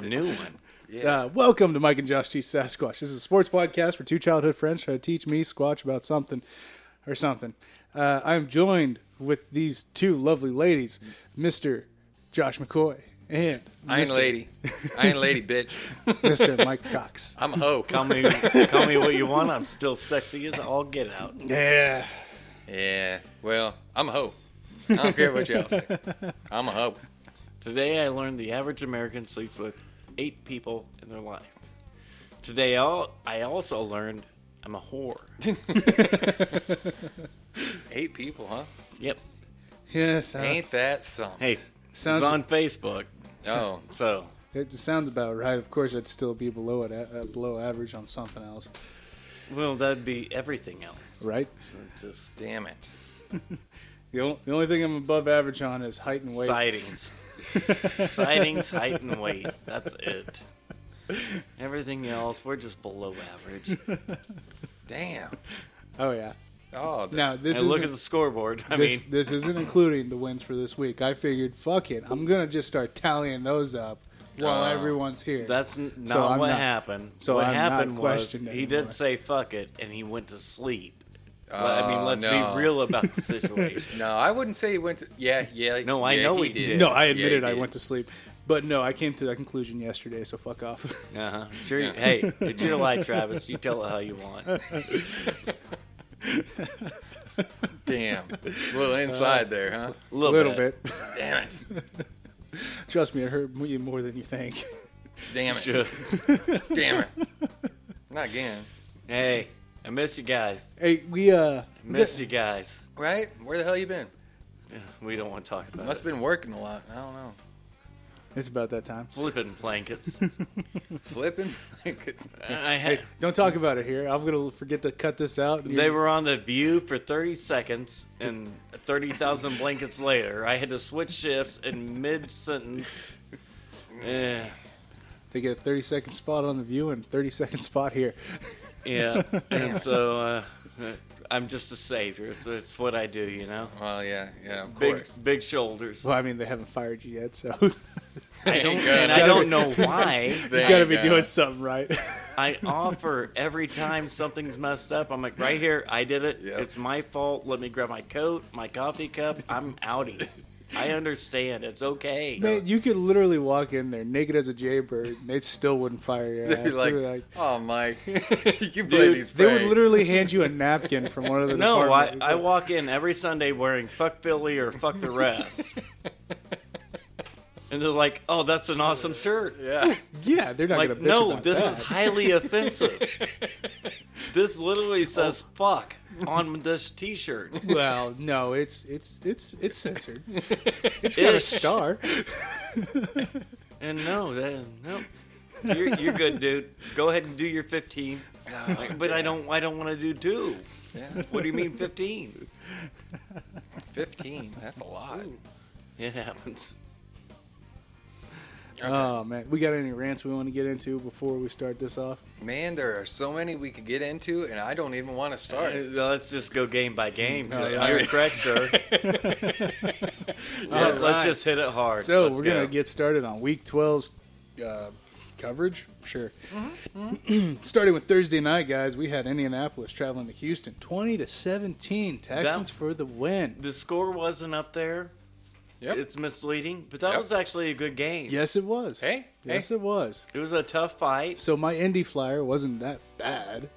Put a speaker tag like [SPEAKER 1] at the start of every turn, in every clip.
[SPEAKER 1] new one.
[SPEAKER 2] Uh, welcome to Mike and Josh Teach Sasquatch. This is a sports podcast where two childhood friends try to teach me Squatch about something or something. Uh, I'm joined with these two lovely ladies, Mr. Josh McCoy and
[SPEAKER 3] I ain't a
[SPEAKER 2] Mr.
[SPEAKER 3] lady. I ain't a lady, bitch.
[SPEAKER 2] Mr. Mike Cox.
[SPEAKER 3] I'm a hoe.
[SPEAKER 1] Call me, call me what you want. I'm still sexy as all get out.
[SPEAKER 2] Yeah.
[SPEAKER 3] Yeah. Well, I'm a hoe. I don't care what y'all say. I'm a hoe.
[SPEAKER 1] Today I learned the average American sleeps with eight people in their life. Today I'll, I also learned I'm a whore.
[SPEAKER 3] Eight people, huh?
[SPEAKER 1] Yep.
[SPEAKER 2] Yes. Uh,
[SPEAKER 3] Ain't that something?
[SPEAKER 1] Hey,
[SPEAKER 2] Sounds-
[SPEAKER 1] it's on Facebook.
[SPEAKER 3] Oh,
[SPEAKER 1] So
[SPEAKER 2] it sounds about right. Of course, I'd still be below it, uh, below average on something else,
[SPEAKER 1] well, that'd be everything else.
[SPEAKER 2] right?
[SPEAKER 1] Just
[SPEAKER 3] damn it.
[SPEAKER 2] The, on- the only thing I'm above average on is height and weight.
[SPEAKER 1] sightings, sightings, height and weight. That's it. Everything else, we're just below average.
[SPEAKER 3] Damn.
[SPEAKER 2] Oh yeah.
[SPEAKER 3] Oh, this,
[SPEAKER 2] Now this
[SPEAKER 1] and
[SPEAKER 2] is
[SPEAKER 1] look at the scoreboard. I
[SPEAKER 2] this,
[SPEAKER 1] mean,
[SPEAKER 2] this isn't including the wins for this week. I figured, fuck it, I'm gonna just start tallying those up while
[SPEAKER 3] Oh.
[SPEAKER 2] everyone's here.
[SPEAKER 1] Uh, that's n- not
[SPEAKER 2] So I'm
[SPEAKER 1] what
[SPEAKER 2] not-
[SPEAKER 1] happened.
[SPEAKER 2] so
[SPEAKER 1] what
[SPEAKER 2] I'm not
[SPEAKER 1] happened was
[SPEAKER 2] questioning
[SPEAKER 1] he
[SPEAKER 2] anymore.
[SPEAKER 1] did say "fuck it" and he went to sleep. Well, I mean,
[SPEAKER 3] Oh,
[SPEAKER 1] let's
[SPEAKER 3] no.
[SPEAKER 1] be real about the situation.
[SPEAKER 3] no, I wouldn't say he went to. Yeah, yeah.
[SPEAKER 1] No, I
[SPEAKER 3] yeah,
[SPEAKER 1] know
[SPEAKER 3] he
[SPEAKER 1] he
[SPEAKER 3] did.
[SPEAKER 1] did.
[SPEAKER 2] no, I
[SPEAKER 3] Yeah, he
[SPEAKER 2] admitted I
[SPEAKER 3] did.
[SPEAKER 2] went to sleep, but no, I came to that conclusion yesterday. So fuck off.
[SPEAKER 1] uh-huh. Sure. Hey, it's your life, Travis. You tell it how you want.
[SPEAKER 3] Damn. A little inside there, huh?
[SPEAKER 1] A
[SPEAKER 2] A
[SPEAKER 1] little,
[SPEAKER 2] little bit.
[SPEAKER 3] Damn it.
[SPEAKER 2] Trust me, it hurt you more than you think.
[SPEAKER 3] Damn it.
[SPEAKER 1] Sure.
[SPEAKER 3] Damn it. Not again.
[SPEAKER 1] Hey, I miss you guys.
[SPEAKER 2] Hey, we uh,
[SPEAKER 1] Miss you guys.
[SPEAKER 3] Right? Where the hell you been?
[SPEAKER 1] We don't want to talk about
[SPEAKER 3] Must
[SPEAKER 1] it.
[SPEAKER 3] have been working a lot. I don't know.
[SPEAKER 2] it's about that time.
[SPEAKER 1] Flipping blankets.
[SPEAKER 3] Flipping? Like it's,
[SPEAKER 1] I had,
[SPEAKER 2] Don't talk about it here. I'm gonna forget to cut this out. and
[SPEAKER 1] They
[SPEAKER 2] you're-
[SPEAKER 1] were on the view for 30 seconds, and 30,000 blankets later, I had to switch shifts in Eh. mid sentence. Yeah.
[SPEAKER 2] They get a 30 second spot on the view and 30 second spot here.
[SPEAKER 1] Yeah. And so uh, I'm just a savior, so it's what I do, you know?
[SPEAKER 3] well, yeah, yeah, of
[SPEAKER 1] Big,
[SPEAKER 3] course.
[SPEAKER 1] big shoulders.
[SPEAKER 2] Well, I mean, they haven't fired you yet, so you
[SPEAKER 1] I don't,
[SPEAKER 3] Ain't good.
[SPEAKER 1] and I don't know why.
[SPEAKER 3] There
[SPEAKER 2] gotta be
[SPEAKER 3] go.
[SPEAKER 2] doing something right.
[SPEAKER 1] I offer every time something's messed up. I'm like, right here, I did it.
[SPEAKER 3] Yep.
[SPEAKER 1] It's my fault. Let me grab my coat, my coffee cup. I'm outie. I understand. It's okay.
[SPEAKER 2] Man, you could literally walk in there naked as a jaybird, and they still wouldn't fire your
[SPEAKER 3] They'd be
[SPEAKER 2] ass.
[SPEAKER 3] like,
[SPEAKER 2] They'd be like-
[SPEAKER 3] oh, Mike, you can play
[SPEAKER 2] Dude,
[SPEAKER 3] these
[SPEAKER 2] they would
[SPEAKER 3] pranks."
[SPEAKER 2] literally hand you a napkin from one of the
[SPEAKER 1] No, I,
[SPEAKER 2] departments.
[SPEAKER 1] I walk in every Sunday wearing fuck Billy or fuck the rest. and they're like, oh, that's an awesome shirt.
[SPEAKER 3] Yeah.
[SPEAKER 2] yeah, they're not
[SPEAKER 1] Like,
[SPEAKER 2] gonna bitch
[SPEAKER 1] no,
[SPEAKER 2] about
[SPEAKER 1] this
[SPEAKER 2] that.
[SPEAKER 1] is highly offensive. this literally says
[SPEAKER 2] Oh.
[SPEAKER 1] fuck on this t shirt.
[SPEAKER 2] well, no, it's it's it's it's censored. It's got a
[SPEAKER 1] Ish.
[SPEAKER 2] star.
[SPEAKER 1] And no, that- no. You're, you're good, dude. Go ahead and do your 15. Like, but I don't. I don't want to do two.
[SPEAKER 3] yeah.
[SPEAKER 1] What do you mean 15?
[SPEAKER 3] 15. That's a lot.
[SPEAKER 1] It happens. Uh,
[SPEAKER 2] Oh man, we got any rants we want to get into before we start this off?
[SPEAKER 3] Man, there are so many we could get into, and I don't even want to start.
[SPEAKER 1] Uh, Let's just go game by game.
[SPEAKER 2] Oh, yeah.
[SPEAKER 1] You're correct, sir.
[SPEAKER 2] All
[SPEAKER 1] Let,
[SPEAKER 2] right.
[SPEAKER 1] us just hit it hard.
[SPEAKER 2] So
[SPEAKER 1] Let's
[SPEAKER 2] we're gonna
[SPEAKER 1] go.
[SPEAKER 2] get started on Week 12's uh, coverage. Sure. Starting with Thursday night, guys, we had Indianapolis traveling to Houston, twenty to seventeen, Texans for the win.
[SPEAKER 1] the score wasn't up there.
[SPEAKER 3] Yep.
[SPEAKER 1] It's misleading, but that
[SPEAKER 3] Yep.
[SPEAKER 1] was actually a good game.
[SPEAKER 2] Yes, it was.
[SPEAKER 3] Hey,
[SPEAKER 2] yes,
[SPEAKER 3] hey.
[SPEAKER 2] it was.
[SPEAKER 1] It was a tough fight.
[SPEAKER 2] So my Indy flyer wasn't that bad.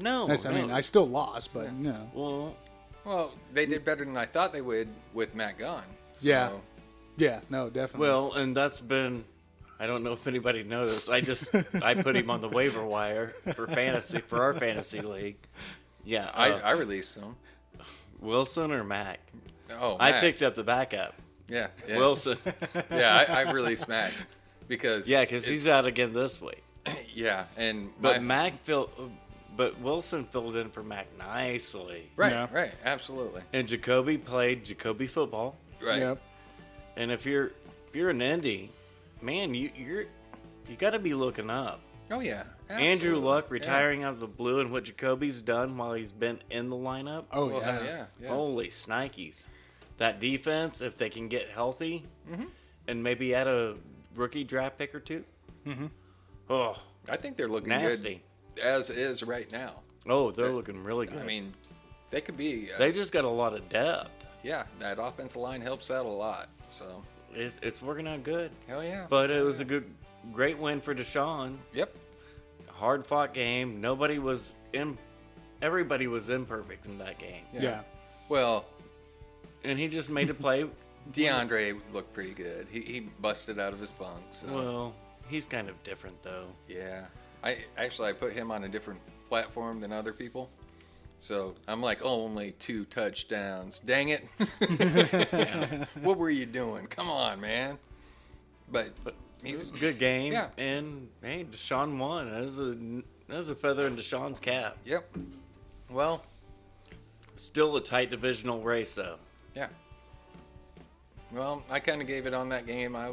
[SPEAKER 1] No,
[SPEAKER 2] That's- I
[SPEAKER 1] Oh, no.
[SPEAKER 2] mean, I still lost, but you know,
[SPEAKER 1] well,
[SPEAKER 3] well, they did better than I thought they would with Matt gone. So,
[SPEAKER 2] Yeah. yeah, no, definitely.
[SPEAKER 1] well, and that's been. I don't know if anybody noticed. I just I put him on the waiver wire for fantasy for our fantasy league. Yeah,
[SPEAKER 3] I,
[SPEAKER 1] uh,
[SPEAKER 3] I released him.
[SPEAKER 1] Wilson or Mac.
[SPEAKER 3] Oh,
[SPEAKER 1] I
[SPEAKER 3] Mac.
[SPEAKER 1] picked up the backup.
[SPEAKER 3] Yeah. Yeah,
[SPEAKER 1] Wilson.
[SPEAKER 3] yeah I, I released Mac because
[SPEAKER 1] yeah, because he's
[SPEAKER 3] it's-
[SPEAKER 1] out again this week.
[SPEAKER 3] yeah, and
[SPEAKER 1] But
[SPEAKER 3] my-
[SPEAKER 1] Mac filled. But Wilson filled in for Mac nicely.
[SPEAKER 3] right,
[SPEAKER 2] Yeah.
[SPEAKER 3] right, absolutely,
[SPEAKER 1] And Jacoby played Jacoby football.
[SPEAKER 3] right.
[SPEAKER 2] Yep.
[SPEAKER 1] And if you're if you're an indie, man, you you're you got to be looking up.
[SPEAKER 3] Oh yeah,
[SPEAKER 1] Andrew
[SPEAKER 3] absolutely.
[SPEAKER 1] Luck
[SPEAKER 3] Yeah.
[SPEAKER 1] retiring out of the blue and what Jacoby's done while he's been in the lineup.
[SPEAKER 2] Oh
[SPEAKER 3] Well,
[SPEAKER 2] yeah.
[SPEAKER 3] yeah, yeah.
[SPEAKER 1] Holy snikes. That defense, if they can get healthy and maybe add a rookie draft pick or two, Oh,
[SPEAKER 3] I think they're looking
[SPEAKER 1] nasty.
[SPEAKER 3] good as is right now.
[SPEAKER 1] Oh, they're looking really good.
[SPEAKER 3] I mean, they could be. Uh,
[SPEAKER 1] they just got a lot of depth.
[SPEAKER 3] yeah, that offensive line helps out a lot. So
[SPEAKER 1] It's, it's working out good.
[SPEAKER 3] hell yeah.
[SPEAKER 1] But it was a good, great win for Deshaun.
[SPEAKER 3] yep,
[SPEAKER 1] Hard fought game. Nobody was in. Everybody was imperfect in that game,
[SPEAKER 2] Yeah.
[SPEAKER 3] Well,
[SPEAKER 1] and he just made a play.
[SPEAKER 3] DeAndre looked pretty good. He, he busted out of his funk. So
[SPEAKER 1] well, he's kind of different though.
[SPEAKER 3] yeah, I actually I put him on a different platform than other people. So I'm like only two touchdowns. Dang it! What were you doing? Come on, man. But
[SPEAKER 1] But it
[SPEAKER 3] He's-
[SPEAKER 1] was a good game.
[SPEAKER 3] yeah.
[SPEAKER 1] And hey, Deshaun won. That was a that was a feather in Deshaun's cap.
[SPEAKER 3] yep. Well,
[SPEAKER 1] Still a tight divisional race though.
[SPEAKER 3] Yeah. Well, I kind of gave it on that game. I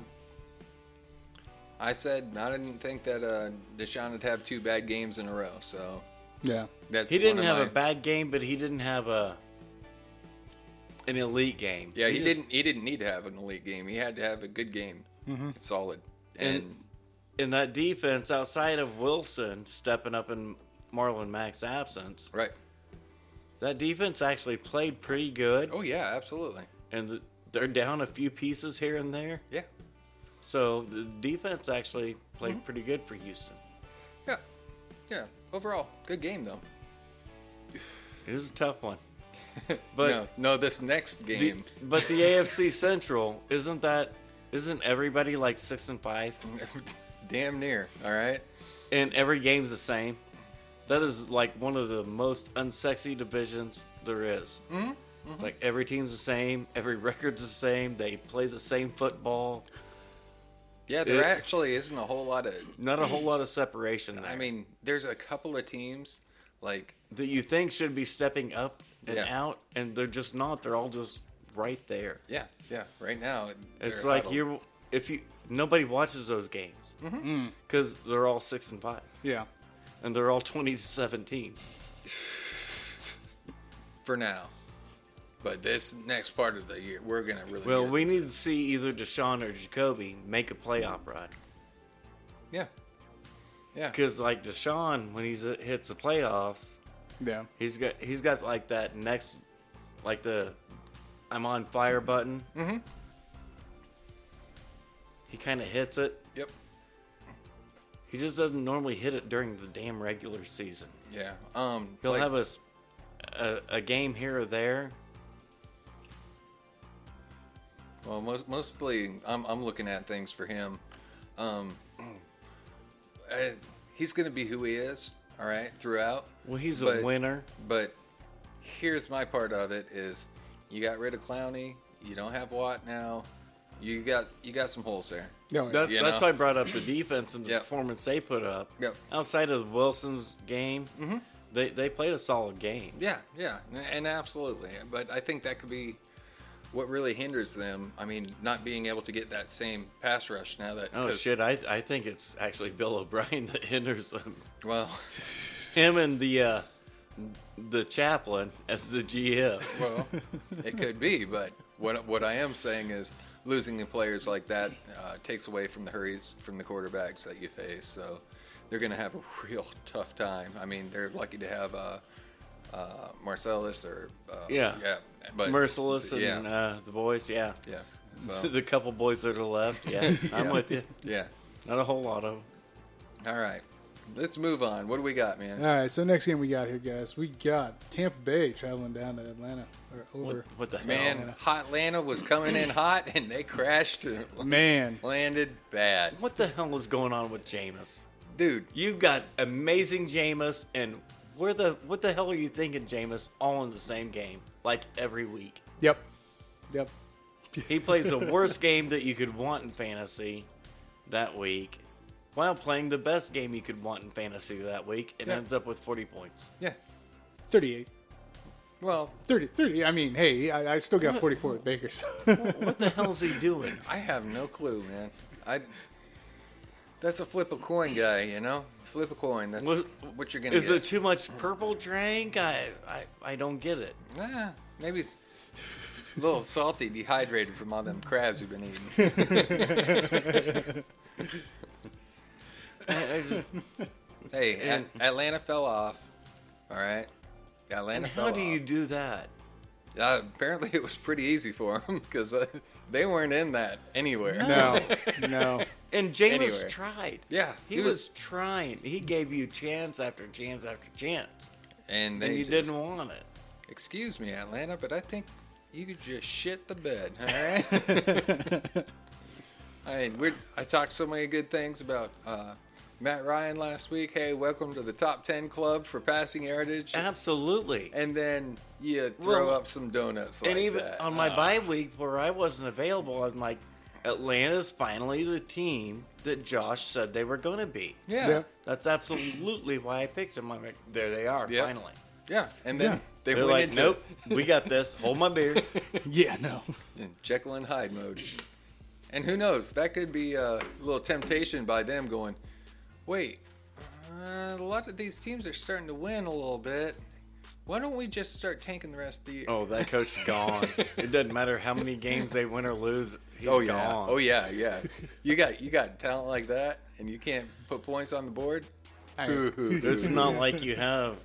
[SPEAKER 3] I said I didn't think that uh, Deshaun would have two bad games in a row. So
[SPEAKER 2] Yeah.
[SPEAKER 3] that's
[SPEAKER 1] He didn't
[SPEAKER 3] one of
[SPEAKER 1] have
[SPEAKER 3] my-
[SPEAKER 1] a bad game, but he didn't have a an elite game.
[SPEAKER 3] Yeah, he,
[SPEAKER 1] just-
[SPEAKER 3] didn't. He didn't need to have an elite game. He had to have a good game, solid. And,
[SPEAKER 1] Mm-hmm. And- in that defense outside of Wilson stepping up in Marlon Mack's absence.
[SPEAKER 3] right.
[SPEAKER 1] That defense actually played pretty good,
[SPEAKER 3] Oh yeah, absolutely.
[SPEAKER 1] and th- they're down a few pieces here and there.
[SPEAKER 3] Yeah.
[SPEAKER 1] So the defense actually
[SPEAKER 3] Mm-hmm.
[SPEAKER 1] played pretty good for Houston.
[SPEAKER 3] Yeah. Yeah. Overall, good game though.
[SPEAKER 1] It is a tough one, but
[SPEAKER 3] no, no, this next
[SPEAKER 1] the,
[SPEAKER 3] game.
[SPEAKER 1] but the AFC Central isn't that isn't everybody like six and five,
[SPEAKER 3] damn near. All right.
[SPEAKER 1] and every game's the same. That is like one of the most unsexy divisions there is.
[SPEAKER 3] Mm-hmm,
[SPEAKER 1] Like every team's the same, every record's the same. They play the same football.
[SPEAKER 3] Yeah, there
[SPEAKER 1] It-
[SPEAKER 3] actually isn't a whole lot of.
[SPEAKER 1] Not a whole lot of separation there.
[SPEAKER 3] I mean, there's a couple of teams like
[SPEAKER 1] that you think should be stepping up and
[SPEAKER 3] Yeah.
[SPEAKER 1] out, and they're just not. They're all just right there.
[SPEAKER 3] Yeah, yeah. Right now,
[SPEAKER 1] It's
[SPEAKER 3] they're
[SPEAKER 1] like
[SPEAKER 3] huddled.
[SPEAKER 1] you're if you nobody watches those games because they're all six and five,
[SPEAKER 2] Yeah.
[SPEAKER 1] and they're all twenty to seventeen.
[SPEAKER 3] for now, but this next part of the year, we're gonna really.
[SPEAKER 1] Well,
[SPEAKER 3] get-
[SPEAKER 1] we need to see either Deshaun or Jacoby make a playoff run
[SPEAKER 3] yeah, yeah,
[SPEAKER 1] because, like Deshaun, when he's hits the playoffs,
[SPEAKER 2] Yeah.
[SPEAKER 1] he's got he's got like that next, like the I'm on fire button. Mm-hmm. He kind of hits it.
[SPEAKER 3] yep,
[SPEAKER 1] He just doesn't normally hit it during the damn regular season.
[SPEAKER 3] yeah. Um,
[SPEAKER 1] He'll
[SPEAKER 3] like-
[SPEAKER 1] have a, s- a a game here or there.
[SPEAKER 3] Well, most, mostly, I'm I'm looking at things for him. Um, I, he's gonna be who he is. All right, throughout.
[SPEAKER 1] Well, he's a
[SPEAKER 3] But-
[SPEAKER 1] winner.
[SPEAKER 3] But here's my part of it is you got rid of Clowney, you don't have Watt now. You got you got some holes there.
[SPEAKER 2] No,
[SPEAKER 1] That,
[SPEAKER 3] you
[SPEAKER 1] that's
[SPEAKER 3] know.
[SPEAKER 1] why I brought up the defense and the
[SPEAKER 3] Yep.
[SPEAKER 1] performance they put up.
[SPEAKER 3] Yep. Mm-hmm.
[SPEAKER 1] Outside of Wilson's game, they they played a solid game.
[SPEAKER 3] Yeah, yeah, and absolutely. But I think that could be what really hinders them. I mean, not being able to get that same pass rush now that.
[SPEAKER 1] Oh
[SPEAKER 3] 'cause-
[SPEAKER 1] shit! I I think it's actually Bill O'Brien that hinders them.
[SPEAKER 3] Well,
[SPEAKER 1] Him and the uh, the chaplain as the GM.
[SPEAKER 3] well, it could be. But what what I am saying is losing the players like that uh, takes away from the hurries from the quarterbacks that you face. So they're going to have a real tough time. I mean, they're lucky to have uh, uh, Marcellus or uh,
[SPEAKER 1] Yeah.
[SPEAKER 3] yeah, but
[SPEAKER 1] Merciless and
[SPEAKER 3] yeah,
[SPEAKER 1] uh, the boys. Yeah.
[SPEAKER 3] yeah. So,
[SPEAKER 1] the couple boys that are left. Yeah, I'm with you.
[SPEAKER 3] yeah.
[SPEAKER 1] Not a whole lot of 'em.
[SPEAKER 3] All right. Let's move on. What do we got, man?
[SPEAKER 2] All right. So next game we got here, guys, we got Tampa Bay traveling down to Atlanta or
[SPEAKER 1] What,
[SPEAKER 2] over.
[SPEAKER 1] what the hell?
[SPEAKER 3] Man, Hot Lanta was coming in hot, and they crashed and
[SPEAKER 2] Man.
[SPEAKER 3] landed bad.
[SPEAKER 1] What the hell is going on with Jameis?
[SPEAKER 3] Dude,
[SPEAKER 1] You've got amazing Jameis, and where the what the hell are you thinking, Jameis? All in the same game, like every week.
[SPEAKER 2] Yep. Yep.
[SPEAKER 1] He plays the worst game that you could want in fantasy that week, while playing the best game you could want in fantasy that week, and
[SPEAKER 3] Yeah.
[SPEAKER 1] ends up with forty points.
[SPEAKER 3] yeah.
[SPEAKER 2] 38.
[SPEAKER 3] Well,
[SPEAKER 2] 30, 30. I mean, hey, I, I still got 44 with Baker. so-
[SPEAKER 1] What the hell is he doing?
[SPEAKER 3] I have no clue, man. I That's a flip a coin guy, you know? Flip a coin. That's what,
[SPEAKER 1] What-
[SPEAKER 3] you're going to
[SPEAKER 1] Is
[SPEAKER 3] get.
[SPEAKER 1] it too much purple drink? I I, I don't get it.
[SPEAKER 3] Ah, maybe it's a little salty, dehydrated from all them crabs you've been eating.
[SPEAKER 1] I just,
[SPEAKER 3] Hey,
[SPEAKER 1] And-
[SPEAKER 3] At- Atlanta fell off. All right. Atlanta fell
[SPEAKER 1] how do
[SPEAKER 3] off.
[SPEAKER 1] you do that?
[SPEAKER 3] Uh, apparently, it was pretty easy for them because uh, they weren't in that anywhere.
[SPEAKER 2] No, no.
[SPEAKER 1] And Jameis
[SPEAKER 3] Anywhere.
[SPEAKER 1] tried.
[SPEAKER 3] Yeah,
[SPEAKER 1] he,
[SPEAKER 3] he
[SPEAKER 1] was,
[SPEAKER 3] was-
[SPEAKER 1] trying. He gave you chance after chance after chance,
[SPEAKER 3] And they
[SPEAKER 1] and you
[SPEAKER 3] just-
[SPEAKER 1] didn't want it.
[SPEAKER 3] Excuse me, Atlanta, but I think you could just shit the bed. All right. I mean, we're, I talked so many good things about uh, Matt Ryan last week. Hey, welcome to the top ten club for passing yardage.
[SPEAKER 1] Absolutely.
[SPEAKER 3] And then you throw
[SPEAKER 1] Well,
[SPEAKER 3] up some donuts like
[SPEAKER 1] and even
[SPEAKER 3] that. Ah.
[SPEAKER 1] on my bye week where I wasn't available, I'm like, Atlanta's finally the team that Josh said they were going to be.
[SPEAKER 3] yeah.
[SPEAKER 2] Yeah.
[SPEAKER 3] yeah,
[SPEAKER 1] That's absolutely why I picked them. I'm like, there they are,
[SPEAKER 3] Yep.
[SPEAKER 1] finally.
[SPEAKER 3] And then
[SPEAKER 2] Yeah.
[SPEAKER 3] they
[SPEAKER 1] They're
[SPEAKER 3] went
[SPEAKER 1] like,
[SPEAKER 3] into
[SPEAKER 1] nope, we got this. Hold my beer.
[SPEAKER 2] Yeah, no.
[SPEAKER 3] in Jekyll and Hyde mode. And who knows? That could be a little temptation by them going, wait, uh, a lot of these teams are starting to win a little bit. Why don't we just start tanking the rest of the year?
[SPEAKER 1] Oh, that coach's gone. it doesn't matter how many games they win or lose. He's
[SPEAKER 3] Oh, yeah.
[SPEAKER 1] gone.
[SPEAKER 3] Oh yeah, yeah. You got you got talent like that and you can't put points on the board?
[SPEAKER 1] It's not like you have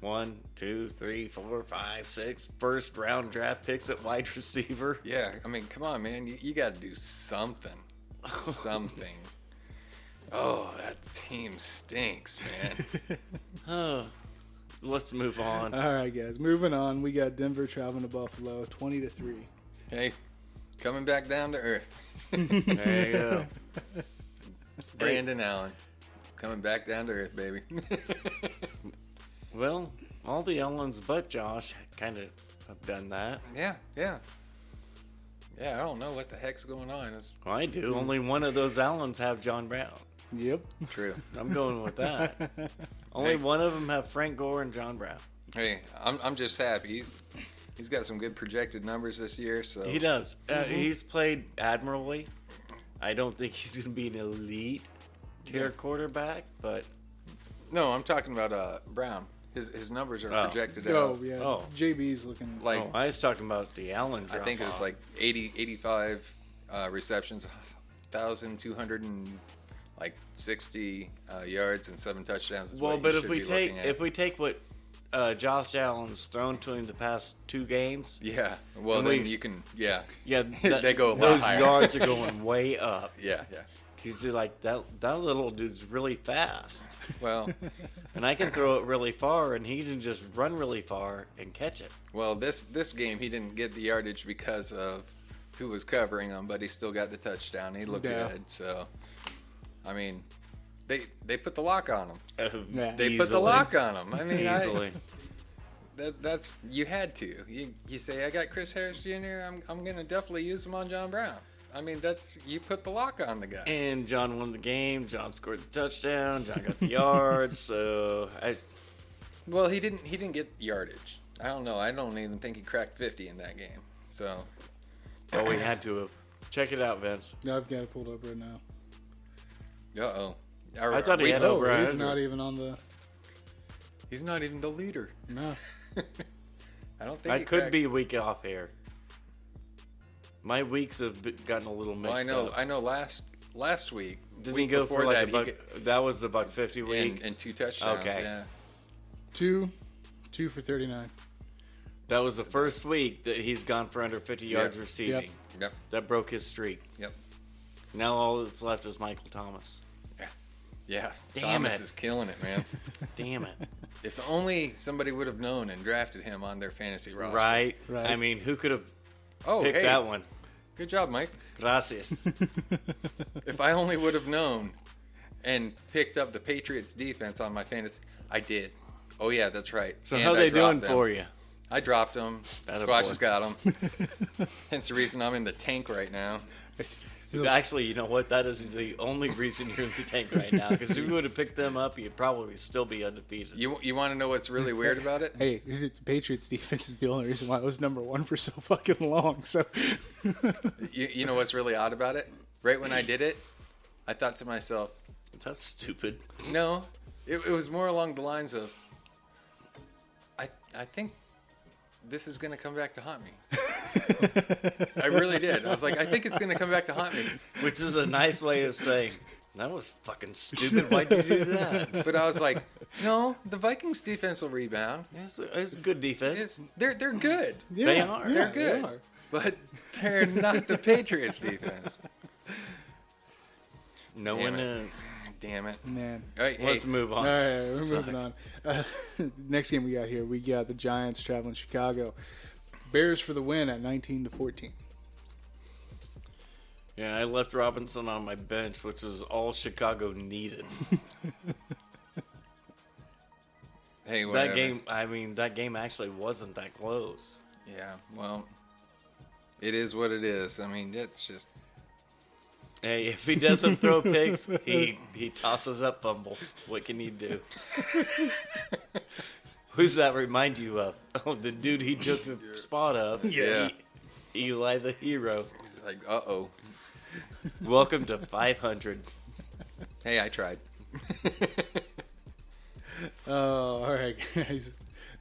[SPEAKER 1] one, two, three, four, five, six first round draft picks at wide receiver.
[SPEAKER 3] Yeah, I mean, come on, man. You, you got to do something. Something. Oh, that team stinks, man.
[SPEAKER 1] Oh, let's move on.
[SPEAKER 2] All right, guys. Moving on. We got Denver traveling to Buffalo, twenty to three.
[SPEAKER 3] hey, coming back down to earth.
[SPEAKER 1] There you go.
[SPEAKER 3] Brandon Allen. Coming back down to earth, baby.
[SPEAKER 1] Well, all the Ellens but Josh kind of have done that.
[SPEAKER 3] yeah, yeah. Yeah, I don't know what the heck's going on. It's
[SPEAKER 1] Well, I do. Only one of those Allens have John Brown.
[SPEAKER 2] Yep.
[SPEAKER 3] true.
[SPEAKER 1] I'm going with that. Only
[SPEAKER 3] Hey.
[SPEAKER 1] one of them have Frank Gore and John Brown.
[SPEAKER 3] hey, I'm, I'm just happy. He's he's got some good projected numbers this year, so
[SPEAKER 1] He does. Uh,
[SPEAKER 3] Mm-hmm.
[SPEAKER 1] he's played admirably. I don't think he's going to be an elite tier
[SPEAKER 3] Yeah.
[SPEAKER 1] quarterback, but
[SPEAKER 3] No, I'm talking about uh Brown. His his numbers are
[SPEAKER 1] Oh.
[SPEAKER 3] projected
[SPEAKER 2] Oh
[SPEAKER 3] out.
[SPEAKER 2] yeah.
[SPEAKER 1] Oh.
[SPEAKER 2] JB's looking.
[SPEAKER 3] Like
[SPEAKER 1] oh, I was talking about the Allen.
[SPEAKER 3] I think
[SPEAKER 1] drop-off.
[SPEAKER 3] it's like 80 85 uh, receptions, 1200 and like 60 uh, yards and seven touchdowns. Is
[SPEAKER 1] well,
[SPEAKER 3] what
[SPEAKER 1] but
[SPEAKER 3] you
[SPEAKER 1] if
[SPEAKER 3] should
[SPEAKER 1] we
[SPEAKER 3] be
[SPEAKER 1] take
[SPEAKER 3] looking at.
[SPEAKER 1] if we take what uh, Josh Allen's thrown to him the past two games,
[SPEAKER 3] yeah, well
[SPEAKER 1] And
[SPEAKER 3] then
[SPEAKER 1] we-
[SPEAKER 3] you can yeah
[SPEAKER 1] yeah, that-
[SPEAKER 3] They go a lot
[SPEAKER 1] Those
[SPEAKER 3] higher.
[SPEAKER 1] yards are going way up.
[SPEAKER 3] yeah yeah.
[SPEAKER 1] He's like that. That little dude's really fast,
[SPEAKER 3] Well,
[SPEAKER 1] and I can throw it really far, and he can just run really far and catch it.
[SPEAKER 3] well this this game he didn't get the yardage because of who was covering him, but he still got the touchdown. He looked
[SPEAKER 2] Yeah.
[SPEAKER 3] good, so I mean they they put the lock on him.
[SPEAKER 2] Yeah.
[SPEAKER 3] Um, They put the lock on him. I mean I-
[SPEAKER 1] easily.
[SPEAKER 3] That, that's you had to. You you say I got Chris Harris Jr. I'm I'm gonna definitely use him on John Brown. I mean that's you put the lock on the guy.
[SPEAKER 1] And John won the game. John scored the touchdown. John got the yards. So I,
[SPEAKER 3] Well, he didn't he didn't get yardage. I don't know. I don't even think he cracked 50 in that game. So
[SPEAKER 1] well, oh, we had to have. check it out, Vince.
[SPEAKER 2] No, I've got it pulled up right now.
[SPEAKER 3] uh oh.
[SPEAKER 1] I thought he had
[SPEAKER 2] Oh,
[SPEAKER 1] over.
[SPEAKER 2] he's not even on the.
[SPEAKER 3] He's not even the leader.
[SPEAKER 2] No.
[SPEAKER 3] I don't think
[SPEAKER 1] I
[SPEAKER 3] he
[SPEAKER 1] could
[SPEAKER 3] cracked-
[SPEAKER 1] be a week off here. My weeks have be- gotten a little mixed
[SPEAKER 3] Well, I know
[SPEAKER 1] up.
[SPEAKER 3] I know. Last last week
[SPEAKER 1] Didn't
[SPEAKER 3] week
[SPEAKER 1] he go
[SPEAKER 3] before
[SPEAKER 1] for like
[SPEAKER 3] that
[SPEAKER 1] a buck?
[SPEAKER 3] he
[SPEAKER 1] that was the buck fifty
[SPEAKER 3] got,
[SPEAKER 1] week.
[SPEAKER 3] and, and two touchdowns.
[SPEAKER 1] Okay.
[SPEAKER 3] Yeah.
[SPEAKER 2] Two, two for thirty nine.
[SPEAKER 1] that was the first week that he's gone for under fifty yards
[SPEAKER 3] Yep.
[SPEAKER 1] receiving.
[SPEAKER 2] Yep.
[SPEAKER 3] Yep.
[SPEAKER 1] That broke his streak.
[SPEAKER 3] Yep.
[SPEAKER 1] Now all that's left is Michael Thomas.
[SPEAKER 3] Yeah. Yeah.
[SPEAKER 1] Damn
[SPEAKER 3] Thomas
[SPEAKER 1] it.
[SPEAKER 3] is killing it, man.
[SPEAKER 1] Damn it!
[SPEAKER 3] If only somebody would have known and drafted him on their fantasy roster.
[SPEAKER 1] right?
[SPEAKER 2] Right.
[SPEAKER 1] I mean, who could have
[SPEAKER 3] Oh,
[SPEAKER 1] picked
[SPEAKER 3] hey,
[SPEAKER 1] that one?
[SPEAKER 3] Good job, Mike.
[SPEAKER 1] Gracias.
[SPEAKER 3] If I only would have known and picked up the Patriots defense on my fantasy, I did. Oh yeah, that's right.
[SPEAKER 1] So
[SPEAKER 3] And
[SPEAKER 1] how
[SPEAKER 3] I
[SPEAKER 1] they
[SPEAKER 3] dropped
[SPEAKER 1] doing
[SPEAKER 3] them.
[SPEAKER 1] for you?
[SPEAKER 3] I dropped them.
[SPEAKER 1] Atta
[SPEAKER 3] Squatch
[SPEAKER 1] boy.
[SPEAKER 3] has got them. Hence the reason I'm in the tank right now.
[SPEAKER 1] Actually, you know what? That is the only reason you're in the tank right now. Because if you would have picked them up, you'd probably still be undefeated.
[SPEAKER 3] You you want to know what's really weird about it?
[SPEAKER 2] Hey, the Patriots defense is the only reason why it was number one for so fucking long. So
[SPEAKER 3] You, you know what's really odd about it? Right when I did it, I thought to myself,
[SPEAKER 1] That's stupid.
[SPEAKER 3] No, it, it was more along the lines of, I I think this is gonna come back to haunt me. I really did. I was like, I think it's gonna come back to haunt me.
[SPEAKER 1] Which is a nice way of saying That was fucking stupid. Why'd you do that?
[SPEAKER 3] But I was like, no, the Vikings defense will rebound.
[SPEAKER 1] It's, it's good defense.
[SPEAKER 3] It's, they're they're good.
[SPEAKER 2] Yeah,
[SPEAKER 1] They are.
[SPEAKER 2] yeah,
[SPEAKER 3] They're
[SPEAKER 2] they
[SPEAKER 3] good.
[SPEAKER 2] are.
[SPEAKER 3] But they're not the Patriots defense.
[SPEAKER 1] no
[SPEAKER 3] Damn
[SPEAKER 1] one
[SPEAKER 3] it.
[SPEAKER 1] is.
[SPEAKER 3] Damn it.
[SPEAKER 2] Man.
[SPEAKER 3] All right, hey,
[SPEAKER 1] Let's move on.
[SPEAKER 2] All right, we're moving on. Uh, next game we got here, we got the Giants traveling Chicago. Bears for the win at 19 to 14.
[SPEAKER 1] Yeah, I left Robinson on my bench, which is all Chicago needed.
[SPEAKER 3] hey, whatever.
[SPEAKER 1] that game, I mean, that game actually wasn't that close.
[SPEAKER 3] Yeah. Well, it is what it is. I mean, it's just
[SPEAKER 1] Hey, if he doesn't throw picks, he he tosses up fumbles. What can he do? Who's that remind you of? Oh, the dude he took the spot of.
[SPEAKER 3] Yeah.
[SPEAKER 1] E- Eli the hero.
[SPEAKER 3] like, uh oh.
[SPEAKER 1] Welcome to 500.
[SPEAKER 3] Hey, I tried.
[SPEAKER 2] Oh, all right, guys.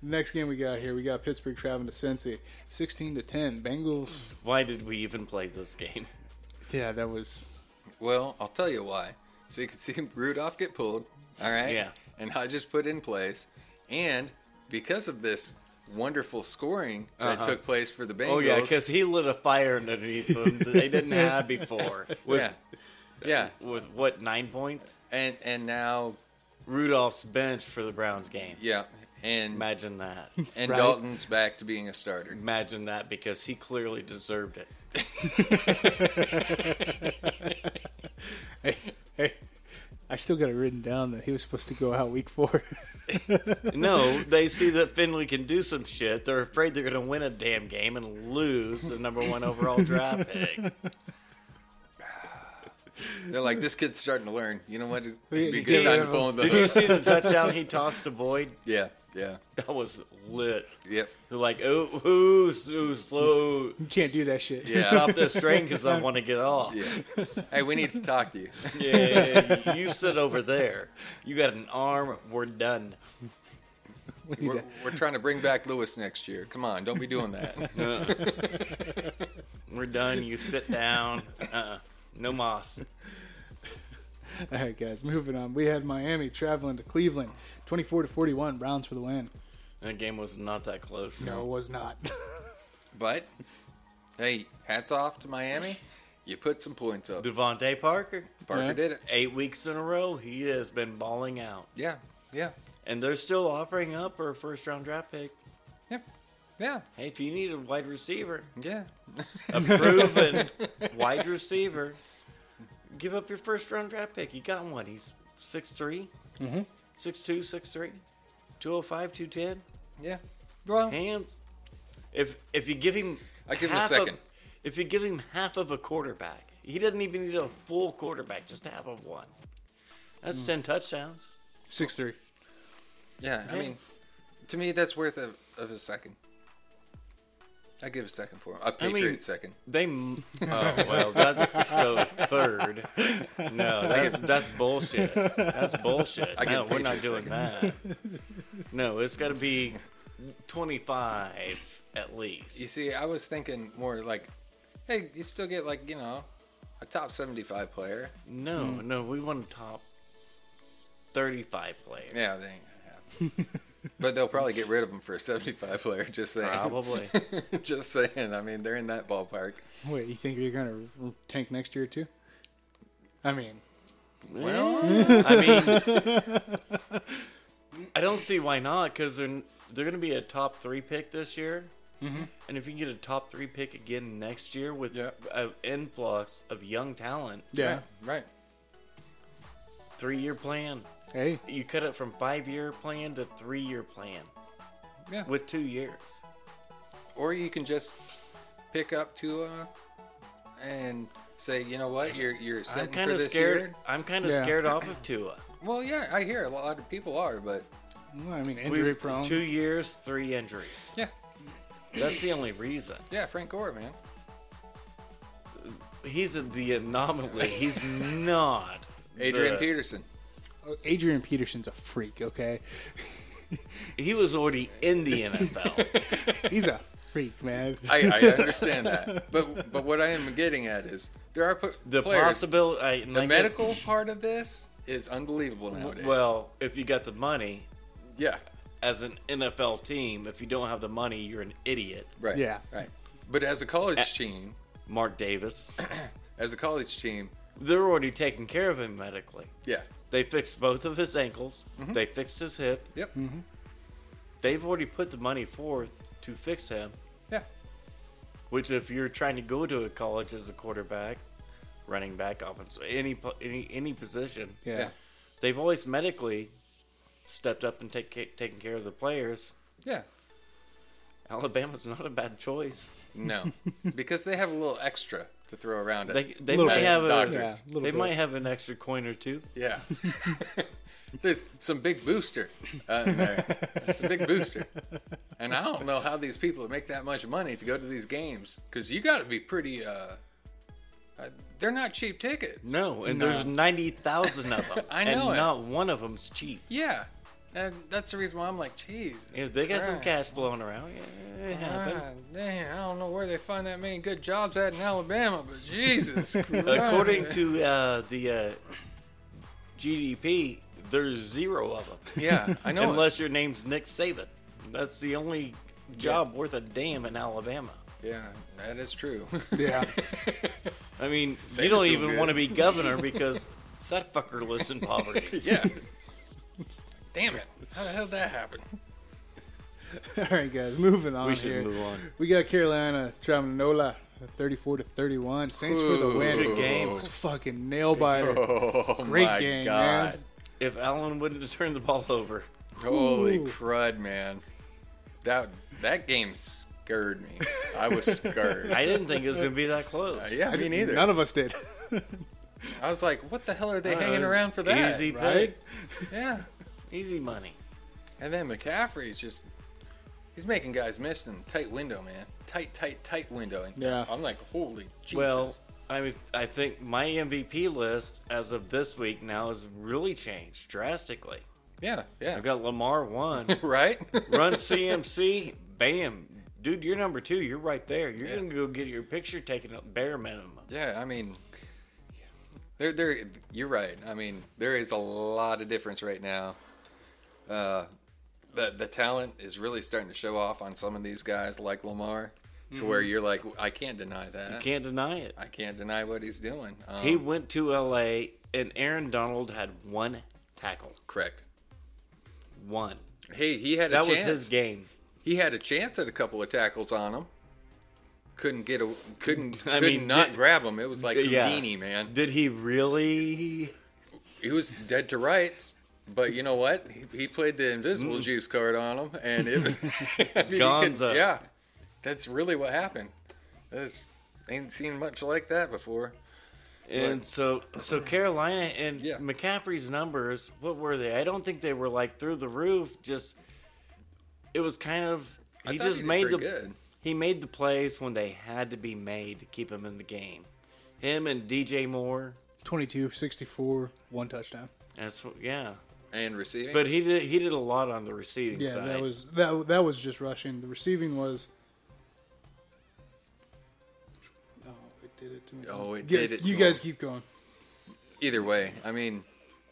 [SPEAKER 2] Next game we got here, we got Pittsburgh traveling to Cincy, 16 to 10. Bengals.
[SPEAKER 1] Why did we even play this game?
[SPEAKER 2] Yeah, that was.
[SPEAKER 3] Well, I'll tell you why. So you can see Rudolph get pulled, all right?
[SPEAKER 1] Yeah.
[SPEAKER 3] And Hodges put in place. And because of this wonderful scoring that
[SPEAKER 1] Uh-huh.
[SPEAKER 3] took place for the Bengals.
[SPEAKER 1] Oh yeah, because he lit a fire underneath them that they didn't have before. With
[SPEAKER 3] yeah. Yeah.
[SPEAKER 1] with what nine points?
[SPEAKER 3] And and now
[SPEAKER 1] Rudolph's bench for the Browns game.
[SPEAKER 3] yeah. And
[SPEAKER 1] Imagine that.
[SPEAKER 3] and
[SPEAKER 2] right.
[SPEAKER 3] Dalton's back to being a starter.
[SPEAKER 1] Imagine that because he clearly deserved it.
[SPEAKER 2] Hey, hey, I still got it written down that he was supposed to go out week four.
[SPEAKER 1] No, they see that Finley can do some shit. They're afraid they're going to win a damn game and lose the number one overall draft pick.
[SPEAKER 3] They're like, this kid's starting to learn. You know what? It'd be a
[SPEAKER 2] you
[SPEAKER 3] good
[SPEAKER 2] can't
[SPEAKER 3] time to
[SPEAKER 2] have
[SPEAKER 3] pull him the
[SPEAKER 1] Did you
[SPEAKER 3] hook.
[SPEAKER 1] see the touchdown he tossed to Boyd?
[SPEAKER 3] Yeah, yeah,
[SPEAKER 1] That was lit.
[SPEAKER 3] yep.
[SPEAKER 1] They're like, ooh, ooh, ooh slow.
[SPEAKER 2] you can't do that shit.
[SPEAKER 3] Yeah.
[SPEAKER 1] Stop this train because I want to get off.
[SPEAKER 3] Yeah. Hey, we need to talk to you.
[SPEAKER 1] Yeah, you sit over there. You got an arm. We're done.
[SPEAKER 2] We need
[SPEAKER 3] We're,
[SPEAKER 2] to-
[SPEAKER 3] we're trying to bring back Lewis next year. Come on, don't be doing that.
[SPEAKER 1] We're done. You sit down. Uh-uh. No moss.
[SPEAKER 2] All right, guys, moving on. We had Miami traveling to Cleveland, 24 to 41. Browns for the win.
[SPEAKER 1] That game was not that close.
[SPEAKER 2] No, it was not.
[SPEAKER 3] But hey, hats off to Miami. You put some points up.
[SPEAKER 1] Devontae Parker,
[SPEAKER 3] Parker
[SPEAKER 2] Yeah.
[SPEAKER 3] did it.
[SPEAKER 1] eight weeks in a row, he has been balling out.
[SPEAKER 3] Yeah, yeah,
[SPEAKER 1] And they're still offering up for a first round draft pick.
[SPEAKER 3] yeah, yeah,
[SPEAKER 1] Hey, if you need a wide receiver,
[SPEAKER 3] yeah.
[SPEAKER 1] a proven wide receiver, give up your first round draft pick. You got one. He's 6'3, 6'2, 6'3, 205, 210.
[SPEAKER 3] yeah. Well,
[SPEAKER 1] Hands. If if you give him
[SPEAKER 3] I give him a
[SPEAKER 1] half of-
[SPEAKER 3] second.
[SPEAKER 1] if you give him half of a quarterback, he doesn't even need a full quarterback, just half of one. That's ten touchdowns.
[SPEAKER 2] 6 3.
[SPEAKER 3] yeah. I mean, to me, that's worth of, of a second. I give a second for him. A
[SPEAKER 1] mean-
[SPEAKER 3] Patriot second.
[SPEAKER 1] They, m- oh well, that, so third. No, that's that's bullshit. That's bullshit.
[SPEAKER 3] I get
[SPEAKER 1] No, we're
[SPEAKER 3] paid
[SPEAKER 1] not
[SPEAKER 3] for
[SPEAKER 1] doing that. No, it's got to be twenty-five at
[SPEAKER 3] You
[SPEAKER 1] least.
[SPEAKER 3] see, I was thinking more like, hey, you still get like you know, a top seventy-five player.
[SPEAKER 1] No,
[SPEAKER 3] Mm.
[SPEAKER 1] no, we want a top thirty-five player.
[SPEAKER 3] Yeah, they ain't gonna happen. but they'll probably get rid of him for a 75 player. Just saying.
[SPEAKER 1] Probably.
[SPEAKER 3] just saying. I mean, they're in that ballpark.
[SPEAKER 2] Wait, you think you're going to tank next year, too? I mean,
[SPEAKER 1] Well, I mean, I don't see why not because they're they're going to be a top three pick this year, and if you can get a top three pick again next year with
[SPEAKER 3] Mm-hmm. Yeah.
[SPEAKER 1] an influx of young talent,
[SPEAKER 2] yeah.
[SPEAKER 3] Right.
[SPEAKER 1] three year plan.
[SPEAKER 2] Hey,
[SPEAKER 1] You cut it from five year plan to three year plan
[SPEAKER 3] Yeah.
[SPEAKER 1] with two years.
[SPEAKER 3] or you can just pick up Tua and say, you know what, you're you're
[SPEAKER 1] I'm
[SPEAKER 3] sitting
[SPEAKER 1] kind
[SPEAKER 3] for
[SPEAKER 1] of
[SPEAKER 3] this
[SPEAKER 1] scared.
[SPEAKER 3] year.
[SPEAKER 1] I'm kind of
[SPEAKER 2] Yeah.
[SPEAKER 1] scared off of Tua.
[SPEAKER 3] Well, yeah, I hear a lot of people are, but
[SPEAKER 2] well, I mean,
[SPEAKER 1] We've-
[SPEAKER 2] injury prone.
[SPEAKER 1] Two years, three injuries.
[SPEAKER 3] yeah,
[SPEAKER 1] That's the only reason.
[SPEAKER 3] yeah, Frank Gore, man.
[SPEAKER 1] He's the anomaly. He's not.
[SPEAKER 3] Adrian
[SPEAKER 1] the-
[SPEAKER 3] Peterson.
[SPEAKER 2] Uh, Adrian Peterson's a freak, okay?
[SPEAKER 1] He was already in the NFL.
[SPEAKER 2] He's a freak, man.
[SPEAKER 3] I, I understand that, but but what I am getting at is there are pl-
[SPEAKER 1] The
[SPEAKER 3] players.
[SPEAKER 1] possibility,
[SPEAKER 3] the medical part of this is unbelievable nowadays.
[SPEAKER 1] Well, if you got the money
[SPEAKER 3] yeah,
[SPEAKER 1] as an NFL team, if you don't have the money, you're an idiot.
[SPEAKER 3] right,
[SPEAKER 2] Yeah.
[SPEAKER 3] right. But as a college team,
[SPEAKER 1] Mark Davis,
[SPEAKER 3] as a college team,
[SPEAKER 1] they're already taking care of him medically.
[SPEAKER 3] yeah,
[SPEAKER 1] They fixed both of his ankles.
[SPEAKER 3] Mm-hmm.
[SPEAKER 1] They fixed his hip.
[SPEAKER 3] yep,
[SPEAKER 1] They've already put the money forth to fix him.
[SPEAKER 3] yeah,
[SPEAKER 1] Which, if you're trying to go to a college as a quarterback, running back, offense, any po- any any position,
[SPEAKER 2] Yeah.
[SPEAKER 3] yeah,
[SPEAKER 1] they've always medically stepped up and take, ca- taken care of the players.
[SPEAKER 3] yeah.
[SPEAKER 1] Alabama's not a bad choice.
[SPEAKER 3] No, because they have a little extra to throw around it.
[SPEAKER 1] They they
[SPEAKER 2] Little
[SPEAKER 1] might
[SPEAKER 2] bit.
[SPEAKER 1] have a,
[SPEAKER 3] Doctors.
[SPEAKER 2] Yeah, little
[SPEAKER 1] they
[SPEAKER 2] bit.
[SPEAKER 1] might have an extra coin or two.
[SPEAKER 3] yeah. There's some big booster uh, in there. It's a big booster. And I don't know how these people make that much money to go to these games because you got to be pretty. Uh, uh, they're not cheap tickets.
[SPEAKER 1] No, and there's ninety thousand of them,
[SPEAKER 3] I know
[SPEAKER 1] and
[SPEAKER 3] it.
[SPEAKER 1] not one of them's cheap.
[SPEAKER 3] Yeah. And that's the reason why I'm like, geez.
[SPEAKER 1] If they got some
[SPEAKER 3] Right.
[SPEAKER 1] cash flowing around, yeah, it happens.
[SPEAKER 3] God damn, I don't know where they find that many good jobs at in Alabama, but Jesus.
[SPEAKER 1] According
[SPEAKER 3] Christ.
[SPEAKER 1] to uh, the uh, GDP, there's zero of them.
[SPEAKER 3] Yeah, I know. it.
[SPEAKER 1] Unless your name's Nick Saban. That's the only job worth a damn in Alabama.
[SPEAKER 3] Yeah, that is true.
[SPEAKER 2] yeah.
[SPEAKER 1] I mean,
[SPEAKER 3] Saban's
[SPEAKER 1] you don't
[SPEAKER 3] doing
[SPEAKER 1] even
[SPEAKER 3] good.
[SPEAKER 1] want to be governor because that fucker lives in poverty.
[SPEAKER 3] Yeah. Damn it. How the hell did that happen?
[SPEAKER 2] All right, guys, moving on
[SPEAKER 1] We should
[SPEAKER 2] here.
[SPEAKER 1] move on.
[SPEAKER 2] We got Carolina traveling to Nola, 34 to 31. Saints for the
[SPEAKER 3] Ooh.
[SPEAKER 2] win.
[SPEAKER 1] Good game.
[SPEAKER 2] Fucking nail biter.
[SPEAKER 3] Oh,
[SPEAKER 2] Great
[SPEAKER 3] my
[SPEAKER 2] game,
[SPEAKER 3] God.
[SPEAKER 2] man.
[SPEAKER 1] If Allen wouldn't have turned the ball over,
[SPEAKER 3] Holy
[SPEAKER 2] Ooh.
[SPEAKER 3] crud, man. That that game scared me. I was scared.
[SPEAKER 1] I didn't think it was going to be that close.
[SPEAKER 3] Uh, yeah, me neither.
[SPEAKER 2] None of us did.
[SPEAKER 3] I was like, what the hell are they
[SPEAKER 1] Uh,
[SPEAKER 3] hanging around for that?
[SPEAKER 1] Easy pick.
[SPEAKER 2] right?
[SPEAKER 3] Yeah.
[SPEAKER 1] Easy money.
[SPEAKER 3] And then McCaffrey's just he's making guys miss in a tight window, man. Tight, tight, tight window. And
[SPEAKER 2] Yeah.
[SPEAKER 3] I'm like, holy Jesus.
[SPEAKER 1] Well, I mean, I think my MVP list as of this week now has really changed drastically.
[SPEAKER 3] yeah, yeah.
[SPEAKER 1] I've got Lamar one,
[SPEAKER 3] right?
[SPEAKER 1] run CMC, bam, dude, you're number two. You're right there. You're
[SPEAKER 3] Yeah.
[SPEAKER 1] gonna go get your picture taken up bare minimum.
[SPEAKER 3] Yeah, I mean, there, there. You're right. I mean, there is a lot of difference right now. Uh, the the talent is really starting to show off on some of these guys, like Lamar, to where you're like, I can't deny that.
[SPEAKER 1] Mm-hmm. Can't deny it.
[SPEAKER 3] I can't deny what he's doing. Um,
[SPEAKER 1] He went to LA, and Aaron Donald had one tackle,
[SPEAKER 3] correct.
[SPEAKER 1] one.
[SPEAKER 3] Hey, he had a
[SPEAKER 1] That was
[SPEAKER 3] chance.
[SPEAKER 1] his game.
[SPEAKER 3] He had a chance at a couple of tackles on him. Couldn't get a couldn't
[SPEAKER 1] I
[SPEAKER 3] couldn't
[SPEAKER 1] mean,
[SPEAKER 3] not
[SPEAKER 1] did-
[SPEAKER 3] grab him. It was like
[SPEAKER 1] Yeah.
[SPEAKER 3] Houdini, man.
[SPEAKER 1] Did he really?
[SPEAKER 3] he was dead to rights. But you know what? He, he played the invisible juice card on him, and it was I mean, he could-
[SPEAKER 1] Mm. Gonzo.
[SPEAKER 3] yeah, that's really what happened. That's ain't seen much like that before.
[SPEAKER 1] And
[SPEAKER 3] But-
[SPEAKER 1] so, so Carolina and
[SPEAKER 3] Yeah.
[SPEAKER 1] McCaffrey's numbers, what were they? I don't think they were like through the roof. Just it was kind of
[SPEAKER 3] I
[SPEAKER 1] he
[SPEAKER 3] thought
[SPEAKER 1] just
[SPEAKER 3] did
[SPEAKER 1] made the
[SPEAKER 3] pretty good.
[SPEAKER 1] he made the plays when they had to be made to keep him in the game. Him and DJ Moore.
[SPEAKER 2] 22, 64, one touchdown.
[SPEAKER 1] That's what, yeah.
[SPEAKER 3] and receiving.
[SPEAKER 1] But he did he did a lot on the receiving
[SPEAKER 2] Yeah,
[SPEAKER 1] side.
[SPEAKER 2] that was that that was just rushing. The receiving was. Oh, it did it to me.
[SPEAKER 3] Oh, it
[SPEAKER 2] Yeah,
[SPEAKER 3] did it
[SPEAKER 2] You
[SPEAKER 3] to
[SPEAKER 2] guys
[SPEAKER 3] him.
[SPEAKER 2] keep going.
[SPEAKER 3] either way, I mean,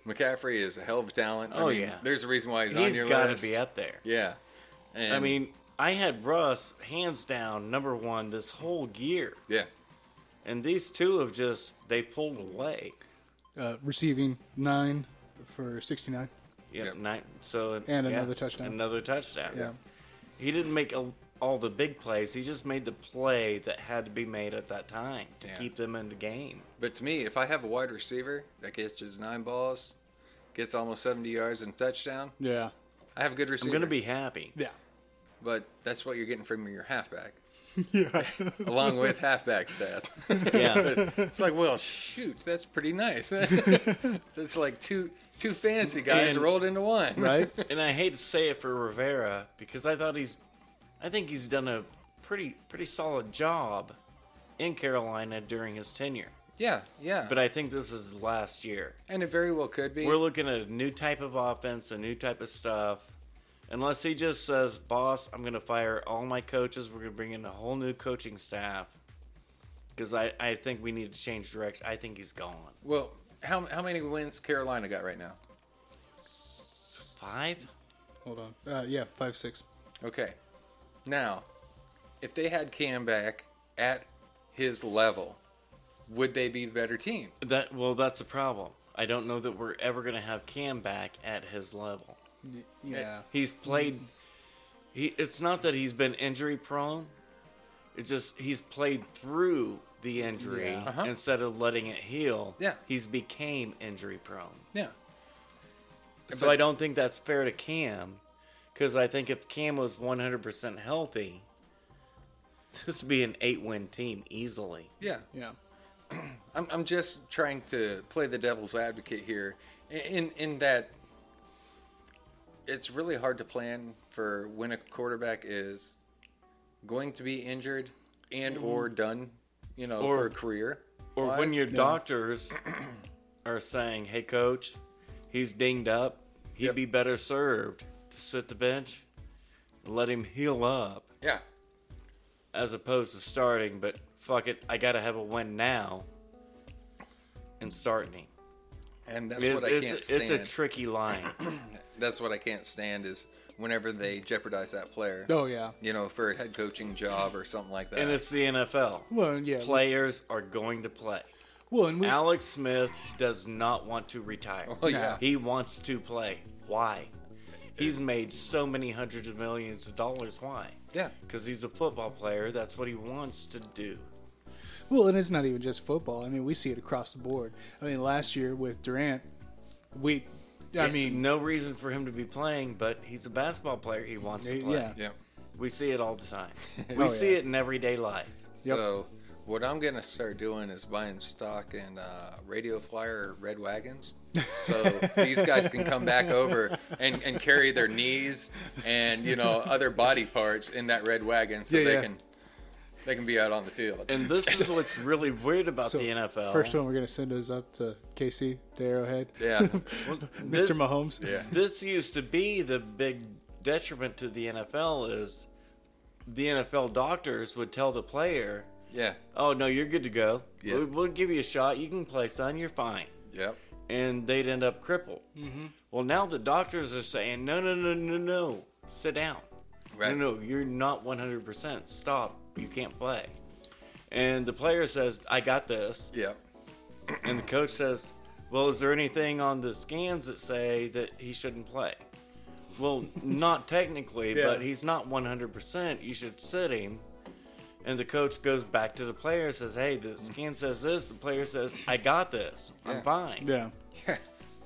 [SPEAKER 3] McCaffrey is a hell of a talent. I
[SPEAKER 1] Oh,
[SPEAKER 3] mean,
[SPEAKER 1] yeah.
[SPEAKER 3] there's a reason why he's, on
[SPEAKER 1] he's
[SPEAKER 3] your
[SPEAKER 1] got to
[SPEAKER 3] list.
[SPEAKER 1] be up there.
[SPEAKER 3] Yeah, and,
[SPEAKER 1] I mean, I had Russ hands down number one this whole year,
[SPEAKER 3] yeah,
[SPEAKER 1] and these two have just they pulled away.
[SPEAKER 2] Uh, receiving nine for 69.
[SPEAKER 1] Yeah,
[SPEAKER 3] Yep.
[SPEAKER 1] nine. So
[SPEAKER 2] And
[SPEAKER 1] yeah,
[SPEAKER 2] another touchdown.
[SPEAKER 1] Another touchdown.
[SPEAKER 2] Yeah.
[SPEAKER 1] He didn't make a, all the big plays. He just made the play that had to be made at that time to
[SPEAKER 3] Yeah.
[SPEAKER 1] keep them in the game.
[SPEAKER 3] But to me, if I have a wide receiver that catches nine balls, gets almost 70 yards and a touchdown,
[SPEAKER 2] Yeah.
[SPEAKER 3] I have a good
[SPEAKER 1] I'm
[SPEAKER 3] receiver.
[SPEAKER 1] gonna be happy.
[SPEAKER 2] Yeah.
[SPEAKER 3] but that's what you're getting from your halfback,
[SPEAKER 2] Yeah.
[SPEAKER 3] along with halfback stats.
[SPEAKER 1] Yeah.
[SPEAKER 3] it's like, well, shoot, that's pretty nice. that's like two two fantasy guys
[SPEAKER 1] And-
[SPEAKER 3] rolled into one.
[SPEAKER 2] right?
[SPEAKER 1] and I hate to say it for Rivera because I thought he's, I think he's done a pretty pretty solid job in Carolina during his tenure.
[SPEAKER 3] Yeah, yeah.
[SPEAKER 1] But I think this is last year.
[SPEAKER 3] and it very well could be.
[SPEAKER 1] We're looking at a new type of offense, a new type of stuff, Unless he just says, "Boss, I'm going to fire all my coaches. We're going to bring in a whole new coaching staff." Because I, I think we need to change direction. I think he's gone.
[SPEAKER 3] Well, how, how many wins Carolina got right now?
[SPEAKER 1] Five?
[SPEAKER 2] Hold on. Uh, yeah, five six.
[SPEAKER 3] Okay. Now, if they had Cam back at his level, would they be the better team?
[SPEAKER 1] That well, that's a problem. I don't know that we're ever going to have Cam back at his level.
[SPEAKER 2] Yeah.
[SPEAKER 1] He's played. He. It's not that he's been injury prone. It's just he's played through the injury
[SPEAKER 2] Yeah.
[SPEAKER 3] Uh-huh.
[SPEAKER 1] instead of letting it heal.
[SPEAKER 3] Yeah.
[SPEAKER 1] He's became injury prone.
[SPEAKER 3] Yeah.
[SPEAKER 1] So
[SPEAKER 3] But-
[SPEAKER 1] I don't think that's fair to Cam, because I think if Cam was 100% healthy, this would be an eight-win team easily.
[SPEAKER 3] Yeah.
[SPEAKER 2] Yeah.
[SPEAKER 3] I'm, I'm just trying to play the devil's advocate here in, in that it's really hard to plan for when a quarterback is going to be injured and or done, you know,
[SPEAKER 1] Mm-hmm. Or-
[SPEAKER 3] for a career.
[SPEAKER 1] Or when
[SPEAKER 3] wise.
[SPEAKER 1] your doctors are saying, "Hey, coach, he's dinged up. He'd
[SPEAKER 3] Yep.
[SPEAKER 1] be better served to sit the bench, let him heal up,
[SPEAKER 3] Yeah.
[SPEAKER 1] as opposed to starting." But fuck it, I gotta have a win now, and starting him.
[SPEAKER 3] And that's
[SPEAKER 1] It's,
[SPEAKER 3] what I can't
[SPEAKER 1] it's,
[SPEAKER 3] stand.
[SPEAKER 1] it's a tricky line.
[SPEAKER 3] that's what I can't stand is whenever they jeopardize that player.
[SPEAKER 2] Oh yeah.
[SPEAKER 3] You know, for a head coaching job or something like that.
[SPEAKER 1] and it's the NFL.
[SPEAKER 2] Well, yeah.
[SPEAKER 1] Players are going to play.
[SPEAKER 2] Well, and we.
[SPEAKER 1] Alex Smith does not want to retire.
[SPEAKER 3] Oh, yeah.
[SPEAKER 1] He wants to play. Why? He's made so many hundreds of millions of dollars. Why?
[SPEAKER 3] yeah.
[SPEAKER 1] Because he's a football player. That's what he wants to do.
[SPEAKER 2] Well, and it's not even just football. I mean, we see it across the board. I mean, last year with Durant, we. I mean,
[SPEAKER 1] no reason for him to be playing, but he's a basketball player. He wants to play.
[SPEAKER 2] yeah.
[SPEAKER 3] Yeah.
[SPEAKER 1] We see it all the time. We
[SPEAKER 2] Oh,
[SPEAKER 1] see
[SPEAKER 2] yeah.
[SPEAKER 1] it in everyday life.
[SPEAKER 2] Yep.
[SPEAKER 3] So what I'm gonna start doing is buying stock in uh, Radio Flyer Red Wagons, so these guys can come back over and, and carry their knees and you know other body parts in that red wagon, so
[SPEAKER 2] Yeah,
[SPEAKER 3] they
[SPEAKER 2] yeah.
[SPEAKER 3] can they can be out on the field.
[SPEAKER 1] And this is what's really weird about
[SPEAKER 2] So,
[SPEAKER 1] the NFL.
[SPEAKER 2] First one we're gonna send is up to KC, the Arrowhead,
[SPEAKER 3] yeah,
[SPEAKER 2] Mr.
[SPEAKER 1] This-
[SPEAKER 2] Mahomes.
[SPEAKER 3] yeah,
[SPEAKER 1] this used to be the big detriment to the NFL is the NFL doctors would tell the player,
[SPEAKER 3] yeah,
[SPEAKER 1] "Oh no, you're good to go.
[SPEAKER 3] Yeah.
[SPEAKER 1] We- We'll give you a shot. You can play, son. You're fine."
[SPEAKER 3] yep,
[SPEAKER 1] And they'd end up crippled. Mm-hmm. Well, now the doctors are saying, "No, no, no, no, no. Sit down.
[SPEAKER 3] right,
[SPEAKER 1] No, no, you're not 100. percent Stop. You can't play." And the player says, "I got this."
[SPEAKER 3] yep,
[SPEAKER 1] And the coach says, Well, is there anything on the scans that say that he shouldn't play? Well, not technically,
[SPEAKER 2] Yeah.
[SPEAKER 1] but he's not 100%. You should sit him. And the coach goes back to the player and says, Hey, the scan says this. The player says, I got this.
[SPEAKER 3] Yeah.
[SPEAKER 1] I'm fine.
[SPEAKER 2] Yeah.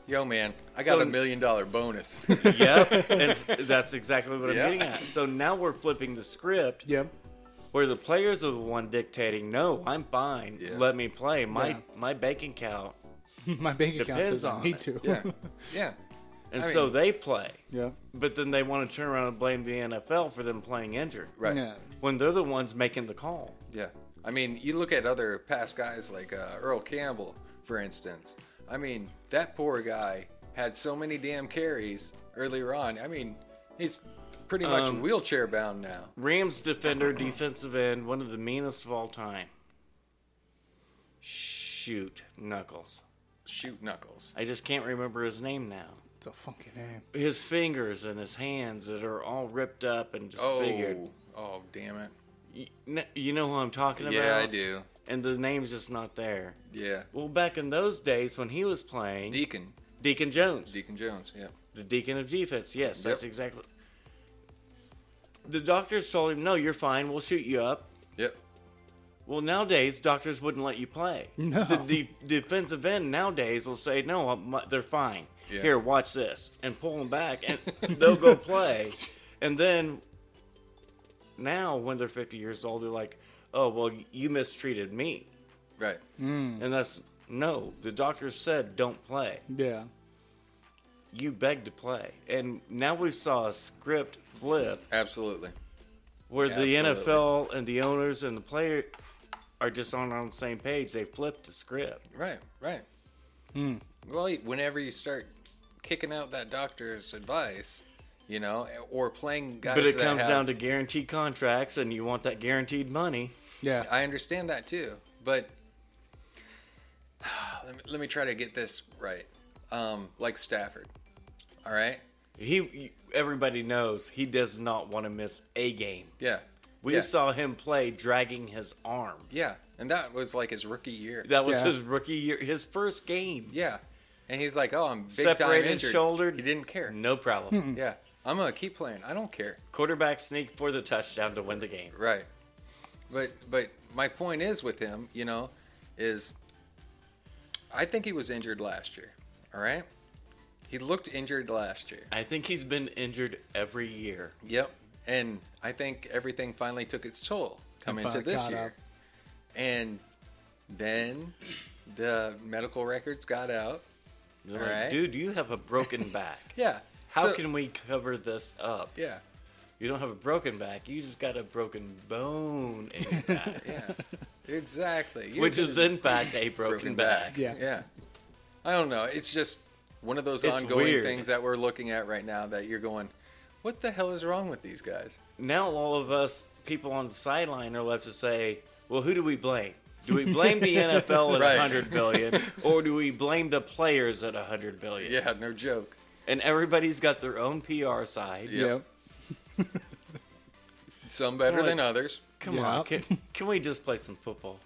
[SPEAKER 3] Yo, man, I got
[SPEAKER 1] So-
[SPEAKER 3] a million dollar bonus.
[SPEAKER 1] yep. It's, that's exactly what I'm
[SPEAKER 3] Yeah.
[SPEAKER 1] getting at. So now we're flipping the script
[SPEAKER 2] Yeah.
[SPEAKER 1] where the players are the one dictating, No, I'm fine.
[SPEAKER 3] Yeah.
[SPEAKER 1] Let me play. My,
[SPEAKER 2] Yeah.
[SPEAKER 1] my bank account.
[SPEAKER 2] My bank account
[SPEAKER 1] Depends
[SPEAKER 2] says I
[SPEAKER 1] on
[SPEAKER 2] need
[SPEAKER 1] it.
[SPEAKER 2] to.
[SPEAKER 3] yeah, yeah,
[SPEAKER 1] And
[SPEAKER 3] I
[SPEAKER 1] so
[SPEAKER 3] mean-
[SPEAKER 1] they play.
[SPEAKER 2] yeah.
[SPEAKER 1] But then they want to turn around and blame the NFL for them playing injured
[SPEAKER 3] right,
[SPEAKER 2] Yeah.
[SPEAKER 1] when they're the ones making the call.
[SPEAKER 3] Yeah. I mean, you look at other past guys like uh, Earl Campbell, for instance. I mean, that poor guy had so many damn carries earlier on. I mean, he's pretty much
[SPEAKER 1] Um,
[SPEAKER 3] wheelchair bound now.
[SPEAKER 1] Rams defender,
[SPEAKER 3] Uh-uh.
[SPEAKER 1] defensive end, one of the meanest of all time. Shoot, Knuckles.
[SPEAKER 3] Shoot knuckles.
[SPEAKER 1] I just can't remember his name now.
[SPEAKER 2] It's a funky name.
[SPEAKER 1] His fingers and his hands that are all ripped up and
[SPEAKER 3] Oh,
[SPEAKER 1] disfigured.
[SPEAKER 3] oh, damn it.
[SPEAKER 1] You kn- You know who I'm talking about?
[SPEAKER 3] Yeah, I do.
[SPEAKER 1] And the name's just not there.
[SPEAKER 3] Yeah,
[SPEAKER 1] Well, back in those days when he was playing,
[SPEAKER 3] Deacon,
[SPEAKER 1] Deacon Jones.
[SPEAKER 3] Deacon Jones. Yeah,
[SPEAKER 1] The deacon of defense. Yes, that's
[SPEAKER 3] Yep.
[SPEAKER 1] exactly. The doctors told him, "No, you're fine. We'll shoot you up."
[SPEAKER 3] yep,
[SPEAKER 1] Well, nowadays doctors wouldn't let you play.
[SPEAKER 2] No.
[SPEAKER 1] The de- defensive end nowadays will say, "No, I'm, they're fine.
[SPEAKER 3] Yeah.
[SPEAKER 1] Here, watch this," and pull them back, and they'll go play. And then now, when they're 50 years old, they're like, "Oh, well, you mistreated me,"
[SPEAKER 3] right.
[SPEAKER 1] and that's no. The doctors said, "Don't play."
[SPEAKER 2] Yeah.
[SPEAKER 1] You begged to play, and now we saw a script flip
[SPEAKER 3] Absolutely.
[SPEAKER 1] where
[SPEAKER 3] Absolutely.
[SPEAKER 1] the NFL and the owners and the player are just on on the same page. They flipped the script.
[SPEAKER 3] Right, right.
[SPEAKER 1] Hmm.
[SPEAKER 3] Well, whenever you start kicking out that doctor's advice you know, or playing guys.
[SPEAKER 1] But it
[SPEAKER 3] that
[SPEAKER 1] comes
[SPEAKER 3] have-
[SPEAKER 1] down to guaranteed contracts, and you want that guaranteed money.
[SPEAKER 2] Yeah.
[SPEAKER 3] I understand that too, but let me, let me try to get this right. Um, like Stafford, all right?
[SPEAKER 1] He, everybody knows he does not want to miss a game.
[SPEAKER 3] Yeah,
[SPEAKER 1] We
[SPEAKER 3] yeah.
[SPEAKER 1] saw him play dragging his arm.
[SPEAKER 3] yeah, and that was like his rookie year.
[SPEAKER 1] That was
[SPEAKER 2] Yeah.
[SPEAKER 1] his rookie year, his first game.
[SPEAKER 3] yeah, and he's like, oh, I'm big
[SPEAKER 1] Separated
[SPEAKER 3] time injured.
[SPEAKER 1] shoulder. Mm.
[SPEAKER 3] He didn't care.
[SPEAKER 1] No problem.
[SPEAKER 3] Yeah, I'm gonna keep playing. I don't care.
[SPEAKER 1] Quarterback sneak for the touchdown to win the game.
[SPEAKER 3] Right. But but my point is with him, you know, is I think he was injured last year. All right? He looked injured last year.
[SPEAKER 1] I think he's been injured every year.
[SPEAKER 3] Yep. And I think everything finally took its toll coming to
[SPEAKER 2] finally
[SPEAKER 3] this
[SPEAKER 2] caught
[SPEAKER 3] year.
[SPEAKER 2] up.
[SPEAKER 3] And then the medical records got out.
[SPEAKER 1] They're
[SPEAKER 3] All
[SPEAKER 1] like,
[SPEAKER 3] right.
[SPEAKER 1] Dude, you have a broken back.
[SPEAKER 3] Yeah.
[SPEAKER 1] How
[SPEAKER 3] So-
[SPEAKER 1] can we cover this up?
[SPEAKER 3] Yeah.
[SPEAKER 1] You don't have a broken back. You just got a broken bone in your back,
[SPEAKER 3] Yeah. exactly. You
[SPEAKER 1] which
[SPEAKER 3] did
[SPEAKER 1] is in fact a broken, back.
[SPEAKER 2] Yeah.
[SPEAKER 3] Yeah. I don't know. It's just one of those
[SPEAKER 1] It's
[SPEAKER 3] ongoing
[SPEAKER 1] weird.
[SPEAKER 3] things that we're looking at right now that you're going, what the hell is wrong with these guys?
[SPEAKER 1] Now all of us people on the sideline are left to say, well, who do we blame? Do we blame the NFL at
[SPEAKER 3] Right.
[SPEAKER 1] 100 billion or do we blame the players at 100 billion?
[SPEAKER 3] Yeah, no joke.
[SPEAKER 1] And everybody's got their own PR side.
[SPEAKER 3] Yeah.
[SPEAKER 2] Yep.
[SPEAKER 3] Some better
[SPEAKER 1] Like-
[SPEAKER 3] than others.
[SPEAKER 1] Come
[SPEAKER 2] Yeah.
[SPEAKER 1] on, can, can we just play some football?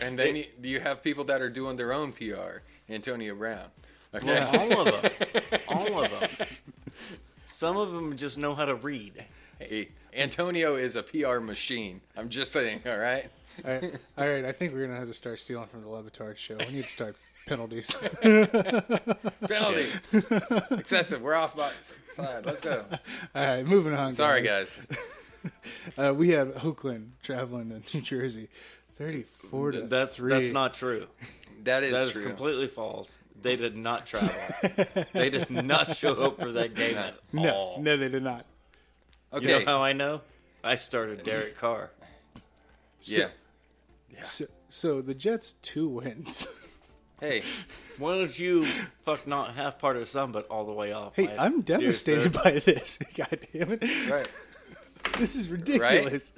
[SPEAKER 3] And then you, you have people that are doing their own PR. Antonio Brown. Okay.
[SPEAKER 1] All of them. All of them. Some of them just know how to read.
[SPEAKER 3] Hey, Antonio is a PR machine. I'm just saying, all right?
[SPEAKER 2] All right. All right. I think we're gonna have to start stealing from the Levitard show. We need to start penalties.
[SPEAKER 3] Penalty. Excessive. We're off by side. Let's go.
[SPEAKER 2] All right. Moving on.
[SPEAKER 3] Sorry, guys.
[SPEAKER 2] Uh, we had Oakland traveling to New Jersey, thirty-four to
[SPEAKER 1] That's
[SPEAKER 2] three.
[SPEAKER 1] that's not true.
[SPEAKER 3] That is
[SPEAKER 1] That is
[SPEAKER 3] true.
[SPEAKER 1] completely false. They did not travel. they did not show up for that game at
[SPEAKER 2] No,
[SPEAKER 1] all.
[SPEAKER 2] no, they did not.
[SPEAKER 3] okay.
[SPEAKER 1] You know how I know? I started Derek Carr.
[SPEAKER 3] yeah.
[SPEAKER 2] So, so the Jets two wins.
[SPEAKER 3] Hey,
[SPEAKER 1] Why don't you fuck not half part of some, but all the way off?
[SPEAKER 2] Hey,
[SPEAKER 1] my
[SPEAKER 2] I'm
[SPEAKER 1] dear
[SPEAKER 2] devastated
[SPEAKER 1] sir?
[SPEAKER 2] by this. God damn it!
[SPEAKER 3] right.
[SPEAKER 2] This is ridiculous.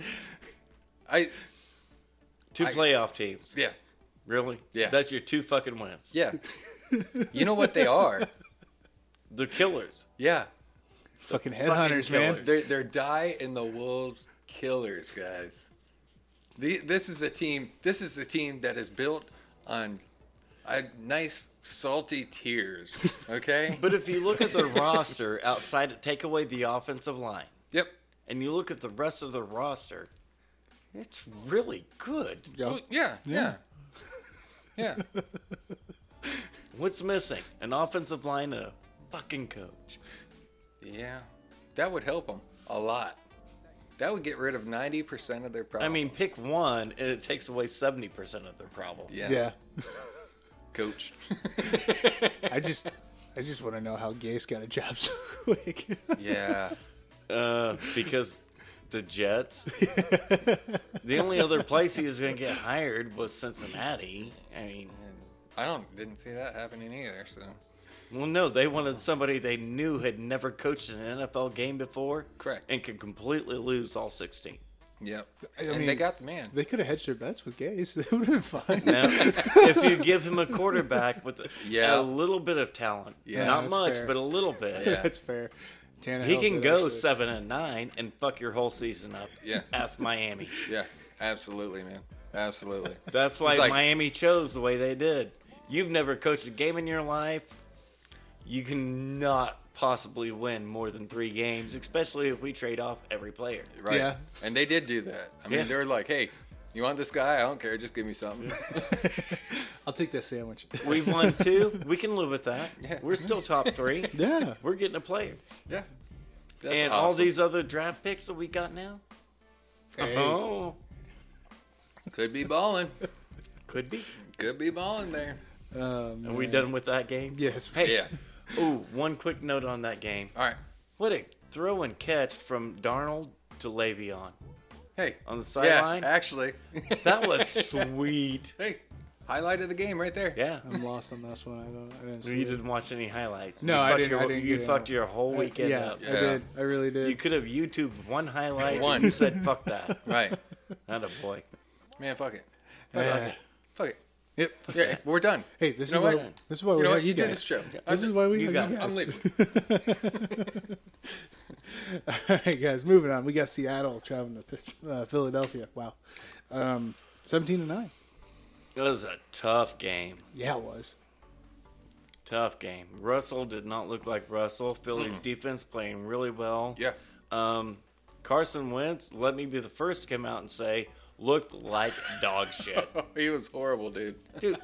[SPEAKER 3] I,
[SPEAKER 1] Two
[SPEAKER 3] I-
[SPEAKER 1] playoff teams.
[SPEAKER 3] yeah.
[SPEAKER 1] Really?
[SPEAKER 3] Yeah.
[SPEAKER 1] That's your two fucking wins.
[SPEAKER 3] Yeah. You know what they are?
[SPEAKER 1] The killers.
[SPEAKER 3] Yeah.
[SPEAKER 2] Fucking headhunters, man.
[SPEAKER 1] killers.
[SPEAKER 3] They're, they're die in the wolves killers, guys. The, this is a team. This is the team that is built on a nice salty tears. Okay.
[SPEAKER 1] But if you look at the roster outside, take away the offensive line,
[SPEAKER 3] yep.
[SPEAKER 1] and you look at the rest of the roster, it's really good.
[SPEAKER 2] Yo,
[SPEAKER 3] Well, yeah. Yeah. Yeah.
[SPEAKER 1] What's missing? An offensive line and a fucking coach.
[SPEAKER 3] Yeah. That would help them a lot. That would get rid of ninety percent of their
[SPEAKER 1] I
[SPEAKER 3] problems.
[SPEAKER 1] mean, pick one, and it takes away seventy percent of their problem.
[SPEAKER 3] yeah.
[SPEAKER 2] Yeah,
[SPEAKER 3] Coach.
[SPEAKER 2] I just, I just want to know how Gase got a job so quick.
[SPEAKER 3] yeah.
[SPEAKER 1] Uh, because the Jets. the only other place he was going to get hired was Cincinnati. I mean,
[SPEAKER 3] I don't didn't see that happening either. So
[SPEAKER 1] well, no, they wanted somebody they knew had never coached an NFL game before,
[SPEAKER 3] Correct.
[SPEAKER 1] and could completely lose all sixteen.
[SPEAKER 3] yep.
[SPEAKER 2] I
[SPEAKER 3] and they
[SPEAKER 2] mean,
[SPEAKER 3] got the man.
[SPEAKER 2] they could have hedged their bets with Gase. It would have been fine.
[SPEAKER 1] Now, if you give him a quarterback with
[SPEAKER 3] Yeah.
[SPEAKER 1] a little bit of talent,
[SPEAKER 3] Yeah.
[SPEAKER 1] not
[SPEAKER 2] That's
[SPEAKER 1] much,
[SPEAKER 2] fair.
[SPEAKER 1] but a little bit,
[SPEAKER 3] Yeah.
[SPEAKER 2] That's fair. Tannehill
[SPEAKER 1] he can
[SPEAKER 2] did
[SPEAKER 1] go
[SPEAKER 2] actually-
[SPEAKER 1] seven and nine and fuck your whole season up.
[SPEAKER 3] Yeah.
[SPEAKER 1] ask Miami.
[SPEAKER 3] Yeah, absolutely, man. Absolutely.
[SPEAKER 1] That's why
[SPEAKER 3] It's like-
[SPEAKER 1] Miami chose the way they did. You've never coached a game in your life. You cannot possibly win more than three games, especially if we trade off every player.
[SPEAKER 3] Right.
[SPEAKER 2] Yeah.
[SPEAKER 3] And they did do that. I mean,
[SPEAKER 1] Yeah.
[SPEAKER 3] they were like, hey, you want this guy? I don't care. Just give me something.
[SPEAKER 2] I'll take that sandwich.
[SPEAKER 1] We've won two. We can live with that.
[SPEAKER 3] Yeah.
[SPEAKER 1] We're still top three.
[SPEAKER 2] yeah.
[SPEAKER 1] We're getting a player.
[SPEAKER 3] Yeah. That's
[SPEAKER 1] and all
[SPEAKER 3] awesome.
[SPEAKER 1] these other draft picks that we got now.
[SPEAKER 2] Hey.
[SPEAKER 1] Oh,
[SPEAKER 3] Could be balling.
[SPEAKER 1] could be.
[SPEAKER 3] Could be balling there.
[SPEAKER 2] Um,
[SPEAKER 1] Are we done with that game?
[SPEAKER 2] Yes.
[SPEAKER 1] Hey,
[SPEAKER 3] Yeah.
[SPEAKER 1] ooh, one quick note on that game.
[SPEAKER 3] All right.
[SPEAKER 1] What a throw and catch from Darnold to Le'Veon.
[SPEAKER 3] Hey.
[SPEAKER 1] On the
[SPEAKER 3] yeah,
[SPEAKER 1] sideline?
[SPEAKER 3] actually.
[SPEAKER 1] That was sweet.
[SPEAKER 3] hey. Highlight of the game right there.
[SPEAKER 1] Yeah.
[SPEAKER 2] I'm lost on this one. I don't. I didn't see
[SPEAKER 1] You
[SPEAKER 2] it.
[SPEAKER 1] didn't watch any highlights.
[SPEAKER 2] No,
[SPEAKER 1] you
[SPEAKER 2] I
[SPEAKER 1] fucked
[SPEAKER 2] didn't-
[SPEAKER 1] Your,
[SPEAKER 2] I didn't
[SPEAKER 1] You
[SPEAKER 2] get
[SPEAKER 1] fucked
[SPEAKER 2] it.
[SPEAKER 1] your whole weekend
[SPEAKER 2] yeah,
[SPEAKER 1] up.
[SPEAKER 2] I did. I really did.
[SPEAKER 1] You could have YouTube one highlight.
[SPEAKER 3] One.
[SPEAKER 1] and You said, "Fuck that."
[SPEAKER 3] Right.
[SPEAKER 1] Not a boy.
[SPEAKER 3] Man, fuck it. Fuck
[SPEAKER 2] Yeah.
[SPEAKER 3] it. Fuck it.
[SPEAKER 2] Yep.
[SPEAKER 3] Yeah, we're done.
[SPEAKER 2] Hey, this is
[SPEAKER 3] You
[SPEAKER 2] Oh,
[SPEAKER 3] know
[SPEAKER 2] why.
[SPEAKER 3] what?
[SPEAKER 2] This is why we
[SPEAKER 3] you know
[SPEAKER 2] have
[SPEAKER 3] what? You do
[SPEAKER 2] guys.
[SPEAKER 3] this show.
[SPEAKER 2] This is why we
[SPEAKER 1] You
[SPEAKER 2] have
[SPEAKER 1] got
[SPEAKER 2] you
[SPEAKER 1] it.
[SPEAKER 2] guys.
[SPEAKER 3] I'm leaving.
[SPEAKER 2] All right, guys, moving on. We got Seattle traveling to Pitch- uh, Philadelphia. Wow, um, seventeen to nine.
[SPEAKER 1] It was a tough game.
[SPEAKER 2] Yeah, it was.
[SPEAKER 1] Tough game. Russell did not look like Russell. Philly's defense playing really well.
[SPEAKER 3] Yeah.
[SPEAKER 1] Um, Carson Wentz, let me be the first to come out and say, looked like dog shit.
[SPEAKER 3] He was horrible, dude.
[SPEAKER 1] Dude,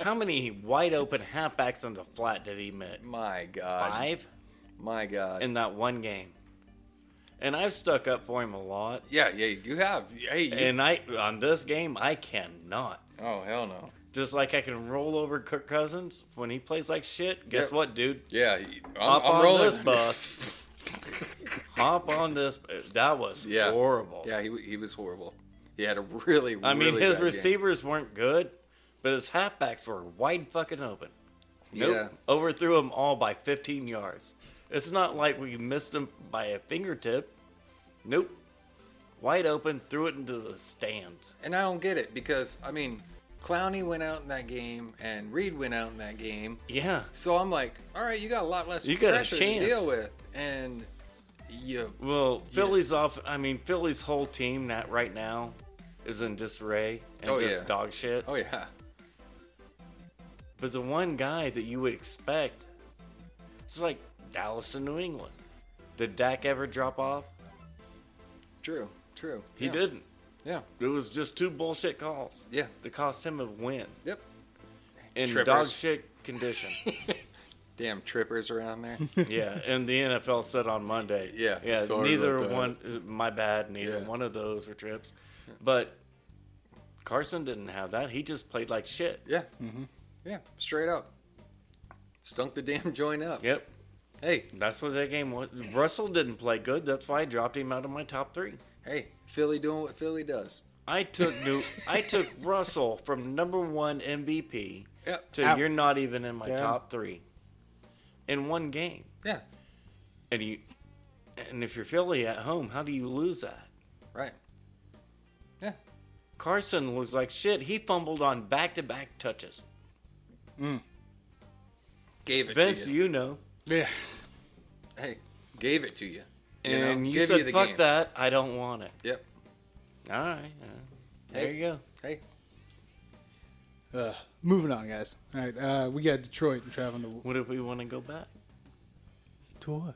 [SPEAKER 1] how many wide open halfbacks on the flat did he miss?
[SPEAKER 3] My God.
[SPEAKER 1] Five
[SPEAKER 3] My God.
[SPEAKER 1] in that one game. And I've stuck up for him a lot.
[SPEAKER 3] yeah, yeah, you have. Hey, you,
[SPEAKER 1] And I on this game, I cannot.
[SPEAKER 3] oh hell no.
[SPEAKER 1] Just like I can roll over Kirk Cousins when he plays like shit. Guess
[SPEAKER 3] Yep.
[SPEAKER 1] what, dude?
[SPEAKER 3] Yeah, you- I'm,
[SPEAKER 1] Hop
[SPEAKER 3] I'm
[SPEAKER 1] on
[SPEAKER 3] rolling.
[SPEAKER 1] this bus. Hop on this. That was
[SPEAKER 3] Yeah.
[SPEAKER 1] horrible.
[SPEAKER 3] Yeah, he he was horrible. He had a really.
[SPEAKER 1] I mean,
[SPEAKER 3] really
[SPEAKER 1] his
[SPEAKER 3] bad game.
[SPEAKER 1] receivers weren't good, but his halfbacks were wide fucking open. Nope.
[SPEAKER 3] Yeah.
[SPEAKER 1] Overthrew them all by 15 yards. It's not like we missed him by a fingertip. Nope. Wide open, threw it into the stands.
[SPEAKER 3] And I don't get it because I mean, Clowney went out in that game and Reed went out in that game.
[SPEAKER 1] Yeah.
[SPEAKER 3] So I'm like, all right, you got a lot less
[SPEAKER 1] You got a
[SPEAKER 3] pressure
[SPEAKER 1] chance.
[SPEAKER 3] to deal with, and you
[SPEAKER 1] Well, Philly's off. I mean, Philly's whole team that right now is in disarray and
[SPEAKER 3] Oh,
[SPEAKER 1] just
[SPEAKER 3] yeah.
[SPEAKER 1] dog shit.
[SPEAKER 3] Oh yeah,
[SPEAKER 1] But the one guy that you would expect, it's like Dallas and New England. Did Dak ever drop off?
[SPEAKER 3] true, true.
[SPEAKER 1] He
[SPEAKER 3] yeah.
[SPEAKER 1] didn't.
[SPEAKER 3] Yeah.
[SPEAKER 1] It was just two bullshit calls.
[SPEAKER 3] Yeah.
[SPEAKER 1] That cost him a win
[SPEAKER 3] Yep.
[SPEAKER 1] in
[SPEAKER 3] Trippers.
[SPEAKER 1] dog shit condition.
[SPEAKER 3] Damn trippers around there.
[SPEAKER 1] yeah. And the NFL said on Monday.
[SPEAKER 3] Yeah,
[SPEAKER 1] Yeah.
[SPEAKER 3] sorry
[SPEAKER 1] Neither
[SPEAKER 3] about that.
[SPEAKER 1] one, my bad, neither
[SPEAKER 3] Yeah.
[SPEAKER 1] one of those were trips. But Carson didn't have that. He just played like shit.
[SPEAKER 3] yeah. Mm-hmm. Yeah. Straight up. Stunk the damn joint up.
[SPEAKER 1] Yep.
[SPEAKER 3] Hey,
[SPEAKER 1] That's what that game was. Russell didn't play good. That's why I dropped him out of my top three.
[SPEAKER 3] hey, Philly doing what Philly does.
[SPEAKER 1] I took new. I took Russell from number one MVP
[SPEAKER 3] Yep.
[SPEAKER 1] to
[SPEAKER 2] Ow.
[SPEAKER 1] you're not even in my
[SPEAKER 2] Damn.
[SPEAKER 1] top three in one game.
[SPEAKER 3] Yeah.
[SPEAKER 1] And you, and if you're Philly at home, how do you lose that?
[SPEAKER 3] Right. Yeah.
[SPEAKER 1] Carson looked like shit. He fumbled on back-to-back touches.
[SPEAKER 3] Gave it
[SPEAKER 1] Vince,
[SPEAKER 3] to you.
[SPEAKER 1] you know,
[SPEAKER 2] Yeah,
[SPEAKER 3] Hey, gave it to you. You know,
[SPEAKER 1] and you,
[SPEAKER 3] give
[SPEAKER 1] said
[SPEAKER 3] you the
[SPEAKER 1] fuck
[SPEAKER 3] game.
[SPEAKER 1] that. I don't want it.
[SPEAKER 3] Yep.
[SPEAKER 1] All right, uh, there
[SPEAKER 3] Hey.
[SPEAKER 1] you go.
[SPEAKER 3] Hey.
[SPEAKER 2] Uh, moving on, guys. All right, uh, we got Detroit and traveling to
[SPEAKER 1] What if we want to go back?
[SPEAKER 2] to what?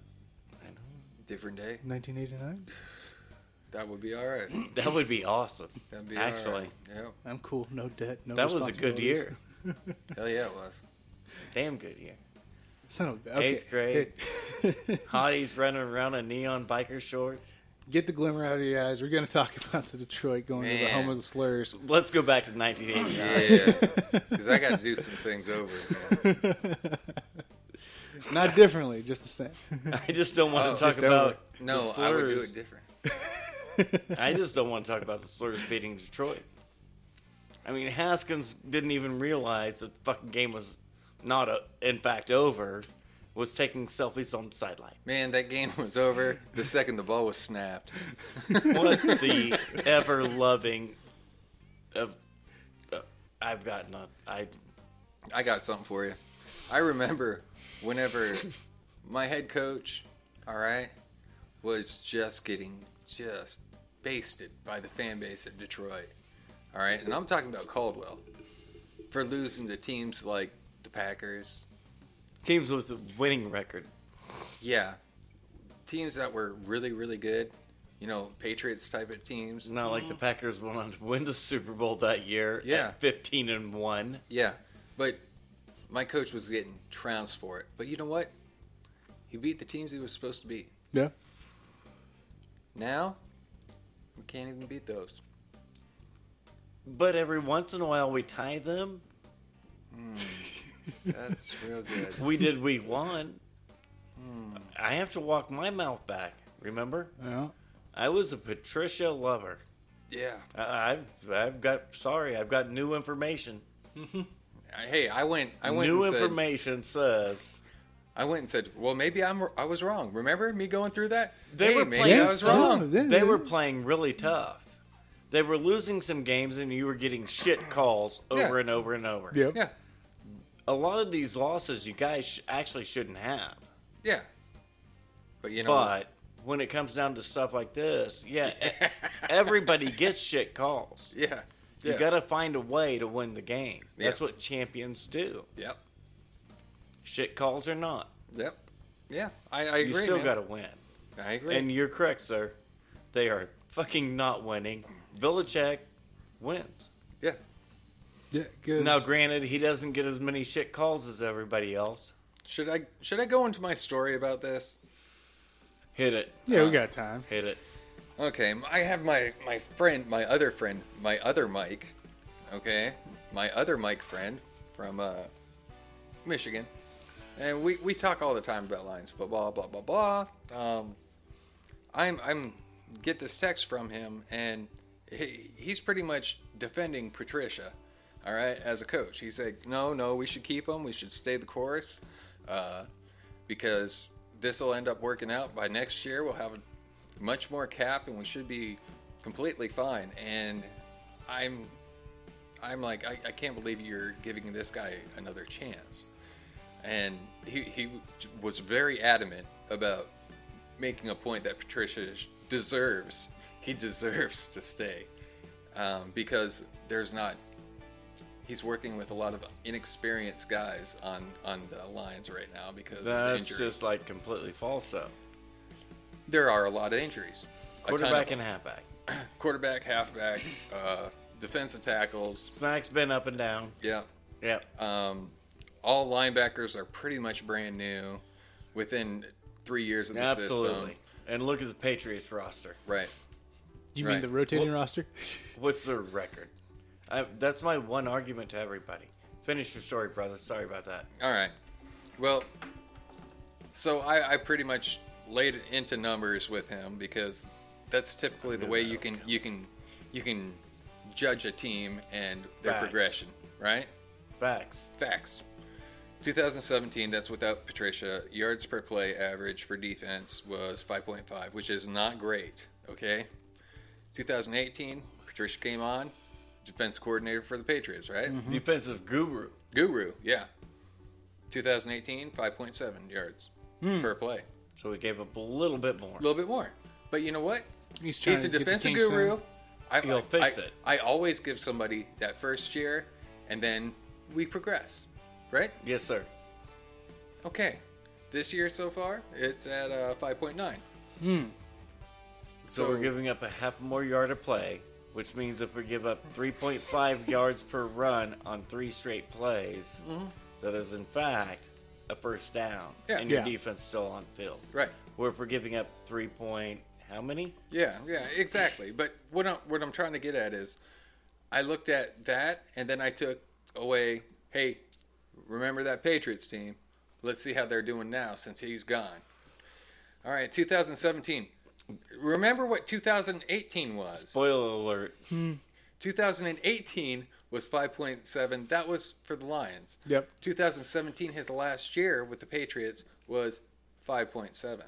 [SPEAKER 1] I know.
[SPEAKER 3] Different day.
[SPEAKER 2] 1989.
[SPEAKER 3] That would be all right.
[SPEAKER 1] That would be awesome.
[SPEAKER 3] That'd be
[SPEAKER 1] Actually,
[SPEAKER 3] all right. Yeah.
[SPEAKER 2] I'm cool. No debt. No.
[SPEAKER 1] that was a good
[SPEAKER 2] responsibilities.
[SPEAKER 1] year.
[SPEAKER 3] Hell yeah, it was.
[SPEAKER 1] Damn good year.
[SPEAKER 2] Son of a- okay.
[SPEAKER 1] Eighth grade.
[SPEAKER 2] Hey.
[SPEAKER 1] Hotties running around in neon biker shorts.
[SPEAKER 2] Get the glimmer out of your eyes. We're going to talk about the Detroit going to the
[SPEAKER 3] Man.
[SPEAKER 2] home of the slurs.
[SPEAKER 1] Let's go back to 1989.
[SPEAKER 3] Yeah. Because I got to do some things over. Man.
[SPEAKER 2] Not differently, just the same.
[SPEAKER 1] I just don't want
[SPEAKER 3] Oh.
[SPEAKER 1] to talk
[SPEAKER 2] Just over
[SPEAKER 1] about the
[SPEAKER 3] No, I would do
[SPEAKER 1] slurs.
[SPEAKER 3] it different.
[SPEAKER 1] I just don't want to talk about the slurs beating Detroit. I mean, Haskins didn't even realize that the fucking game was not, uh in fact, over. Was taking selfies on the sideline.
[SPEAKER 3] Man, that game was over the second the ball was snapped.
[SPEAKER 1] What the ever loving. Uh, uh, I've got not. I
[SPEAKER 3] I got something for you. I remember whenever my head coach, all right, was just getting just basted by the fan base at Detroit. All right, and I'm talking about Caldwell for losing to teams like the Packers.
[SPEAKER 1] teams with a winning record.
[SPEAKER 3] Yeah, teams that were really, really good. You know, Patriots type of teams.
[SPEAKER 1] It's not like the Packers went on to win the Super Bowl that year. at
[SPEAKER 3] Yeah.
[SPEAKER 1] 15 and one.
[SPEAKER 3] Yeah, but my coach was getting trounced for it. But you know what? He beat the teams he was supposed to beat.
[SPEAKER 2] yeah.
[SPEAKER 3] Now, we can't even beat those.
[SPEAKER 1] But every once in a while we tie them.
[SPEAKER 3] That's real good.
[SPEAKER 1] We did week one.
[SPEAKER 3] Hmm.
[SPEAKER 1] I have to walk my mouth back. Remember,
[SPEAKER 2] Yeah.
[SPEAKER 1] I was a Patricia lover.
[SPEAKER 3] Yeah.
[SPEAKER 1] I, I've I've got sorry. I've got new information.
[SPEAKER 3] I- Hey, I went. I went.
[SPEAKER 1] New
[SPEAKER 3] and said,
[SPEAKER 1] information says
[SPEAKER 3] I went and said, "Well, maybe I'm. I was wrong. Remember me going through that?
[SPEAKER 1] They
[SPEAKER 3] hey,
[SPEAKER 1] were
[SPEAKER 3] maybe
[SPEAKER 1] playing
[SPEAKER 3] I was
[SPEAKER 1] some-
[SPEAKER 3] wrong.
[SPEAKER 2] Yeah,
[SPEAKER 1] they
[SPEAKER 2] yeah.
[SPEAKER 1] were playing really tough. They were losing some games, and you were getting shit calls over
[SPEAKER 3] Yeah.
[SPEAKER 1] and over and over.
[SPEAKER 2] Yep.
[SPEAKER 3] Yeah,
[SPEAKER 1] A lot of these losses, you guys sh- actually shouldn't have.
[SPEAKER 3] yeah. But you know,
[SPEAKER 1] But when it comes down to stuff like this, yeah, e- everybody gets shit calls.
[SPEAKER 3] yeah, yeah.
[SPEAKER 1] You got to find a way to win the game. That's
[SPEAKER 3] Yeah.
[SPEAKER 1] what champions do.
[SPEAKER 3] Yep,
[SPEAKER 1] Shit calls or not,
[SPEAKER 3] yep, yeah. I, I
[SPEAKER 1] you
[SPEAKER 3] agree.
[SPEAKER 1] still
[SPEAKER 3] man.
[SPEAKER 1] got to win.
[SPEAKER 3] I agree.
[SPEAKER 1] And you're correct, sir. They are fucking not winning. Vilacek wins.
[SPEAKER 3] yeah,
[SPEAKER 2] Yeah, good.
[SPEAKER 1] Now, granted, he doesn't get as many shit calls as everybody else.
[SPEAKER 3] should I should I go into my story about this?
[SPEAKER 1] Hit it.
[SPEAKER 3] uh,
[SPEAKER 2] yeah, we got time.
[SPEAKER 1] Hit it.
[SPEAKER 3] Okay, I have my my friend, my other friend, my other Mike. Okay, my other Mike friend from uh, Michigan, and we we talk all the time about Lions football, blah blah blah. Um, I'm I'm get this text from him, and he, he's pretty much defending Patricia. All right, as a coach, he's like, no, no, we should keep him. We should stay the course, uh, because this will end up working out. By next year, we'll have much more cap, and we should be completely fine. And I'm, I'm like, I, I can't believe you're giving this guy another chance. And he he was very adamant about making a point that Patricia sh- deserves. He deserves to stay um, because there's not. He's working with a lot of inexperienced guys on on the lines right now because of
[SPEAKER 1] That's
[SPEAKER 3] injuries.
[SPEAKER 1] just like completely false, though.
[SPEAKER 3] there are a lot of injuries. A ton of
[SPEAKER 1] Quarterback and halfback.
[SPEAKER 3] quarterback, halfback, uh, defensive tackles.
[SPEAKER 1] Snack's been up and down.
[SPEAKER 3] Yeah,
[SPEAKER 1] Yep.
[SPEAKER 3] um, all linebackers are pretty much brand new within three years of the
[SPEAKER 1] Absolutely.
[SPEAKER 3] system.
[SPEAKER 1] And look at the Patriots roster.
[SPEAKER 3] Right.
[SPEAKER 2] You mean
[SPEAKER 3] Right.
[SPEAKER 2] the rotating roster?
[SPEAKER 1] What's their record? I, that's my one argument to everybody. Finish your story, brother. Sorry about that.
[SPEAKER 3] All right. Well, so I, I pretty much laid it into numbers with him because that's typically the
[SPEAKER 1] knew
[SPEAKER 3] way
[SPEAKER 1] that
[SPEAKER 3] you
[SPEAKER 1] was
[SPEAKER 3] can
[SPEAKER 1] coming.
[SPEAKER 3] you can you can judge a team and their
[SPEAKER 1] Facts.
[SPEAKER 3] progression, right?
[SPEAKER 1] Facts.
[SPEAKER 3] Facts. 2017, that's without Patricia. Yards per play average for defense was 5.5, which is not great, okay? 2018, Patricia came on, defense coordinator for the Patriots, right?
[SPEAKER 2] Mm-hmm.
[SPEAKER 1] Defensive guru.
[SPEAKER 3] Guru, yeah. 2018, 5.7 yards
[SPEAKER 2] Hmm.
[SPEAKER 3] per play.
[SPEAKER 1] So we gave up a little bit more.
[SPEAKER 3] A little bit more. But you know what?
[SPEAKER 2] He's trying
[SPEAKER 3] He's a
[SPEAKER 2] to get the
[SPEAKER 3] defensive
[SPEAKER 2] kinks in.
[SPEAKER 3] guru. I,
[SPEAKER 1] He'll fix
[SPEAKER 3] I-
[SPEAKER 1] it.
[SPEAKER 3] I always give somebody that first year, and then we progress, right?
[SPEAKER 1] Yes, sir.
[SPEAKER 3] Okay. This year so far, it's at uh, 5.9.
[SPEAKER 1] Hmm. So, we're giving up a half more yard of play, which means if we give up 3.5 yards per run on three straight plays, that is in fact a first down,
[SPEAKER 3] Mm-hmm. Yeah.
[SPEAKER 1] and your
[SPEAKER 2] Yeah.
[SPEAKER 1] defense still on field.
[SPEAKER 3] Right.
[SPEAKER 1] Where if we're giving up three point how many?
[SPEAKER 3] Yeah, yeah, exactly. But what I'm, what I'm trying to get at is I looked at that and then I took away, hey, remember that Patriots team? Let's see how they're doing now since he's gone. All right, 2017. Remember what 2018 was.
[SPEAKER 1] Spoiler alert.
[SPEAKER 3] 2018 was 5.7. That was for the Lions.
[SPEAKER 2] Yep.
[SPEAKER 3] 2017, his last year with the Patriots, was 5.7.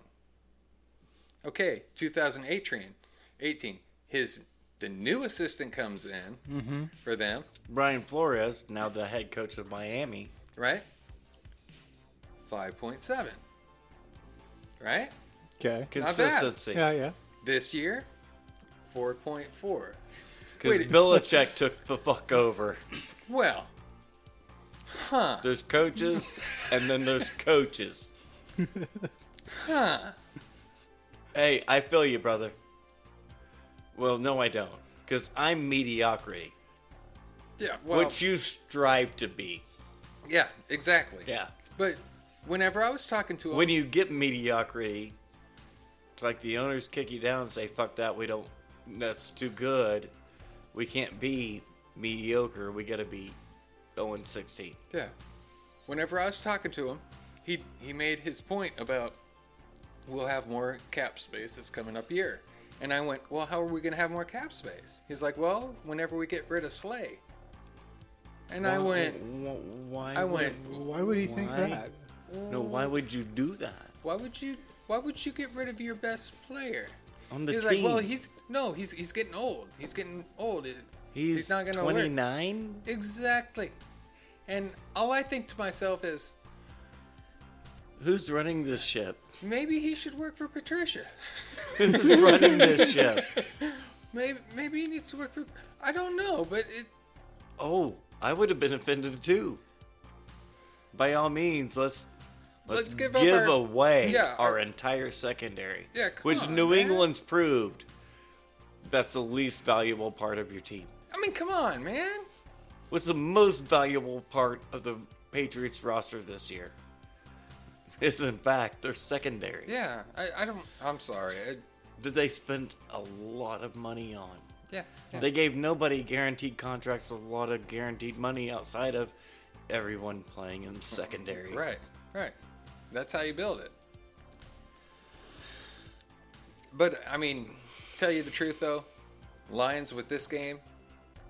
[SPEAKER 3] Okay, 2018, 18. His the new assistant comes in
[SPEAKER 1] Mm-hmm.
[SPEAKER 3] for them,
[SPEAKER 1] Brian Flores, now the head coach of Miami.
[SPEAKER 3] right? 5.7. Right?
[SPEAKER 2] Okay.
[SPEAKER 3] bad.
[SPEAKER 1] Consistency.
[SPEAKER 2] Yeah, yeah.
[SPEAKER 3] This year, 4.4.
[SPEAKER 1] Because
[SPEAKER 3] Wait.
[SPEAKER 1] Belichick took the fuck over.
[SPEAKER 3] Well,
[SPEAKER 1] There's coaches, and then there's coaches. Hey, I feel you, brother. Well, no, I don't. Because I'm mediocrity,
[SPEAKER 3] yeah, well,
[SPEAKER 1] which you strive to be.
[SPEAKER 3] yeah, exactly.
[SPEAKER 1] Yeah.
[SPEAKER 3] But whenever I was talking to him,
[SPEAKER 1] When you get mediocrity, it's like the owners kick you down and say, fuck that, we don't, that's too good. We can't be mediocre. We got to be 0 16.
[SPEAKER 3] Yeah. Whenever I was talking to him, he he made his point about we'll have more cap space this coming up year. And I went, Well, how are we gonna have more cap space? He's like, Well, whenever we get rid of Slay. And I went,
[SPEAKER 1] Why?
[SPEAKER 3] I went,
[SPEAKER 2] Why would he think
[SPEAKER 1] Why?
[SPEAKER 2] that?
[SPEAKER 1] No, why would you do that
[SPEAKER 3] why would you, why would you get rid of your best player?
[SPEAKER 1] on the
[SPEAKER 3] he's
[SPEAKER 1] team?
[SPEAKER 3] like, well, he's no, he's he's getting old. He's getting old. It-
[SPEAKER 1] he's,
[SPEAKER 3] not gonna work.
[SPEAKER 1] 29.
[SPEAKER 3] Exactly. And all I think to myself is,
[SPEAKER 1] Who's running this ship?
[SPEAKER 3] maybe he should work for Patricia.
[SPEAKER 1] Who's running this ship?
[SPEAKER 3] Maybe maybe he needs to work for. I don't know, but it.
[SPEAKER 1] Oh, I would have been offended too. By all means, let's let's,
[SPEAKER 3] Let's give
[SPEAKER 1] give,
[SPEAKER 3] up our-
[SPEAKER 1] away
[SPEAKER 3] yeah,
[SPEAKER 1] our,
[SPEAKER 3] our-
[SPEAKER 1] entire secondary.
[SPEAKER 3] Yeah, come
[SPEAKER 1] which
[SPEAKER 3] on,
[SPEAKER 1] New
[SPEAKER 3] man.
[SPEAKER 1] England's proved that's the least valuable part of your team.
[SPEAKER 3] I mean, come on, man.
[SPEAKER 1] What's the most valuable part of the Patriots roster this year? Is in fact their secondary
[SPEAKER 3] Yeah, I, I don't. I'm sorry. I,
[SPEAKER 1] that they spent a lot of money on.
[SPEAKER 3] yeah. yeah.
[SPEAKER 1] They gave nobody guaranteed contracts with a lot of guaranteed money outside of everyone playing
[SPEAKER 3] Oh,
[SPEAKER 1] in the secondary.
[SPEAKER 3] Right, right. That's how you build it. But I mean, tell you the truth though, Lions with this game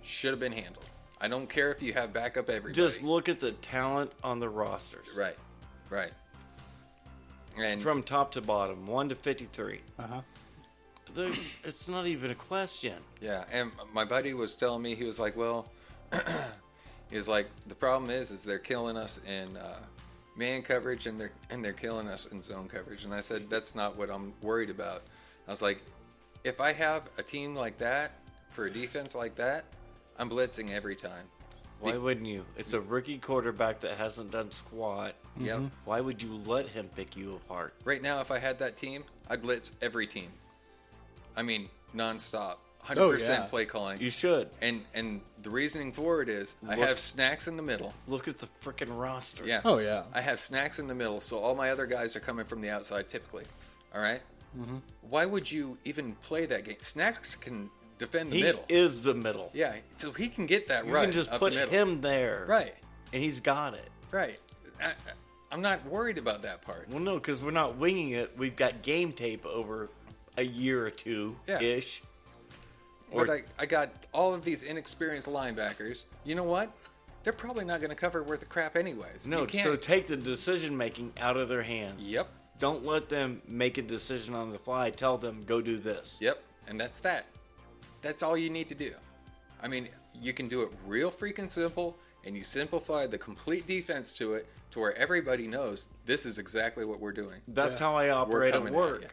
[SPEAKER 3] should have been handled. I don't care if you have backup everybody.
[SPEAKER 1] Just look at the talent on the rosters.
[SPEAKER 3] right, right. And
[SPEAKER 1] From top to bottom, 1 to 53.
[SPEAKER 2] Uh huh.
[SPEAKER 1] There- it's not even a question.
[SPEAKER 3] yeah, and my buddy was telling me he was like, well, he was like, the problem is, is they're killing us in uh, man coverage and they're and they're killing us in zone coverage. And I said, that's not what I'm worried about. I was like, if I have a team like that for a defense like that, I'm blitzing every time.
[SPEAKER 1] Why wouldn't you? It's a rookie quarterback that hasn't done squat.
[SPEAKER 3] Yep.
[SPEAKER 1] Why would you let him pick you apart?
[SPEAKER 3] Right now, if I had that team, I'd blitz every team. I mean, nonstop, 100%
[SPEAKER 2] yeah.
[SPEAKER 3] play calling.
[SPEAKER 1] You should.
[SPEAKER 3] and and the reasoning for it is I
[SPEAKER 1] Look-
[SPEAKER 3] have snacks in the middle.
[SPEAKER 1] Look at the freaking roster.
[SPEAKER 3] Yeah.
[SPEAKER 2] Oh, yeah.
[SPEAKER 3] I have snacks in the middle, so all my other guys are coming from the outside typically. All right? Why would you even play that game? Snacks can defend the
[SPEAKER 1] He
[SPEAKER 3] middle.
[SPEAKER 1] is the middle.
[SPEAKER 3] yeah, so he can get that
[SPEAKER 1] You
[SPEAKER 3] right.
[SPEAKER 1] can just
[SPEAKER 3] up
[SPEAKER 1] put
[SPEAKER 3] the middle.
[SPEAKER 1] him there.
[SPEAKER 3] Right,
[SPEAKER 1] And he's got it.
[SPEAKER 3] right. I, I- I'm not worried about that part.
[SPEAKER 1] Well, no, because we're not winging it. We've got game tape over a year or two
[SPEAKER 3] Yeah.
[SPEAKER 1] ish.
[SPEAKER 3] But
[SPEAKER 1] Or-
[SPEAKER 3] I, I got all of these inexperienced linebackers. You know what? They're probably not going to cover worth a crap anyways.
[SPEAKER 1] No,
[SPEAKER 3] you can't.
[SPEAKER 1] so take the decision making out of their hands.
[SPEAKER 3] Yep.
[SPEAKER 1] Don't let them make a decision on the fly. Tell them go do this.
[SPEAKER 3] Yep, and that's that. That's all you need to do. I mean, you can do it real freaking simple, and you simplify the complete defense to it to where everybody knows this is exactly what we're doing.
[SPEAKER 1] That's how I
[SPEAKER 3] We're
[SPEAKER 1] operate at
[SPEAKER 3] coming at
[SPEAKER 1] work.
[SPEAKER 3] ya.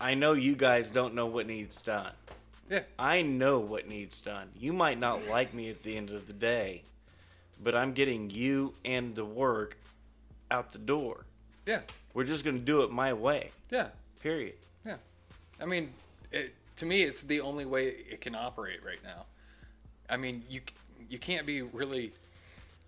[SPEAKER 1] I know you guys don't know what needs done.
[SPEAKER 3] Yeah,
[SPEAKER 1] I know what needs done. You might not like me at the end of the day, but I'm getting you and the work out the door.
[SPEAKER 3] yeah,
[SPEAKER 1] We're just going to do it my way,
[SPEAKER 3] yeah,
[SPEAKER 1] period.
[SPEAKER 3] yeah. I mean, it, to me, it's the only way it can operate right now. I mean, you c- you can't be really,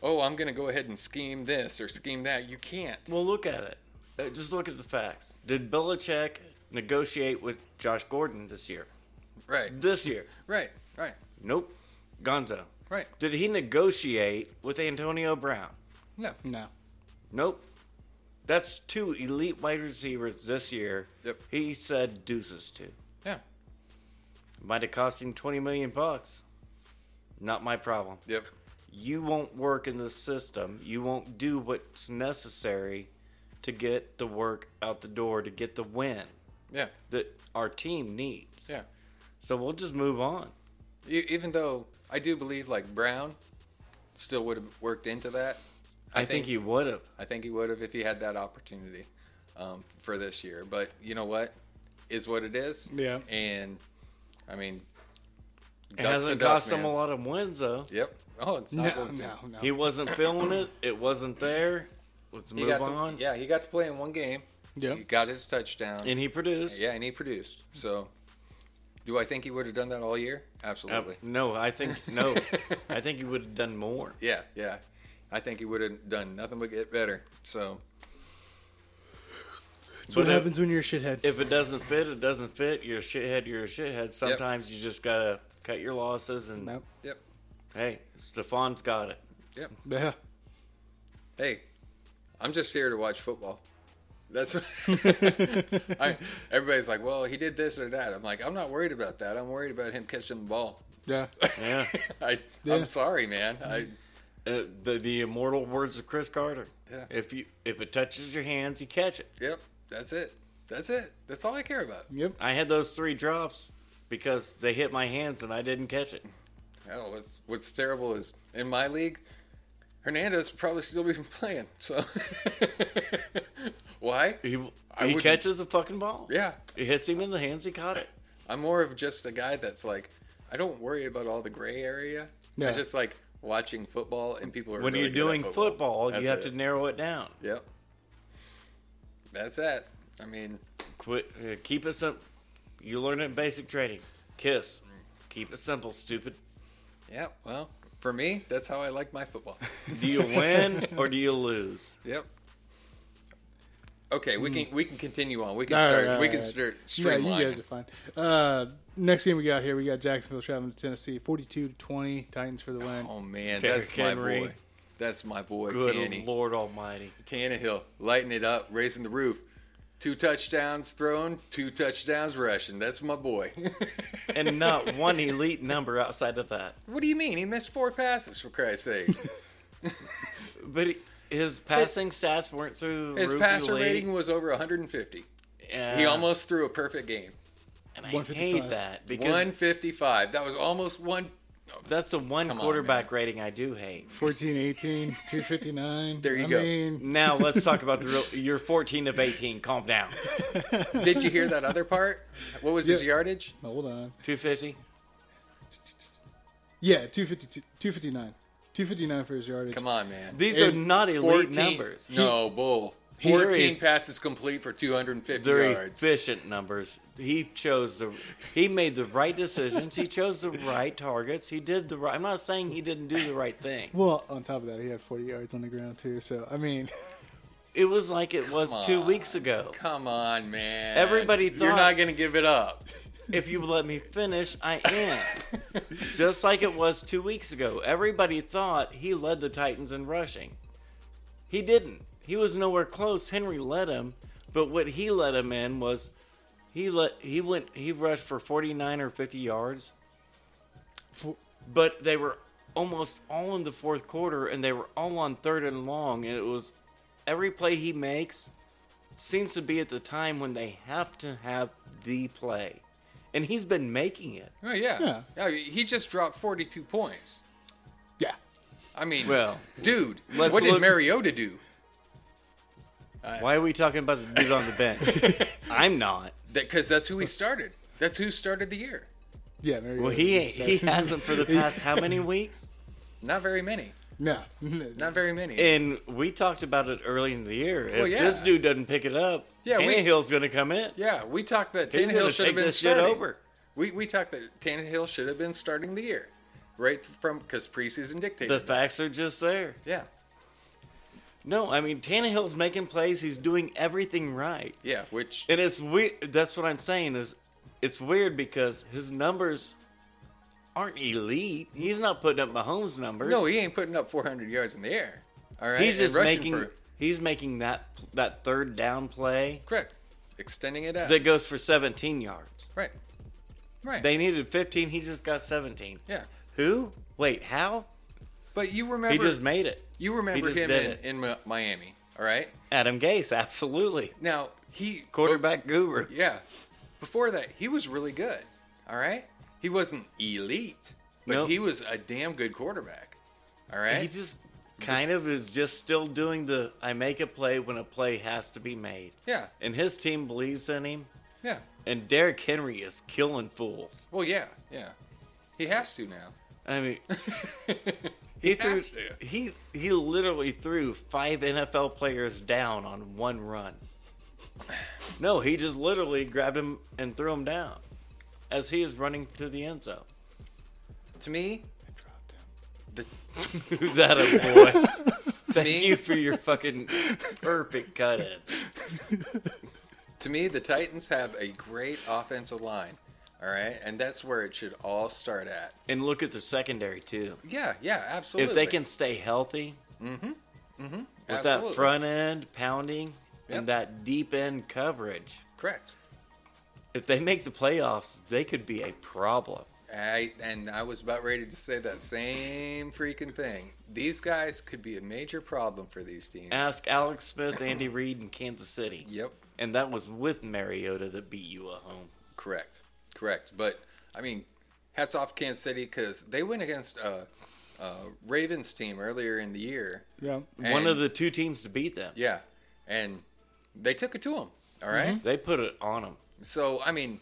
[SPEAKER 3] oh, I'm gonna go ahead and scheme this or scheme that. You can't.
[SPEAKER 1] Well, look at it. Uh, Just look at the facts. Did Belichick negotiate with Josh Gordon this year?
[SPEAKER 3] Right,
[SPEAKER 1] This year?
[SPEAKER 3] right, right,
[SPEAKER 1] Nope. Gonzo.
[SPEAKER 3] right.
[SPEAKER 1] Did he negotiate with Antonio Brown?
[SPEAKER 3] No.
[SPEAKER 2] No.
[SPEAKER 1] Nope. That's two elite wide receivers this year.
[SPEAKER 3] Yep.
[SPEAKER 1] He said deuces to.
[SPEAKER 3] Yeah.
[SPEAKER 1] Might have cost him 20 million bucks. Not my problem.
[SPEAKER 3] Yep.
[SPEAKER 1] You won't work in the system. You won't do what's necessary to get the work out the door to get the win
[SPEAKER 3] Yeah.
[SPEAKER 1] that our team needs.
[SPEAKER 3] Yeah.
[SPEAKER 1] So we'll just move on.
[SPEAKER 3] E- Even though I do believe like Brown still would have worked into that.
[SPEAKER 1] I, think, he would have.
[SPEAKER 3] I think he would have if he had that opportunity um, for this year. But you know what? Is what it is.
[SPEAKER 2] Yeah.
[SPEAKER 3] And I mean,
[SPEAKER 1] It
[SPEAKER 3] ducks
[SPEAKER 1] hasn't
[SPEAKER 3] a duck,
[SPEAKER 1] cost him
[SPEAKER 3] man.
[SPEAKER 1] a lot of wins though.
[SPEAKER 3] Yep. Oh, it's not
[SPEAKER 2] No,
[SPEAKER 3] going to.
[SPEAKER 2] no, no.
[SPEAKER 1] He wasn't feeling it. It wasn't there. Let's
[SPEAKER 3] He
[SPEAKER 1] move
[SPEAKER 3] got
[SPEAKER 1] on.
[SPEAKER 3] to, yeah, he got to play in one game.
[SPEAKER 2] Yeah.
[SPEAKER 3] He got his touchdown.
[SPEAKER 1] And he produced.
[SPEAKER 3] yeah, and he produced. So, do I think he would have done that all year?
[SPEAKER 1] Uh,
[SPEAKER 3] Absolutely.
[SPEAKER 1] no, I think no. I think he would have done more.
[SPEAKER 3] Yeah, yeah. I think he would have done nothing but get better. So,
[SPEAKER 2] That's what
[SPEAKER 1] But if-
[SPEAKER 2] happens when you're a shithead.
[SPEAKER 1] If it doesn't fit, it doesn't fit. You're a shithead. You're a shithead. Sometimes you just gotta cut your losses. And
[SPEAKER 2] Nope.
[SPEAKER 3] yep,
[SPEAKER 1] hey, Stefan's got it.
[SPEAKER 3] yep.
[SPEAKER 2] Yeah.
[SPEAKER 3] Hey, I'm just here to watch football. That's I, everybody's like, well, he did this or that. I'm like, I'm not worried about that. I'm worried about him catching the ball.
[SPEAKER 2] Yeah.
[SPEAKER 1] Yeah.
[SPEAKER 3] I,
[SPEAKER 2] Yeah.
[SPEAKER 3] I'm sorry, man. I,
[SPEAKER 1] Uh, the the immortal words of Chris Carter.
[SPEAKER 3] Yeah.
[SPEAKER 1] If you if it touches your hands, you catch it.
[SPEAKER 3] yep, that's it. That's it. That's all I care about.
[SPEAKER 2] Yep.
[SPEAKER 1] I had those three drops because they hit my hands and I didn't catch it.
[SPEAKER 3] Hell, what's, what's terrible is in my league, Hernandez would probably still be playing. So why?
[SPEAKER 1] He,
[SPEAKER 3] I
[SPEAKER 1] he
[SPEAKER 3] wouldn't-
[SPEAKER 1] catches the fucking ball.
[SPEAKER 3] Yeah,
[SPEAKER 1] It hits him in the hands. He caught it.
[SPEAKER 3] I'm more of just a guy that's like, I don't worry about all the gray area.
[SPEAKER 2] Yeah.
[SPEAKER 3] I just like watching football and people are.
[SPEAKER 1] When
[SPEAKER 3] really
[SPEAKER 1] you're
[SPEAKER 3] good at
[SPEAKER 1] doing football,
[SPEAKER 3] That's
[SPEAKER 1] you have
[SPEAKER 3] it.
[SPEAKER 1] to narrow it down.
[SPEAKER 3] Yep. That's that. I mean,
[SPEAKER 1] Quit. Uh, keep it simple. You learn it in basic training. Kiss. Keep it simple, stupid.
[SPEAKER 3] yeah. Well, for me, that's how I like my football.
[SPEAKER 1] Do you win or do you lose?
[SPEAKER 3] Yep. Okay, we can we can continue on. We can
[SPEAKER 2] Hmm. All
[SPEAKER 3] start.
[SPEAKER 2] right, all
[SPEAKER 3] we
[SPEAKER 2] right,
[SPEAKER 3] can
[SPEAKER 2] all right.
[SPEAKER 3] start
[SPEAKER 2] Yeah,
[SPEAKER 3] streamlining.
[SPEAKER 2] you guys are fine. Uh, next game we got here, we got Jacksonville traveling to Tennessee, 42-20, Titans for the win.
[SPEAKER 3] Oh man,
[SPEAKER 1] Derrick
[SPEAKER 3] that's my
[SPEAKER 1] Henry.
[SPEAKER 3] boy. That's my boy,
[SPEAKER 1] Good
[SPEAKER 3] Tanny.
[SPEAKER 1] Lord Almighty.
[SPEAKER 3] Tannehill, lighting it up, raising the roof. Two touchdowns thrown, two touchdowns rushing. That's my boy.
[SPEAKER 1] And not one elite number outside of that.
[SPEAKER 3] what do you mean? He missed four passes for Christ's sakes.
[SPEAKER 1] But he, his passing stats weren't through the
[SPEAKER 3] His
[SPEAKER 1] roof
[SPEAKER 3] passer
[SPEAKER 1] elite.
[SPEAKER 3] rating was over 150.
[SPEAKER 1] Yeah.
[SPEAKER 3] He almost threw a perfect game.
[SPEAKER 1] And I
[SPEAKER 2] 155.
[SPEAKER 1] hate that because
[SPEAKER 3] 155. That was almost one.
[SPEAKER 1] that's the one
[SPEAKER 3] Come on,
[SPEAKER 1] quarterback rating I do hate.
[SPEAKER 2] 14-18, 259.
[SPEAKER 3] There you
[SPEAKER 2] I
[SPEAKER 3] go.
[SPEAKER 2] Mean,
[SPEAKER 1] Now let's talk about the real. You're 14 of 18. Calm down.
[SPEAKER 3] Did you hear that other part? What was his
[SPEAKER 2] Yeah.
[SPEAKER 3] yardage?
[SPEAKER 2] hold on.
[SPEAKER 1] 250.
[SPEAKER 2] Yeah, 252, 259. 259 for his yardage.
[SPEAKER 3] Come on, man.
[SPEAKER 1] These are
[SPEAKER 2] And
[SPEAKER 1] not elite
[SPEAKER 3] 14
[SPEAKER 1] numbers.
[SPEAKER 3] No, bull.
[SPEAKER 1] He-
[SPEAKER 3] 14 passes complete for 250
[SPEAKER 1] They're
[SPEAKER 3] yards.
[SPEAKER 1] efficient numbers. He chose the. He made the right decisions. He chose the right targets. He did the right. I'm not saying he didn't do the right thing.
[SPEAKER 2] Well, on top of that, he had 40 yards on the ground, too. So, I mean,
[SPEAKER 1] It was like it was two
[SPEAKER 3] on.
[SPEAKER 1] weeks ago.
[SPEAKER 3] Come on, man.
[SPEAKER 1] Everybody
[SPEAKER 3] You're
[SPEAKER 1] thought-
[SPEAKER 3] not going to give it up.
[SPEAKER 1] If you let me finish, I am. Just like it was two weeks ago. Everybody thought he led the Titans in rushing. He didn't. He was nowhere close. Henry led him, but what he led him in was he let he went he rushed for 49 or 50 yards,
[SPEAKER 2] for,
[SPEAKER 1] but they were almost all in the fourth quarter and they were all on third and long and it was every play he makes seems to be at the time when they have to have the play. And he's been making it.
[SPEAKER 3] Oh, yeah.
[SPEAKER 2] Yeah.
[SPEAKER 3] No, he just dropped 42 points.
[SPEAKER 2] yeah.
[SPEAKER 3] I mean,
[SPEAKER 1] Well,
[SPEAKER 3] dude,
[SPEAKER 1] let's
[SPEAKER 3] what did
[SPEAKER 1] look-
[SPEAKER 3] Mariota do?
[SPEAKER 1] Why are we talking about the dude on the bench? I'm not.
[SPEAKER 3] Because that's who he started. That's who started the year.
[SPEAKER 2] Yeah, Mariota
[SPEAKER 1] Well, he
[SPEAKER 2] was
[SPEAKER 1] he
[SPEAKER 2] second.
[SPEAKER 1] hasn't for the past how many weeks?
[SPEAKER 3] Not very many.
[SPEAKER 2] No.
[SPEAKER 3] Not very many.
[SPEAKER 1] And we talked about it early in the year. If
[SPEAKER 3] Well, yeah.
[SPEAKER 1] this dude doesn't pick it up, yeah,
[SPEAKER 3] Yeah, we-
[SPEAKER 1] Tannehill's going to come in.
[SPEAKER 3] yeah, we talked that
[SPEAKER 1] He's
[SPEAKER 3] Tannehill
[SPEAKER 1] going to
[SPEAKER 3] should have
[SPEAKER 1] take
[SPEAKER 3] been
[SPEAKER 1] this
[SPEAKER 3] starting.
[SPEAKER 1] shit over.
[SPEAKER 3] We, we talked that Tannehill should have been starting the year. Right from, because preseason dictated.
[SPEAKER 1] The
[SPEAKER 3] that.
[SPEAKER 1] facts are just there.
[SPEAKER 3] yeah.
[SPEAKER 1] No, I mean Tannehill's making plays. He's doing everything right,
[SPEAKER 3] Yeah, which
[SPEAKER 1] and it's weird. That's what I'm saying is, it's weird because his numbers aren't elite. He's not putting up Mahomes' numbers.
[SPEAKER 3] No, he ain't putting up 400 yards in the air. All right,
[SPEAKER 1] he's
[SPEAKER 3] and
[SPEAKER 1] just
[SPEAKER 3] rushing
[SPEAKER 1] making
[SPEAKER 3] for-
[SPEAKER 1] he's making that that third down play
[SPEAKER 3] correct, extending it out.
[SPEAKER 1] that goes for 17 yards.
[SPEAKER 3] right, right.
[SPEAKER 1] They needed 15. He just got 17.
[SPEAKER 3] yeah,
[SPEAKER 1] Who? Wait, how?
[SPEAKER 3] but you remember
[SPEAKER 1] He just made it.
[SPEAKER 3] you remember
[SPEAKER 1] just
[SPEAKER 3] him
[SPEAKER 1] did
[SPEAKER 3] in,
[SPEAKER 1] it.
[SPEAKER 3] in Mi- Miami. All right,
[SPEAKER 1] Adam Gase, absolutely.
[SPEAKER 3] now he Oh,
[SPEAKER 1] Quarterback guru.
[SPEAKER 3] Yeah, before that he was really good. All right, he wasn't elite, but
[SPEAKER 1] Nope.
[SPEAKER 3] he was a damn good quarterback. All right,
[SPEAKER 1] He just kind of is just still doing the I make a play when a play has to be made.
[SPEAKER 3] yeah,
[SPEAKER 1] And his team believes in him.
[SPEAKER 3] yeah.
[SPEAKER 1] And Derrick Henry is killing fools.
[SPEAKER 3] Well, yeah, yeah. He has to now.
[SPEAKER 1] I mean, he, threw,
[SPEAKER 3] has to.
[SPEAKER 1] he he literally threw five NFL players down on one run. No, he just literally grabbed him and threw him down as he is running to the end zone.
[SPEAKER 3] To me, the
[SPEAKER 1] that a boy. Thank
[SPEAKER 3] me-
[SPEAKER 1] you for your fucking perfect cut in.
[SPEAKER 3] To me, the Titans have a great offensive line. All right, and that's where it should all start at.
[SPEAKER 1] And look at the secondary too.
[SPEAKER 3] Yeah, yeah, absolutely.
[SPEAKER 1] If they can stay healthy with that
[SPEAKER 3] Absolutely.
[SPEAKER 1] front end pounding
[SPEAKER 3] Yep.
[SPEAKER 1] and that deep end coverage,
[SPEAKER 3] correct.
[SPEAKER 1] if they make the playoffs, they could be a problem.
[SPEAKER 3] I and I was about ready to say that same freaking thing. These guys could be a major problem for these teams.
[SPEAKER 1] Ask Alex Smith, Andy Reid, and Kansas City.
[SPEAKER 3] Yep,
[SPEAKER 1] And that was with Mariota that beat you at home.
[SPEAKER 3] correct, correct. But I mean, hats off Kansas City because they went against a, a Ravens team earlier in the year.
[SPEAKER 2] Yeah.
[SPEAKER 1] One
[SPEAKER 3] And-
[SPEAKER 1] of the two teams to beat them.
[SPEAKER 3] Yeah, and they took it to them. All right?
[SPEAKER 1] They put it on them.
[SPEAKER 3] so I mean,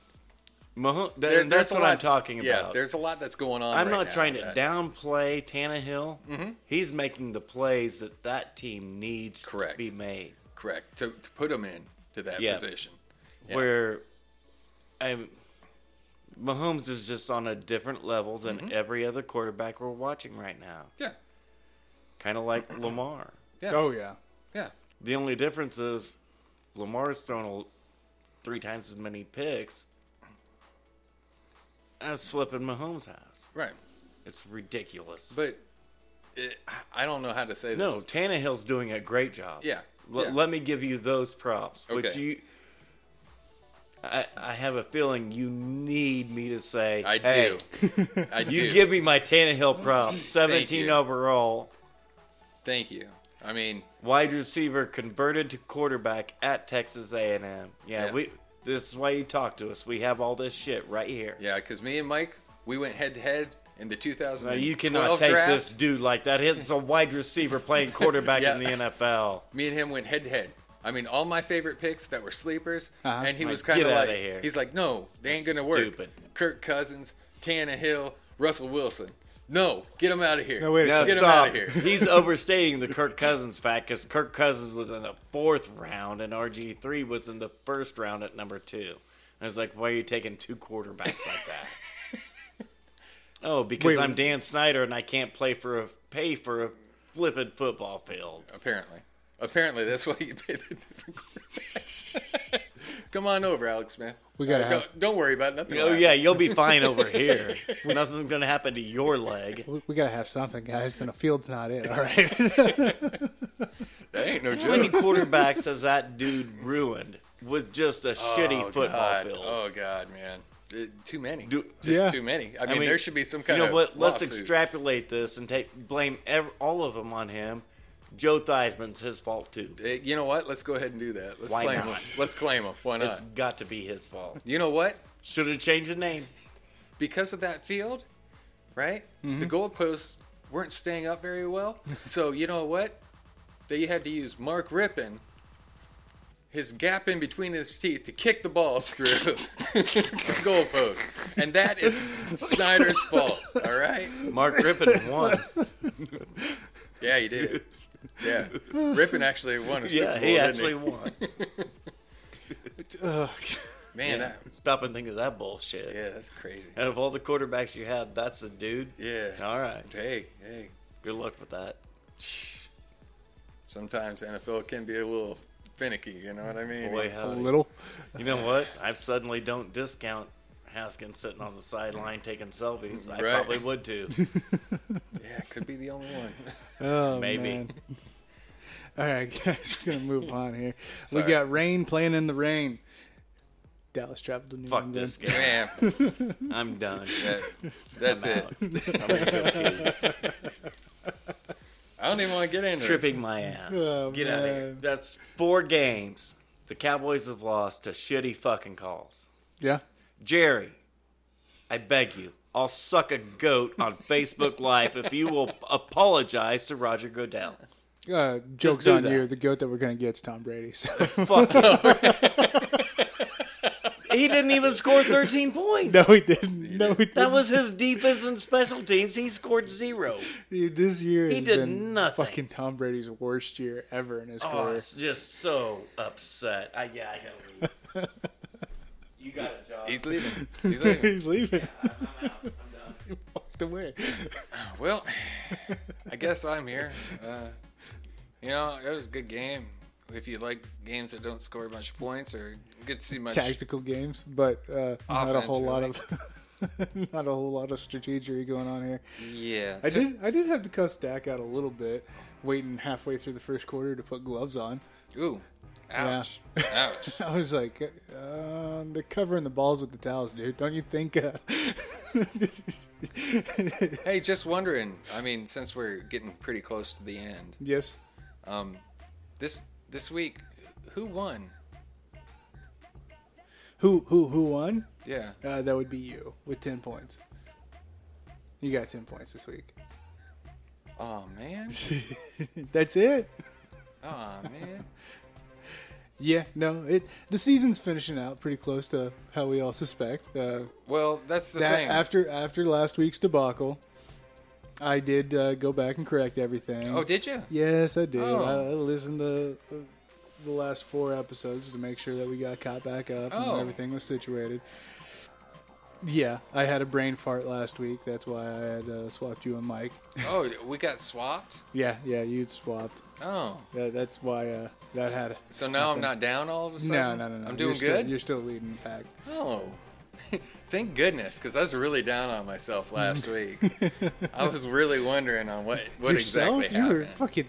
[SPEAKER 1] Mahon- that-
[SPEAKER 3] there-
[SPEAKER 1] Mm-hmm. that's
[SPEAKER 3] there's a
[SPEAKER 1] what I'm
[SPEAKER 3] lot-
[SPEAKER 1] talking about.
[SPEAKER 3] Yeah, there's a lot that's going on.
[SPEAKER 1] I'm
[SPEAKER 3] right
[SPEAKER 1] not
[SPEAKER 3] now
[SPEAKER 1] trying to
[SPEAKER 3] that- Mm-hmm.
[SPEAKER 1] downplay Tannehill. He's making the plays that that team needs
[SPEAKER 3] Correct.
[SPEAKER 1] to be made.
[SPEAKER 3] correct to, to put them in to that
[SPEAKER 1] Yeah.
[SPEAKER 3] position. Yeah.
[SPEAKER 1] Where I'm, Mahomes is just on a different level than
[SPEAKER 3] Mm-hmm.
[SPEAKER 1] every other quarterback we're watching right now.
[SPEAKER 3] Yeah,
[SPEAKER 1] Kind of like Lamar.
[SPEAKER 3] Yeah.
[SPEAKER 2] Oh yeah.
[SPEAKER 3] yeah,
[SPEAKER 1] The only difference is Lamar's thrown a, three times as many picks as flipping Mahomes has.
[SPEAKER 3] right.
[SPEAKER 1] It's ridiculous.
[SPEAKER 3] But it, I- I don't know how to say
[SPEAKER 1] No,
[SPEAKER 3] this.
[SPEAKER 1] Tannehill's doing a great job.
[SPEAKER 3] Yeah,
[SPEAKER 1] L-
[SPEAKER 3] yeah.
[SPEAKER 1] Let me give you those props, which
[SPEAKER 3] Okay.
[SPEAKER 1] you. I, I have a feeling you need me to say.
[SPEAKER 3] I
[SPEAKER 1] "Hey,
[SPEAKER 3] do. I
[SPEAKER 1] You
[SPEAKER 3] do.
[SPEAKER 1] give me my Tannehill props.
[SPEAKER 3] you.
[SPEAKER 1] 17 overall,
[SPEAKER 3] Thank you. I mean,
[SPEAKER 1] wide receiver converted to quarterback at Texas A&M. Yeah,
[SPEAKER 3] Yeah.
[SPEAKER 1] we. This is why you talk to us. We have all this shit right here.
[SPEAKER 3] yeah, because me and Mike, we went head to head in the 2012
[SPEAKER 1] Now, you cannot take
[SPEAKER 3] draft.
[SPEAKER 1] this dude like that. It's a wide receiver playing quarterback
[SPEAKER 3] Yeah.
[SPEAKER 1] in the NFL.
[SPEAKER 3] Me and him went head to head. I mean, all my favorite picks that were sleepers,
[SPEAKER 2] Uh-huh.
[SPEAKER 3] and he
[SPEAKER 1] Like,
[SPEAKER 3] was kind of
[SPEAKER 1] get
[SPEAKER 3] like,
[SPEAKER 1] outta here.
[SPEAKER 3] he's like, no, they ain't gonna work.
[SPEAKER 1] Stupid.
[SPEAKER 3] Kirk Cousins, Tannehill, Russell Wilson. No, get him out of here.
[SPEAKER 2] No, wait a
[SPEAKER 1] Now
[SPEAKER 2] second.
[SPEAKER 3] Get him
[SPEAKER 1] stop.
[SPEAKER 3] out of here.
[SPEAKER 1] He's overstating the Kirk Cousins fact because Kirk Cousins was in the fourth round and RG three was in the first round at number two. I was like, why are you taking two quarterbacks like that? oh, because
[SPEAKER 2] Wait,
[SPEAKER 1] I'm
[SPEAKER 2] wait.
[SPEAKER 1] Dan Snyder and I can't play for a pay for a flippin' football field.
[SPEAKER 3] Apparently. Apparently, that's why you pay the different quarterback. Come on over, Alex Smith. Uh,
[SPEAKER 2] We gotta have-
[SPEAKER 3] don't, don't worry about it. nothing.
[SPEAKER 1] Oh
[SPEAKER 3] will
[SPEAKER 1] yeah, you'll be fine over here. Nothing's gonna happen to your leg.
[SPEAKER 2] We, we gotta have something, guys, and a field's not it. All right.
[SPEAKER 3] happen. That ain't no
[SPEAKER 1] How many
[SPEAKER 3] joke.
[SPEAKER 1] quarterbacks has that dude ruined with just a shitty football
[SPEAKER 3] Oh, God.
[SPEAKER 1] field?
[SPEAKER 3] Oh god, man, Uh, too many.
[SPEAKER 1] Do-
[SPEAKER 3] Just
[SPEAKER 2] Yeah.
[SPEAKER 3] too many. I mean,
[SPEAKER 1] mean,
[SPEAKER 3] there should be some kind
[SPEAKER 1] you know
[SPEAKER 3] of
[SPEAKER 1] what? Let's
[SPEAKER 3] lawsuit.
[SPEAKER 1] extrapolate this and take blame ev- all of them on him. Joe Theismann's his fault too.
[SPEAKER 3] Uh, You know what? Let's go ahead and do that. Let's
[SPEAKER 1] Why
[SPEAKER 3] claim
[SPEAKER 1] not?
[SPEAKER 3] him. Let's claim him. Why not?
[SPEAKER 1] It's got to be his fault.
[SPEAKER 3] You know what?
[SPEAKER 1] Should have changed the name.
[SPEAKER 3] Because of that field, right?
[SPEAKER 1] Mm-hmm.
[SPEAKER 3] The goalposts weren't staying up very well. so you know what? They had to use Mark Rippon, his gap in between his teeth, to kick the balls through the goalpost, and that is Snyder's fault. All right?
[SPEAKER 1] Mark Rippon won.
[SPEAKER 3] Yeah, he did. Yeah, Rippon actually won a Super
[SPEAKER 1] yeah,
[SPEAKER 3] Bowl,
[SPEAKER 1] he
[SPEAKER 3] didn't
[SPEAKER 1] actually won.
[SPEAKER 2] Ugh.
[SPEAKER 3] Man, that,
[SPEAKER 1] Stop and think of that bullshit.
[SPEAKER 3] yeah, that's crazy.
[SPEAKER 1] Out of all the quarterbacks you had, that's a dude.
[SPEAKER 3] Yeah.
[SPEAKER 1] All right.
[SPEAKER 3] Hey, hey.
[SPEAKER 1] Good luck with that.
[SPEAKER 3] sometimes NFL can be a little finicky. You know what I mean?
[SPEAKER 1] Boy,
[SPEAKER 2] a
[SPEAKER 1] howdy.
[SPEAKER 2] little.
[SPEAKER 1] You know what? I suddenly don't discount Haskins sitting on the sideline taking selfies. I
[SPEAKER 3] Right.
[SPEAKER 1] probably would too.
[SPEAKER 3] Yeah, it could be the only one.
[SPEAKER 2] Oh,
[SPEAKER 1] Maybe.
[SPEAKER 2] man. All right, guys, we're gonna move on here. we
[SPEAKER 3] Sorry.
[SPEAKER 2] got rain playing in the rain. Dallas traveled to New
[SPEAKER 1] Fuck
[SPEAKER 2] England.
[SPEAKER 1] this guy.
[SPEAKER 3] Man,
[SPEAKER 1] I'm done.
[SPEAKER 3] that, that's
[SPEAKER 1] I'm
[SPEAKER 3] it.
[SPEAKER 1] out. I'm gonna go pee.
[SPEAKER 3] I don't even want to get into it.
[SPEAKER 1] tripping my ass.
[SPEAKER 2] Oh,
[SPEAKER 1] Get out of here.
[SPEAKER 2] man.
[SPEAKER 1] That's four games the Cowboys have lost to shitty fucking calls.
[SPEAKER 2] Yeah.
[SPEAKER 1] Jerry, I beg you, I'll suck a goat on Facebook Live if you will apologize to Roger Goodell.
[SPEAKER 2] Uh, jokes
[SPEAKER 1] do
[SPEAKER 2] on
[SPEAKER 1] that.
[SPEAKER 2] you. The goat that we're gonna get's Tom Brady. So
[SPEAKER 1] Fuck you. he didn't even score 13 points.
[SPEAKER 2] no, he didn't. no, he
[SPEAKER 1] That
[SPEAKER 2] didn't.
[SPEAKER 1] was his defense and special teams. He scored zero.
[SPEAKER 2] Dude, this year
[SPEAKER 1] He
[SPEAKER 2] has
[SPEAKER 1] did
[SPEAKER 2] been
[SPEAKER 1] nothing.
[SPEAKER 2] fucking Tom Brady's worst year ever in his
[SPEAKER 1] Oh,
[SPEAKER 2] career.
[SPEAKER 1] it's just so upset. I, yeah, I gotta leave. You got a job.
[SPEAKER 3] He's leaving. He's leaving.
[SPEAKER 2] He's leaving.
[SPEAKER 1] I'm out. I'm done.
[SPEAKER 2] Walked away.
[SPEAKER 3] Well, I guess I'm here. Uh, you know, it was a good game. If you like games that don't score a bunch of points or get to see much,
[SPEAKER 2] Tactical games, but uh, not a whole lot
[SPEAKER 3] Offense,
[SPEAKER 2] of not a whole lot of strategy going on here.
[SPEAKER 3] yeah,
[SPEAKER 2] I did I did have to cuss Dak out a little bit, waiting halfway through the first quarter to put gloves on.
[SPEAKER 3] Ooh, Ouch. Ouch.
[SPEAKER 2] I was like, um, they're covering the balls with the towels, dude. Don't you think? Uh...
[SPEAKER 3] Hey, just wondering. I mean, since we're getting pretty close to the end,
[SPEAKER 2] yes.
[SPEAKER 3] this this week, who won?
[SPEAKER 2] Who who who won?
[SPEAKER 3] Yeah.
[SPEAKER 2] Uh, that would be you with ten points. You got ten points this week.
[SPEAKER 3] Oh man.
[SPEAKER 2] That's it.
[SPEAKER 3] Oh man.
[SPEAKER 2] Yeah, no, it. The season's finishing out pretty close to how we all suspect. Uh,
[SPEAKER 3] Well, that's the
[SPEAKER 2] that
[SPEAKER 3] thing.
[SPEAKER 2] after after last week's debacle, I did uh, go back and correct everything.
[SPEAKER 3] oh, did you?
[SPEAKER 2] Yes, I did.
[SPEAKER 3] Oh.
[SPEAKER 2] I I listened to uh, the last four episodes to make sure that we got caught back up
[SPEAKER 3] Oh.
[SPEAKER 2] and everything was situated. Yeah, I had a brain fart last week. That's why I had uh, swapped you and Mike.
[SPEAKER 3] Oh, we got swapped.
[SPEAKER 2] Yeah, yeah, you'd swapped.
[SPEAKER 3] Oh,
[SPEAKER 2] That, that's why uh, that had.
[SPEAKER 3] so now I'm not down all of a
[SPEAKER 2] No,
[SPEAKER 3] sudden.
[SPEAKER 2] no, no, no.
[SPEAKER 3] I'm
[SPEAKER 2] You're
[SPEAKER 3] doing
[SPEAKER 2] Still,
[SPEAKER 3] good.
[SPEAKER 2] you're still leading the pack.
[SPEAKER 3] Oh, thank goodness, because I was really down on myself last week. I was really wondering on what what
[SPEAKER 2] Mm. Yourself,
[SPEAKER 3] exactly
[SPEAKER 2] you
[SPEAKER 3] happened.
[SPEAKER 2] were fucking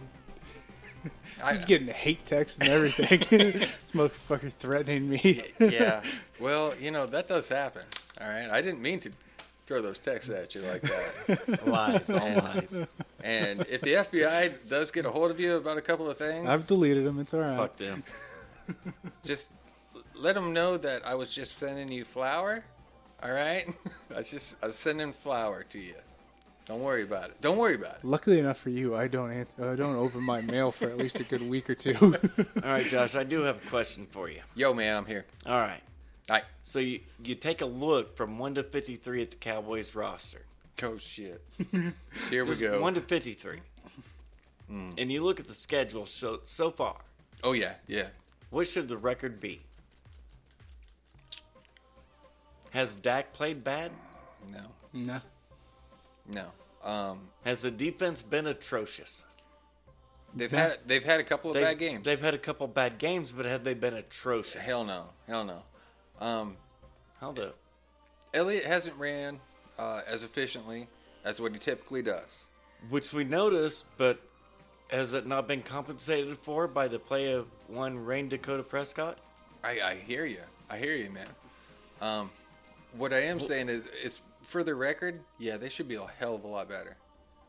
[SPEAKER 3] I,
[SPEAKER 2] He's getting hate texts and everything. this motherfucker threatening me.
[SPEAKER 3] yeah. Well, you know that does happen. All right, I didn't mean to throw those texts at you like that.
[SPEAKER 1] Lies, all lies.
[SPEAKER 3] And if the FBI does get a hold of you about a couple of things,
[SPEAKER 2] I've deleted him. It's all right.
[SPEAKER 1] Fuck them.
[SPEAKER 3] just let them know that I was just sending you flour. All right, I was just I was sending flour to you. Don't worry about it. Don't worry about it.
[SPEAKER 2] Luckily enough for you, I don't answer, I don't open my mail for at least a good week or two.
[SPEAKER 1] All right, Josh, I do have a question for you.
[SPEAKER 3] Yo, man, I'm here.
[SPEAKER 1] All right.
[SPEAKER 3] All right.
[SPEAKER 1] So you, you take a look from 1 to 53 at the Cowboys roster.
[SPEAKER 3] Oh shit. Here we
[SPEAKER 1] Just
[SPEAKER 3] go. Hmm.
[SPEAKER 1] 1 to 53. And you look at the schedule so, so far.
[SPEAKER 3] Oh yeah, yeah.
[SPEAKER 1] What should the record be? Has Dak played bad?
[SPEAKER 3] No,
[SPEAKER 2] no.
[SPEAKER 3] no. Um,
[SPEAKER 1] Has the defense been atrocious?
[SPEAKER 3] they've had they've had a couple of
[SPEAKER 1] They-
[SPEAKER 3] bad games.
[SPEAKER 1] They've had a couple bad games, but have they been atrocious?
[SPEAKER 3] Hell no, hell no. Um,
[SPEAKER 1] How the?
[SPEAKER 3] Elliot hasn't ran uh, as efficiently as what he typically does.
[SPEAKER 1] Which we noticed, but has it not been compensated for by the play of one Rain Dakota Prescott?
[SPEAKER 3] I, I hear you. I hear you, man. Um, what I am saying is, is for the record, yeah, they should be a hell of a lot better.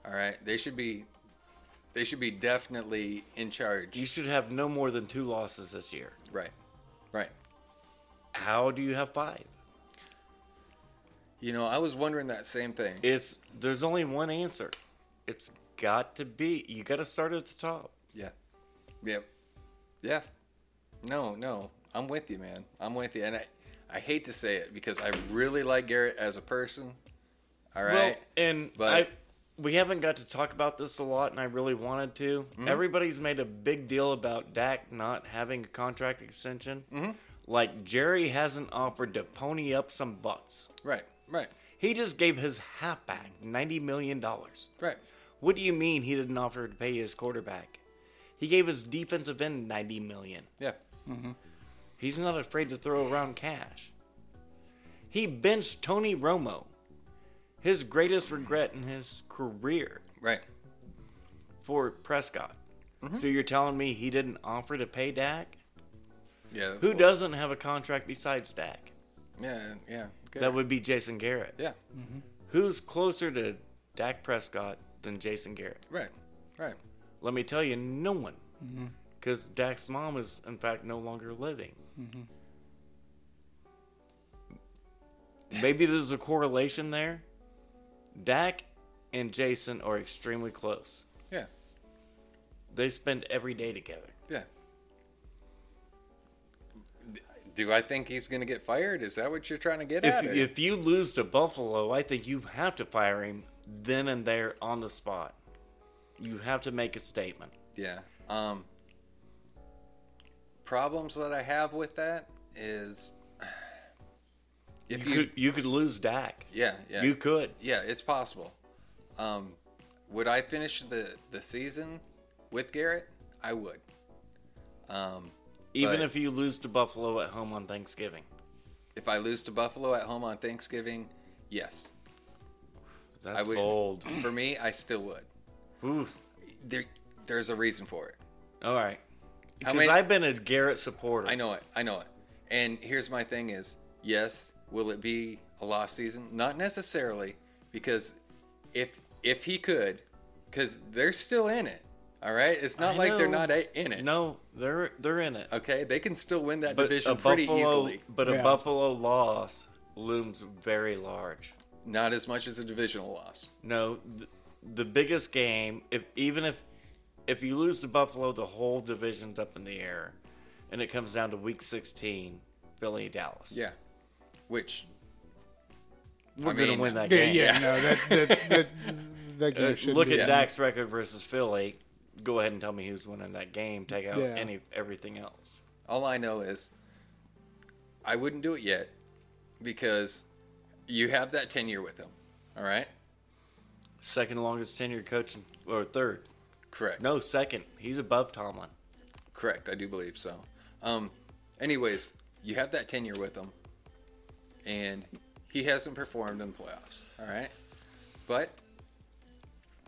[SPEAKER 3] All right, they should be, they should be definitely in
[SPEAKER 1] You
[SPEAKER 3] charge.
[SPEAKER 1] should have no more than two losses this year.
[SPEAKER 3] Right, right.
[SPEAKER 1] How do you have five?
[SPEAKER 3] You know, I was wondering that same thing.
[SPEAKER 1] It's there's only one answer. It's got to be you got to start at the top.
[SPEAKER 3] Yeah. Yep. Yeah. No, no. I'm with you, man. I'm with you. And I, I hate to say it because I really like Garrett as a person. All right.
[SPEAKER 1] Well, and
[SPEAKER 3] But-
[SPEAKER 1] I we haven't got to talk about this a lot, and I really wanted to.
[SPEAKER 3] Mm-hmm.
[SPEAKER 1] Everybody's made a big deal about Dak not having a contract extension.
[SPEAKER 3] Mm-hmm.
[SPEAKER 1] Like Jerry hasn't offered to pony up some bucks.
[SPEAKER 3] right. Right.
[SPEAKER 1] He just gave his halfback ninety million dollars.
[SPEAKER 3] Right.
[SPEAKER 1] What do you mean he didn't offer to pay his quarterback? He gave his defensive end ninety million.
[SPEAKER 3] Yeah.
[SPEAKER 1] He's not afraid to throw around cash. He benched Tony Romo, his greatest regret in his career,
[SPEAKER 3] Right.
[SPEAKER 1] for Prescott.
[SPEAKER 3] Mm-hmm.
[SPEAKER 1] So you're telling me he didn't offer to pay Dak?
[SPEAKER 3] Yeah. that's
[SPEAKER 1] Who
[SPEAKER 3] cool.
[SPEAKER 1] doesn't have a contract besides Dak?
[SPEAKER 3] Yeah. Yeah. Good.
[SPEAKER 1] That would be Jason Garrett.
[SPEAKER 3] yeah.
[SPEAKER 1] Who's closer to Dak Prescott than Jason Garrett?
[SPEAKER 3] Right. Right.
[SPEAKER 1] Let me tell you, no one. Because Dak's mom is, in fact, no longer living. Maybe there's a correlation there. Dak and Jason are extremely close.
[SPEAKER 3] Yeah.
[SPEAKER 1] They spend every day together.
[SPEAKER 3] Yeah. Do I think he's going to get fired? Is that what you're trying to get at?
[SPEAKER 1] If,
[SPEAKER 3] or-
[SPEAKER 1] if you lose to Buffalo, I think you have to fire him then and there on the spot. You have to make a statement.
[SPEAKER 3] Yeah. Um problems that I have with that is if
[SPEAKER 1] You,
[SPEAKER 3] you,
[SPEAKER 1] could, you could lose Dak.
[SPEAKER 3] yeah, yeah.
[SPEAKER 1] You could.
[SPEAKER 3] yeah, it's possible. Um would I finish the the season with Garrett? I would. Um
[SPEAKER 1] Even
[SPEAKER 3] Right.
[SPEAKER 1] if you lose to Buffalo at home on Thanksgiving.
[SPEAKER 3] if I lose to Buffalo at home on Thanksgiving, yes.
[SPEAKER 1] That's
[SPEAKER 3] I would
[SPEAKER 1] bold.
[SPEAKER 3] For me, I still would.
[SPEAKER 1] Ooh.
[SPEAKER 3] There there's a reason for it.
[SPEAKER 1] All right.
[SPEAKER 3] How
[SPEAKER 1] Because
[SPEAKER 3] many-
[SPEAKER 1] I've been a Garrett supporter.
[SPEAKER 3] I know it. I know it. And here's my thing is, yes, will it be a lost season? Not necessarily because if if he could cuz they're still in it. All right? It's not
[SPEAKER 1] I
[SPEAKER 3] like they're
[SPEAKER 1] know.
[SPEAKER 3] not a- in it.
[SPEAKER 1] No, they're they're in it.
[SPEAKER 3] Okay? They can still win that
[SPEAKER 1] But a
[SPEAKER 3] division pretty
[SPEAKER 1] Buffalo,
[SPEAKER 3] easily.
[SPEAKER 1] but
[SPEAKER 2] Yeah.
[SPEAKER 1] a Buffalo loss looms very large.
[SPEAKER 3] Not as much as a divisional loss.
[SPEAKER 1] No, th- the biggest game, if even if if you lose to Buffalo, the whole division's up in the air, and it comes down to Week 16, Philly Dallas.
[SPEAKER 3] Yeah. Which
[SPEAKER 1] we're
[SPEAKER 3] I mean,
[SPEAKER 1] gonna win that
[SPEAKER 2] Yeah,
[SPEAKER 1] game.
[SPEAKER 2] yeah, no, that that's, that that game
[SPEAKER 1] Uh,
[SPEAKER 2] should
[SPEAKER 1] look
[SPEAKER 2] be.
[SPEAKER 1] at
[SPEAKER 3] Yeah.
[SPEAKER 1] Dak's record versus Philly. Go ahead and tell me who's winning that game. Take out
[SPEAKER 2] Yeah.
[SPEAKER 1] any everything else.
[SPEAKER 3] All I know is I wouldn't do it yet because you have that tenure with him. All right?
[SPEAKER 1] Second longest tenured coach, in- or third?
[SPEAKER 3] Correct.
[SPEAKER 1] No, second. He's above Tomlin.
[SPEAKER 3] Correct. I do believe so. Um, anyways, you have that tenure with him, and he hasn't performed in the playoffs. All right. But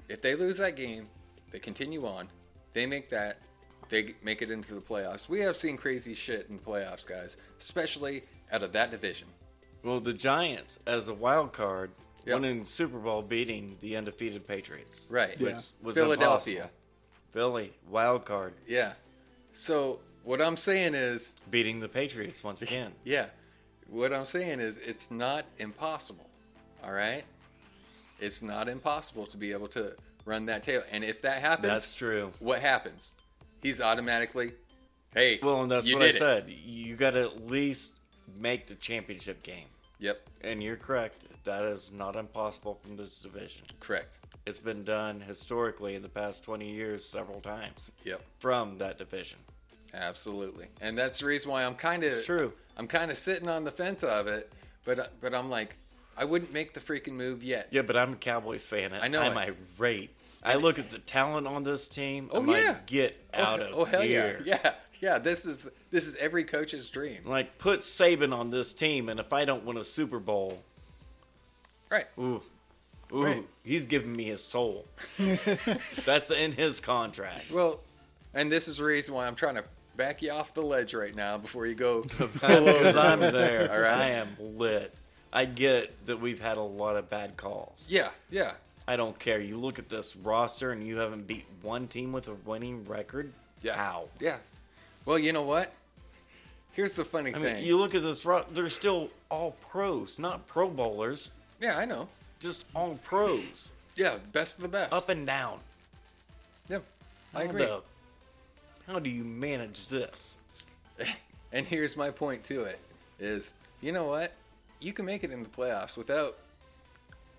[SPEAKER 3] if they lose that game, they continue on, they make that, they g- make it into the playoffs. We have seen crazy shit in playoffs, guys, especially out of that division.
[SPEAKER 1] Well, the Giants, as a wild card,
[SPEAKER 3] Yeah.
[SPEAKER 1] winning the Super Bowl, beating the undefeated Patriots.
[SPEAKER 3] Right.
[SPEAKER 2] Yeah.
[SPEAKER 1] Which was
[SPEAKER 3] Philadelphia.
[SPEAKER 1] impossible. Philly, wild card,
[SPEAKER 3] Yeah. So what I'm saying is,
[SPEAKER 1] beating the Patriots once again.
[SPEAKER 3] Yeah. What I'm saying is it's not impossible. All right? It's not impossible to be able to run that tail. And if that happens,
[SPEAKER 1] That's true.
[SPEAKER 3] What happens? He's automatically Hey,
[SPEAKER 1] Well, and that's
[SPEAKER 3] you
[SPEAKER 1] what I
[SPEAKER 3] did it.
[SPEAKER 1] said. You got to at least make the championship game.
[SPEAKER 3] Yep,
[SPEAKER 1] And you're correct. That is not impossible from this division.
[SPEAKER 3] correct.
[SPEAKER 1] It's been done historically in the past 20 years several times
[SPEAKER 3] Yep,
[SPEAKER 1] from that division.
[SPEAKER 3] absolutely. And that's the reason why I'm kind of
[SPEAKER 1] It's true.
[SPEAKER 3] I'm kind of sitting on the fence of it, but but I'm like I wouldn't make the freaking move yet.
[SPEAKER 1] Yeah, but I'm a Cowboys fan. And
[SPEAKER 3] I know
[SPEAKER 1] I'm
[SPEAKER 3] it.
[SPEAKER 1] irate. I look at the talent on this team.
[SPEAKER 3] Oh,
[SPEAKER 1] I'm like,
[SPEAKER 3] yeah.
[SPEAKER 1] get out of
[SPEAKER 3] oh hell
[SPEAKER 1] here.
[SPEAKER 3] yeah. Yeah. Yeah, this is this is every coach's dream.
[SPEAKER 1] Like, put Saban on this team, and if I don't win a Super Bowl,
[SPEAKER 3] Right.
[SPEAKER 1] ooh, ooh,
[SPEAKER 3] Right.
[SPEAKER 1] he's giving me his soul. That's in his contract.
[SPEAKER 3] Well, and this is the reason why I'm trying to back you off the ledge right now before you go full over.
[SPEAKER 1] Because I'm there.
[SPEAKER 3] All right.
[SPEAKER 1] I am lit. I get that we've had a lot of bad calls.
[SPEAKER 3] Yeah, yeah,
[SPEAKER 1] I don't care. You look at this roster and you haven't beat one team with a winning record.
[SPEAKER 3] yeah.
[SPEAKER 1] How?
[SPEAKER 3] Yeah. Well, you know what? Here's the funny
[SPEAKER 1] I
[SPEAKER 3] thing.
[SPEAKER 1] mean, you look at this roster, they're still all pros, not pro bowlers,
[SPEAKER 3] yeah, I know.
[SPEAKER 1] just all pros,
[SPEAKER 3] Yeah, best of the best.
[SPEAKER 1] up and down.
[SPEAKER 3] yeah, I
[SPEAKER 1] How
[SPEAKER 3] agree.
[SPEAKER 1] the- how do you manage this?
[SPEAKER 3] And here's my point to it: is you know what? You can make it in the playoffs without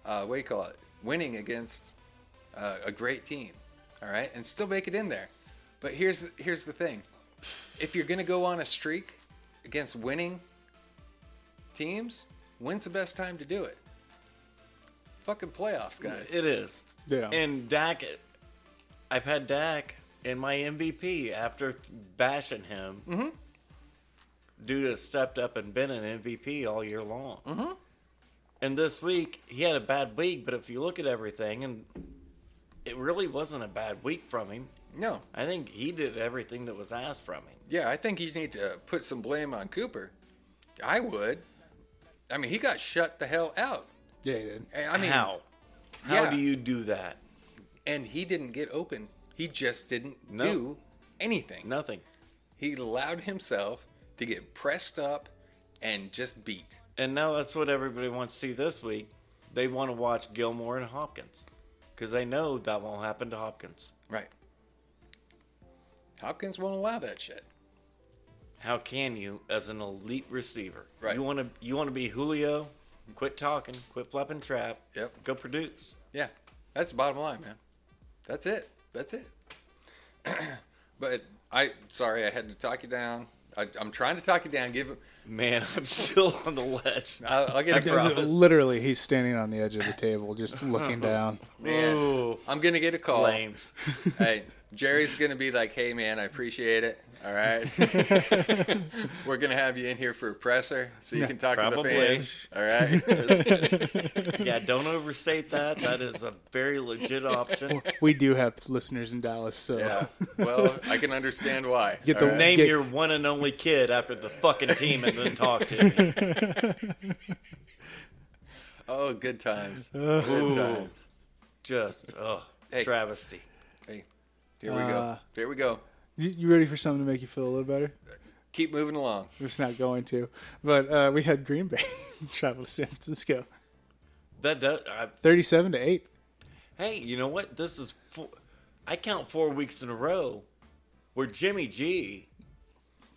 [SPEAKER 3] uh, what do you call it? Winning against uh, a great team, all right, and still make it in there. But here's here's the thing: if you're gonna go on a streak against winning teams, when's the best time to do it? Fucking playoffs, guys.
[SPEAKER 1] It is.
[SPEAKER 2] Yeah.
[SPEAKER 1] And Dak, I've had Dak in my MVP after th- bashing him. Mm-hmm. Dude has stepped up and been an MVP all year long. Mm-hmm. And this week, he had a bad week, but if you look at everything, and it really wasn't a bad week from him.
[SPEAKER 3] no,
[SPEAKER 1] I think he did everything that was asked from him.
[SPEAKER 3] yeah, I think you need to put some blame on Cooper. I would. I mean, he got shut the hell out.
[SPEAKER 2] Yeah, he did.
[SPEAKER 3] I mean,
[SPEAKER 1] how? How
[SPEAKER 3] yeah.
[SPEAKER 1] do you do that?
[SPEAKER 3] and he didn't get open. He just didn't
[SPEAKER 1] No.
[SPEAKER 3] do anything.
[SPEAKER 1] Nothing.
[SPEAKER 3] He allowed himself to get pressed up and just beat.
[SPEAKER 1] And now that's what everybody wants to see this week. They want to watch Gilmore and Hopkins because they know that won't happen to Hopkins.
[SPEAKER 3] Right. Hopkins won't allow that shit.
[SPEAKER 1] How can you, as an elite receiver,
[SPEAKER 3] Right.
[SPEAKER 1] you want to you want to be Julio? Quit talking, quit flapping trap.
[SPEAKER 3] Yep.
[SPEAKER 1] Go produce.
[SPEAKER 3] Yeah. That's the bottom line, man. That's it. That's it. but I sorry I had to talk you down. I, I'm trying to talk you down. Give him.
[SPEAKER 1] Man, I'm still on the ledge.
[SPEAKER 3] I'll, I'll get a
[SPEAKER 2] Yeah,
[SPEAKER 3] call.
[SPEAKER 2] Literally, he's standing on the edge of the table, just looking down.
[SPEAKER 3] Man,
[SPEAKER 1] Ooh.
[SPEAKER 3] Oh. I'm gonna get a call.
[SPEAKER 1] Flames.
[SPEAKER 3] hey, Jerry's gonna be like, "Hey, man, I appreciate it. All right, we're gonna have you in here for a presser, so you can talk to the
[SPEAKER 1] Probably.
[SPEAKER 3] fans. All right,
[SPEAKER 1] Yeah, don't overstate that. That is a very legit option.
[SPEAKER 2] We do have listeners in Dallas, so
[SPEAKER 3] yeah. Well, I can understand why.
[SPEAKER 2] Get
[SPEAKER 3] all
[SPEAKER 2] the
[SPEAKER 3] right?
[SPEAKER 1] Name
[SPEAKER 2] Get-
[SPEAKER 1] your one and only kid after the fucking team and then talk to me.
[SPEAKER 3] Oh, good times.
[SPEAKER 1] Uh,
[SPEAKER 3] Good times.
[SPEAKER 1] Just, oh,
[SPEAKER 3] Hey.
[SPEAKER 1] travesty.
[SPEAKER 3] Hey, here we
[SPEAKER 1] Uh,
[SPEAKER 3] go. Here we go.
[SPEAKER 2] You- you ready for something to make you feel a little better?
[SPEAKER 3] Keep moving along.
[SPEAKER 2] It's not going to, but uh, we had Green Bay travel to San Francisco,
[SPEAKER 1] That does. I,
[SPEAKER 2] thirty-seven to eight.
[SPEAKER 1] hey, you know what? This is. Four, I count four weeks in a row where Jimmy G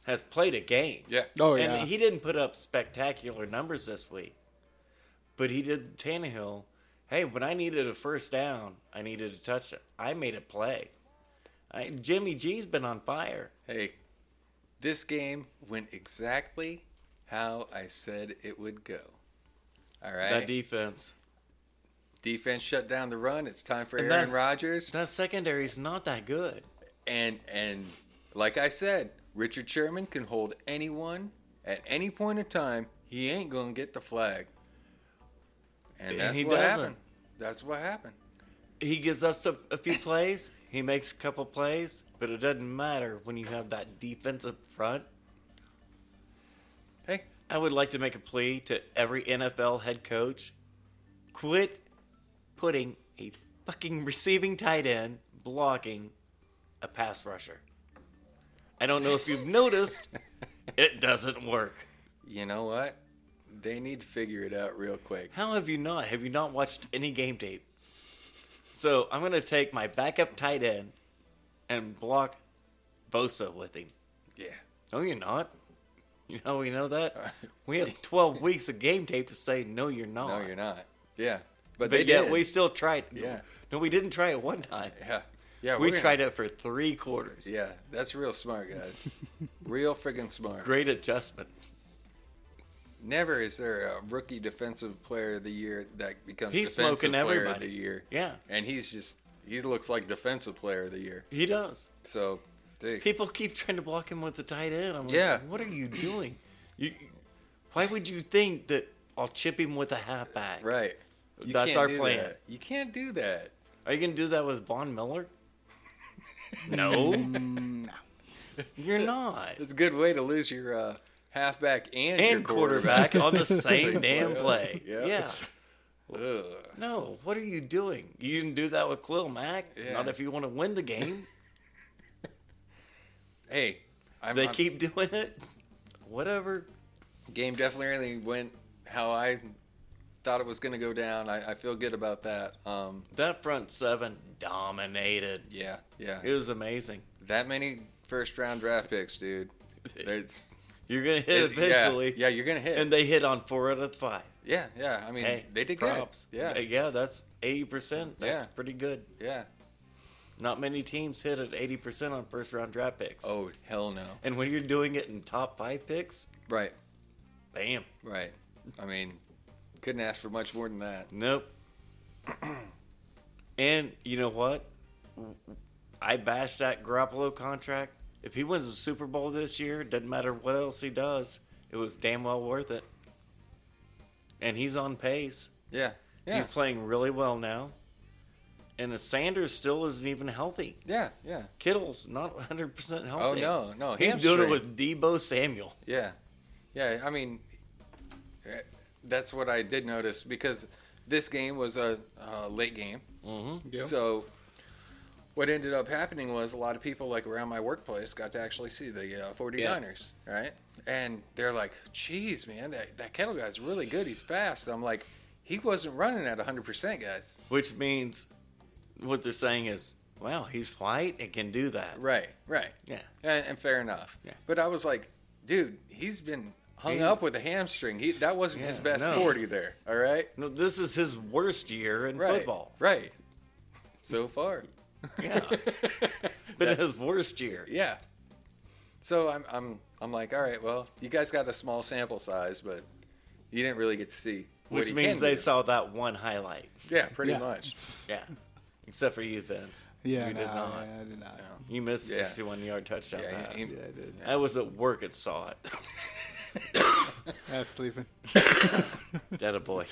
[SPEAKER 1] has played a game.
[SPEAKER 3] Yeah.
[SPEAKER 2] Oh yeah,
[SPEAKER 1] And he didn't put up spectacular numbers this week, but he did Tannehill. Hey, when I needed a first down, I needed a touchdown. I made a play. I, Jimmy G's been on fire.
[SPEAKER 3] Hey, this game went exactly how I said it would go. All right.
[SPEAKER 1] That defense.
[SPEAKER 3] Defense shut down the run. It's time for
[SPEAKER 1] And
[SPEAKER 3] Aaron
[SPEAKER 1] that's-
[SPEAKER 3] Rodgers.
[SPEAKER 1] That secondary's not that good.
[SPEAKER 3] And and like I said, Richard Sherman can hold anyone at any point in time. He ain't gonna get the flag. And
[SPEAKER 1] And
[SPEAKER 3] that's
[SPEAKER 1] he
[SPEAKER 3] what
[SPEAKER 1] doesn't.
[SPEAKER 3] happened. That's what happened.
[SPEAKER 1] He gives up some, a few plays. He makes a couple plays, but it doesn't matter when you have that defensive front.
[SPEAKER 3] Hey,
[SPEAKER 1] I would like to make a plea to every NFL head coach: quit putting a fucking receiving tight end blocking a pass rusher. I don't know if you've noticed, it doesn't work.
[SPEAKER 3] you know what? They need to figure it out real quick.
[SPEAKER 1] How have you not? Have you not watched any game tape? So I'm gonna take my backup tight end and block Bosa with him.
[SPEAKER 3] Yeah.
[SPEAKER 1] No, you're not. You know we know that. We have 12 weeks of game tape to say no, you're not.
[SPEAKER 3] No, you're not. Yeah. But, they
[SPEAKER 1] Oh, But yet
[SPEAKER 3] did.
[SPEAKER 1] we still tried.
[SPEAKER 3] Yeah.
[SPEAKER 1] No, we didn't try it one time.
[SPEAKER 3] Yeah. Yeah.
[SPEAKER 1] we
[SPEAKER 3] we're gonna-
[SPEAKER 1] tried it for three quarters.
[SPEAKER 3] Yeah, that's real smart, guys. real friggin' smart.
[SPEAKER 1] Great adjustment.
[SPEAKER 3] Never is there a rookie defensive player of the year that becomes
[SPEAKER 1] He's
[SPEAKER 3] defensive
[SPEAKER 1] smoking
[SPEAKER 3] player of
[SPEAKER 1] everybody.
[SPEAKER 3] the year.
[SPEAKER 1] Yeah.
[SPEAKER 3] and he's just he looks like defensive player of the year.
[SPEAKER 1] He does.
[SPEAKER 3] So, dude,
[SPEAKER 1] People keep trying to block him with the tight end. I'm like,
[SPEAKER 3] Yeah.
[SPEAKER 1] what are you doing? You, why would you think that I'll chip him with a halfback?
[SPEAKER 3] right?
[SPEAKER 1] That's
[SPEAKER 3] can't
[SPEAKER 1] our
[SPEAKER 3] do
[SPEAKER 1] plan.
[SPEAKER 3] that. You can't do that.
[SPEAKER 1] Are you going to do that with Von Miller? No. no. You're not.
[SPEAKER 3] It's a good way to lose your uh, halfback and, your
[SPEAKER 1] And quarterback on the same damn
[SPEAKER 3] play.
[SPEAKER 1] play.
[SPEAKER 3] Yeah.
[SPEAKER 1] yeah.
[SPEAKER 3] Ugh.
[SPEAKER 1] No, what are you doing? You didn't do that with Quill Mack.
[SPEAKER 3] Yeah.
[SPEAKER 1] Not if you want to win the game.
[SPEAKER 3] Hey, I'm,
[SPEAKER 1] they
[SPEAKER 3] I'm-
[SPEAKER 1] keep doing it. Whatever.
[SPEAKER 3] game definitely went how I thought it was going to go down. I, I feel good about that. Um,
[SPEAKER 1] That front seven dominated.
[SPEAKER 3] yeah, yeah.
[SPEAKER 1] It was amazing.
[SPEAKER 3] That many first round draft picks, dude. It's
[SPEAKER 1] You're gonna hit
[SPEAKER 3] it-
[SPEAKER 1] eventually.
[SPEAKER 3] Yeah, yeah, you're gonna hit.
[SPEAKER 1] And they hit on four out of five.
[SPEAKER 3] yeah, yeah. I mean,
[SPEAKER 1] Hey,
[SPEAKER 3] they did
[SPEAKER 1] props.
[SPEAKER 3] good. Yeah,
[SPEAKER 1] yeah, that's eighty percent. That's
[SPEAKER 3] Yeah.
[SPEAKER 1] pretty good.
[SPEAKER 3] yeah.
[SPEAKER 1] Not many teams hit at eighty percent on first round draft picks.
[SPEAKER 3] Oh hell no.
[SPEAKER 1] And when you're doing it in top five picks,
[SPEAKER 3] Right,
[SPEAKER 1] bam.
[SPEAKER 3] right. I mean, couldn't ask for much more than that.
[SPEAKER 1] Nope. and you know what? I bash that Garoppolo contract. If he wins the Super Bowl this year, doesn't matter what else he does, it was damn well worth it. And he's on pace.
[SPEAKER 3] Yeah, yeah,
[SPEAKER 1] He's playing really well now. And the Sanders still isn't even healthy.
[SPEAKER 3] yeah, yeah,
[SPEAKER 1] Kittle's not 100% healthy.
[SPEAKER 3] Oh, no, no,
[SPEAKER 1] He's doing it
[SPEAKER 3] hamstring.
[SPEAKER 1] with Debo Samuel.
[SPEAKER 3] yeah, yeah. I mean, eh, that's what I did notice because this game was a uh, late game.
[SPEAKER 1] Mm-hmm.
[SPEAKER 3] So, what ended up happening was a lot of people like around my workplace got to actually see the uh, 49ers, right? And they're like, "Jeez, man, that that kettle guy's really good. He's fast." I'm like, "He wasn't running at 100%, guys."
[SPEAKER 1] Which means what they're saying is, wow, he's white and can do that.
[SPEAKER 3] Right, right.
[SPEAKER 1] Yeah.
[SPEAKER 3] And, and fair enough.
[SPEAKER 1] Yeah.
[SPEAKER 3] But I was like, "Dude, he's been hung
[SPEAKER 1] He-
[SPEAKER 3] up with a hamstring. He that wasn't his
[SPEAKER 1] Yeah,
[SPEAKER 3] best
[SPEAKER 1] no.
[SPEAKER 3] 40 there. All right?
[SPEAKER 1] No, this is his worst year in
[SPEAKER 3] Right.
[SPEAKER 1] football.
[SPEAKER 3] Right. So far.
[SPEAKER 1] Yeah. but his worst year.
[SPEAKER 3] Yeah. So I'm I'm I'm like, all right, well, you guys got a small sample size, but you didn't really get to see what
[SPEAKER 1] Which
[SPEAKER 3] he
[SPEAKER 1] means
[SPEAKER 3] can
[SPEAKER 1] they
[SPEAKER 3] do.
[SPEAKER 1] saw that one highlight.
[SPEAKER 3] Yeah, pretty
[SPEAKER 2] Yeah.
[SPEAKER 3] much.
[SPEAKER 1] Yeah. Except for you, Vince.
[SPEAKER 2] Yeah,
[SPEAKER 1] you
[SPEAKER 2] no,
[SPEAKER 1] did not.
[SPEAKER 2] yeah, I did not.
[SPEAKER 1] You missed a
[SPEAKER 3] Yeah.
[SPEAKER 1] 61 yard touchdown
[SPEAKER 3] Yeah,
[SPEAKER 1] pass.
[SPEAKER 3] he-
[SPEAKER 2] Yeah, I did.
[SPEAKER 1] I was at work and saw it.
[SPEAKER 2] I was sleeping.
[SPEAKER 1] That a boy.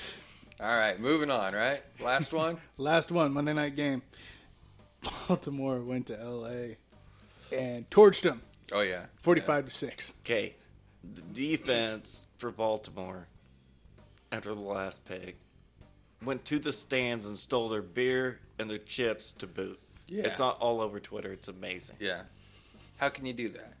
[SPEAKER 3] All right, moving on. Right, last one.
[SPEAKER 2] Last one, Monday night game. Baltimore went to L.A. and torched them,
[SPEAKER 3] Oh yeah,
[SPEAKER 2] forty-five to six.
[SPEAKER 1] Okay, the defense for Baltimore after the last pig went to the stands and stole their beer and their chips to boot.
[SPEAKER 3] Yeah.
[SPEAKER 1] It's not all over Twitter. It's amazing.
[SPEAKER 3] Yeah. How can you do that?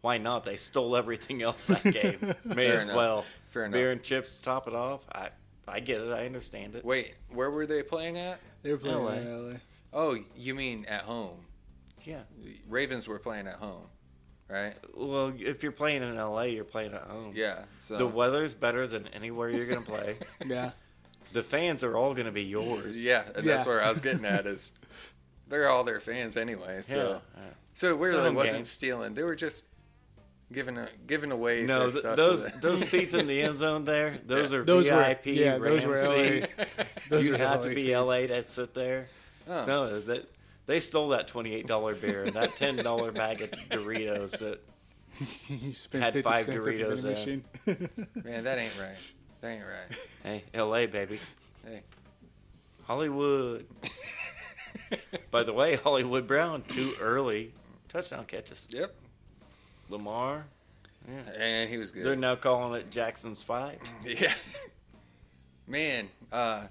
[SPEAKER 1] Why not? They stole everything else that game. May
[SPEAKER 3] Fair
[SPEAKER 1] as
[SPEAKER 3] enough.
[SPEAKER 1] well.
[SPEAKER 3] Fair enough.
[SPEAKER 1] Beer and chips to top it off. I I get it. I understand it.
[SPEAKER 3] Wait, where were they playing at?
[SPEAKER 2] They were playing
[SPEAKER 1] LA.
[SPEAKER 2] in L.A.
[SPEAKER 3] Oh, you mean at home?
[SPEAKER 1] Yeah.
[SPEAKER 3] The Ravens were playing at home, right?
[SPEAKER 1] Well, if you're playing in LA, you're playing at home.
[SPEAKER 3] Yeah. So
[SPEAKER 1] The weather's better than anywhere you're going to play.
[SPEAKER 2] Yeah,
[SPEAKER 1] the fans are all going to be yours.
[SPEAKER 3] Yeah, and that's
[SPEAKER 2] Yeah.
[SPEAKER 3] where I was getting at is they're all their fans anyway. So
[SPEAKER 1] Yeah.
[SPEAKER 3] so it really
[SPEAKER 1] Home
[SPEAKER 3] wasn't
[SPEAKER 1] game.
[SPEAKER 3] stealing. They were just giving a, giving away.
[SPEAKER 1] No,
[SPEAKER 3] their
[SPEAKER 1] th-
[SPEAKER 3] stuff to
[SPEAKER 1] those
[SPEAKER 3] the-
[SPEAKER 1] those seats in the end zone there, those are
[SPEAKER 2] Those were-
[SPEAKER 1] VIP
[SPEAKER 2] yeah,
[SPEAKER 1] Ram
[SPEAKER 2] those were LA
[SPEAKER 1] seats.
[SPEAKER 2] those
[SPEAKER 1] you
[SPEAKER 2] are
[SPEAKER 1] have
[SPEAKER 2] LA
[SPEAKER 1] to be
[SPEAKER 2] seats.
[SPEAKER 1] LA to sit there.
[SPEAKER 3] Oh.
[SPEAKER 1] No, that they stole that twenty eight dollar beer and that ten dollar bag of Doritos. That
[SPEAKER 2] you spent
[SPEAKER 1] Had
[SPEAKER 2] 50
[SPEAKER 1] five
[SPEAKER 2] cents at the
[SPEAKER 1] Doritos
[SPEAKER 2] vending machine.
[SPEAKER 3] man, that ain't right. That ain't right.
[SPEAKER 1] hey, LA baby,
[SPEAKER 3] Hey,
[SPEAKER 1] Hollywood. By the way, Hollywood Brown too early touchdown catches.
[SPEAKER 3] yep.
[SPEAKER 1] Lamar,
[SPEAKER 3] And he was good.
[SPEAKER 1] they're now calling it Jackson's five.
[SPEAKER 3] yeah. man, uh,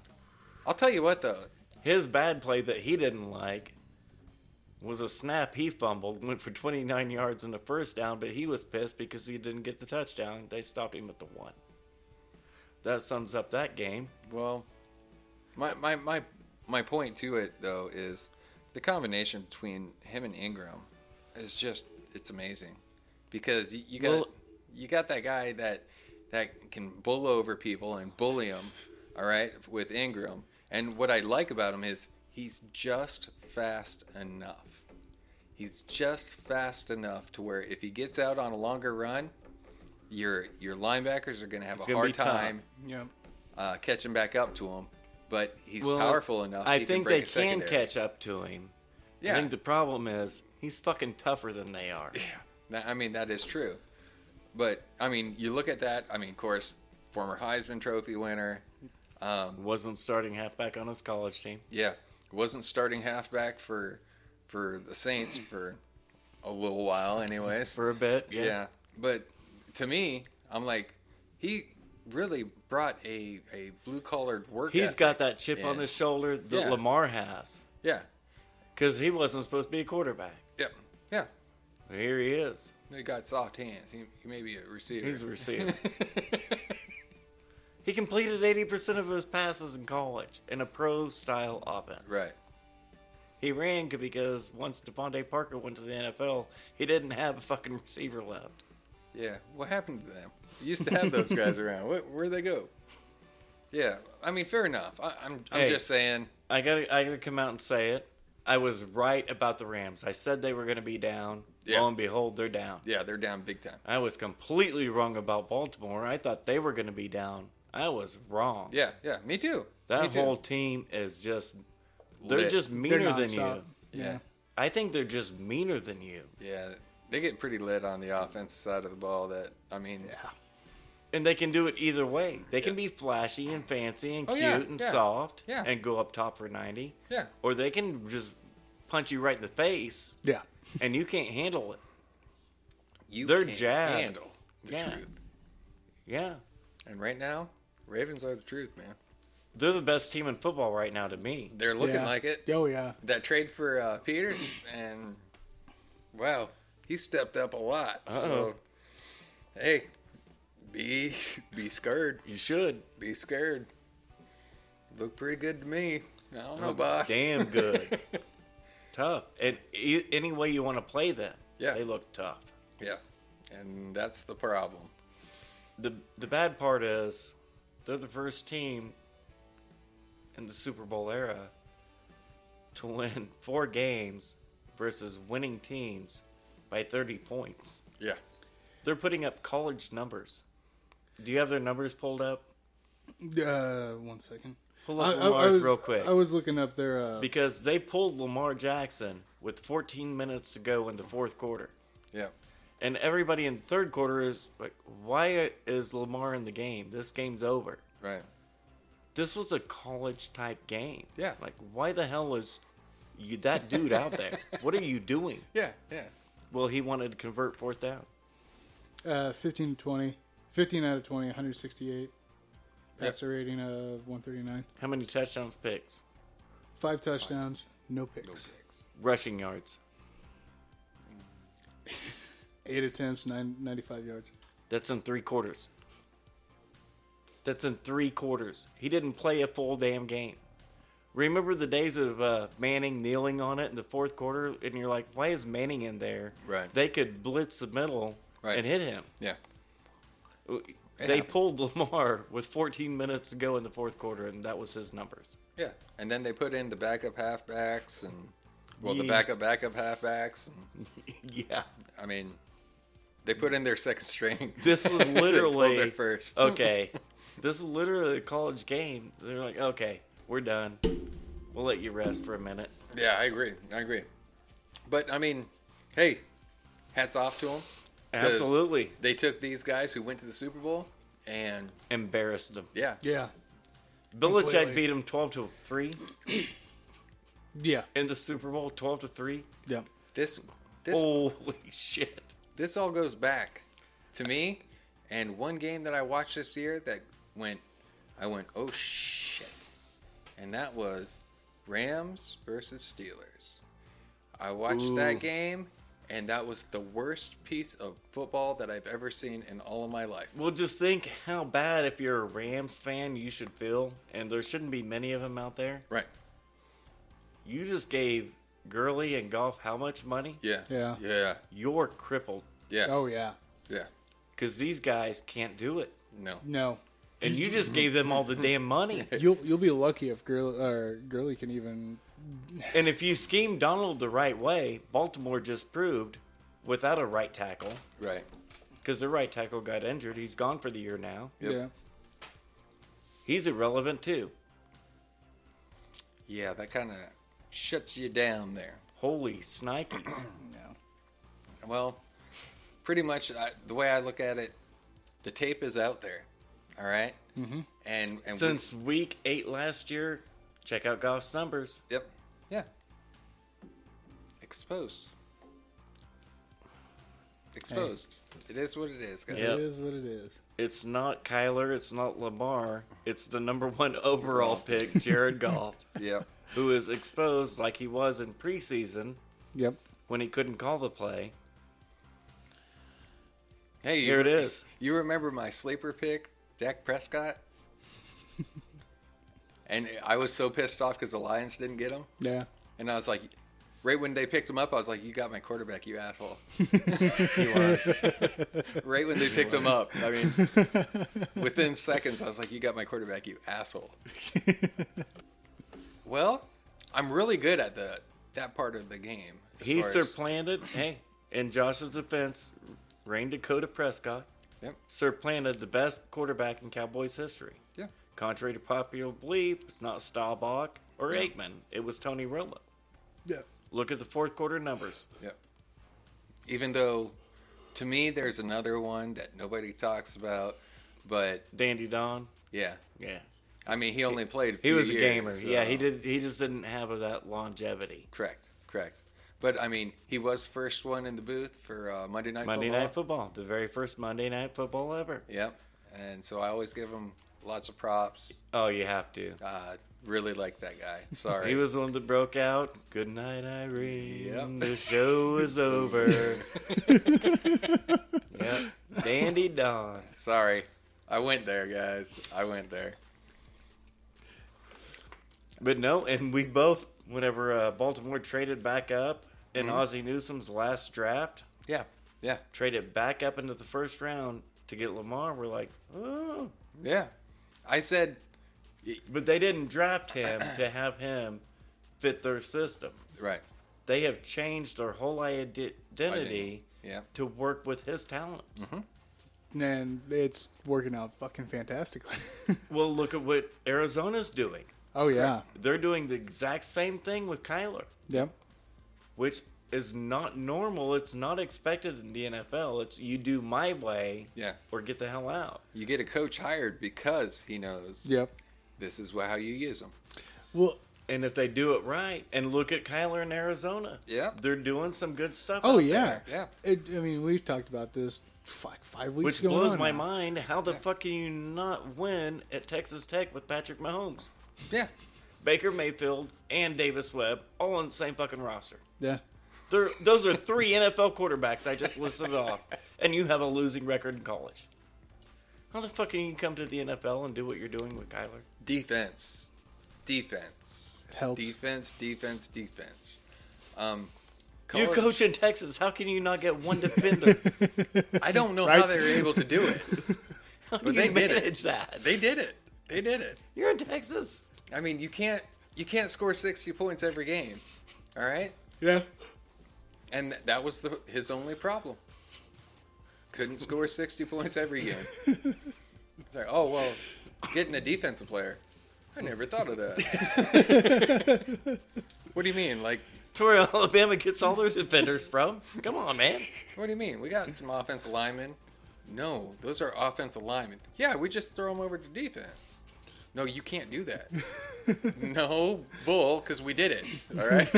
[SPEAKER 3] I'll tell you what though.
[SPEAKER 1] His bad play that he didn't like was a snap he fumbled, went for 29 yards in the first down, but he was pissed because he didn't get the touchdown. They stopped him at the one. That sums up that game.
[SPEAKER 3] Well, my my my my point to it though is the combination between him and Ingram is just it's amazing because you, you got
[SPEAKER 1] Well-
[SPEAKER 3] you got that guy that that can bull over people and bully them. All right, with Ingram, and what I like about him is he's just fast enough. He's just fast enough to where if he gets out on a longer run, your your linebackers are going to have
[SPEAKER 1] It's
[SPEAKER 3] a
[SPEAKER 1] gonna be
[SPEAKER 3] hard
[SPEAKER 1] tough.
[SPEAKER 3] time
[SPEAKER 2] yeah,
[SPEAKER 3] uh, catching back up to him, but he's
[SPEAKER 1] Well,
[SPEAKER 3] powerful enough.
[SPEAKER 1] I
[SPEAKER 3] he
[SPEAKER 1] think
[SPEAKER 3] break
[SPEAKER 1] they
[SPEAKER 3] a
[SPEAKER 1] can
[SPEAKER 3] secondary.
[SPEAKER 1] catch up to him.
[SPEAKER 3] Yeah,
[SPEAKER 1] I think the problem is he's fucking tougher than they are.
[SPEAKER 3] That- I mean that is true. But I mean, you look at that. I mean, of course, former Heisman Trophy winner.
[SPEAKER 1] Wasn't starting halfback on his college team.
[SPEAKER 3] Yeah, wasn't starting halfback for for the Saints for a little while, anyways.
[SPEAKER 1] For a bit, yeah.
[SPEAKER 3] yeah. but to me, I'm like, he really brought a a blue collared work.
[SPEAKER 1] He's
[SPEAKER 3] ethic.
[SPEAKER 1] got that chip on
[SPEAKER 3] Yeah.
[SPEAKER 1] his shoulder that
[SPEAKER 3] Yeah.
[SPEAKER 1] Lamar has
[SPEAKER 3] yeah,
[SPEAKER 1] because he wasn't supposed to be a quarterback.
[SPEAKER 3] yeah, yeah.
[SPEAKER 1] Here he is.
[SPEAKER 3] He got soft hands. He, he may be a receiver.
[SPEAKER 1] He's a receiver. he completed 80% of his passes in college in a pro style offense.
[SPEAKER 3] right.
[SPEAKER 1] He ran because once Devontae Parker went to the NFL, he didn't have a fucking receiver left.
[SPEAKER 3] Yeah, what happened to them? You used to have those guys around. Where, where'd they go? Yeah, I mean, fair enough. I, I'm, I'm
[SPEAKER 1] Hey.
[SPEAKER 3] just saying.
[SPEAKER 1] I gotta, I gotta come out and say it. I was right about the Rams. I said they were gonna be down.
[SPEAKER 3] Yeah.
[SPEAKER 1] Lo and behold, they're down.
[SPEAKER 3] Yeah, they're down big time.
[SPEAKER 1] I was completely wrong about Baltimore. I thought they were gonna be down. I was wrong.
[SPEAKER 3] Yeah, yeah, me too. me
[SPEAKER 1] that
[SPEAKER 3] too.
[SPEAKER 1] whole team is just. They're
[SPEAKER 3] Lit.
[SPEAKER 1] just
[SPEAKER 2] they're
[SPEAKER 1] meaner than
[SPEAKER 2] nonstop.
[SPEAKER 1] you.
[SPEAKER 3] yeah,
[SPEAKER 1] I think they're just meaner than you.
[SPEAKER 3] yeah. They get pretty lit on the offensive side of the ball. That I mean,
[SPEAKER 1] And they can do it either way. They can be flashy and fancy and
[SPEAKER 3] Oh,
[SPEAKER 1] cute
[SPEAKER 3] yeah,
[SPEAKER 1] and
[SPEAKER 3] yeah,
[SPEAKER 1] soft
[SPEAKER 3] yeah.
[SPEAKER 1] and go up top for 90.
[SPEAKER 3] Yeah.
[SPEAKER 1] Or they can just punch you right in the face
[SPEAKER 2] yeah.
[SPEAKER 1] and you can't handle it.
[SPEAKER 3] you
[SPEAKER 1] They're
[SPEAKER 3] can't
[SPEAKER 1] jabbed.
[SPEAKER 3] handle the
[SPEAKER 1] Yeah.
[SPEAKER 3] truth.
[SPEAKER 1] Yeah.
[SPEAKER 3] And right now, Ravens are the truth, man.
[SPEAKER 1] They're the best team in football right now to me.
[SPEAKER 3] They're looking
[SPEAKER 2] yeah.
[SPEAKER 3] like it.
[SPEAKER 2] Oh yeah.
[SPEAKER 3] That trade for uh, Peters and wow, he stepped up a lot. So hey, be be scared.
[SPEAKER 1] You should.
[SPEAKER 3] Be scared. Look pretty good to me. I don't know, boss.
[SPEAKER 1] Oh, Damn good. tough. And e- any way you want to play them,
[SPEAKER 3] Yeah.
[SPEAKER 1] they look tough.
[SPEAKER 3] Yeah, and that's the problem.
[SPEAKER 1] The, the bad part is they're the first team in the Super Bowl era to win four games versus winning teams by 30 points.
[SPEAKER 3] Yeah.
[SPEAKER 1] They're putting up college numbers. Do you have their numbers pulled up?
[SPEAKER 2] Uh, one second.
[SPEAKER 1] Pull up
[SPEAKER 2] I- I- I
[SPEAKER 1] Lamar's
[SPEAKER 2] was-
[SPEAKER 1] real quick.
[SPEAKER 2] I was looking up their. Uh,
[SPEAKER 1] because they pulled Lamar Jackson with 14 minutes to go in the fourth quarter.
[SPEAKER 3] Yeah.
[SPEAKER 1] And everybody in third quarter is like, why is Lamar in the game? This game's over.
[SPEAKER 3] Right.
[SPEAKER 1] This was a college type game.
[SPEAKER 3] Yeah.
[SPEAKER 1] Like, why the hell is you, that dude out there? What are you doing?
[SPEAKER 3] Yeah. Yeah.
[SPEAKER 1] Well, he wanted to convert fourth down.
[SPEAKER 2] Uh, 15 to 20. 15 out of 20, 168. Passer rating of 139.
[SPEAKER 1] How many touchdowns, picks,
[SPEAKER 2] Five touchdowns, no picks.
[SPEAKER 3] No picks.
[SPEAKER 1] rushing yards?
[SPEAKER 2] Eight attempts, nine, 95 yards.
[SPEAKER 1] That's in three quarters. That's in three quarters. He didn't play a full damn game. Remember the days of uh, Manning kneeling on it in the fourth quarter, and you're like, why is Manning in there?
[SPEAKER 3] Right.
[SPEAKER 1] They could blitz the middle
[SPEAKER 3] Right.
[SPEAKER 1] and hit him.
[SPEAKER 3] Yeah.
[SPEAKER 1] They
[SPEAKER 3] Yeah.
[SPEAKER 1] pulled Lamar with 14 minutes to go in the fourth quarter, and that was his numbers.
[SPEAKER 3] Yeah. And then they put in the backup halfbacks and well, the
[SPEAKER 1] Ye-
[SPEAKER 3] backup backup halfbacks. And,
[SPEAKER 1] yeah.
[SPEAKER 3] I mean, they put in their second string.
[SPEAKER 1] This was
[SPEAKER 3] They pulled
[SPEAKER 1] literally
[SPEAKER 3] their first.
[SPEAKER 1] okay. This is literally a college game. They're like, okay, we're done. We'll let you rest for a minute.
[SPEAKER 3] Yeah, I agree. I agree. But I mean, hey, hats off to them.
[SPEAKER 1] Absolutely.
[SPEAKER 3] They took these guys who went to the Super Bowl and
[SPEAKER 1] Embarrassed them.
[SPEAKER 3] yeah,
[SPEAKER 2] Yeah.
[SPEAKER 1] Belichick
[SPEAKER 2] Completely.
[SPEAKER 1] beat him twelve to three
[SPEAKER 2] Yeah.
[SPEAKER 1] in the Super Bowl. Twelve to three.
[SPEAKER 2] Yeah.
[SPEAKER 3] this this
[SPEAKER 1] Holy shit!
[SPEAKER 3] this all goes back to me and one game that I watched this year that went I went, "Oh shit." And that was Rams versus Steelers. I watched
[SPEAKER 1] Ooh.
[SPEAKER 3] that game and that was the worst piece of football that I've ever seen in all of my life.
[SPEAKER 1] Well, just think how bad if you're a Rams fan you should feel, and there shouldn't be many of them out there.
[SPEAKER 3] Right.
[SPEAKER 1] You just gave Gurley and Goff how much money?
[SPEAKER 3] Yeah.
[SPEAKER 2] Yeah.
[SPEAKER 3] Yeah.
[SPEAKER 1] You're crippled
[SPEAKER 3] Yeah.
[SPEAKER 2] Oh, yeah.
[SPEAKER 3] Yeah.
[SPEAKER 1] because these guys can't do it,
[SPEAKER 3] No.
[SPEAKER 2] No.
[SPEAKER 1] and you just gave them all the damn money.
[SPEAKER 2] You'll you'll be lucky if Gurley, or Gurley can even.
[SPEAKER 1] And if you scheme Donald the right way, Baltimore just proved without a right tackle
[SPEAKER 3] Right.
[SPEAKER 1] because their right tackle got injured. He's gone for the year now.
[SPEAKER 3] Yep.
[SPEAKER 2] Yeah.
[SPEAKER 1] He's irrelevant too.
[SPEAKER 3] Yeah, that kind of shuts you down there.
[SPEAKER 1] Holy snikes.
[SPEAKER 2] No.
[SPEAKER 3] Well, pretty much I, the way I look at it, the tape is out there. All right? Mm-hmm. And, and
[SPEAKER 1] Since week eight last year, check out Goff's numbers.
[SPEAKER 3] we, yep, yeah, exposed, exposed. It is what it is, guys.
[SPEAKER 1] Yeah.
[SPEAKER 2] It is what it is.
[SPEAKER 1] It's not Kyler, it's not Lamar, it's the number one overall pick, Jared Goff,
[SPEAKER 3] Yep.
[SPEAKER 1] who is exposed like he was in preseason
[SPEAKER 2] Yep.
[SPEAKER 1] when he couldn't call the play.
[SPEAKER 3] Hey, you,
[SPEAKER 1] Here it is.
[SPEAKER 3] You remember my sleeper pick, Dak Prescott? and I was so pissed off because the Lions didn't get him.
[SPEAKER 2] Yeah.
[SPEAKER 3] And I was like, right when they picked him up, I was like, "You got my quarterback, you asshole!"
[SPEAKER 1] He was.
[SPEAKER 3] Right when they picked him up, I mean, within seconds, I was like, "You got my quarterback, you asshole." well, I'm really good at the that part of the game. as
[SPEAKER 1] he
[SPEAKER 3] far as-
[SPEAKER 1] surplanted, hey, in Josh's defense, Rain Dakota Prescott
[SPEAKER 3] Yep.
[SPEAKER 1] surplanted the best quarterback in Cowboys history.
[SPEAKER 3] Yeah.
[SPEAKER 1] Contrary to popular belief, it's not Staubach or Aikman, it was Tony Romo.
[SPEAKER 2] Yeah.
[SPEAKER 1] Look at the fourth quarter numbers.
[SPEAKER 3] Yep. Even though, to me, there's another one that nobody talks about, but
[SPEAKER 1] Dandy Don.
[SPEAKER 3] yeah,
[SPEAKER 1] Yeah.
[SPEAKER 3] I mean, he only played. A
[SPEAKER 1] He
[SPEAKER 3] few
[SPEAKER 1] was a
[SPEAKER 3] years,
[SPEAKER 1] gamer. Yeah,
[SPEAKER 3] so-
[SPEAKER 1] he did he just didn't have that longevity.
[SPEAKER 3] Correct, correct. But I mean, he was first one in the booth for uh, Monday Night
[SPEAKER 1] Monday
[SPEAKER 3] Football.
[SPEAKER 1] night football, the very first Monday night football ever.
[SPEAKER 3] Yep. And so I always give him lots of props.
[SPEAKER 1] Oh, you have to.
[SPEAKER 3] Uh, really like that guy. Sorry.
[SPEAKER 1] He was the one that broke out. Good night, Irene.
[SPEAKER 3] Yep.
[SPEAKER 1] The show is over. yep. Dandy Don.
[SPEAKER 3] Sorry. I went there, guys. I went there.
[SPEAKER 1] But no, and we both, whenever uh, Baltimore traded back up in Ozzie Newsom's last draft,
[SPEAKER 3] Yeah. Yeah.
[SPEAKER 1] traded back up into the first round to get Lamar, we're like, oh.
[SPEAKER 3] Yeah. I said,
[SPEAKER 1] But they didn't draft him to have him fit their system.
[SPEAKER 3] right.
[SPEAKER 1] They have changed their whole ide- identity
[SPEAKER 3] Yeah.
[SPEAKER 1] to work with his talents.
[SPEAKER 2] And it's working out fucking fantastically.
[SPEAKER 1] Well, look at what Arizona's doing.
[SPEAKER 2] Oh yeah.
[SPEAKER 1] They're doing the exact same thing with Kyler,
[SPEAKER 2] Yep.
[SPEAKER 1] which is not normal. It's not expected in the NFL. It's you do my way
[SPEAKER 3] Yeah.
[SPEAKER 1] or get the hell out.
[SPEAKER 3] You get a coach hired because he knows
[SPEAKER 2] Yep.
[SPEAKER 3] this is wha- how you use them.
[SPEAKER 2] Well,
[SPEAKER 1] And if they do it right, and look at Kyler in Arizona,
[SPEAKER 3] Yeah.
[SPEAKER 1] they're doing some good stuff.
[SPEAKER 2] oh
[SPEAKER 1] out
[SPEAKER 2] yeah.
[SPEAKER 1] there,
[SPEAKER 3] Yeah.
[SPEAKER 2] It, I mean, we've talked about this five, five weeks
[SPEAKER 1] which
[SPEAKER 2] going
[SPEAKER 1] blows
[SPEAKER 2] on
[SPEAKER 1] my
[SPEAKER 2] now.
[SPEAKER 1] mind. How the fuck can you not win at Texas Tech with Patrick Mahomes,
[SPEAKER 3] Yeah.
[SPEAKER 1] Baker Mayfield, and Davis Webb all on the same fucking roster?
[SPEAKER 2] Yeah.
[SPEAKER 1] They're, those are three NFL quarterbacks I just listed off, and you have a losing record in college. How the fuck can you come to the NFL and do what you're doing with Kyler?
[SPEAKER 3] Defense. Defense.
[SPEAKER 2] It helps.
[SPEAKER 3] Defense, defense, defense. Um,
[SPEAKER 1] You
[SPEAKER 3] college-
[SPEAKER 1] coach in Texas. How can you not get one defender?
[SPEAKER 3] I don't know
[SPEAKER 2] Right?
[SPEAKER 3] how they were able to do it.
[SPEAKER 1] How do
[SPEAKER 3] But they
[SPEAKER 1] you
[SPEAKER 3] did it.
[SPEAKER 1] manage that?
[SPEAKER 3] They did it. They did it.
[SPEAKER 1] You're in Texas.
[SPEAKER 3] I mean, you can't you can't score 60 points every game. All right?
[SPEAKER 2] Yeah.
[SPEAKER 3] And th- that was the, his only problem. Couldn't score 60 points every game. It's like, oh, well, getting a defensive player. I never thought of that. what do you mean? Like,
[SPEAKER 1] That's where Alabama gets all their defenders from. Come on, man.
[SPEAKER 3] what do you mean? We got some offensive linemen. No, those are offensive linemen. Yeah, we just throw them over to defense. No, you can't do that. no, bull, because we did it. All right?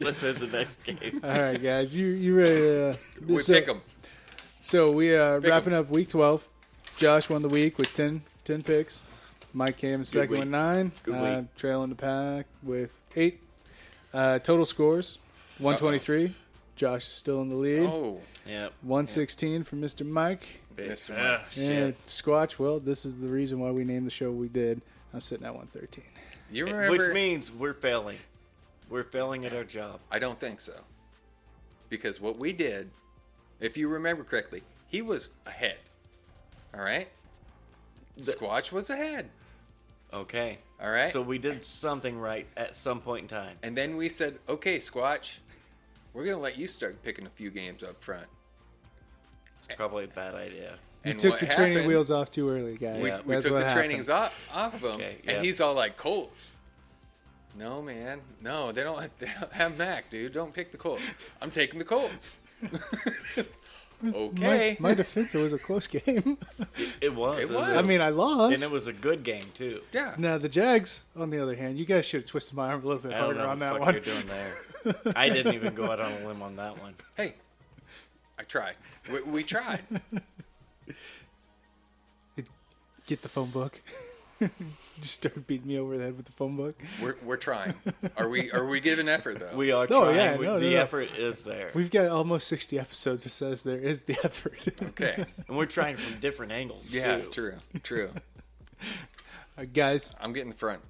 [SPEAKER 1] Let's end the next game.
[SPEAKER 2] All right, guys. You you ready? To, uh,
[SPEAKER 3] We
[SPEAKER 2] so,
[SPEAKER 3] pick them.
[SPEAKER 2] So we uh,
[SPEAKER 3] Pick 'em.
[SPEAKER 2] wrapping up week twelve. Josh won the week with 10, 10 picks. Mike came in second
[SPEAKER 1] week.
[SPEAKER 2] with nine.
[SPEAKER 1] Good
[SPEAKER 2] uh,
[SPEAKER 1] week.
[SPEAKER 2] Trailing the pack with eight. Uh, total scores one twenty three. Josh is still in the lead.
[SPEAKER 3] Oh,
[SPEAKER 1] Yep.
[SPEAKER 2] One sixteen from Mr. Mike.
[SPEAKER 1] bitch.
[SPEAKER 3] Mr.
[SPEAKER 1] Ah,
[SPEAKER 2] Yeah,
[SPEAKER 1] shit.
[SPEAKER 2] Squatch. Well, this is the reason why we named the show we did. I'm sitting at 113.
[SPEAKER 3] you remember.
[SPEAKER 1] Which means we're failing. We're failing at our job.
[SPEAKER 3] I don't think so. Because what we did, if you remember correctly, he was ahead. All right? Squatch was ahead.
[SPEAKER 1] Okay.
[SPEAKER 3] All right.
[SPEAKER 1] So we did something right at some point in time.
[SPEAKER 3] And then we said, okay, Squatch, we're going to let you start picking a few games up front.
[SPEAKER 1] It's probably a bad idea.
[SPEAKER 2] You
[SPEAKER 3] And
[SPEAKER 2] took
[SPEAKER 3] what
[SPEAKER 2] the training
[SPEAKER 3] happened-
[SPEAKER 2] wheels off too early, guys.
[SPEAKER 3] We,
[SPEAKER 1] Yeah.
[SPEAKER 3] we
[SPEAKER 2] That's
[SPEAKER 3] took the
[SPEAKER 2] what happened.
[SPEAKER 3] trainings off, off of him.
[SPEAKER 1] Okay, yeah.
[SPEAKER 3] And he's all like, Colts. No, man. No, they don't, they don't have Mac, dude. Don't pick the Colts. I'm taking the Colts. okay.
[SPEAKER 2] My, my defense, it was a close game.
[SPEAKER 1] It was.
[SPEAKER 3] It was.
[SPEAKER 2] I mean, I lost.
[SPEAKER 1] and it was a good game too.
[SPEAKER 3] yeah.
[SPEAKER 2] now the Jags, on the other hand, you guys should have twisted my arm a little bit
[SPEAKER 1] I don't
[SPEAKER 2] harder
[SPEAKER 1] know
[SPEAKER 2] on
[SPEAKER 1] what the fuck
[SPEAKER 2] that one.
[SPEAKER 1] you're doing there. I didn't even go out on a limb on that one.
[SPEAKER 3] Hey, I tried. We, we tried.
[SPEAKER 2] Get the phone book. Just start beating me over the head with the phone book.
[SPEAKER 3] We're, we're trying. Are we are we giving effort though?
[SPEAKER 1] We are
[SPEAKER 2] No,
[SPEAKER 1] trying.
[SPEAKER 2] yeah,
[SPEAKER 1] We-
[SPEAKER 2] no, no,
[SPEAKER 1] the
[SPEAKER 2] no.
[SPEAKER 1] effort is there,
[SPEAKER 2] We've got almost 60 episodes that says there is the effort.
[SPEAKER 3] okay.
[SPEAKER 1] and we're trying from different angles.
[SPEAKER 3] Yeah.
[SPEAKER 1] too.
[SPEAKER 3] True. True.
[SPEAKER 2] Uh, guys,
[SPEAKER 3] I'm getting the front.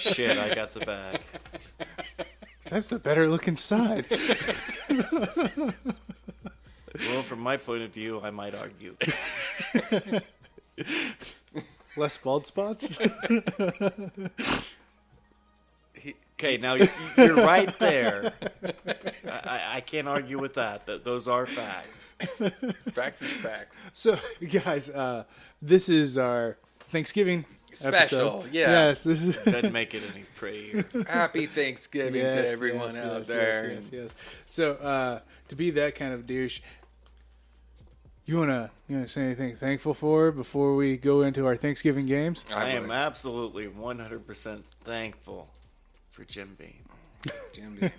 [SPEAKER 1] Shit, I got the bag.
[SPEAKER 2] that's the better looking side.
[SPEAKER 1] Well, from my point of view, I might argue.
[SPEAKER 2] Less bald spots.
[SPEAKER 1] Okay, now y- you're right there. I- I, I can't argue with that. That those are facts.
[SPEAKER 3] Facts is facts.
[SPEAKER 2] So, guys, uh, this is our Thanksgiving
[SPEAKER 3] Special,
[SPEAKER 2] episode.
[SPEAKER 3] yeah.
[SPEAKER 2] Yes, this is.
[SPEAKER 1] Doesn't make it any prettier.
[SPEAKER 3] Happy Thanksgiving
[SPEAKER 2] Yes,
[SPEAKER 3] to everyone
[SPEAKER 2] yes,
[SPEAKER 3] out
[SPEAKER 2] yes,
[SPEAKER 3] there.
[SPEAKER 2] Yes, yes, yes. So, uh, to be that kind of douche, you wanna you wanna say anything thankful for before we go into our Thanksgiving games?
[SPEAKER 1] I
[SPEAKER 3] would.
[SPEAKER 1] am absolutely 100% thankful for Jim Beam.
[SPEAKER 3] Jim Beam.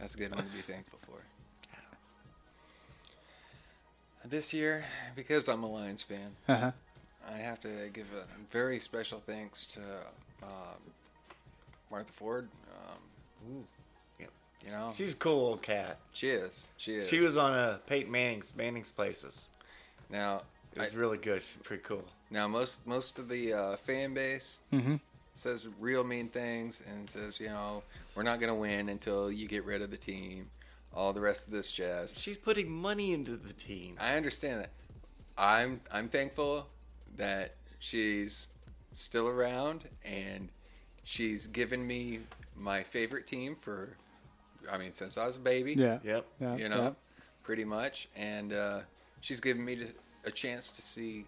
[SPEAKER 3] That's a good one to be thankful for. This year, because I'm a Lions fan,
[SPEAKER 2] Uh-huh.
[SPEAKER 3] I have to give a very special thanks to um, Martha Ford. Um,
[SPEAKER 1] Yep.
[SPEAKER 3] you know,
[SPEAKER 1] She's a cool old cat.
[SPEAKER 3] she is. She is.
[SPEAKER 1] She was on a Peyton Manning's Manning's Places.
[SPEAKER 3] Now,
[SPEAKER 1] It was really good. She's pretty cool.
[SPEAKER 3] Now most most of the uh, fan base says real mean things and says you know we're not gonna win until you get rid of the team, all the rest of this jazz.
[SPEAKER 1] She's putting money into the team.
[SPEAKER 3] I understand that. I'm I'm thankful that she's still around and she's given me my favorite team for, I mean since I was a baby.
[SPEAKER 2] Yeah.
[SPEAKER 1] Yep.
[SPEAKER 2] Yeah,
[SPEAKER 3] You know,
[SPEAKER 2] yeah.
[SPEAKER 3] pretty much, and uh, she's given me a chance to see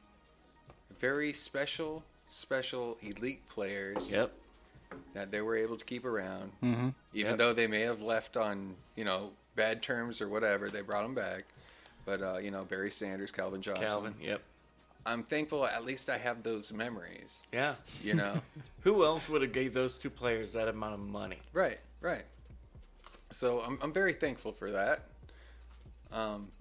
[SPEAKER 3] very special, special elite players
[SPEAKER 1] Yep.
[SPEAKER 3] that they were able to keep around,
[SPEAKER 1] Mm-hmm.
[SPEAKER 3] even though they may have left on you know bad terms or whatever. They brought them back, but uh, you know Barry Sanders, Calvin Johnson.
[SPEAKER 1] Calvin. Yep.
[SPEAKER 3] I'm thankful at least I have those memories.
[SPEAKER 1] Yeah.
[SPEAKER 3] You know,
[SPEAKER 1] Who else would have gave those two players that amount of money?
[SPEAKER 3] right, right. So I'm I'm very thankful for that. Um,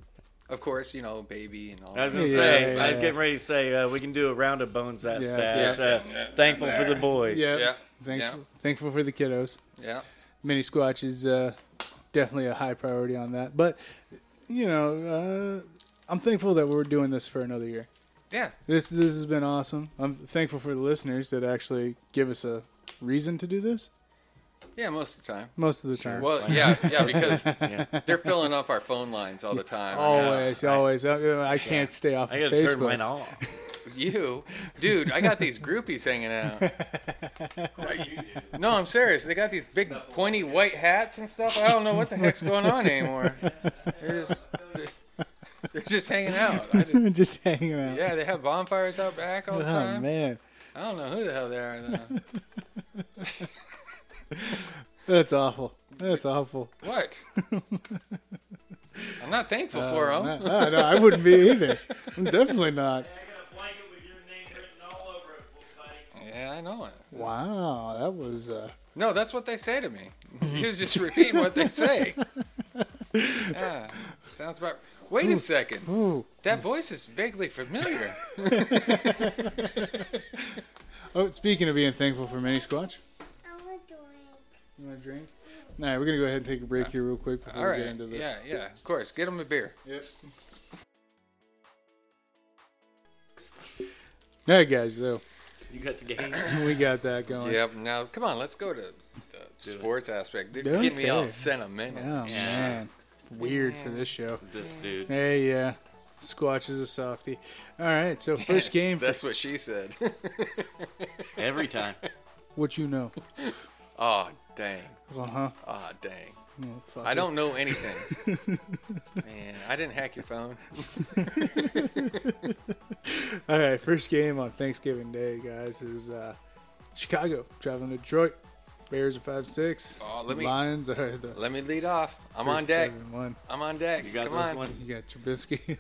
[SPEAKER 3] of course, you know, baby and all.
[SPEAKER 1] I was
[SPEAKER 3] that.
[SPEAKER 1] gonna
[SPEAKER 2] Yeah,
[SPEAKER 1] say,
[SPEAKER 2] yeah,
[SPEAKER 1] I was
[SPEAKER 2] yeah.
[SPEAKER 1] getting ready to say uh, we can do a round of bones that
[SPEAKER 2] Yeah.
[SPEAKER 1] stash.
[SPEAKER 3] Yeah.
[SPEAKER 1] Uh, Thankful for the boys.
[SPEAKER 2] Yeah.
[SPEAKER 3] Yeah.
[SPEAKER 2] Thankful,
[SPEAKER 3] Yeah.
[SPEAKER 2] thankful for the kiddos.
[SPEAKER 3] yeah.
[SPEAKER 2] Mini Squatch is uh, definitely a high priority on that. But, you know, uh, I'm thankful that we're doing this for another year.
[SPEAKER 3] Yeah,
[SPEAKER 2] This this has been awesome. I'm thankful for the listeners that actually give us a reason to do this
[SPEAKER 3] yeah, most of the time.
[SPEAKER 2] most of the time.
[SPEAKER 3] Well, yeah, yeah, because
[SPEAKER 1] Yeah. Oh,
[SPEAKER 3] they're filling up our phone lines all the time.
[SPEAKER 2] always, always. I, I can't stay off
[SPEAKER 1] I
[SPEAKER 2] of
[SPEAKER 1] gotta
[SPEAKER 2] Facebook.
[SPEAKER 1] turn mine off.
[SPEAKER 3] You, dude, I got these groupies hanging out. No, I'm serious. They got these big pointy white hats and stuff. I don't know what the heck's going on anymore. They're just, they're just hanging out. I didn't-
[SPEAKER 2] Just hanging out.
[SPEAKER 3] yeah, they have bonfires out back all the
[SPEAKER 2] Oh
[SPEAKER 3] time.
[SPEAKER 2] man,
[SPEAKER 3] I don't know who the hell they are. Though.
[SPEAKER 2] that's awful. That's awful.
[SPEAKER 3] What? I'm not thankful for
[SPEAKER 2] Uh,
[SPEAKER 1] Oh.
[SPEAKER 2] No,
[SPEAKER 3] them.
[SPEAKER 2] no, I wouldn't be either. I'm definitely not.
[SPEAKER 4] I got a blanket with your name written all over it, buddy.
[SPEAKER 3] Yeah, I know it.
[SPEAKER 2] Wow, that was uh,
[SPEAKER 3] No, that's what they say to me. He was just repeating what they say. Yeah, sounds about. Wait a second.
[SPEAKER 2] ooh.
[SPEAKER 3] That voice is vaguely familiar.
[SPEAKER 2] Oh, speaking of being thankful for mini squatch,
[SPEAKER 5] I'm a doink.
[SPEAKER 2] you want a drink? All right, we're gonna go ahead and take a break here real quick before
[SPEAKER 3] All
[SPEAKER 2] we
[SPEAKER 3] right.
[SPEAKER 2] get into this.
[SPEAKER 3] Yeah, yeah. Of course. Get him a beer.
[SPEAKER 2] Yep. All right, guys. So
[SPEAKER 1] You got the games.
[SPEAKER 2] we got that going.
[SPEAKER 3] Yep. Now, come on. Let's go to the sports aspect. They're getting me all
[SPEAKER 2] Okay.
[SPEAKER 3] sentimental.
[SPEAKER 2] Oh man, weird for this show.
[SPEAKER 1] This dude.
[SPEAKER 2] Hey, yeah, Squatch is a softie. All right, so first game for
[SPEAKER 3] That's what she said.
[SPEAKER 1] Every time.
[SPEAKER 2] what you know.
[SPEAKER 3] oh dang.
[SPEAKER 2] Uh huh.
[SPEAKER 3] Oh dang. I don't know anything. Man, I didn't hack your phone.
[SPEAKER 2] All right, first game on Thanksgiving Day, guys, is uh, Chicago traveling to Detroit. Bears are five six.
[SPEAKER 3] Oh, let me-
[SPEAKER 2] Lions are the
[SPEAKER 3] Let me lead off. I'm on deck.
[SPEAKER 2] One.
[SPEAKER 3] I'm on deck.
[SPEAKER 1] You got
[SPEAKER 3] come
[SPEAKER 1] this
[SPEAKER 3] on.
[SPEAKER 1] one?
[SPEAKER 2] You got Trubisky.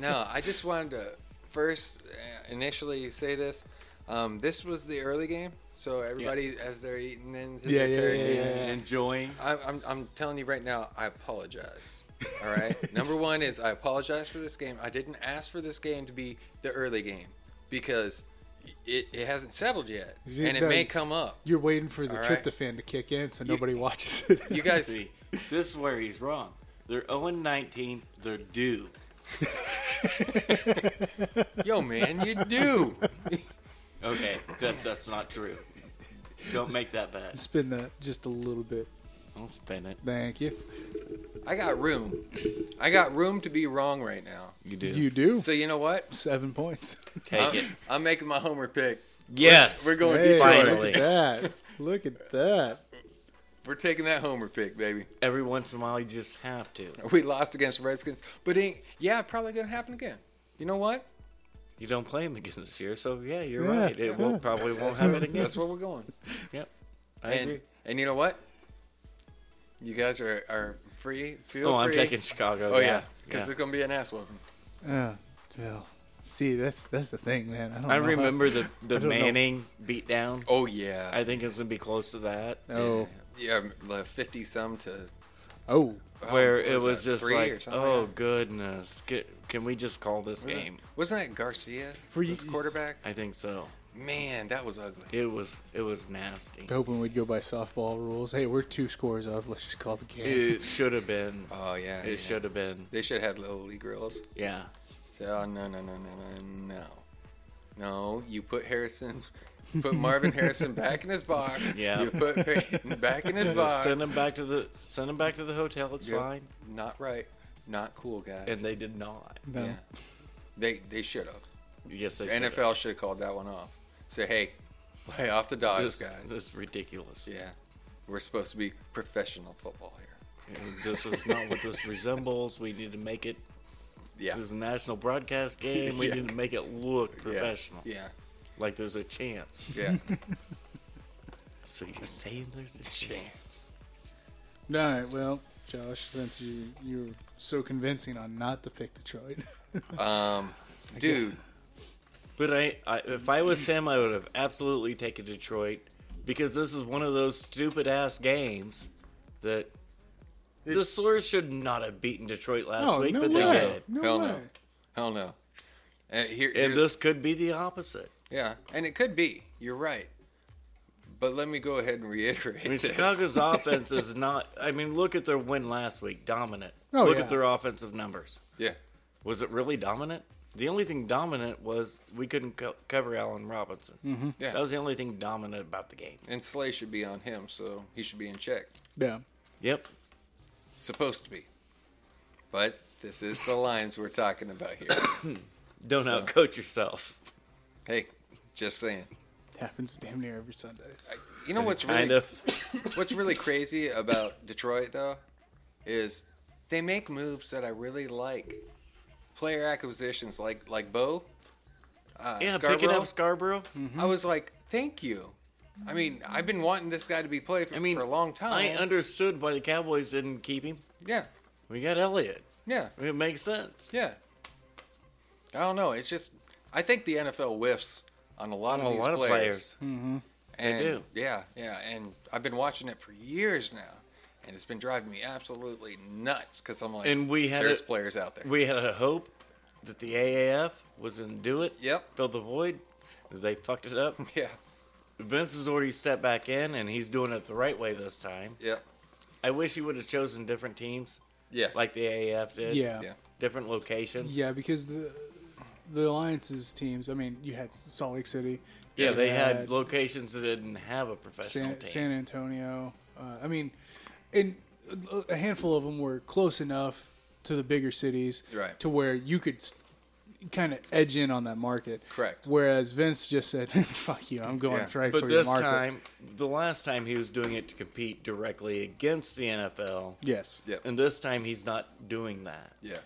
[SPEAKER 3] no, I just wanted to first uh, initially say this. Um, this was the early game, so everybody as they're eating into
[SPEAKER 2] Yeah,
[SPEAKER 3] their
[SPEAKER 2] yeah,
[SPEAKER 3] turn,
[SPEAKER 2] yeah, yeah, yeah.
[SPEAKER 1] Enjoying.
[SPEAKER 3] I, I'm, I'm telling you right now, I apologize. All right. Number one is I apologize for this game. I didn't ask for this game to be the early game because it, it hasn't settled yet,
[SPEAKER 2] See,
[SPEAKER 3] and it
[SPEAKER 2] no,
[SPEAKER 3] may come up.
[SPEAKER 2] You're waiting for the
[SPEAKER 3] All right.
[SPEAKER 2] tryptophan to kick in, so nobody watches it.
[SPEAKER 3] You guys,
[SPEAKER 1] See, this is where he's wrong. They're 0 19. They're due.
[SPEAKER 3] yo, man, you do.
[SPEAKER 1] Okay, that, that's not true. Don't make that bet.
[SPEAKER 2] Spin that just a little bit.
[SPEAKER 1] I'll spin it.
[SPEAKER 2] Thank you.
[SPEAKER 3] I got room. I got room to be wrong right now.
[SPEAKER 1] You do.
[SPEAKER 2] You do
[SPEAKER 3] So you know what?
[SPEAKER 2] seven points.
[SPEAKER 1] Take
[SPEAKER 3] I'm,
[SPEAKER 1] it.
[SPEAKER 3] I'm making my homer pick.
[SPEAKER 1] Yes.
[SPEAKER 3] We're going
[SPEAKER 2] Hey,
[SPEAKER 3] Detroit.
[SPEAKER 2] look
[SPEAKER 1] Finally.
[SPEAKER 2] at that! Look at that!
[SPEAKER 3] We're taking that homer pick, baby.
[SPEAKER 1] Every once in a while, you just have to.
[SPEAKER 3] We lost against the Redskins, but ain't yeah, probably gonna happen again. You know what?
[SPEAKER 1] You don't play him again this year, so yeah, you're
[SPEAKER 2] Yeah,
[SPEAKER 1] right. It
[SPEAKER 2] yeah.
[SPEAKER 1] will probably won't have it again.
[SPEAKER 3] That's where we're going.
[SPEAKER 1] Yep. I
[SPEAKER 3] And
[SPEAKER 1] agree.
[SPEAKER 3] and you know what? You guys are, are free. Feel
[SPEAKER 1] Oh, I'm
[SPEAKER 3] free.
[SPEAKER 1] taking Chicago.
[SPEAKER 3] Oh yeah,
[SPEAKER 1] yeah.
[SPEAKER 3] because
[SPEAKER 1] Yeah.
[SPEAKER 3] it's gonna be an ass whooping.
[SPEAKER 2] Oh, Jill. See, that's that's the thing, man. I, don't
[SPEAKER 1] I
[SPEAKER 2] know.
[SPEAKER 1] remember the, the
[SPEAKER 2] don't know.
[SPEAKER 1] Manning beatdown.
[SPEAKER 3] Oh yeah.
[SPEAKER 1] I think it's going to be close to that.
[SPEAKER 2] Oh,
[SPEAKER 3] yeah, like fifty some to
[SPEAKER 2] oh,
[SPEAKER 3] oh,
[SPEAKER 1] where
[SPEAKER 3] what
[SPEAKER 1] it was
[SPEAKER 3] that,
[SPEAKER 1] just
[SPEAKER 3] three or
[SPEAKER 1] like,
[SPEAKER 3] something
[SPEAKER 1] oh
[SPEAKER 3] like that?
[SPEAKER 1] goodness, Ca- can we just call this game?
[SPEAKER 3] wasn't that Garcia?
[SPEAKER 2] For you-
[SPEAKER 3] this quarterback?
[SPEAKER 1] I think so.
[SPEAKER 3] Man, that was ugly.
[SPEAKER 1] It was it was nasty.
[SPEAKER 2] hoping we'd go by softball rules. Hey, we're two scores up. Let's just call the game.
[SPEAKER 1] It should have been.
[SPEAKER 3] Oh yeah.
[SPEAKER 1] It should have been.
[SPEAKER 3] They should have had little league girls.
[SPEAKER 1] Yeah.
[SPEAKER 3] Say, oh no no no no no no. No, you put Harrison, put Marvin Harrison back in his box.
[SPEAKER 1] Yeah.
[SPEAKER 3] You put Peyton back in his box.
[SPEAKER 1] Send him back to the send him back to the hotel. It's
[SPEAKER 3] Yep.
[SPEAKER 1] fine.
[SPEAKER 3] Not right. Not cool, guys.
[SPEAKER 1] And they did not.
[SPEAKER 2] No.
[SPEAKER 3] yeah. They they should have.
[SPEAKER 1] Yes, they should've.
[SPEAKER 3] NFL should have called that one off. Say hey, play off the dogs,
[SPEAKER 1] This,
[SPEAKER 3] guys.
[SPEAKER 1] this is ridiculous.
[SPEAKER 3] Yeah. We're supposed to be professional football here.
[SPEAKER 1] And This is not what this resembles. We need to make it
[SPEAKER 3] Yeah.
[SPEAKER 1] It was a national broadcast game. We
[SPEAKER 3] Yeah.
[SPEAKER 1] didn't make it look professional.
[SPEAKER 3] Yeah.
[SPEAKER 1] Like there's a chance.
[SPEAKER 3] Yeah.
[SPEAKER 1] So you're saying there's a chance?
[SPEAKER 2] All right, well, Josh, since you you're so convincing on not to pick Detroit,
[SPEAKER 3] um, dude.
[SPEAKER 1] But I, I, if I was him, I would have absolutely taken Detroit because this is one of those stupid ass games that the Slurs should not have beaten Detroit last
[SPEAKER 2] Oh, no,
[SPEAKER 1] week,
[SPEAKER 2] no
[SPEAKER 1] but
[SPEAKER 2] way.
[SPEAKER 1] they did.
[SPEAKER 2] No
[SPEAKER 3] Hell
[SPEAKER 2] way.
[SPEAKER 3] no. Hell no. And here,
[SPEAKER 1] And
[SPEAKER 3] here-
[SPEAKER 1] this could be the opposite.
[SPEAKER 3] yeah, and it could be. You're right. But let me go ahead and reiterate
[SPEAKER 1] I mean,
[SPEAKER 3] this.
[SPEAKER 1] Chicago's offense is not. I mean, look at their win last week, dominant.
[SPEAKER 2] Oh,
[SPEAKER 1] look
[SPEAKER 2] yeah.
[SPEAKER 1] at their offensive numbers.
[SPEAKER 3] Yeah.
[SPEAKER 1] Was it really dominant? The only thing dominant was we couldn't co- cover Allen Robinson.
[SPEAKER 2] Mm-hmm.
[SPEAKER 3] Yeah.
[SPEAKER 1] That was the only thing dominant about the game.
[SPEAKER 3] and Slay should be on him, so he should be in check.
[SPEAKER 2] Yeah.
[SPEAKER 1] Yep.
[SPEAKER 3] Supposed to be. But this is the lines we're talking about here.
[SPEAKER 1] Don't
[SPEAKER 3] So-
[SPEAKER 1] outcoach yourself.
[SPEAKER 3] hey, just saying.
[SPEAKER 2] It happens damn near every Sunday.
[SPEAKER 3] You know what's really
[SPEAKER 1] Kind of.
[SPEAKER 3] what's really crazy about Detroit though is they make moves that I really like. Player acquisitions like like Bo. Uh,
[SPEAKER 1] Yeah, picking
[SPEAKER 3] Scarborough.
[SPEAKER 1] up Mm-hmm. Scarborough.
[SPEAKER 3] I was like, thank you. I mean, I've been wanting this guy to be played for,
[SPEAKER 1] I mean,
[SPEAKER 3] for a long time.
[SPEAKER 1] I understood why the Cowboys didn't keep him.
[SPEAKER 3] yeah,
[SPEAKER 1] We got Elliott.
[SPEAKER 3] yeah,
[SPEAKER 1] I mean, It makes sense.
[SPEAKER 3] yeah. I don't know. It's just I think the NFL whiffs on a lot
[SPEAKER 1] A
[SPEAKER 3] of these
[SPEAKER 1] lot of players.
[SPEAKER 3] And,
[SPEAKER 1] do.
[SPEAKER 3] Yeah, yeah. And I've been watching it for years now, and it's been driving me absolutely nuts because I'm like,
[SPEAKER 1] And we had
[SPEAKER 3] there's
[SPEAKER 1] it-
[SPEAKER 3] players out there.
[SPEAKER 1] We had a hope that the AAF was going to do it.
[SPEAKER 3] Yep.
[SPEAKER 1] Fill the void. They fucked it up.
[SPEAKER 3] yeah,
[SPEAKER 1] Vince has already stepped back in, and he's doing it the right way this time.
[SPEAKER 3] yeah,
[SPEAKER 1] I wish he would have chosen different teams
[SPEAKER 3] yeah,
[SPEAKER 1] like the AAF did.
[SPEAKER 2] Yeah.
[SPEAKER 3] yeah,
[SPEAKER 1] Different locations.
[SPEAKER 2] Yeah, because the the alliances teams. I mean, you had Salt Lake City.
[SPEAKER 1] Yeah,
[SPEAKER 2] you
[SPEAKER 1] they had locations that didn't have a professional
[SPEAKER 2] San,
[SPEAKER 1] team.
[SPEAKER 2] San Antonio. Uh, I mean, and a handful of them were close enough to the bigger cities
[SPEAKER 3] Right.
[SPEAKER 2] to where you could kind of edge in on that market.
[SPEAKER 3] Correct.
[SPEAKER 2] Whereas Vince just said, "Fuck you, I'm going
[SPEAKER 3] Yeah.
[SPEAKER 2] right for
[SPEAKER 1] but
[SPEAKER 2] your
[SPEAKER 1] this
[SPEAKER 2] market."
[SPEAKER 1] time, the last time he was doing it to compete directly against the NFL.
[SPEAKER 2] yes.
[SPEAKER 3] yeah,
[SPEAKER 1] And this time he's not doing that.
[SPEAKER 3] yeah,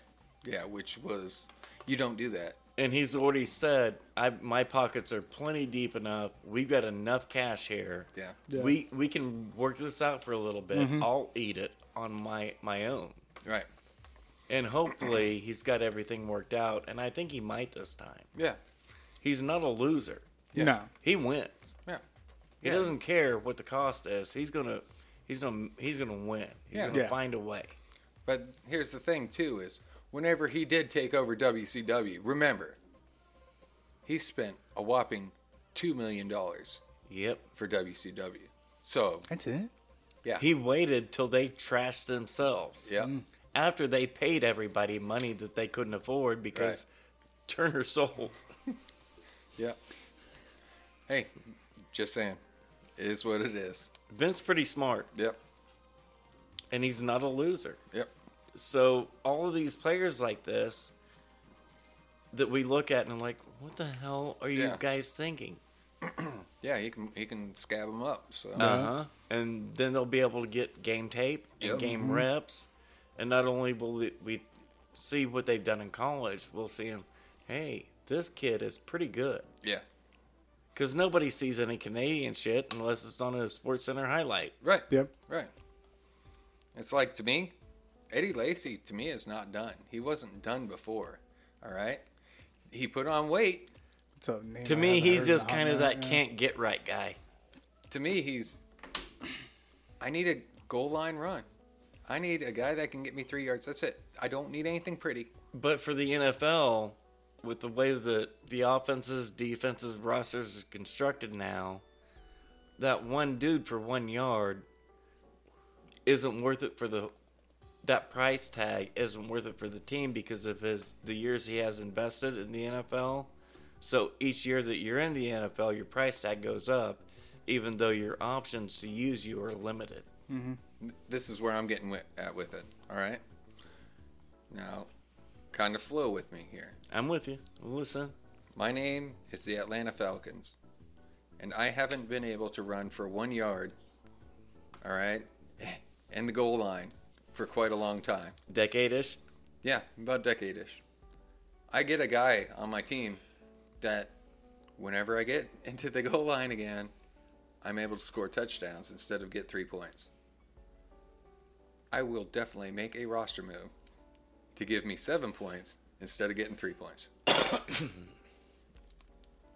[SPEAKER 3] yeah. Which was you don't do that.
[SPEAKER 1] And he's already said, I, my pockets are plenty deep enough. We've got enough cash here.
[SPEAKER 3] Yeah.
[SPEAKER 2] Yeah.
[SPEAKER 1] We we can work this out for a little bit. I'll eat it on my, my own.
[SPEAKER 3] Right.
[SPEAKER 1] And hopefully he's got everything worked out. And I think he might this time.
[SPEAKER 3] Yeah.
[SPEAKER 1] He's not a loser.
[SPEAKER 3] Yeah.
[SPEAKER 2] No.
[SPEAKER 1] He wins.
[SPEAKER 3] Yeah.
[SPEAKER 1] He
[SPEAKER 3] Yeah.
[SPEAKER 1] doesn't care what the cost is. He's gonna he's gonna he's gonna win. He's
[SPEAKER 3] Yeah.
[SPEAKER 1] gonna
[SPEAKER 2] Yeah.
[SPEAKER 1] find a way.
[SPEAKER 3] But here's the thing too is whenever he did take over WCW, remember, he spent a whopping two million dollars
[SPEAKER 1] Yep.
[SPEAKER 3] for WCW. So
[SPEAKER 2] That's it.
[SPEAKER 3] yeah,
[SPEAKER 1] He waited till they trashed themselves.
[SPEAKER 3] yeah,
[SPEAKER 1] After they paid everybody money that they couldn't afford because Turner sold.
[SPEAKER 3] yeah. Hey, just saying, it is what it is.
[SPEAKER 1] Vince pretty smart
[SPEAKER 3] Yep,
[SPEAKER 1] and he's not a loser.
[SPEAKER 3] yep,
[SPEAKER 1] So all of these players like this that we look at and I'm like, what the hell are you
[SPEAKER 3] Yeah.
[SPEAKER 1] guys thinking?
[SPEAKER 3] yeah. He can he can scab him up. So
[SPEAKER 1] Uh huh. And then they'll be able to get game tape and
[SPEAKER 3] Yep. Mm-hmm.
[SPEAKER 1] game reps, and not only will we- we see what they've done in college, we'll see them. Hey, this kid is pretty good
[SPEAKER 3] yeah,
[SPEAKER 1] because nobody sees any Canadian shit unless it's on a Sports Center highlight.
[SPEAKER 3] right,
[SPEAKER 2] Yep.
[SPEAKER 3] right. It's like to me, Eddie Lacy to me is not done. He wasn't done before. All right, he put on weight.
[SPEAKER 2] So name
[SPEAKER 1] To
[SPEAKER 2] I
[SPEAKER 1] me,
[SPEAKER 2] haven't
[SPEAKER 1] he's
[SPEAKER 2] heard in a
[SPEAKER 1] just
[SPEAKER 2] hot
[SPEAKER 1] kind of
[SPEAKER 2] minute,
[SPEAKER 1] that
[SPEAKER 2] yeah.
[SPEAKER 1] can't get right guy.
[SPEAKER 3] to me, he's. I need a goal line run. I need a guy that can get me three yards. That's it. I don't need anything pretty.
[SPEAKER 1] But for the NFL, with the way that the offenses, defenses, rosters are constructed now, that one dude for one yard isn't worth it for the that price tag isn't worth it for the team because of his the years he has invested in the NFL. So each year that you're in the NFL, your price tag goes up, even though your options to use you are limited.
[SPEAKER 3] This is where I'm getting wi- at with it. All right. Now, kind of flow with me here.
[SPEAKER 1] I'm with you. Listen,
[SPEAKER 3] My name is the Atlanta Falcons, and I haven't been able to run for one yard. All right, and the goal line for quite a long time.
[SPEAKER 1] decade ish.
[SPEAKER 3] Yeah, about decade ish. I get a guy on my team that whenever I get into the goal line again, I'm able to score touchdowns instead of get three points. I will definitely make a roster move to give me seven points instead of getting three points.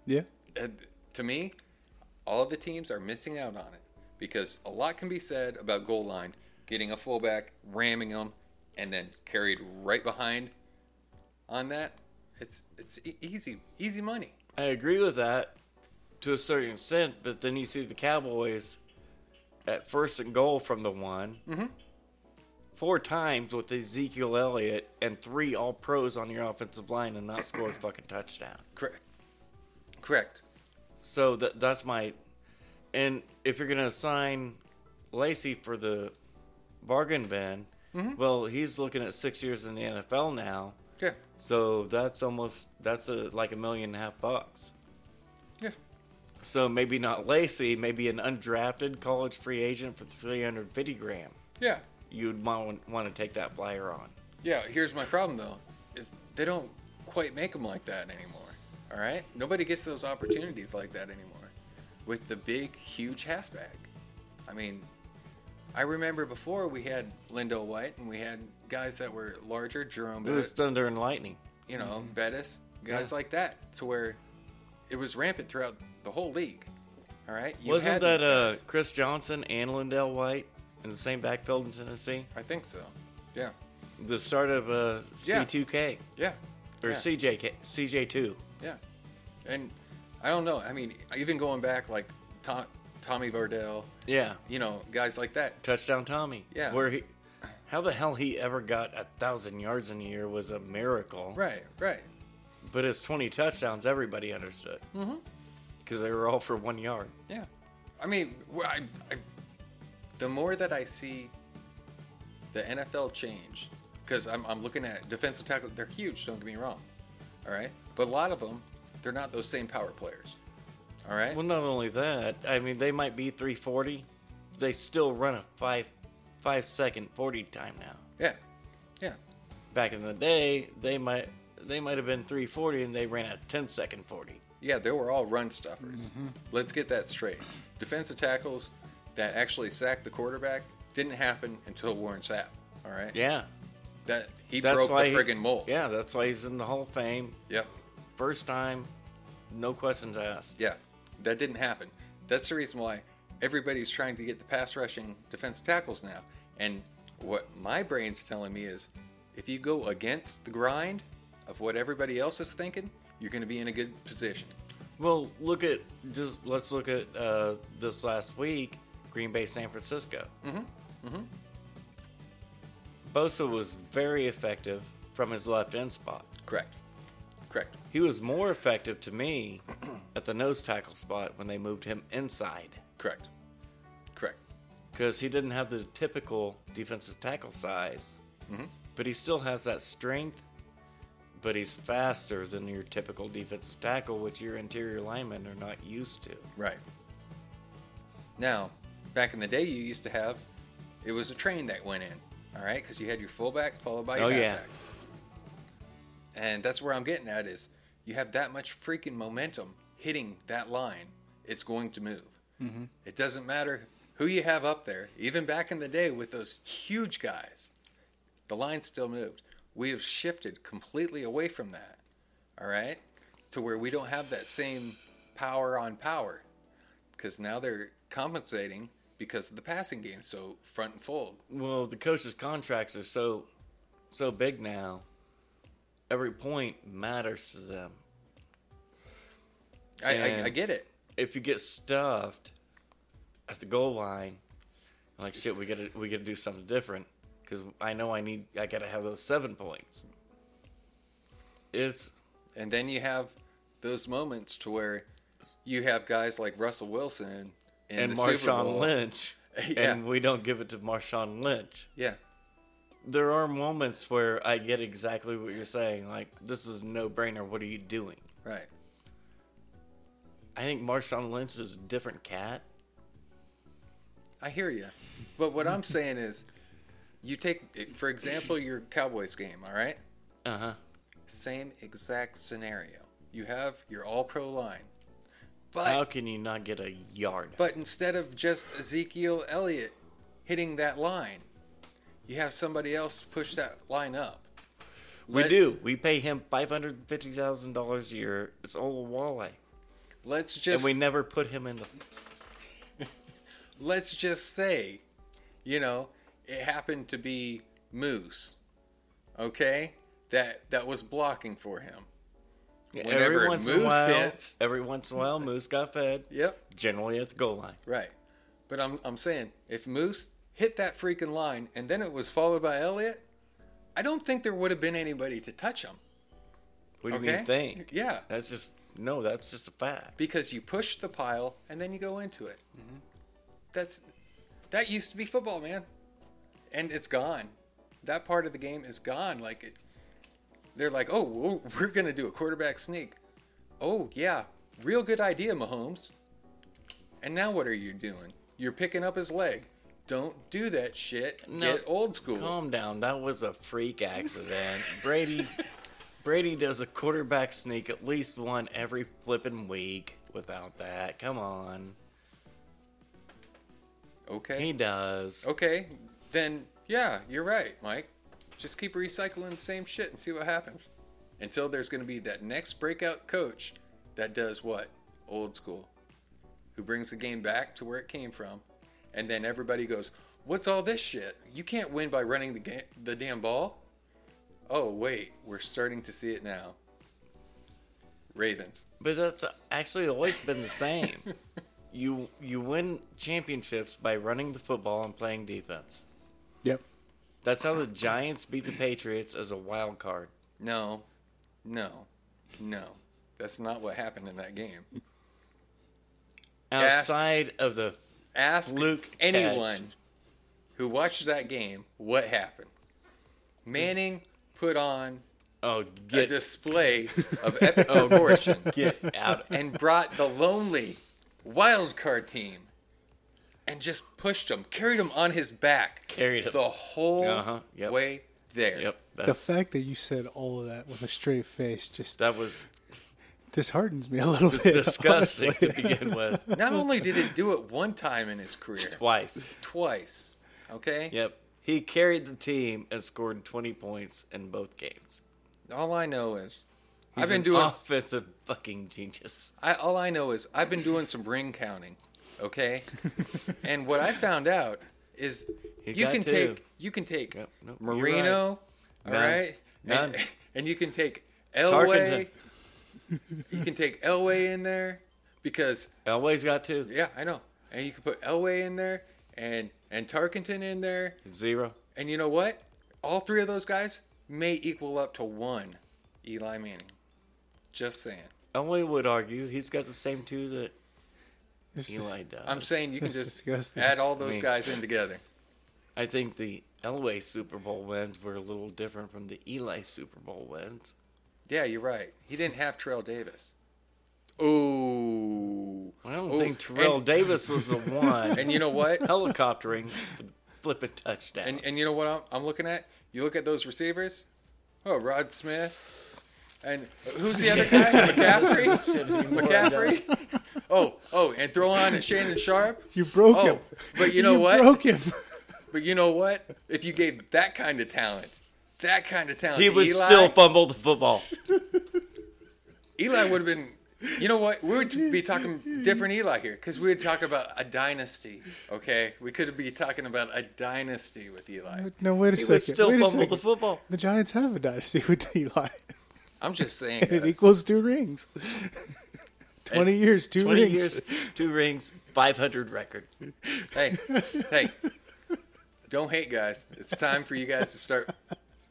[SPEAKER 2] Yeah.
[SPEAKER 3] And to me, all the teams are missing out on it because a lot can be said about goal line, getting a fullback, ramming them, and then carried right behind. On that, it's it's e- easy easy money.
[SPEAKER 1] I agree with that to a certain extent, but then you see the Cowboys at first and goal from the one, four times with Ezekiel Elliott and three All Pros on your offensive line and not score a fucking touchdown.
[SPEAKER 3] Correct. Correct.
[SPEAKER 1] So that that's my, and if you're gonna assign Lacey for the bargain bin, well, he's looking at six years in the NFL now.
[SPEAKER 3] Yeah.
[SPEAKER 1] So that's almost that's a like a million and a half bucks.
[SPEAKER 3] Yeah.
[SPEAKER 1] So maybe not Lacey, maybe an undrafted college free agent for 350 gram.
[SPEAKER 3] Yeah.
[SPEAKER 1] You'd want, want to take that flyer on.
[SPEAKER 3] Yeah. Here's my problem though, is they don't quite make them like that anymore. All right. Nobody gets those opportunities like that anymore, with the big, huge halfback. I mean, I remember before we had Lindo White and we had guys that were larger, Jerome,
[SPEAKER 1] It was
[SPEAKER 3] Bettis,
[SPEAKER 1] thunder and lightning.
[SPEAKER 3] you know, Bettis, guys
[SPEAKER 1] Yeah.
[SPEAKER 3] like that, to where it was rampant throughout the whole league. All right. You
[SPEAKER 1] Wasn't
[SPEAKER 3] had
[SPEAKER 1] that
[SPEAKER 3] these
[SPEAKER 1] uh,
[SPEAKER 3] guys.
[SPEAKER 1] Chris Johnson and Lindell White in the same backfield in Tennessee?
[SPEAKER 3] I think so. Yeah.
[SPEAKER 1] The start of uh,
[SPEAKER 3] Yeah.
[SPEAKER 1] C2K
[SPEAKER 3] Yeah.
[SPEAKER 1] or
[SPEAKER 3] yeah.
[SPEAKER 1] CJK, CJ2.
[SPEAKER 3] Yeah, and I don't know. I mean, even going back like Tom, Tommy Vardell,
[SPEAKER 1] Yeah.
[SPEAKER 3] you know, guys like that.
[SPEAKER 1] Touchdown Tommy.
[SPEAKER 3] Yeah.
[SPEAKER 1] Where he, how the hell he ever got a thousand yards in a year was a miracle.
[SPEAKER 3] Right, right.
[SPEAKER 1] But his 20 touchdowns, everybody understood. Mm-hmm. Because they were all for one yard.
[SPEAKER 3] Yeah. I mean, wh- I, I, the more that I see the NFL change, because I'm, I'm looking at defensive tackle, they're huge, don't get me wrong. All right. But a lot of them, they're not those same power players. All right.
[SPEAKER 1] Well, not only that, I mean, they might be 340. They still run a five, five second 40 time now.
[SPEAKER 3] yeah. Yeah.
[SPEAKER 1] Back in the day, they might they might have been 340 and they ran a 10 second 40.
[SPEAKER 3] Yeah, they were all run stuffers.
[SPEAKER 1] Mm-hmm.
[SPEAKER 3] Let's get that straight. Defensive tackles that actually sacked the quarterback didn't happen until Warren Sapp. All right,
[SPEAKER 1] Yeah,
[SPEAKER 3] that he
[SPEAKER 1] that's
[SPEAKER 3] broke the
[SPEAKER 1] why he-
[SPEAKER 3] friggin' mold.
[SPEAKER 1] Yeah, that's why he's in the Hall of Fame.
[SPEAKER 3] yep,
[SPEAKER 1] First time, no questions asked.
[SPEAKER 3] yeah, that didn't happen. That's the reason why everybody's trying to get the pass rushing defensive tackles now. And what my brain's telling me is, if you go against the grind of what everybody else is thinking, you're going to be in a good position.
[SPEAKER 1] Well, look at just let's look at uh, this last week, Green Bay, San Francisco. Mm-hmm. Mm-hmm. Bosa was very effective from his left end spot.
[SPEAKER 3] Correct. Correct.
[SPEAKER 1] He was more effective to me at the nose tackle spot when they moved him inside
[SPEAKER 3] Correct. Correct.
[SPEAKER 1] because he didn't have the typical defensive tackle size, but he still has that strength. But he's faster than your typical defensive tackle, which your interior linemen are not used to.
[SPEAKER 3] Right. Now, back in the day, you used to have it was a train that went in, all right, because you had your fullback followed by your
[SPEAKER 1] Oh, yeah.
[SPEAKER 3] halfback. And that's where I'm getting at is you have that much freaking momentum hitting that line, it's going to move. Mm-hmm. It doesn't matter who you have up there. Even back in the day with those huge guys, the line still moved. We have shifted completely away from that, all right, to where we don't have that same power on power because now they're compensating because of the passing game. So front and fold.
[SPEAKER 1] Well, the coaches' contracts are so so big now. Every point matters to them.
[SPEAKER 3] I, I,
[SPEAKER 1] And-
[SPEAKER 3] I get it.
[SPEAKER 1] If you get stuffed at the goal line, like shit, we gotta we gotta do something different because I know I need I gotta have those seven points. It's
[SPEAKER 3] And then you have those moments to where you have guys like Russell Wilson in
[SPEAKER 1] and
[SPEAKER 3] the Super
[SPEAKER 1] Marshawn
[SPEAKER 3] Bowl.
[SPEAKER 1] Lynch,
[SPEAKER 3] Yeah.
[SPEAKER 1] and we don't give it to Marshawn Lynch.
[SPEAKER 3] Yeah,
[SPEAKER 1] There are moments where I get exactly what you're saying. Like this is no brainer. What are you doing?
[SPEAKER 3] right.
[SPEAKER 1] I think Marshawn Lynch is a different cat.
[SPEAKER 3] I hear you. But what I'm saying is, you take, for example, your Cowboys game, all right?
[SPEAKER 1] Uh huh.
[SPEAKER 3] Same exact scenario. You have your all pro line.
[SPEAKER 1] How
[SPEAKER 3] But
[SPEAKER 1] can you not get a yard?
[SPEAKER 3] but instead of just Ezekiel Elliott hitting that line, you have somebody else push that line up.
[SPEAKER 1] we
[SPEAKER 3] Let-
[SPEAKER 1] do. We pay him five hundred fifty thousand dollars a year. It's all walleye,
[SPEAKER 3] Let's
[SPEAKER 1] and
[SPEAKER 3] just
[SPEAKER 1] we never put him in the.
[SPEAKER 3] let's just say, you know, it happened to be Moose. Okay? That that was blocking for him. Whenever
[SPEAKER 1] every once in a
[SPEAKER 3] Moose
[SPEAKER 1] while,
[SPEAKER 3] hits.
[SPEAKER 1] every once in a while, Moose got fed.
[SPEAKER 3] Yep.
[SPEAKER 1] Generally at the goal line.
[SPEAKER 3] Right. But I'm I'm saying if Moose hit that freaking line and then it was followed by Elliot, I don't think there would have been anybody to touch him.
[SPEAKER 1] What do you
[SPEAKER 3] Okay?
[SPEAKER 1] mean think?
[SPEAKER 3] Yeah.
[SPEAKER 1] That's just no. That's just a fact.
[SPEAKER 3] Because you push the pile and then you go into it. That's that used to be football, man. And it's gone. That part of the game is gone. Like it they're like, "Oh, we're- we're going to do a quarterback sneak." Oh, yeah. Real good idea, Mahomes. And now what are you doing? You're picking up his leg. Don't do that shit.
[SPEAKER 1] No,
[SPEAKER 3] Get old school.
[SPEAKER 1] Calm down. That was a freak accident. Brady Brady does a quarterback sneak at least one every flipping week without that. Come on.
[SPEAKER 3] Okay. Oh.
[SPEAKER 1] He does.
[SPEAKER 3] Okay. Then yeah, you're right, Mike. Just keep recycling the same shit and see what happens. Until there's going to be that next breakout coach that does what? Old school. Who brings the game back to where it came from. And then everybody goes, "What's all this shit? You can't win by running the ga- the damn ball." Oh, wait, we're starting to see it now. Ravens.
[SPEAKER 1] But that's actually always been the same. you you win championships by running the football and playing defense.
[SPEAKER 2] Yep.
[SPEAKER 1] That's how the Giants beat the Patriots as a wild card.
[SPEAKER 3] No, no, no. That's not what happened in that game. Ask-
[SPEAKER 1] Outside of the
[SPEAKER 3] ask
[SPEAKER 1] Luke
[SPEAKER 3] anyone
[SPEAKER 1] Cage.
[SPEAKER 3] who watched that game what happened. Manning put on
[SPEAKER 1] oh
[SPEAKER 3] a
[SPEAKER 1] get
[SPEAKER 3] display of epic proportion
[SPEAKER 1] get out.
[SPEAKER 3] and brought the lonely wild card team and just pushed him, carried him on his back,
[SPEAKER 1] Carried him.
[SPEAKER 3] the whole
[SPEAKER 1] Uh-huh, yep.
[SPEAKER 3] way there.
[SPEAKER 1] Yep.
[SPEAKER 2] The
[SPEAKER 1] That's,
[SPEAKER 2] fact that you said all of that with a straight face just
[SPEAKER 1] that was
[SPEAKER 2] disheartens me a little bit.
[SPEAKER 1] disgusting
[SPEAKER 2] honestly.
[SPEAKER 1] to begin with.
[SPEAKER 3] Not only did he do it one time in his career,
[SPEAKER 1] Twice.
[SPEAKER 3] twice. Okay.
[SPEAKER 1] Yep. He carried the team and scored 20 points in both games.
[SPEAKER 3] All I know is
[SPEAKER 1] He's
[SPEAKER 3] I've been
[SPEAKER 1] an
[SPEAKER 3] doing
[SPEAKER 1] offensive fucking genius.
[SPEAKER 3] I, all I know is I've been doing some ring counting, okay? and what I found out is
[SPEAKER 1] You
[SPEAKER 3] you
[SPEAKER 1] got
[SPEAKER 3] can
[SPEAKER 1] two.
[SPEAKER 3] take you can take
[SPEAKER 1] Yep, nope, you're
[SPEAKER 3] Marino, all
[SPEAKER 1] None.
[SPEAKER 3] right,
[SPEAKER 1] None.
[SPEAKER 3] And, and you can take Elway. you can take Elway in there because
[SPEAKER 1] Elway's got two.
[SPEAKER 3] yeah, I know, and you can put Elway in there and and Tarkenton in there,
[SPEAKER 1] Zero.
[SPEAKER 3] and you know what? All three of those guys may equal up to one Eli Manning. Just saying.
[SPEAKER 1] Elway would argue he's got the same two that
[SPEAKER 2] It's just-
[SPEAKER 1] Eli does.
[SPEAKER 3] I'm saying you can
[SPEAKER 2] That's
[SPEAKER 3] just
[SPEAKER 2] disgusting.
[SPEAKER 3] add all those
[SPEAKER 1] Uh, Me.
[SPEAKER 3] guys in together.
[SPEAKER 1] I think the Elway Super Bowl wins were a little different from the Eli Super Bowl wins.
[SPEAKER 3] Yeah, you're right. He didn't have Terrell Davis. Ooh.
[SPEAKER 1] I don't
[SPEAKER 3] Ooh,
[SPEAKER 1] think Terrell
[SPEAKER 3] and,
[SPEAKER 1] Davis was the one
[SPEAKER 3] and you know what?
[SPEAKER 1] helicoptering the flipping touchdown.
[SPEAKER 3] And and you know what I'm, I'm looking at? You look at those receivers. Oh, Rod Smith. And who's the other guy? McCaffrey. McCaffrey. Oh, oh, and throw on a Shannon Sharp.
[SPEAKER 2] You broke
[SPEAKER 3] Oh,
[SPEAKER 2] him.
[SPEAKER 3] but you know what?
[SPEAKER 2] broke him.
[SPEAKER 3] But you know what? If you gave that kind of talent, that kind of talent,
[SPEAKER 1] he
[SPEAKER 3] to
[SPEAKER 1] would
[SPEAKER 3] Eli,
[SPEAKER 1] still fumble the football.
[SPEAKER 3] Eli would have been. You know what? We would be talking different Eli here because we would talk about a dynasty. Okay, we could be talking about a dynasty with Eli.
[SPEAKER 2] No, wait a
[SPEAKER 1] He
[SPEAKER 2] second.
[SPEAKER 1] would still
[SPEAKER 2] wait a
[SPEAKER 1] fumble
[SPEAKER 2] second.
[SPEAKER 1] the football.
[SPEAKER 2] The Giants have a dynasty with Eli.
[SPEAKER 3] I'm just saying.
[SPEAKER 2] It
[SPEAKER 3] guys.
[SPEAKER 2] equals two rings. Twenty years, two
[SPEAKER 1] 20
[SPEAKER 2] rings.
[SPEAKER 1] years, two rings, 500 record.
[SPEAKER 3] hey, hey, don't hate, guys. It's time for you guys to start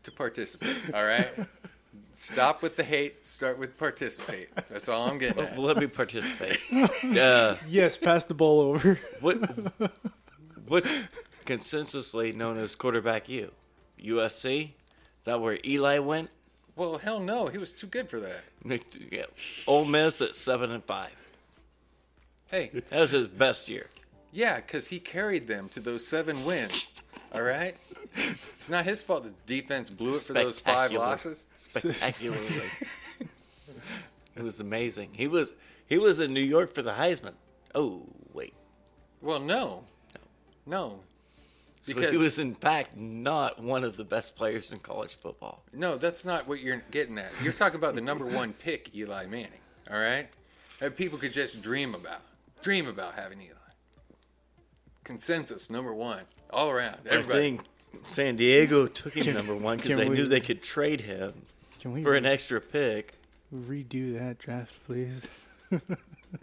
[SPEAKER 3] to participate. All right. Stop with the hate. Start with participate. That's all I'm getting at.
[SPEAKER 1] Let me participate. Uh,
[SPEAKER 2] Yes, pass the ball over.
[SPEAKER 1] what, what's consensusly known as quarterback U? USC? Is that where Eli went?
[SPEAKER 3] Well, hell no. He was too good for that.
[SPEAKER 1] Yeah. Ole Miss at 7 and 5.
[SPEAKER 3] Hey,
[SPEAKER 1] That was his best year.
[SPEAKER 3] yeah, because he carried them to those seven wins. All right. It's not his fault that the defense blew it for those five
[SPEAKER 1] Spectacular.
[SPEAKER 3] losses.
[SPEAKER 1] spectacularly. it was amazing. He was he was in New York for the Heisman. Oh wait,
[SPEAKER 3] Well, no, no,
[SPEAKER 1] so
[SPEAKER 3] Because-
[SPEAKER 1] he was in fact not one of the best players in college football.
[SPEAKER 3] no. That's not what you're getting at. You're talking about the number one pick, Eli Manning. All right, that people could just dream about, dream about having Eli. Consensus number one, all around. Everybody.
[SPEAKER 1] I think San Diego took him number one
[SPEAKER 2] can
[SPEAKER 1] because they knew
[SPEAKER 2] we-
[SPEAKER 1] they could trade him
[SPEAKER 2] Can we
[SPEAKER 1] for an extra pick.
[SPEAKER 2] redo that draft, please?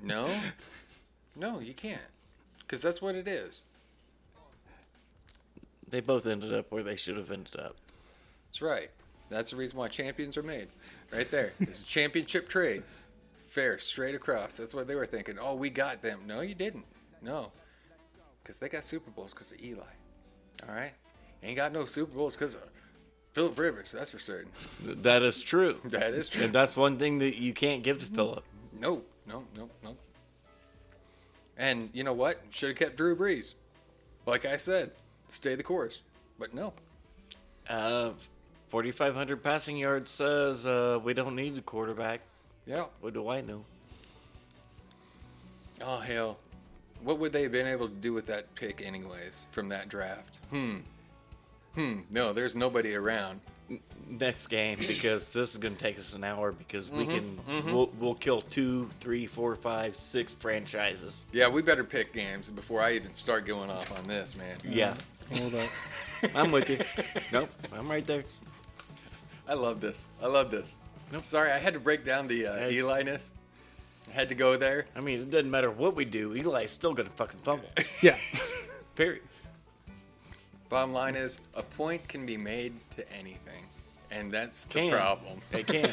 [SPEAKER 3] No, no, you can't, because that's what it is.
[SPEAKER 1] They both ended up where they should have ended up.
[SPEAKER 3] That's right. That's the reason why champions are made. Right there. It's a championship trade. Fair, straight across. That's what they were thinking. Oh, we got them. No, you didn't. No. Because they got Super Bowls because of Eli. All right? Ain't got no Super Bowls because of Philip Rivers. That's for certain.
[SPEAKER 1] That is true.
[SPEAKER 3] That is true.
[SPEAKER 1] And that's one thing that you can't give to Philip.
[SPEAKER 3] No, no, no, no. And you know what? Should have kept Drew Brees. Like I said, stay the course. But no.
[SPEAKER 1] Uh, 4,500 passing yards says uh, we don't need a quarterback.
[SPEAKER 3] Yeah.
[SPEAKER 1] What do I know?
[SPEAKER 3] Oh hell. What would they have been able to do with that pick anyways from that draft? Hmm. Hmm. No, there's nobody around.
[SPEAKER 1] Next game because this is going to take us an hour because
[SPEAKER 3] Mm-hmm.
[SPEAKER 1] we can we'll, we'll kill two, three, four, five, six franchises.
[SPEAKER 3] Yeah, we better pick games before I even start going off on this, man.
[SPEAKER 1] Yeah,
[SPEAKER 2] Hold up.
[SPEAKER 1] I'm with you. nope, I'm right there.
[SPEAKER 3] I love this. I love this.
[SPEAKER 1] Nope.
[SPEAKER 3] Sorry, I had to break down the uh,
[SPEAKER 1] That's-
[SPEAKER 3] Eli-ness. I had to go there.
[SPEAKER 1] I mean, it doesn't matter what we do. Eli's still going to fucking fumble.
[SPEAKER 2] Yeah.
[SPEAKER 1] Period.
[SPEAKER 3] Bottom line is, a point can be made to anything, and that's the
[SPEAKER 1] Can.
[SPEAKER 3] problem.
[SPEAKER 1] They can.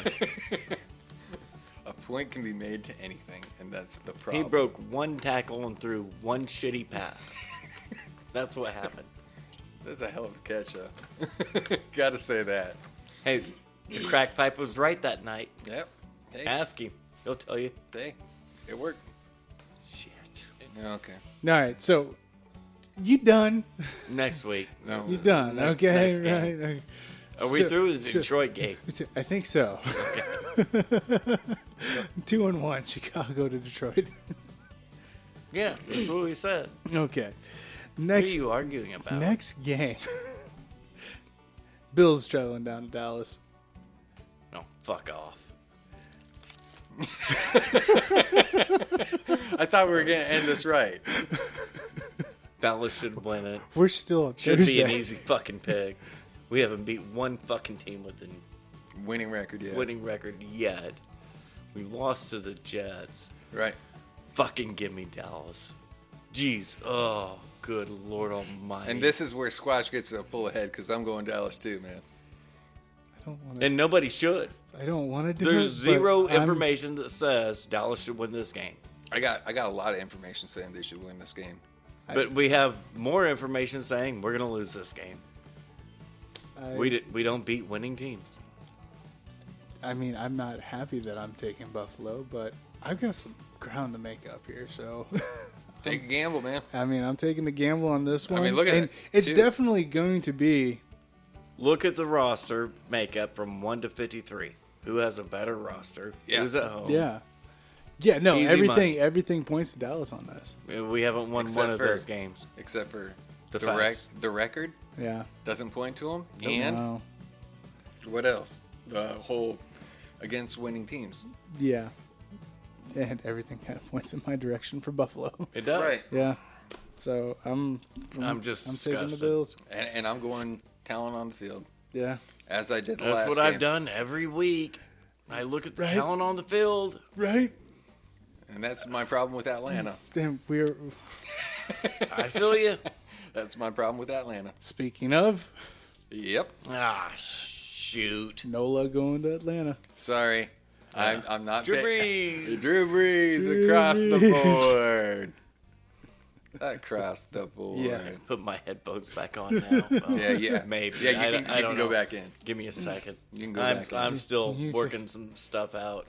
[SPEAKER 3] A point can be made to anything, and that's the
[SPEAKER 1] he
[SPEAKER 3] problem.
[SPEAKER 1] broke one tackle and threw one shitty pass. That's what happened.
[SPEAKER 3] That's a hell of a catch, though. Gotta say that.
[SPEAKER 1] Hey, the crack pipe was right that night.
[SPEAKER 3] Yep. Hey,
[SPEAKER 1] Ask him. He'll tell you.
[SPEAKER 3] They, it worked.
[SPEAKER 1] Shit.
[SPEAKER 3] Okay.
[SPEAKER 2] All right. So you done?
[SPEAKER 1] Next week.
[SPEAKER 3] No.
[SPEAKER 2] You done?
[SPEAKER 1] Next-
[SPEAKER 2] okay.
[SPEAKER 1] next game.
[SPEAKER 2] right. okay.
[SPEAKER 1] Are we
[SPEAKER 2] So-
[SPEAKER 1] through with the
[SPEAKER 2] so-
[SPEAKER 1] Detroit game?
[SPEAKER 2] I think so. Two and one, Chicago to Detroit.
[SPEAKER 1] Yeah, that's what we said.
[SPEAKER 2] okay.
[SPEAKER 1] What are
[SPEAKER 2] Next
[SPEAKER 1] you arguing about?
[SPEAKER 2] next game. Bills traveling down to Dallas.
[SPEAKER 1] No, fuck off.
[SPEAKER 3] I thought we were gonna end this right.
[SPEAKER 1] Dallas should win it.
[SPEAKER 2] We're still on
[SPEAKER 1] Should
[SPEAKER 2] Thursday.
[SPEAKER 1] be an easy fucking pick. We haven't beat one fucking team with an
[SPEAKER 3] Winning record, yeah.
[SPEAKER 1] winning record yet. We lost to the Jets.
[SPEAKER 3] Right.
[SPEAKER 1] Fucking give me Dallas. Jeez. Oh, good Lord Almighty.
[SPEAKER 3] And this is where Squash gets a pull ahead because I'm going Dallas too, man.
[SPEAKER 2] I don't want to.
[SPEAKER 1] And nobody should.
[SPEAKER 2] I don't want to do
[SPEAKER 1] There's
[SPEAKER 2] it, but
[SPEAKER 1] zero
[SPEAKER 2] I'm-
[SPEAKER 1] information that says Dallas should win this game.
[SPEAKER 3] I got I got a lot of information saying they should win this game.
[SPEAKER 1] But we have more information saying we're going to lose this game.
[SPEAKER 2] I,
[SPEAKER 1] We did, we don't beat winning teams.
[SPEAKER 2] I mean, I'm not happy that I'm taking Buffalo, but I've got some ground to make up here. So,
[SPEAKER 3] Take a gamble, man.
[SPEAKER 2] I mean, I'm taking the gamble on this one.
[SPEAKER 3] mean, look at
[SPEAKER 2] and
[SPEAKER 3] it.
[SPEAKER 2] It's
[SPEAKER 3] Dude.
[SPEAKER 2] definitely going to be
[SPEAKER 1] Look at the roster makeup from 1 to 53. Who has a better roster?
[SPEAKER 3] Yeah.
[SPEAKER 1] Who's at home?
[SPEAKER 2] Yeah. Yeah, no,
[SPEAKER 1] Easy
[SPEAKER 2] everything
[SPEAKER 1] money.
[SPEAKER 2] everything points to Dallas on this.
[SPEAKER 1] We haven't won
[SPEAKER 3] Except
[SPEAKER 1] one of
[SPEAKER 3] for-
[SPEAKER 1] those games.
[SPEAKER 3] Except for
[SPEAKER 1] The
[SPEAKER 3] the rec-
[SPEAKER 1] facts.
[SPEAKER 3] the record
[SPEAKER 2] Yeah.
[SPEAKER 3] doesn't point to them. And
[SPEAKER 2] Wow.
[SPEAKER 3] what else? The whole against winning teams.
[SPEAKER 2] yeah. And everything kind of points in my direction for Buffalo.
[SPEAKER 1] It does.
[SPEAKER 3] Right.
[SPEAKER 2] yeah. So I'm
[SPEAKER 1] I'm just
[SPEAKER 2] I'm taking
[SPEAKER 1] disgusted.
[SPEAKER 2] the Bills.
[SPEAKER 3] And, and I'm going talent on the field
[SPEAKER 2] Yeah.
[SPEAKER 3] as I did the
[SPEAKER 1] That's
[SPEAKER 3] last
[SPEAKER 1] what I've
[SPEAKER 3] game.
[SPEAKER 1] done every week. I look at the
[SPEAKER 2] Right.
[SPEAKER 1] talent on the field.
[SPEAKER 2] Right?
[SPEAKER 3] And that's my problem with Atlanta.
[SPEAKER 2] Damn we're
[SPEAKER 1] I feel you.
[SPEAKER 3] That's my problem with Atlanta.
[SPEAKER 2] speaking of
[SPEAKER 3] Yep.
[SPEAKER 1] ah, shoot.
[SPEAKER 2] Nola going to Atlanta.
[SPEAKER 3] Sorry. I'm, I'm not
[SPEAKER 1] Drew
[SPEAKER 3] ba-
[SPEAKER 1] Brees.
[SPEAKER 3] Drew Brees
[SPEAKER 2] Drew
[SPEAKER 3] across the
[SPEAKER 2] Brees.
[SPEAKER 3] board. Across the board.
[SPEAKER 2] Yeah.
[SPEAKER 1] Put my headphones back on now. Oh,
[SPEAKER 3] Yeah, yeah.
[SPEAKER 1] Maybe.
[SPEAKER 3] Yeah, you
[SPEAKER 1] I-
[SPEAKER 3] can, you
[SPEAKER 1] I
[SPEAKER 3] can
[SPEAKER 1] don't
[SPEAKER 3] go
[SPEAKER 1] know.
[SPEAKER 3] back in.
[SPEAKER 1] Give me a second.
[SPEAKER 3] You can go
[SPEAKER 1] I'm,
[SPEAKER 3] back in.
[SPEAKER 1] I'm still
[SPEAKER 2] You too.
[SPEAKER 1] working some stuff out.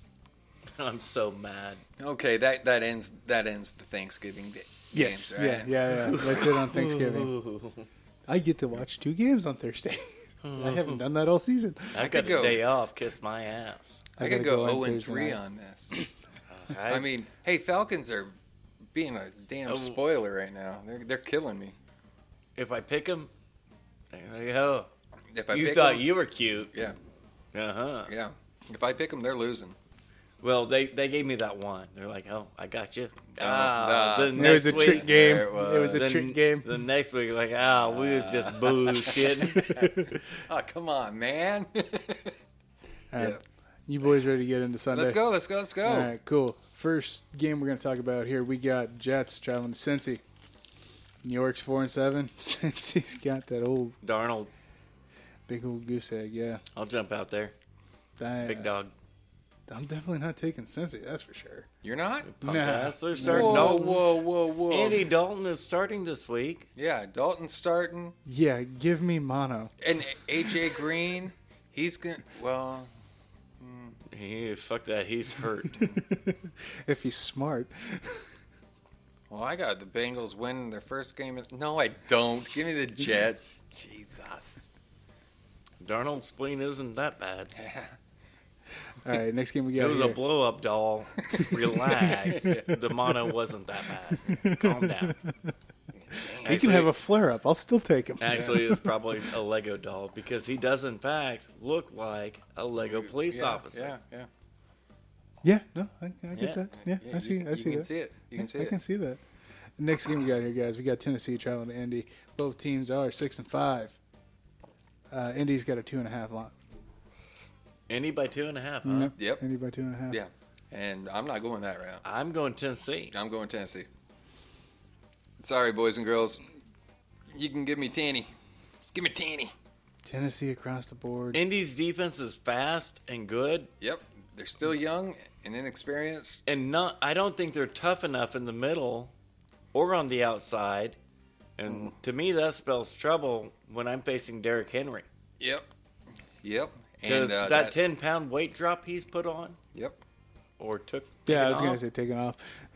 [SPEAKER 1] I'm so mad.
[SPEAKER 3] Okay, that, that ends that ends the Thanksgiving Day
[SPEAKER 2] Yes.
[SPEAKER 3] games,
[SPEAKER 2] yeah,
[SPEAKER 3] right?
[SPEAKER 2] yeah, yeah. That's it on Thanksgiving. I get to watch two games on Thursday. I haven't done that all season.
[SPEAKER 1] I,
[SPEAKER 3] could
[SPEAKER 1] got
[SPEAKER 3] go-
[SPEAKER 1] a day off. Kiss my ass.
[SPEAKER 3] I,
[SPEAKER 2] gotta
[SPEAKER 3] could go, 0 and
[SPEAKER 2] Thursday
[SPEAKER 3] 3
[SPEAKER 2] night.
[SPEAKER 3] on this.
[SPEAKER 1] I,
[SPEAKER 3] I mean, hey, Falcons are being a damn
[SPEAKER 1] Oh.
[SPEAKER 3] spoiler right now. They're, they're killing me.
[SPEAKER 1] if I pick him, there you go.
[SPEAKER 3] If I
[SPEAKER 1] you
[SPEAKER 3] pick
[SPEAKER 1] thought
[SPEAKER 3] them,
[SPEAKER 1] you were cute.
[SPEAKER 3] yeah,
[SPEAKER 1] Uh huh.
[SPEAKER 3] yeah. If I pick them, they're losing.
[SPEAKER 1] Well, they, they gave me that one. They're like, oh, I got you.
[SPEAKER 3] Ah,
[SPEAKER 1] Ah, the
[SPEAKER 2] It
[SPEAKER 3] it
[SPEAKER 2] was
[SPEAKER 1] next
[SPEAKER 2] a
[SPEAKER 1] week,
[SPEAKER 2] trick game.
[SPEAKER 3] There
[SPEAKER 2] It
[SPEAKER 3] it
[SPEAKER 2] was,
[SPEAKER 3] was.
[SPEAKER 2] a
[SPEAKER 1] the-
[SPEAKER 2] trick game.
[SPEAKER 1] The next week, like, ah, we was just bullshitting.
[SPEAKER 3] Oh, come on, man.
[SPEAKER 2] All right.
[SPEAKER 3] yeah.
[SPEAKER 2] You boys ready to get into Sunday?
[SPEAKER 3] Let's go, let's go, let's go.
[SPEAKER 2] All right, cool. First game we're going to talk about here, we got Jets traveling to Cincy. New York's four and seven. Cincy's got that old
[SPEAKER 1] Darnold,
[SPEAKER 2] big old goose egg. Yeah,
[SPEAKER 1] I'll jump out there.
[SPEAKER 2] I,
[SPEAKER 1] Big dog.
[SPEAKER 2] I'm definitely not taking Cincy. That's for sure.
[SPEAKER 3] You're not?
[SPEAKER 1] Punk
[SPEAKER 2] Nah.
[SPEAKER 1] ass. They're starting
[SPEAKER 3] Whoa,
[SPEAKER 1] Dalton.
[SPEAKER 3] whoa, whoa, whoa.
[SPEAKER 1] Andy Dalton is starting this week.
[SPEAKER 3] Yeah, Dalton's starting.
[SPEAKER 2] Yeah, give me mono.
[SPEAKER 3] And AJ Green, he's going to, well,
[SPEAKER 1] He, fuck that. He's hurt.
[SPEAKER 2] if he's smart.
[SPEAKER 3] well, I got the Bengals winning their first game. of- No, I don't. Give me the Jets. Jesus.
[SPEAKER 1] Darnold's spleen isn't that bad.
[SPEAKER 2] All right, next game we got.
[SPEAKER 1] It was a
[SPEAKER 2] here.
[SPEAKER 1] blow up doll. Relax. the mono wasn't that bad. Calm down.
[SPEAKER 2] He can have a flare up. I'll still take him.
[SPEAKER 1] Actually, it's probably a Lego doll because he does, in fact, look like a Lego police
[SPEAKER 3] yeah,
[SPEAKER 1] officer.
[SPEAKER 3] Yeah, yeah.
[SPEAKER 2] Yeah, no, I, I get
[SPEAKER 1] Yeah.
[SPEAKER 2] that. Yeah,
[SPEAKER 3] Yeah,
[SPEAKER 2] I
[SPEAKER 3] you-
[SPEAKER 2] see. I
[SPEAKER 3] you
[SPEAKER 2] see
[SPEAKER 3] can
[SPEAKER 2] that.
[SPEAKER 3] see it. You can see
[SPEAKER 2] I
[SPEAKER 3] it.
[SPEAKER 2] can see that. Next game we got here, guys. We got Tennessee traveling to Indy. Both teams are six and five. Uh, Indy's got a two and a half lot.
[SPEAKER 1] Indy by two and a half. Huh?
[SPEAKER 2] Nope.
[SPEAKER 3] Uh-huh. Yep.
[SPEAKER 2] Indy by two and a half.
[SPEAKER 3] Yeah. And I'm not going that route.
[SPEAKER 1] I'm going Tennessee.
[SPEAKER 3] I'm going Tennessee. Sorry, boys and girls. You can give me Tanny. Give me Tanny.
[SPEAKER 2] Tennessee across the board.
[SPEAKER 1] Indy's defense is fast and good,
[SPEAKER 3] Yep. They're still young and inexperienced.
[SPEAKER 1] and not. I don't think they're tough enough in the middle or on the outside.
[SPEAKER 3] Mm-hmm.
[SPEAKER 1] And to me, that spells trouble when I'm facing Derrick Henry
[SPEAKER 3] Yep. Yep. And
[SPEAKER 1] because
[SPEAKER 3] uh,
[SPEAKER 1] that ten pound weight drop he's put on
[SPEAKER 3] Yep.
[SPEAKER 1] or took.
[SPEAKER 2] yeah,
[SPEAKER 1] taken
[SPEAKER 2] I was gonna
[SPEAKER 1] off,
[SPEAKER 2] say taking off.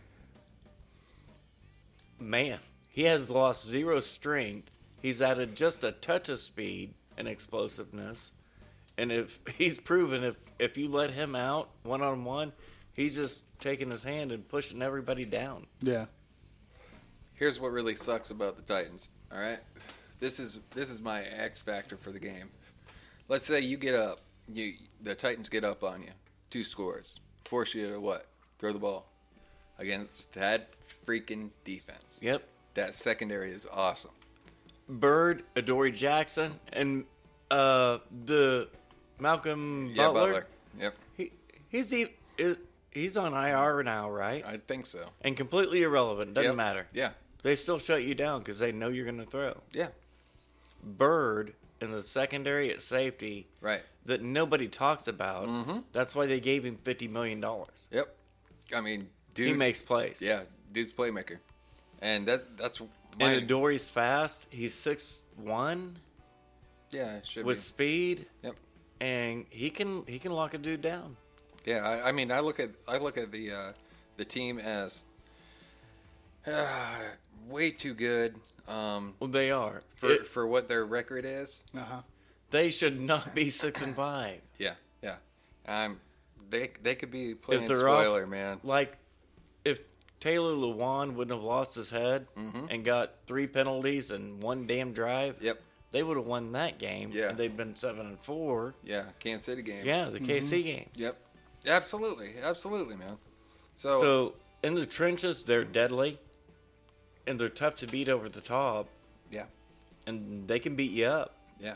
[SPEAKER 1] man, he has lost zero strength. He's added just a touch of speed and explosiveness. And if he's proven if if you let him out one on one, he's just taking his hand and pushing everybody down.
[SPEAKER 2] Yeah,
[SPEAKER 3] Here's what really sucks about the Titans. All right. This is this is my X factor for the game. Let's say you get up. You the Titans get up on you. Two scores. Force you to what? Throw the ball. Against that freaking defense.
[SPEAKER 1] Yep.
[SPEAKER 3] That secondary is awesome.
[SPEAKER 1] Bird, Adoree Jackson, and uh the Malcolm
[SPEAKER 3] Yeah,
[SPEAKER 1] Butler.
[SPEAKER 3] Butler. Yep.
[SPEAKER 1] He, he's e- is- he's on IR now, right?
[SPEAKER 3] I think so.
[SPEAKER 1] And completely irrelevant. Doesn't
[SPEAKER 3] Yep.
[SPEAKER 1] matter.
[SPEAKER 3] Yeah.
[SPEAKER 1] They still shut you down because they know you're going to throw.
[SPEAKER 3] Yeah.
[SPEAKER 1] Bird in the secondary at safety
[SPEAKER 3] Right.
[SPEAKER 1] that nobody talks about.
[SPEAKER 3] Mm-hmm.
[SPEAKER 1] That's why they gave him fifty million dollars.
[SPEAKER 3] Yep. I mean, dude.
[SPEAKER 1] He makes plays.
[SPEAKER 3] Yeah, dude's playmaker, and that that's my
[SPEAKER 1] And Adori's fast. He's six one
[SPEAKER 3] yeah it should
[SPEAKER 1] with speed,
[SPEAKER 3] be. Yep.
[SPEAKER 1] and he can he can lock a dude down.
[SPEAKER 3] Yeah, I, I mean, I look at I look at the uh, the team as uh, way too good um,
[SPEAKER 1] Well, they are.
[SPEAKER 3] for
[SPEAKER 1] It-
[SPEAKER 3] for what their record is.
[SPEAKER 2] uh huh.
[SPEAKER 1] they should not be six and five.
[SPEAKER 3] Yeah, yeah. Um, they they could be playing
[SPEAKER 1] they're off-
[SPEAKER 3] spoiler, man.
[SPEAKER 1] Like if Taylor Lewan wouldn't have lost his head
[SPEAKER 3] Mm-hmm.
[SPEAKER 1] and got three penalties and one damn drive.
[SPEAKER 3] Yep.
[SPEAKER 1] They would have won that game.
[SPEAKER 3] Yeah.
[SPEAKER 1] And they've been seven and four.
[SPEAKER 3] Yeah, Kansas City game.
[SPEAKER 1] Yeah, the KC game.
[SPEAKER 3] Yep. Absolutely, absolutely, man. So,
[SPEAKER 1] So in the trenches, they're deadly, and they're tough to beat over the top,
[SPEAKER 3] yeah,
[SPEAKER 1] and they can beat you up.
[SPEAKER 3] yeah,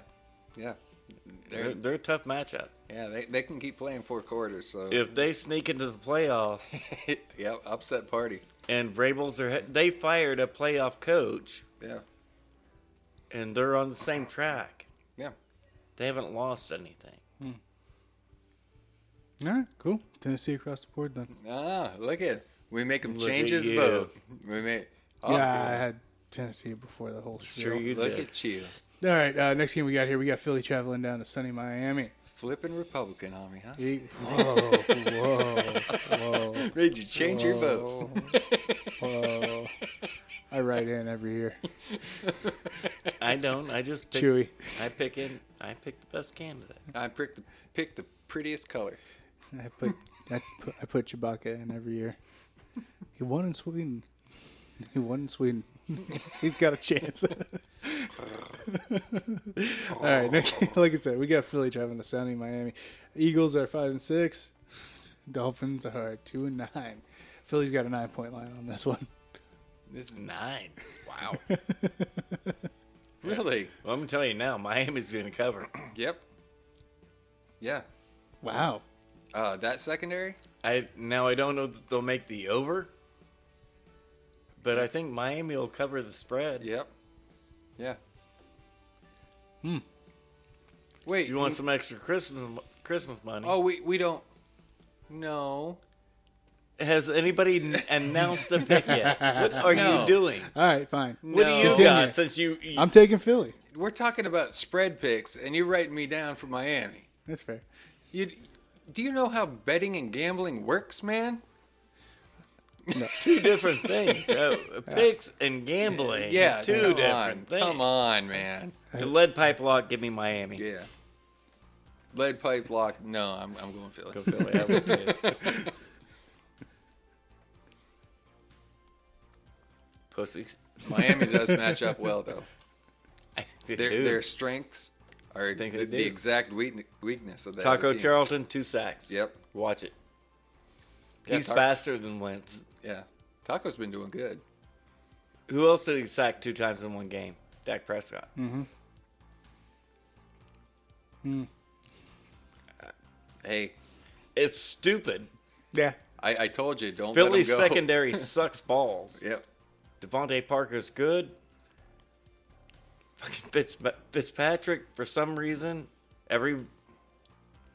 [SPEAKER 3] yeah.
[SPEAKER 1] They're,
[SPEAKER 3] They're,
[SPEAKER 1] they're a tough matchup.
[SPEAKER 3] yeah, they, they can keep playing four quarters. So
[SPEAKER 1] If they sneak into the playoffs,
[SPEAKER 3] yep, upset party.
[SPEAKER 1] and Vrabel's their head, they fired a playoff coach,
[SPEAKER 3] Yeah,
[SPEAKER 1] and they're on the same track.
[SPEAKER 3] yeah.
[SPEAKER 1] They haven't lost anything.
[SPEAKER 2] All right, cool. Tennessee across the board then.
[SPEAKER 3] Ah, look at we make him
[SPEAKER 1] Look
[SPEAKER 3] change
[SPEAKER 1] at
[SPEAKER 3] his
[SPEAKER 1] you.
[SPEAKER 3] vote. We make oh,
[SPEAKER 2] yeah, I had Tennessee before the whole show.
[SPEAKER 1] Sure, you
[SPEAKER 3] look
[SPEAKER 1] did.
[SPEAKER 3] at you,
[SPEAKER 2] All right, uh, next game we got here, we got Philly traveling down to sunny Miami.
[SPEAKER 3] flipping Republican on me, huh?
[SPEAKER 2] He- whoa, whoa, whoa,
[SPEAKER 3] Made you change your vote.
[SPEAKER 2] whoa. I write in every year.
[SPEAKER 1] I don't. I just pick,
[SPEAKER 2] Chewy.
[SPEAKER 1] I pick in. I pick the best candidate.
[SPEAKER 3] I picked the, picked the prettiest color.
[SPEAKER 2] I put I put I put Chewbacca in every year. He won in Sweden. He won in Sweden. He's got a chance. All right, next, like I said, we got Philly traveling to Sunny Miami. Eagles are five and six. Dolphins are two and nine. Philly's got a nine point line on this one.
[SPEAKER 1] This is nine.
[SPEAKER 3] Wow. really?
[SPEAKER 1] Well, I'm gonna tell you now, Miami's gonna cover.
[SPEAKER 3] Yep. Yeah.
[SPEAKER 2] Wow.
[SPEAKER 3] Uh, that secondary?
[SPEAKER 1] I now I don't know that they'll make the over, but I think Miami will cover the spread.
[SPEAKER 3] Yep. Yeah. Hmm. Wait.
[SPEAKER 1] You want some extra Christmas Christmas money?
[SPEAKER 3] Oh, we we don't. No.
[SPEAKER 1] Has anybody n- announced a pick yet? What are
[SPEAKER 3] No.
[SPEAKER 1] you doing?
[SPEAKER 2] All right, fine.
[SPEAKER 1] What do you
[SPEAKER 3] No.
[SPEAKER 2] Continue.
[SPEAKER 1] got since you? you-
[SPEAKER 2] I'm taking Philly.
[SPEAKER 3] We're talking about spread picks, and you're writing me down for Miami.
[SPEAKER 2] That's fair.
[SPEAKER 3] You do you know how betting and gambling works, man?
[SPEAKER 1] two different things. So, picks and gambling.
[SPEAKER 3] Yeah.
[SPEAKER 1] two
[SPEAKER 3] come
[SPEAKER 1] different
[SPEAKER 3] on,
[SPEAKER 1] things.
[SPEAKER 3] Come on, man.
[SPEAKER 1] The lead pipe lock. Give me Miami.
[SPEAKER 3] Yeah. Lead pipe lock. No, I'm I'm going Philly.
[SPEAKER 1] Go Philly. I would too. Pussies.
[SPEAKER 3] Miami does match up well though.
[SPEAKER 1] They
[SPEAKER 3] Their
[SPEAKER 1] do.
[SPEAKER 3] their strengths are ex-
[SPEAKER 1] Think they do.
[SPEAKER 3] the exact weakne- weakness of that other
[SPEAKER 1] Taco
[SPEAKER 3] team.
[SPEAKER 1] Charlton, two sacks.
[SPEAKER 3] Yep.
[SPEAKER 1] Watch it.
[SPEAKER 3] Yeah,
[SPEAKER 1] He's
[SPEAKER 3] Taco-
[SPEAKER 1] faster than Wentz.
[SPEAKER 3] Yeah. Taco's been doing good.
[SPEAKER 1] Who else did he sack two times in one game? Dak Prescott.
[SPEAKER 3] Hey,
[SPEAKER 1] It's stupid.
[SPEAKER 2] Yeah.
[SPEAKER 3] I, I told you don't
[SPEAKER 1] Philly's
[SPEAKER 3] let 'em go.
[SPEAKER 1] secondary sucks balls.
[SPEAKER 3] Yep.
[SPEAKER 1] Devontae Parker's good. Fucking Fitz, Fitzpatrick, for some reason, every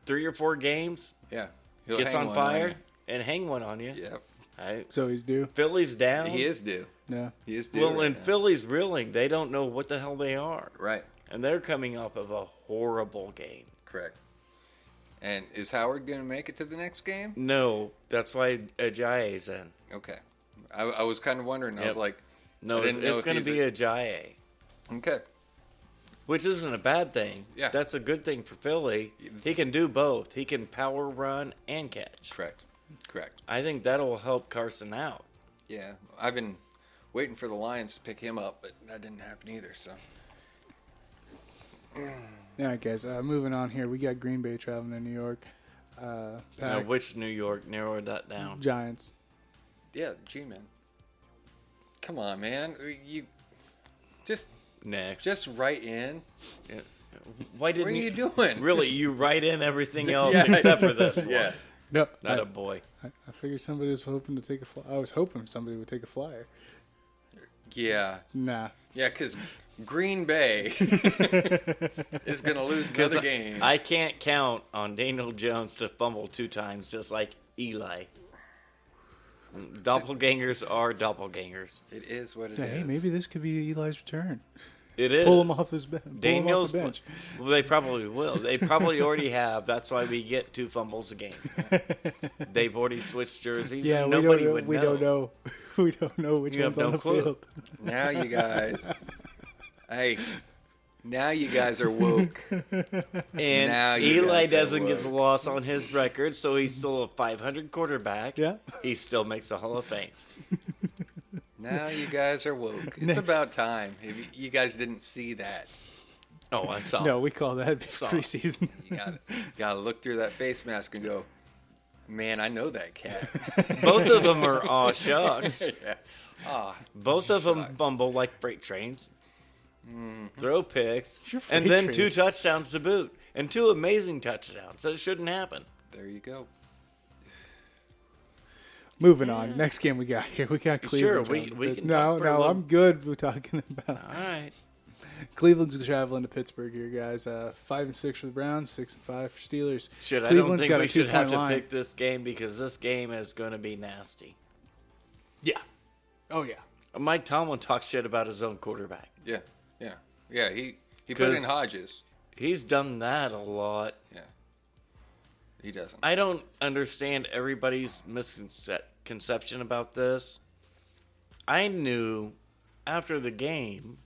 [SPEAKER 1] three or four games
[SPEAKER 3] Yeah. He'll
[SPEAKER 1] gets
[SPEAKER 3] hang
[SPEAKER 1] on
[SPEAKER 3] one
[SPEAKER 1] fire
[SPEAKER 3] you.
[SPEAKER 1] and hang one on you.
[SPEAKER 3] Yep.
[SPEAKER 1] I-
[SPEAKER 2] So he's due.
[SPEAKER 1] Philly's down.
[SPEAKER 3] He is due.
[SPEAKER 2] Yeah.
[SPEAKER 3] He is due.
[SPEAKER 1] Well,
[SPEAKER 3] right
[SPEAKER 1] and
[SPEAKER 3] now.
[SPEAKER 1] Philly's reeling. They don't know what the hell they are.
[SPEAKER 3] Right.
[SPEAKER 1] And they're coming off of a horrible game.
[SPEAKER 3] Correct. And is Howard going to make it to the next game?
[SPEAKER 1] No, that's why Ajaye's in.
[SPEAKER 3] Okay. I, I was kind of wondering. I
[SPEAKER 1] Yep.
[SPEAKER 3] was like,
[SPEAKER 1] No,
[SPEAKER 3] I
[SPEAKER 1] it's,
[SPEAKER 3] didn't know
[SPEAKER 1] it's
[SPEAKER 3] if
[SPEAKER 1] going
[SPEAKER 3] he's
[SPEAKER 1] to be
[SPEAKER 3] a-
[SPEAKER 1] Ajaye,
[SPEAKER 3] okay.
[SPEAKER 1] which isn't a bad thing.
[SPEAKER 3] Yeah.
[SPEAKER 1] That's a good thing for Philly. He can do both. He can power run and catch.
[SPEAKER 3] Correct. Correct.
[SPEAKER 1] I think that'll help Carson out.
[SPEAKER 3] Yeah. I've been waiting for the Lions to pick him up, but that didn't happen either. So,
[SPEAKER 2] All right, guys. Uh, moving on here. We got Green Bay traveling to New York. Uh,
[SPEAKER 1] Now,
[SPEAKER 2] Pack,
[SPEAKER 1] which New York narrowed that down?
[SPEAKER 2] Giants.
[SPEAKER 3] yeah, G Man. Come on, man. Uh, You just
[SPEAKER 1] Next.
[SPEAKER 3] just write in.
[SPEAKER 1] why didn't
[SPEAKER 3] What are you
[SPEAKER 1] you,
[SPEAKER 3] doing?
[SPEAKER 1] really you write in everything else
[SPEAKER 3] Yeah.
[SPEAKER 1] except for this one?
[SPEAKER 3] Yeah.
[SPEAKER 2] No,
[SPEAKER 1] Not
[SPEAKER 2] I,
[SPEAKER 1] a boy.
[SPEAKER 2] I I figured somebody was hoping to take a. Fly- I was hoping somebody would take a flyer.
[SPEAKER 3] Yeah.
[SPEAKER 2] Nah,
[SPEAKER 3] Yeah, because Green Bay is going to lose another game.
[SPEAKER 1] I can't count on Daniel Jones to fumble two times, just like Eli. Doppelgangers are doppelgangers.
[SPEAKER 3] it is what it is.
[SPEAKER 2] hey, maybe this could be Eli's return.
[SPEAKER 1] It is
[SPEAKER 2] Pull him off his be- pull him off
[SPEAKER 1] Daniel's
[SPEAKER 2] the bench.
[SPEAKER 1] Well, they probably will. They probably already have. That's why we get two fumbles a game. They've already switched jerseys.
[SPEAKER 2] Yeah, we
[SPEAKER 1] Nobody
[SPEAKER 2] don't know.
[SPEAKER 1] would
[SPEAKER 2] We
[SPEAKER 1] know.
[SPEAKER 2] don't know. We don't know which
[SPEAKER 1] You have
[SPEAKER 2] one's on
[SPEAKER 1] no
[SPEAKER 2] the
[SPEAKER 1] clue.
[SPEAKER 2] field.
[SPEAKER 3] Now you guys, hey, now you guys are woke.
[SPEAKER 1] And
[SPEAKER 3] Now you
[SPEAKER 1] Eli
[SPEAKER 3] guys are
[SPEAKER 1] doesn't get the
[SPEAKER 3] woke.
[SPEAKER 1] loss on his record, so he's still a 500 quarterback.
[SPEAKER 2] Yeah.
[SPEAKER 1] He still makes the Hall of Fame.
[SPEAKER 3] Now you guys are woke. It's
[SPEAKER 2] Next.
[SPEAKER 3] about time. If you- you guys didn't see that,
[SPEAKER 1] Oh, I saw.
[SPEAKER 2] No, we call that preseason.
[SPEAKER 3] you gotta, gotta look through that face mask and go, man, I know that cat.
[SPEAKER 1] Both of them are aw shucks.
[SPEAKER 3] Ah,
[SPEAKER 1] Both of them fumble like freight trains, throw picks,
[SPEAKER 2] You're
[SPEAKER 1] and
[SPEAKER 2] Mm-hmm. freight
[SPEAKER 1] then two
[SPEAKER 2] trains.
[SPEAKER 1] touchdowns to boot, and two amazing touchdowns. That shouldn't happen.
[SPEAKER 3] there you go.
[SPEAKER 2] Moving on. Next game we got here. We got Cleveland.
[SPEAKER 1] we-
[SPEAKER 2] traveling
[SPEAKER 1] we
[SPEAKER 2] to
[SPEAKER 1] can
[SPEAKER 2] Pitt- No,
[SPEAKER 1] talk for a
[SPEAKER 2] no,
[SPEAKER 1] little-
[SPEAKER 2] I'm good. We're talking about
[SPEAKER 1] All right.
[SPEAKER 2] Cleveland's traveling to Pittsburgh here, guys. Uh, five and six for the Browns, six and five for Steelers.
[SPEAKER 1] Shit, I don't
[SPEAKER 2] Cleveland's
[SPEAKER 1] think we should have
[SPEAKER 2] two-point
[SPEAKER 1] to pick this game because this game is going to be nasty.
[SPEAKER 2] Yeah. Oh yeah.
[SPEAKER 1] Mike Tomlin talks shit about his own quarterback.
[SPEAKER 3] Yeah, yeah, yeah. He he put
[SPEAKER 1] 'Cause-
[SPEAKER 3] in Hodges.
[SPEAKER 1] He's done that a lot.
[SPEAKER 3] Yeah, he doesn't.
[SPEAKER 1] I don't understand everybody's misconception about this. I knew after the game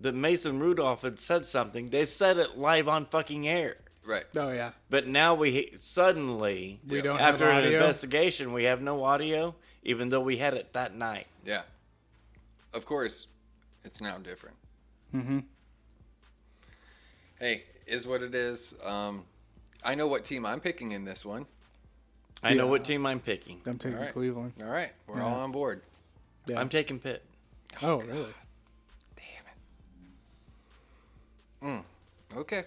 [SPEAKER 1] that Mason Rudolph had said something. They said it live on fucking air.
[SPEAKER 3] Right.
[SPEAKER 2] Oh yeah.
[SPEAKER 1] But now we suddenly,
[SPEAKER 2] We don't have
[SPEAKER 1] after an
[SPEAKER 2] audio?
[SPEAKER 1] investigation, we have no audio, even though we had it that night.
[SPEAKER 3] Yeah. Of course, it's now different. Mm-hmm. Hey, is what it is. Um, I know what team I'm picking in this one.
[SPEAKER 1] I know what team I'm picking.
[SPEAKER 2] I'm taking
[SPEAKER 3] All right.
[SPEAKER 2] Cleveland.
[SPEAKER 3] All right, we're all on board.
[SPEAKER 2] Yeah.
[SPEAKER 1] I'm taking Pitt.
[SPEAKER 2] oh really?
[SPEAKER 3] Okay.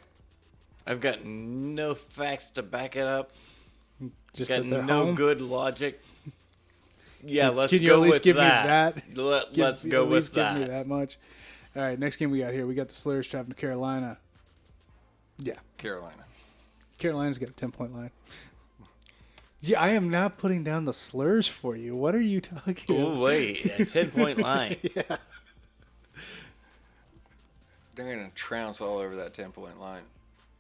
[SPEAKER 1] I've got no facts to back it up.
[SPEAKER 2] Just
[SPEAKER 1] Got
[SPEAKER 2] that they're
[SPEAKER 1] no
[SPEAKER 2] home?
[SPEAKER 1] good logic. Yeah, let's
[SPEAKER 2] can you
[SPEAKER 1] go
[SPEAKER 2] at least
[SPEAKER 1] with
[SPEAKER 2] give me
[SPEAKER 1] that.
[SPEAKER 2] that?
[SPEAKER 1] Let,
[SPEAKER 2] Give-
[SPEAKER 1] us
[SPEAKER 2] at
[SPEAKER 1] go with
[SPEAKER 2] least give
[SPEAKER 1] that.
[SPEAKER 2] me that much. All right, next game we got here. We got the Slurs traveling to Carolina. Yeah,
[SPEAKER 3] Carolina.
[SPEAKER 2] Carolina's got a ten point line. Yeah, I am not putting down the slurs for you. What are you talking?
[SPEAKER 1] Ooh,
[SPEAKER 2] about?
[SPEAKER 1] wait, a ten point line.
[SPEAKER 3] They're going to trounce all over that 10-point line.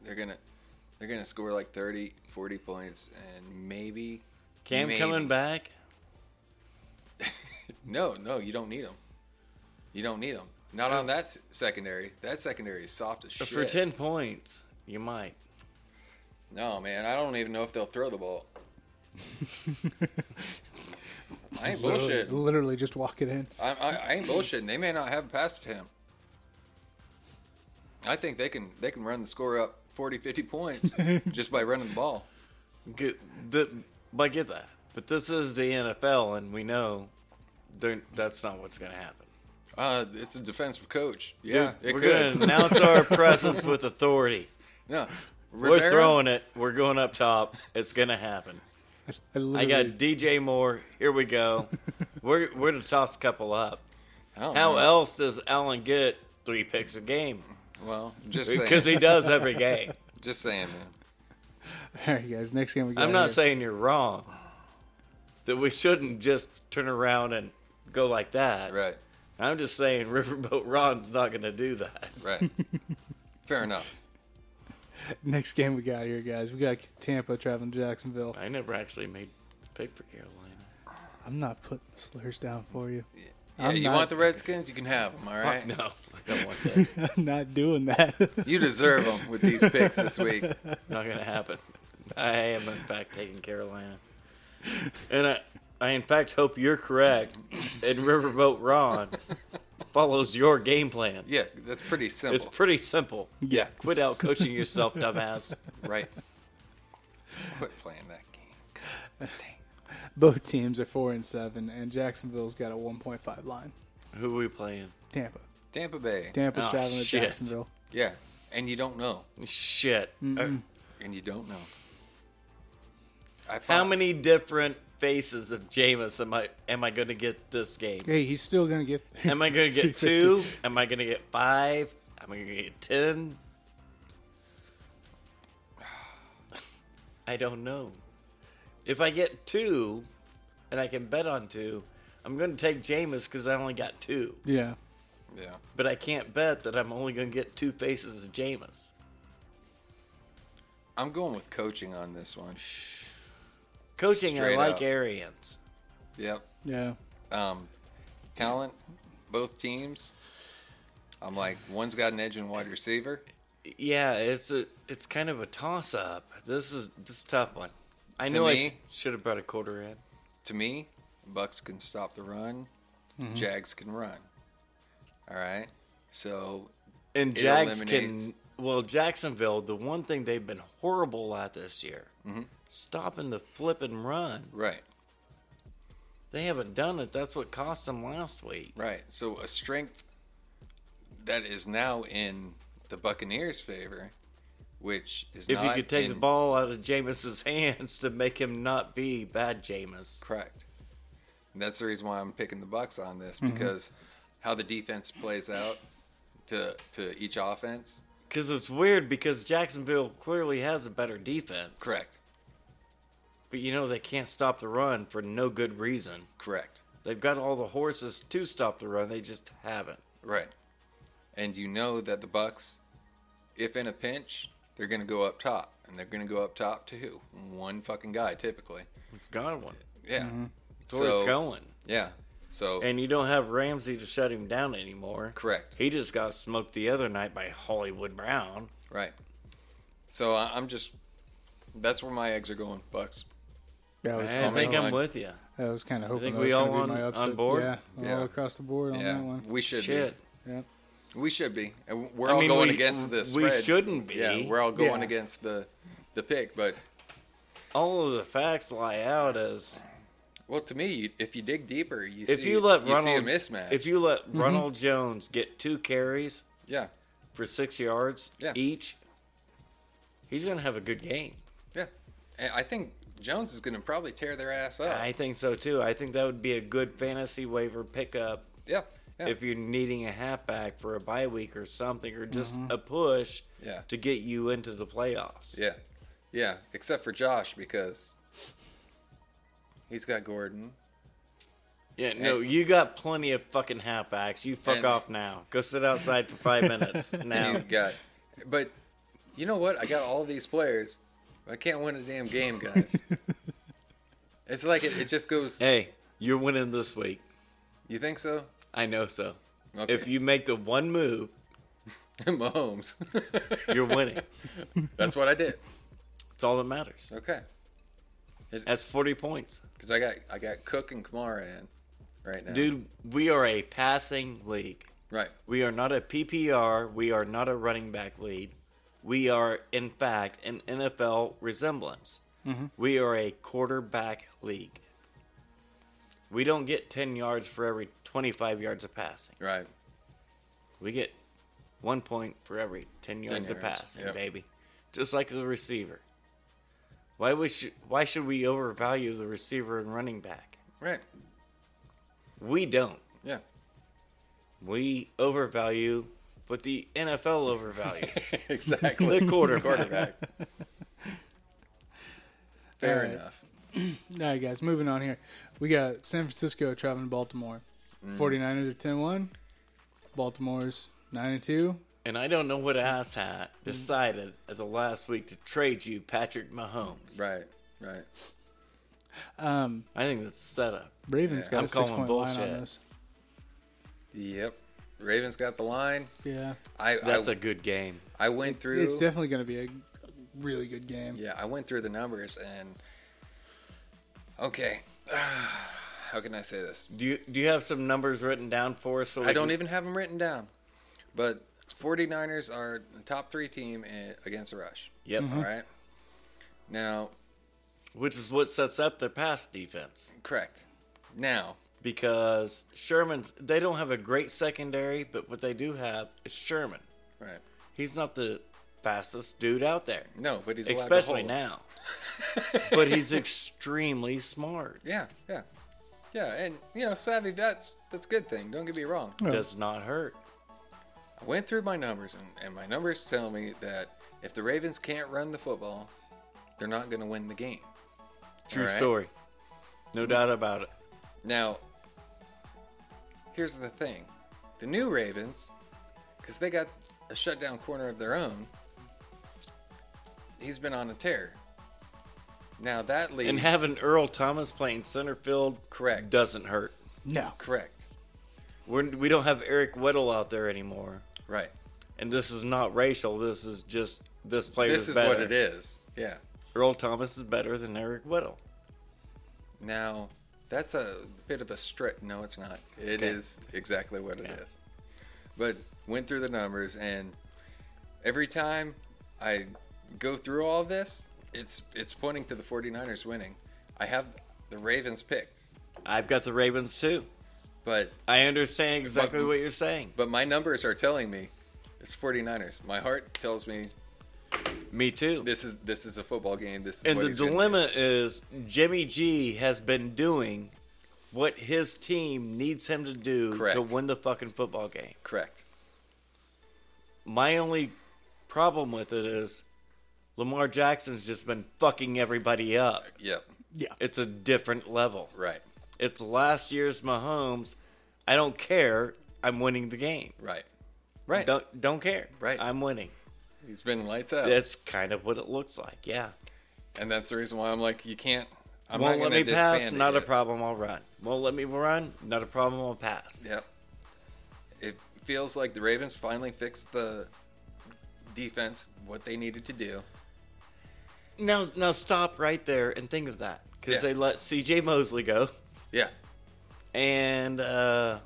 [SPEAKER 3] They're going to they're going to score like 30, 40 points and maybe
[SPEAKER 1] Cam
[SPEAKER 3] maybe-
[SPEAKER 1] coming back.
[SPEAKER 3] No, no, you don't need them. You don't need them. Not on that s- secondary. That secondary is soft as shit.
[SPEAKER 1] For ten points, you might.
[SPEAKER 3] No, man, I don't even know if they'll throw the ball. I ain't bullshit.
[SPEAKER 2] Literally just walk it in.
[SPEAKER 3] I, I, I ain't bullshitting. They may not have passed him. I think they can they can run the score up 40, 50 points just by running the ball.
[SPEAKER 1] Get, the, but I get that. But this is the NFL, and we know they're- that's not what's going to happen.
[SPEAKER 3] Uh, it's a defensive coach. Yeah, it
[SPEAKER 1] We're
[SPEAKER 3] could.
[SPEAKER 1] to announce our presence with authority.
[SPEAKER 3] no,
[SPEAKER 1] We're
[SPEAKER 3] Rivera,
[SPEAKER 1] throwing it. We're going up top. It's going to happen.
[SPEAKER 2] I,
[SPEAKER 1] I
[SPEAKER 2] literally,
[SPEAKER 1] got DJ Moore. Here we go. We're we're to toss a couple up.
[SPEAKER 3] I don't
[SPEAKER 1] How
[SPEAKER 3] know.
[SPEAKER 1] else does Allen get three picks a game?
[SPEAKER 3] Well, just
[SPEAKER 1] Because
[SPEAKER 3] saying.
[SPEAKER 1] he does every game.
[SPEAKER 3] Just saying, man.
[SPEAKER 2] All right, guys. Next game we got.
[SPEAKER 1] I'm not
[SPEAKER 2] here.
[SPEAKER 1] saying you're wrong. That we shouldn't just turn around and go like that.
[SPEAKER 3] Right,
[SPEAKER 1] I'm just saying Riverboat Ron's not going to do that.
[SPEAKER 3] right. Fair enough.
[SPEAKER 2] Next game we got here, guys. We got Tampa traveling to Jacksonville.
[SPEAKER 1] I never actually made the pick for Carolina.
[SPEAKER 2] I'm not putting the slurs down for you.
[SPEAKER 3] Yeah,
[SPEAKER 2] I'm
[SPEAKER 3] you
[SPEAKER 2] not-
[SPEAKER 3] want the Redskins? You can have them. All right.
[SPEAKER 1] No, I don't want that.
[SPEAKER 2] I'm not doing that.
[SPEAKER 3] You deserve them with these picks this week.
[SPEAKER 1] not going to happen. I am in fact taking Carolina, and I, I in fact hope you're correct, and Riverboat Ron follows your game plan.
[SPEAKER 3] Yeah, that's pretty simple.
[SPEAKER 1] It's pretty simple.
[SPEAKER 3] yeah,
[SPEAKER 1] Quit out coaching yourself, dumbass.
[SPEAKER 3] right. Quit playing that game.
[SPEAKER 2] Both teams are four and seven, and Jacksonville's got a 1.5 line.
[SPEAKER 1] Who are we playing?
[SPEAKER 2] Tampa.
[SPEAKER 3] Tampa Bay.
[SPEAKER 2] Tampa's
[SPEAKER 1] Oh,
[SPEAKER 2] traveling to
[SPEAKER 1] shit.
[SPEAKER 2] Jacksonville.
[SPEAKER 3] yeah, and you don't know,
[SPEAKER 1] Shit. Uh,
[SPEAKER 3] and you don't know. I
[SPEAKER 1] How
[SPEAKER 3] found-
[SPEAKER 1] many different faces of Jameis am I am I going to get this game?
[SPEAKER 2] Hey, he's still gonna get. there.
[SPEAKER 1] Am I going to get
[SPEAKER 2] 350.
[SPEAKER 1] two? Am I going to get five? Am I going to get ten? I don't know. If I get two, and I can bet on two, I'm going to take Jameis because I only got two.
[SPEAKER 2] Yeah.
[SPEAKER 3] Yeah.
[SPEAKER 1] But I can't bet that I'm only going to get two faces of Jameis.
[SPEAKER 3] I'm going with coaching on this one.
[SPEAKER 1] Coaching,
[SPEAKER 3] Straight
[SPEAKER 1] I like
[SPEAKER 3] up.
[SPEAKER 1] Arians.
[SPEAKER 3] Yep.
[SPEAKER 2] Yeah.
[SPEAKER 3] Um, talent, both teams. I'm like, one's got an edge in wide receiver.
[SPEAKER 1] Yeah, it's a it's kind of a toss up. This is this is a tough one. I
[SPEAKER 3] To
[SPEAKER 1] knew I
[SPEAKER 3] me-
[SPEAKER 1] should have brought a quarter in.
[SPEAKER 3] to me, Bucks can stop the run,
[SPEAKER 1] Mm-hmm.
[SPEAKER 3] Jags can run. All right. So
[SPEAKER 1] And
[SPEAKER 3] It
[SPEAKER 1] Jags can
[SPEAKER 3] eliminates-
[SPEAKER 1] well Jacksonville. The one thing they've been horrible at this year,
[SPEAKER 3] Mm-hmm.
[SPEAKER 1] stopping the flip and run.
[SPEAKER 3] right,
[SPEAKER 1] They haven't done it. That's what cost them last week.
[SPEAKER 3] right. So a strength that is now in the Buccaneers' favor, which is
[SPEAKER 1] If you
[SPEAKER 3] not
[SPEAKER 1] could take the
[SPEAKER 3] in-
[SPEAKER 1] ball out of Jameis's hands to make him not be bad, Jameis.
[SPEAKER 3] correct. And that's the reason why I'm picking the Bucks on this
[SPEAKER 1] Mm-hmm.
[SPEAKER 3] because how the defense plays out to to each offense.
[SPEAKER 1] Because it's weird because Jacksonville clearly has a better defense.
[SPEAKER 3] Correct.
[SPEAKER 1] But you know they can't stop the run for no good reason.
[SPEAKER 3] Correct.
[SPEAKER 1] They've got all the horses to stop the run. They just haven't.
[SPEAKER 3] Right. And you know that the Bucks, if in a pinch, they're going to go up top, and they're going to go up top to who? One fucking guy typically.
[SPEAKER 1] It's gone one.
[SPEAKER 3] Yeah.
[SPEAKER 1] It's where it's
[SPEAKER 3] So-
[SPEAKER 1] going.
[SPEAKER 3] Yeah. So
[SPEAKER 1] And you don't have Ramsey to shut him down anymore.
[SPEAKER 3] correct,
[SPEAKER 1] He just got smoked the other night by Hollywood Brown.
[SPEAKER 3] right? So I, I'm just that's where my eggs are going. Bucks.
[SPEAKER 2] Yeah, I was
[SPEAKER 1] I
[SPEAKER 3] coming.
[SPEAKER 2] kind
[SPEAKER 1] think
[SPEAKER 2] of,
[SPEAKER 1] I'm
[SPEAKER 3] Like-
[SPEAKER 1] with you.
[SPEAKER 2] I was kind of hoping
[SPEAKER 1] think
[SPEAKER 2] that
[SPEAKER 1] we
[SPEAKER 2] was going
[SPEAKER 1] all
[SPEAKER 2] to be
[SPEAKER 1] on-
[SPEAKER 2] my upset.
[SPEAKER 1] on board?
[SPEAKER 2] Yeah,
[SPEAKER 3] Yeah.
[SPEAKER 2] all across the board on
[SPEAKER 3] Yeah,
[SPEAKER 2] that one.
[SPEAKER 3] we should
[SPEAKER 1] Shit.
[SPEAKER 2] Yeah.
[SPEAKER 3] be. We should be. And we're
[SPEAKER 1] I
[SPEAKER 3] all
[SPEAKER 1] mean,
[SPEAKER 3] going
[SPEAKER 1] we-
[SPEAKER 3] against the
[SPEAKER 1] we
[SPEAKER 3] spread.
[SPEAKER 1] shouldn't be.
[SPEAKER 3] Yeah, we're all going
[SPEAKER 2] Yeah.
[SPEAKER 3] against the the pick. But
[SPEAKER 1] All of the facts lie out as
[SPEAKER 3] well, to me, you- if you dig deeper, you
[SPEAKER 1] if
[SPEAKER 3] see
[SPEAKER 1] you let
[SPEAKER 3] you see a
[SPEAKER 1] Ronald
[SPEAKER 3] mismatch.
[SPEAKER 1] if you let Ronald Jones get two carries
[SPEAKER 3] yeah,
[SPEAKER 1] for six yards
[SPEAKER 3] Yeah.
[SPEAKER 1] each, he's gonna have a good game.
[SPEAKER 3] yeah, and I think Jones is going to probably tear their ass up.
[SPEAKER 1] I think so too. I think that would be a good fantasy waiver pickup
[SPEAKER 3] yeah, yeah,
[SPEAKER 1] if you're needing a halfback for a bye week or something, or just a push
[SPEAKER 3] Mm-hmm. Yeah.
[SPEAKER 1] to get you into the playoffs.
[SPEAKER 3] yeah, yeah. Except for Josh because he's got Gordon.
[SPEAKER 1] Yeah, no, you got plenty of fucking halfbacks. You fuck
[SPEAKER 3] And-
[SPEAKER 1] off now. Go sit outside for five minutes now.
[SPEAKER 3] You got, but you know what? I got all these players. but I can't win a damn game, guys. it's like it, it just goes.
[SPEAKER 1] Hey, you're winning this week.
[SPEAKER 3] You think so?
[SPEAKER 1] I know so.
[SPEAKER 3] Okay.
[SPEAKER 1] If you make the one move,
[SPEAKER 3] Mahomes.
[SPEAKER 1] you're winning.
[SPEAKER 3] That's what I did.
[SPEAKER 1] That's all that matters.
[SPEAKER 3] Okay,
[SPEAKER 1] That's 40 points.
[SPEAKER 3] because I got I got Cook and Kamara in right now.
[SPEAKER 1] Dude, we are a passing league.
[SPEAKER 3] right?
[SPEAKER 1] We are not a PPR. We are not a running back lead. We are, in fact, an NFL resemblance.
[SPEAKER 3] Mm-hmm.
[SPEAKER 1] We are a quarterback league. We don't get 10 yards for every 25 yards of passing.
[SPEAKER 3] Right.
[SPEAKER 1] We get one point for every 10 yards of
[SPEAKER 3] yards,
[SPEAKER 1] passing,
[SPEAKER 3] yep.
[SPEAKER 1] baby. Just like the receiver. Why, we should, why should we overvalue the receiver and running back?
[SPEAKER 3] Right.
[SPEAKER 1] We don't.
[SPEAKER 3] Yeah.
[SPEAKER 1] We overvalue what the NFL overvalues.
[SPEAKER 3] exactly.
[SPEAKER 1] The quarterback.
[SPEAKER 3] Fair
[SPEAKER 2] All right.
[SPEAKER 3] enough.
[SPEAKER 2] All right, guys, moving on here. We got San Francisco traveling to Baltimore. 49ers are 10 1. Baltimore's 9 2.
[SPEAKER 1] And I don't know what asshat
[SPEAKER 3] Mm-hmm.
[SPEAKER 1] decided at the last week to trade you Patrick Mahomes.
[SPEAKER 3] Right. Right.
[SPEAKER 2] Um,
[SPEAKER 1] I think that's setup.
[SPEAKER 2] Ravens
[SPEAKER 3] Yeah,
[SPEAKER 2] got
[SPEAKER 1] I'm
[SPEAKER 2] a six
[SPEAKER 1] calling
[SPEAKER 2] point line on
[SPEAKER 1] bullshit.
[SPEAKER 2] this.
[SPEAKER 3] Yep. Ravens got the line.
[SPEAKER 2] Yeah.
[SPEAKER 3] I
[SPEAKER 1] That's
[SPEAKER 3] I,
[SPEAKER 1] a good game.
[SPEAKER 3] I went
[SPEAKER 2] It's,
[SPEAKER 3] through.
[SPEAKER 2] it's definitely going to be a really good game.
[SPEAKER 3] yeah, I went through the numbers and. Okay. How can I say this?
[SPEAKER 1] Do you do you have some numbers written down for us? So we
[SPEAKER 3] I don't
[SPEAKER 1] can-
[SPEAKER 3] even have them written down. But 49ers are the top three team in, against the rush.
[SPEAKER 1] Yep.
[SPEAKER 3] All right. Now,
[SPEAKER 1] Which is what sets up their pass defense
[SPEAKER 3] correct. Now,
[SPEAKER 1] because Sherman's they don't have a great secondary, but what they do have is Sherman.
[SPEAKER 3] right.
[SPEAKER 1] He's not the fastest dude out there,
[SPEAKER 3] No, but he's allowed to
[SPEAKER 1] especially
[SPEAKER 3] hold.
[SPEAKER 1] now. but he's extremely smart.
[SPEAKER 3] Yeah, yeah, yeah. And you know, savvy that's that's a good thing. Don't get me wrong.
[SPEAKER 1] Does not hurt.
[SPEAKER 3] I went through my numbers, and, and my numbers tell me that if the Ravens can't run the football, they're not going to win the game.
[SPEAKER 1] True
[SPEAKER 3] All right. Mm-hmm.
[SPEAKER 1] story. No doubt about it.
[SPEAKER 3] Now, here's the thing: the new Ravens, because they got a shutdown corner of their own, he's been on a tear. Now that leaves
[SPEAKER 1] And having Earl Thomas playing center field
[SPEAKER 3] Correct.
[SPEAKER 1] doesn't hurt.
[SPEAKER 2] No.
[SPEAKER 3] correct,
[SPEAKER 1] We're, we don't have Eric Weddle out there anymore.
[SPEAKER 3] right?
[SPEAKER 1] And this is not racial. This is just this player
[SPEAKER 3] This
[SPEAKER 1] is,
[SPEAKER 3] is
[SPEAKER 1] better.
[SPEAKER 3] what it is. Yeah.
[SPEAKER 1] Earl Thomas is better than Eric Weddle.
[SPEAKER 3] Now, that's a bit of a stretch. No, it's not. It is exactly what it is. But went through the numbers, and every time I go through all this, it's it's pointing to the 49ers winning. I have the Ravens picked,
[SPEAKER 1] I've got the Ravens too.
[SPEAKER 3] but
[SPEAKER 1] I understand exactly
[SPEAKER 3] But-
[SPEAKER 1] what you're saying.
[SPEAKER 3] but my numbers are telling me it's 49ers. My heart tells me
[SPEAKER 1] Me too.
[SPEAKER 3] this is this is a football game. This is
[SPEAKER 1] and
[SPEAKER 3] what
[SPEAKER 1] the
[SPEAKER 3] he's gonna do.
[SPEAKER 1] dilemma is Jimmy G has been doing what his team needs him to do
[SPEAKER 3] Correct.
[SPEAKER 1] to win the fucking football game.
[SPEAKER 3] Correct.
[SPEAKER 1] My only problem with it is Lamar Jackson's just been fucking everybody up.
[SPEAKER 3] Yep.
[SPEAKER 2] Yeah.
[SPEAKER 1] It's a different level.
[SPEAKER 3] Right.
[SPEAKER 1] It's last year's Mahomes. I don't care. I'm winning the game.
[SPEAKER 3] Right. Right.
[SPEAKER 1] Don't don't care.
[SPEAKER 3] Right.
[SPEAKER 1] I'm winning.
[SPEAKER 3] He's been lights out.
[SPEAKER 1] That's kind of what it looks like. Yeah.
[SPEAKER 3] And that's the reason why I'm like, you can't I'm
[SPEAKER 1] Won't
[SPEAKER 3] not
[SPEAKER 1] let
[SPEAKER 3] gonna
[SPEAKER 1] me pass,
[SPEAKER 3] disband it
[SPEAKER 1] not a
[SPEAKER 3] yet.
[SPEAKER 1] problem, I'll run. Won't let me run, not a problem, I'll pass.
[SPEAKER 3] Yep. It feels like the Ravens finally fixed the defense what they needed to do.
[SPEAKER 1] Now, now stop right there and think of that. Because
[SPEAKER 3] Yeah.
[SPEAKER 1] they let CJ Mosley go
[SPEAKER 3] Yeah.
[SPEAKER 1] and uh,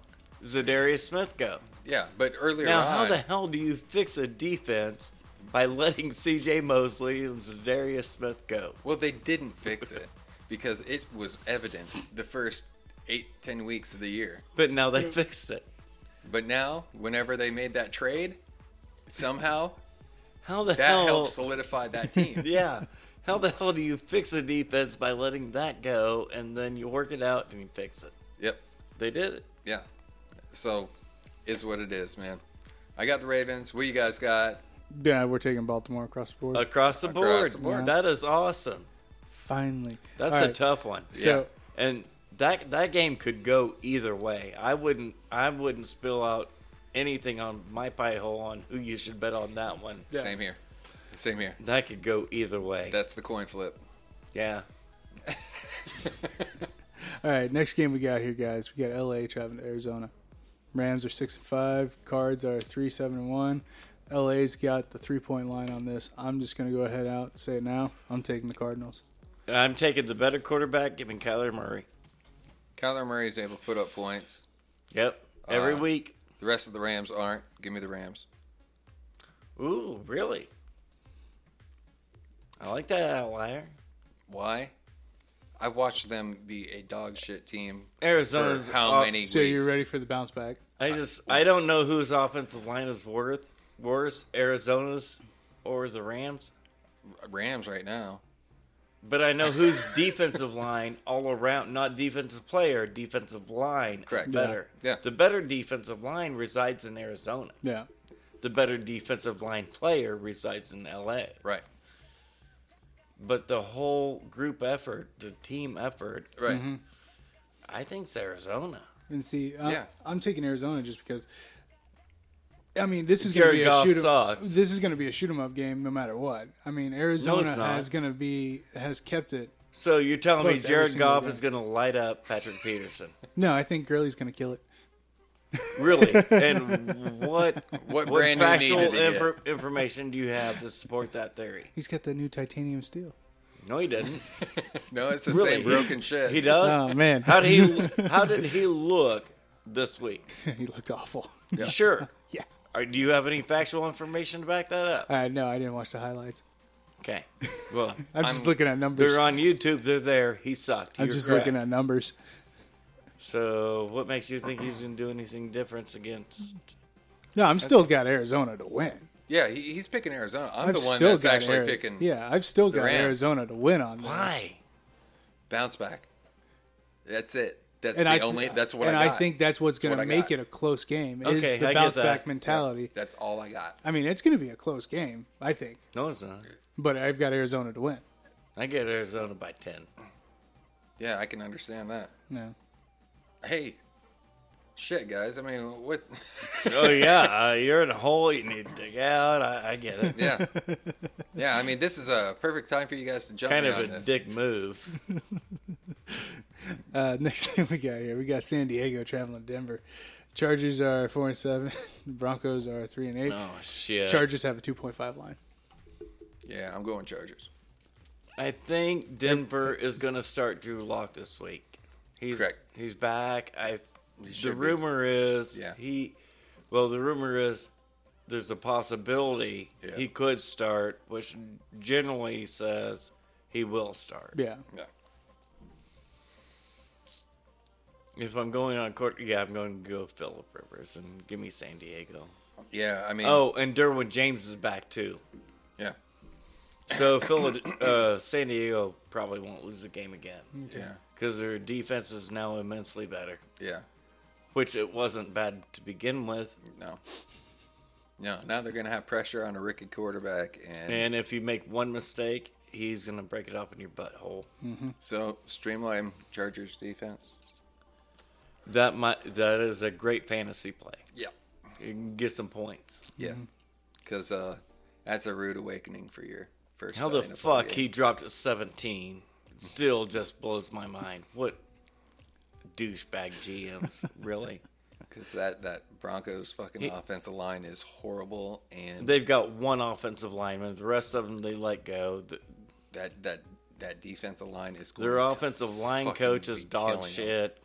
[SPEAKER 1] Zadarius Smith go.
[SPEAKER 3] Yeah, but earlier
[SPEAKER 1] Now,
[SPEAKER 3] on,
[SPEAKER 1] how the hell do you fix a defense by letting CJ Mosley and Zadarius Smith go?
[SPEAKER 3] well, they didn't fix it because it was evident the first eight, ten weeks of the year.
[SPEAKER 1] But now they fixed it.
[SPEAKER 3] But now, whenever they made that trade, somehow
[SPEAKER 1] How the
[SPEAKER 3] that
[SPEAKER 1] hell?
[SPEAKER 3] helped solidify that team.
[SPEAKER 1] Yeah. How the hell do you fix a defense by letting that go and then you work it out and you fix it?
[SPEAKER 3] Yep.
[SPEAKER 1] They did it.
[SPEAKER 3] Yeah. So, is what it is, man. I got the Ravens. What you guys got?
[SPEAKER 2] Yeah, we're taking Baltimore across the board.
[SPEAKER 1] Across the board.
[SPEAKER 3] Across the board.
[SPEAKER 1] That is awesome.
[SPEAKER 2] Finally.
[SPEAKER 1] That's
[SPEAKER 2] All
[SPEAKER 1] a
[SPEAKER 2] right,
[SPEAKER 1] tough one.
[SPEAKER 2] So,
[SPEAKER 1] And that that game could go either way. I wouldn't I wouldn't spill out anything on my pie hole on who you should bet on that one.
[SPEAKER 2] Yeah.
[SPEAKER 3] Same here. Same here.
[SPEAKER 1] That could go either way.
[SPEAKER 3] That's the coin flip.
[SPEAKER 1] yeah.
[SPEAKER 2] all right, next game we got here, guys. We got LA traveling to Arizona. Rams are six and five. Cards are three seven and one. LA's got the three point line on this. I'm just gonna go ahead out and say it now. I'm taking the Cardinals.
[SPEAKER 1] I'm taking the better quarterback, giving Kyler Murray.
[SPEAKER 3] Kyler Murray is able to put up points.
[SPEAKER 1] Yep. Every
[SPEAKER 3] Uh,
[SPEAKER 1] week.
[SPEAKER 3] The rest of the Rams aren't. Give me the Rams.
[SPEAKER 1] Ooh, really? I like that outlier.
[SPEAKER 3] Why? I watched them be a dog shit team. For
[SPEAKER 1] Arizona's
[SPEAKER 3] how
[SPEAKER 1] off-
[SPEAKER 3] many
[SPEAKER 2] So you're
[SPEAKER 3] weeks?
[SPEAKER 2] ready for the bounce back?
[SPEAKER 1] I just I don't know whose offensive line is worth worse, Arizona's or the Rams,
[SPEAKER 3] Rams right now.
[SPEAKER 1] but I know whose defensive line all around, not defensive player, defensive line
[SPEAKER 3] Correct.
[SPEAKER 1] is
[SPEAKER 3] Yeah.
[SPEAKER 1] better.
[SPEAKER 3] Yeah.
[SPEAKER 1] The better defensive line resides in Arizona.
[SPEAKER 2] Yeah.
[SPEAKER 1] The better defensive line player resides in LA.
[SPEAKER 3] Right.
[SPEAKER 1] But the whole group effort, the team effort,
[SPEAKER 3] Right.
[SPEAKER 2] Mm-hmm.
[SPEAKER 1] I think's Arizona.
[SPEAKER 2] And see, I'm,
[SPEAKER 3] Yeah.
[SPEAKER 2] I'm taking Arizona just because. I mean, this is
[SPEAKER 1] Jared
[SPEAKER 2] going to be a
[SPEAKER 1] Goff
[SPEAKER 2] shoot 'em,
[SPEAKER 1] sucks.
[SPEAKER 2] This is going to be a shoot 'em up game, no matter what. I mean, Arizona
[SPEAKER 1] not.
[SPEAKER 2] has going to be has kept it.
[SPEAKER 1] So you're telling
[SPEAKER 2] Close
[SPEAKER 1] me
[SPEAKER 2] every
[SPEAKER 1] Jared
[SPEAKER 2] single
[SPEAKER 1] Goff
[SPEAKER 2] game.
[SPEAKER 1] is going to light up Patrick Peterson?
[SPEAKER 2] No, I think Gurley's going to kill it.
[SPEAKER 1] Really? And what what
[SPEAKER 3] What, brand new
[SPEAKER 1] factual
[SPEAKER 3] needed to get?
[SPEAKER 1] infor- information do you have to support that theory?
[SPEAKER 2] He's got that new titanium steel.
[SPEAKER 1] No, he didn't.
[SPEAKER 3] No, it's the
[SPEAKER 1] Really?
[SPEAKER 3] same broken shit.
[SPEAKER 1] He does.
[SPEAKER 2] Oh man,
[SPEAKER 1] How did he? How did he look this week?
[SPEAKER 2] he looked awful.
[SPEAKER 1] Sure.
[SPEAKER 2] yeah.
[SPEAKER 1] Are, do you have any factual information to back that up?
[SPEAKER 2] Uh, no, I didn't watch the highlights.
[SPEAKER 1] Okay. Well,
[SPEAKER 2] I'm,
[SPEAKER 3] I'm-
[SPEAKER 2] just looking at numbers.
[SPEAKER 1] they're on YouTube. They're there. He sucked.
[SPEAKER 2] I'm
[SPEAKER 1] You're
[SPEAKER 2] just
[SPEAKER 1] correct.
[SPEAKER 2] looking at numbers.
[SPEAKER 1] So, what makes you think he's going to do anything different against?
[SPEAKER 2] No, I'm still got Arizona to win.
[SPEAKER 3] Yeah, he, he's picking Arizona. I'm
[SPEAKER 2] I've
[SPEAKER 3] the one
[SPEAKER 2] still
[SPEAKER 3] that's
[SPEAKER 2] got
[SPEAKER 3] actually
[SPEAKER 2] Ari-
[SPEAKER 3] picking
[SPEAKER 2] Yeah, I've still got
[SPEAKER 3] Rams.
[SPEAKER 2] Arizona to win on this.
[SPEAKER 1] Why?
[SPEAKER 3] bounce back. That's it. That's
[SPEAKER 2] and
[SPEAKER 3] the
[SPEAKER 2] I th-
[SPEAKER 3] only. That's what
[SPEAKER 2] and
[SPEAKER 3] I got.
[SPEAKER 2] think that's what's going
[SPEAKER 3] what
[SPEAKER 2] to
[SPEAKER 3] I
[SPEAKER 2] make
[SPEAKER 3] got.
[SPEAKER 2] it a close game is
[SPEAKER 1] Okay,
[SPEAKER 2] the
[SPEAKER 1] I get
[SPEAKER 2] bounce
[SPEAKER 1] that.
[SPEAKER 2] back mentality.
[SPEAKER 3] that's all I got.
[SPEAKER 2] I mean, it's going to be a close game, I think,
[SPEAKER 1] No, it's not.
[SPEAKER 2] but I've got Arizona to win.
[SPEAKER 1] I get Arizona by ten.
[SPEAKER 3] Yeah, I can understand that.
[SPEAKER 2] No,
[SPEAKER 3] Hey, shit, guys. I mean, what?
[SPEAKER 1] oh yeah, uh, you're in a hole. You need to dig out. I, I get it.
[SPEAKER 3] yeah, yeah. I mean, this is a perfect time for you guys to jump
[SPEAKER 1] Kind
[SPEAKER 3] in
[SPEAKER 1] of
[SPEAKER 3] on
[SPEAKER 1] a
[SPEAKER 3] this.
[SPEAKER 1] dick move.
[SPEAKER 2] uh, next game we got here, we got San Diego traveling to Denver. Chargers are four and seven. Broncos are three and eight.
[SPEAKER 1] Oh shit.
[SPEAKER 2] Chargers have a two point five line.
[SPEAKER 3] Yeah, I'm going Chargers.
[SPEAKER 1] I think Denver is gonna start Drew Lock this week. He's
[SPEAKER 3] Correct.
[SPEAKER 1] he's back. I the
[SPEAKER 3] should be.
[SPEAKER 1] rumor is
[SPEAKER 3] Yeah.
[SPEAKER 1] he well the rumor is there's a possibility
[SPEAKER 3] Yeah.
[SPEAKER 1] he could start, which generally says he will start.
[SPEAKER 2] Yeah,
[SPEAKER 3] Yeah.
[SPEAKER 1] If I'm going on court, yeah, I'm going to go Philip Rivers and give me San Diego.
[SPEAKER 3] Yeah, I mean,
[SPEAKER 1] Oh, and Derwin James is back too.
[SPEAKER 3] yeah,
[SPEAKER 1] So Phil, uh, San Diego probably won't lose the game again
[SPEAKER 3] yeah,
[SPEAKER 1] because their defense is now immensely better,
[SPEAKER 3] yeah.
[SPEAKER 1] which it wasn't bad to begin with.
[SPEAKER 3] No, no. Now they're gonna have pressure on a rookie quarterback, and,
[SPEAKER 1] And if you make one mistake, he's gonna break it up in your butthole.
[SPEAKER 3] so streamline Chargers defense.
[SPEAKER 1] That might that is a great fantasy play.
[SPEAKER 3] Yeah,
[SPEAKER 1] You can get some points.
[SPEAKER 3] yeah.
[SPEAKER 1] Mm-hmm.
[SPEAKER 3] Because uh, that's a rude awakening for your first.
[SPEAKER 1] How the
[SPEAKER 3] NFL
[SPEAKER 1] fuck
[SPEAKER 3] game.
[SPEAKER 1] he dropped a 17? still just blows my mind. What douchebag GMs, really?
[SPEAKER 3] Because that, that Broncos fucking offensive line is horrible, and
[SPEAKER 1] They've got one offensive lineman. The rest of them they let go. The,
[SPEAKER 3] that that that defensive line is going
[SPEAKER 1] their
[SPEAKER 3] to
[SPEAKER 1] offensive line
[SPEAKER 3] fucking
[SPEAKER 1] coach is
[SPEAKER 3] be
[SPEAKER 1] dog
[SPEAKER 3] killing 'em.
[SPEAKER 1] shit.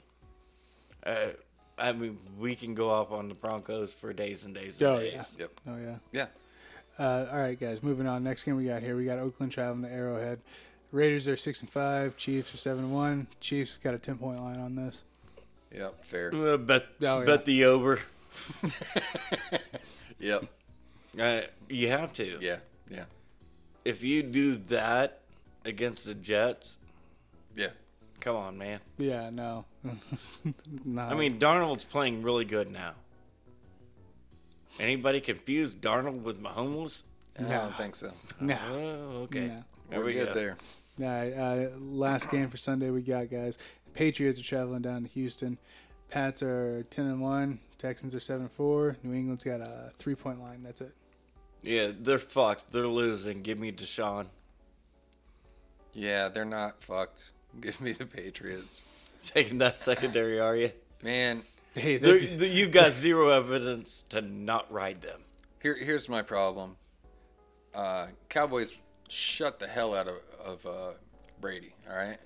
[SPEAKER 1] Uh, I mean, we can go off on the Broncos for days and days and
[SPEAKER 2] Oh,
[SPEAKER 1] days.
[SPEAKER 2] yeah.
[SPEAKER 3] Yep.
[SPEAKER 2] Oh, yeah.
[SPEAKER 3] Yeah.
[SPEAKER 2] Uh, all right, guys. Moving on. Next game we got here, we got Oakland traveling to Arrowhead. Raiders are six and five. Chiefs are seven and one. Chiefs got a ten point line on this.
[SPEAKER 3] Yep. Fair.
[SPEAKER 1] Uh, bet
[SPEAKER 2] Oh, yeah.
[SPEAKER 1] bet the over.
[SPEAKER 3] Yep.
[SPEAKER 1] Uh, you have to.
[SPEAKER 3] Yeah. Yeah.
[SPEAKER 1] If you do that against the Jets,
[SPEAKER 3] Yeah.
[SPEAKER 1] come on, man.
[SPEAKER 2] Yeah, no, Nah.
[SPEAKER 1] I mean, Darnold's playing really good now. Anybody confused Darnold with Mahomes?
[SPEAKER 3] I don't think so.
[SPEAKER 2] no.
[SPEAKER 1] Oh, okay.
[SPEAKER 2] No.
[SPEAKER 1] There
[SPEAKER 3] We're
[SPEAKER 1] we
[SPEAKER 3] good
[SPEAKER 1] go.
[SPEAKER 3] there.
[SPEAKER 2] All right, uh, last game for Sunday we got guys. Patriots are traveling down to Houston. Pats are ten and one. Texans are seven and four. New England's got a three point line. That's it.
[SPEAKER 1] Yeah, they're fucked. They're losing. Give me Deshaun.
[SPEAKER 3] Yeah, they're not fucked. Give me the Patriots.
[SPEAKER 1] Taking that secondary, are you?
[SPEAKER 3] Man,
[SPEAKER 2] Hey,
[SPEAKER 1] They're-
[SPEAKER 2] they,
[SPEAKER 1] th- You've got zero evidence to not ride them.
[SPEAKER 3] here here's my problem. Uh, Cowboys shut the hell out of, of uh, Brady, all right?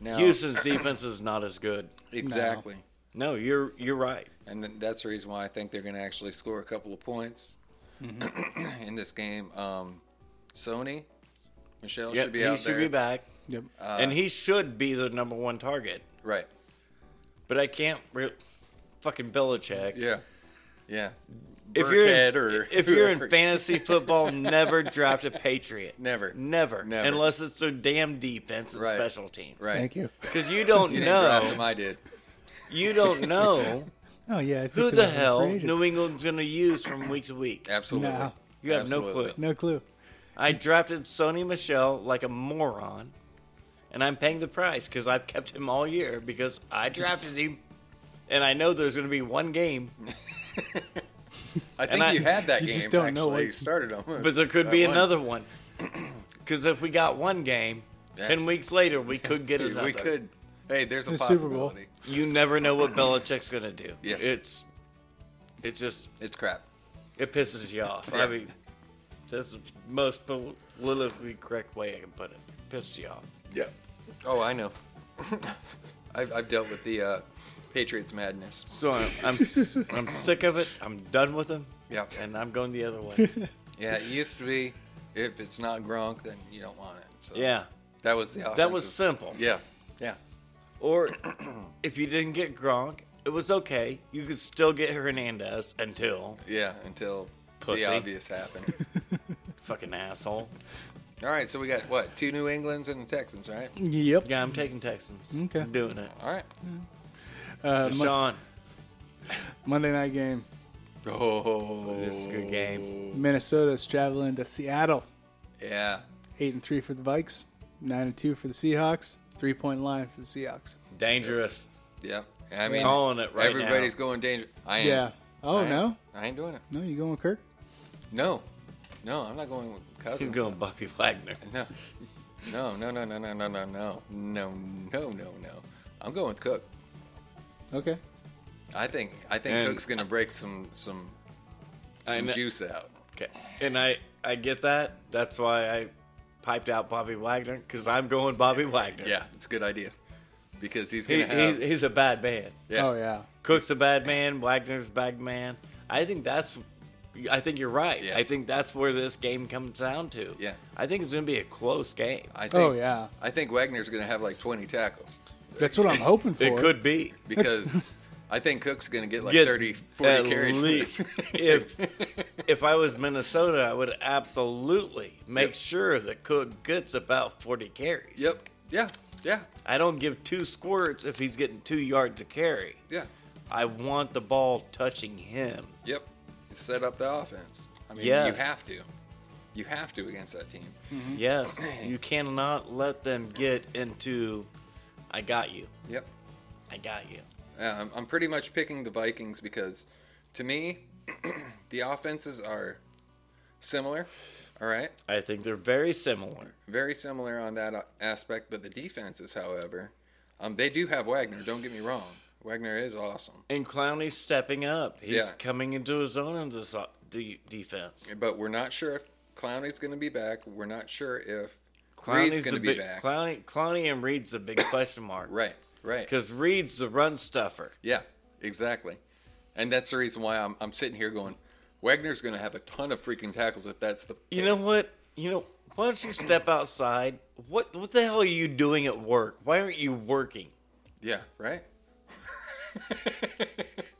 [SPEAKER 3] Now,
[SPEAKER 1] Houston's defense is not as good.
[SPEAKER 3] Exactly.
[SPEAKER 1] No, you're you're right.
[SPEAKER 3] and th- that's the reason why I think they're going to actually score a couple of points
[SPEAKER 1] Mm-hmm.
[SPEAKER 3] in this game. Um, Sony, Michelle
[SPEAKER 1] Yeah,
[SPEAKER 3] should be
[SPEAKER 1] he
[SPEAKER 3] out
[SPEAKER 1] should
[SPEAKER 3] there, Uh,
[SPEAKER 1] be back,
[SPEAKER 2] yep.
[SPEAKER 1] and he should be the number one target.
[SPEAKER 3] right?
[SPEAKER 1] But I can't re- fucking Belichick.
[SPEAKER 3] Yeah, yeah.
[SPEAKER 1] if you're
[SPEAKER 3] Burkhead
[SPEAKER 1] in,
[SPEAKER 3] or
[SPEAKER 1] if you're in
[SPEAKER 3] whoever.
[SPEAKER 1] fantasy football, never draft a Patriot.
[SPEAKER 3] Never.
[SPEAKER 1] Never,
[SPEAKER 3] Never.
[SPEAKER 1] unless it's their damn defense and
[SPEAKER 3] Right.
[SPEAKER 1] special teams.
[SPEAKER 3] Right.
[SPEAKER 2] Thank you.
[SPEAKER 1] Because you don't
[SPEAKER 3] You didn't draft him,
[SPEAKER 1] know,
[SPEAKER 3] I did.
[SPEAKER 1] you don't know
[SPEAKER 2] Oh yeah. I picked
[SPEAKER 1] who
[SPEAKER 2] them
[SPEAKER 1] the
[SPEAKER 2] up as a
[SPEAKER 1] hell
[SPEAKER 2] free agent.
[SPEAKER 1] New England's going to use from week to week.
[SPEAKER 3] Absolutely.
[SPEAKER 2] No.
[SPEAKER 1] You have no
[SPEAKER 3] Absolutely.
[SPEAKER 1] clue.
[SPEAKER 2] No clue.
[SPEAKER 1] I drafted Sony Michelle like a moron, and I'm paying the price because I've kept him all year because I drafted him, and I know there's going to be one game,
[SPEAKER 3] I think
[SPEAKER 1] I-
[SPEAKER 3] you had that
[SPEAKER 2] You
[SPEAKER 3] game.
[SPEAKER 2] just don't
[SPEAKER 3] actually.
[SPEAKER 2] know what-
[SPEAKER 3] you started on,
[SPEAKER 1] but there could be
[SPEAKER 3] that one.
[SPEAKER 1] another one. Because if we got one game,
[SPEAKER 3] Yeah.
[SPEAKER 1] ten weeks later we could get another.
[SPEAKER 3] We could. Hey, there's a
[SPEAKER 2] The Super Bowl.
[SPEAKER 3] possibility.
[SPEAKER 1] You never know what Belichick's going to do.
[SPEAKER 3] Yeah.
[SPEAKER 1] It's, it just
[SPEAKER 3] It's crap.
[SPEAKER 1] it pisses you off.
[SPEAKER 3] Yeah.
[SPEAKER 1] I mean, that's the most politically correct way I can put it. Pisses you off.
[SPEAKER 3] Yeah. Oh, I know. I've, I've dealt with the uh, Patriots madness.
[SPEAKER 1] So I'm I'm, s- I'm sick of it. I'm done with him.
[SPEAKER 3] Yeah.
[SPEAKER 1] And I'm going the other way.
[SPEAKER 3] Yeah, it used to be if it's not Gronk, then you don't want it. So
[SPEAKER 1] yeah.
[SPEAKER 3] That was the
[SPEAKER 1] That was
[SPEAKER 3] offensive-
[SPEAKER 1] simple.
[SPEAKER 3] Yeah. Yeah.
[SPEAKER 1] Or if you didn't get Gronk, it was okay. You could still get Hernandez until
[SPEAKER 3] Yeah. Until
[SPEAKER 1] Pussy.
[SPEAKER 3] the obvious happened.
[SPEAKER 1] fucking asshole.
[SPEAKER 3] All right. So we got what? Two New Englands and the Texans, right?
[SPEAKER 2] Yep.
[SPEAKER 1] Yeah, I'm taking Texans.
[SPEAKER 2] Okay.
[SPEAKER 1] I'm doing it.
[SPEAKER 3] All right.
[SPEAKER 2] Uh, Mon-
[SPEAKER 1] Sean,
[SPEAKER 2] Monday night game.
[SPEAKER 3] Oh.
[SPEAKER 1] this is a good game.
[SPEAKER 2] Minnesota's traveling to Seattle.
[SPEAKER 3] Yeah.
[SPEAKER 2] Eight and three for the Vikes. Nine and two for the Seahawks. Three point line for the Seahawks.
[SPEAKER 1] Dangerous.
[SPEAKER 3] Yeah. I mean,
[SPEAKER 1] Calling it right now.
[SPEAKER 3] everybody's going dangerous. I am.
[SPEAKER 2] Yeah. Oh
[SPEAKER 3] I ain't-
[SPEAKER 2] no.
[SPEAKER 3] I ain't doing it.
[SPEAKER 2] No, you going with Kirk?
[SPEAKER 3] No. No, I'm not going with cousins.
[SPEAKER 1] He's going Bobby Wagner.
[SPEAKER 3] No. No, no, no, no, no, no, no, no. No, no, no, no. I'm going with Cook.
[SPEAKER 2] Okay.
[SPEAKER 3] I think I think
[SPEAKER 1] And-
[SPEAKER 3] Cook's gonna break some some
[SPEAKER 1] I
[SPEAKER 3] some
[SPEAKER 1] kn-
[SPEAKER 3] juice out.
[SPEAKER 1] Okay. And I I get that. That's why I piped out Bobby Wagner because I'm going Bobby Wagner.
[SPEAKER 3] Yeah, it's a good idea because he's
[SPEAKER 1] He,
[SPEAKER 3] gonna
[SPEAKER 1] he's,
[SPEAKER 3] have.
[SPEAKER 1] he's a bad man.
[SPEAKER 3] yeah.
[SPEAKER 2] Oh yeah.
[SPEAKER 1] Cook's a bad man. Wagner's a bad man. I think that's. I think you're right.
[SPEAKER 3] Yeah.
[SPEAKER 1] I think that's where this game comes down to.
[SPEAKER 3] Yeah.
[SPEAKER 1] I think it's going to be a close game.
[SPEAKER 3] I think,
[SPEAKER 2] Oh yeah.
[SPEAKER 3] I think Wagner's gonna have like 20 tackles
[SPEAKER 2] That's what I'm hoping for.
[SPEAKER 1] It could be.
[SPEAKER 3] because I think Cook's gonna get like
[SPEAKER 1] Get
[SPEAKER 3] 30, 40
[SPEAKER 1] at
[SPEAKER 3] carries.
[SPEAKER 1] least. if if I was Minnesota, I would absolutely make
[SPEAKER 3] Yep.
[SPEAKER 1] sure that Cook gets about 40 carries.
[SPEAKER 3] Yep. Yeah. Yeah.
[SPEAKER 1] I don't give two squirts if he's getting two yards a carry.
[SPEAKER 3] Yeah.
[SPEAKER 1] I want the ball touching him.
[SPEAKER 3] Yep. Set up the offense. I mean,
[SPEAKER 1] Yes.
[SPEAKER 3] you have to. You have to against that team.
[SPEAKER 1] Yes, you cannot let them get into. I got you.
[SPEAKER 3] Yep.
[SPEAKER 1] I got you.
[SPEAKER 3] Yeah, I'm, I'm pretty much picking the Vikings because, to me, the offenses are similar. All right.
[SPEAKER 1] I think they're very similar.
[SPEAKER 3] Very similar on that uh, aspect, but the defenses, however, um, they do have Wagner. Don't get me wrong. Wagner is awesome.
[SPEAKER 1] And Clowney's stepping up. He's
[SPEAKER 3] Yeah.
[SPEAKER 1] coming into his own in this o- de- defense.
[SPEAKER 3] But we're not sure if Clowney's going to be back. We're not sure if Reed's
[SPEAKER 1] Clowney's
[SPEAKER 3] going
[SPEAKER 1] the
[SPEAKER 3] to be
[SPEAKER 1] big
[SPEAKER 3] back.
[SPEAKER 1] Clowney, Clowney and Reed's a big question mark.
[SPEAKER 3] right. Right.
[SPEAKER 1] Because Reed's the run stuffer.
[SPEAKER 3] Yeah, exactly. And that's the reason why I'm, I'm sitting here going, Wagner's going to have a ton of freaking tackles if that's the.
[SPEAKER 1] You know
[SPEAKER 3] case."
[SPEAKER 1] what? You know, why don't you step outside? What what the hell are you doing at work? Why aren't you working?
[SPEAKER 3] Yeah, right?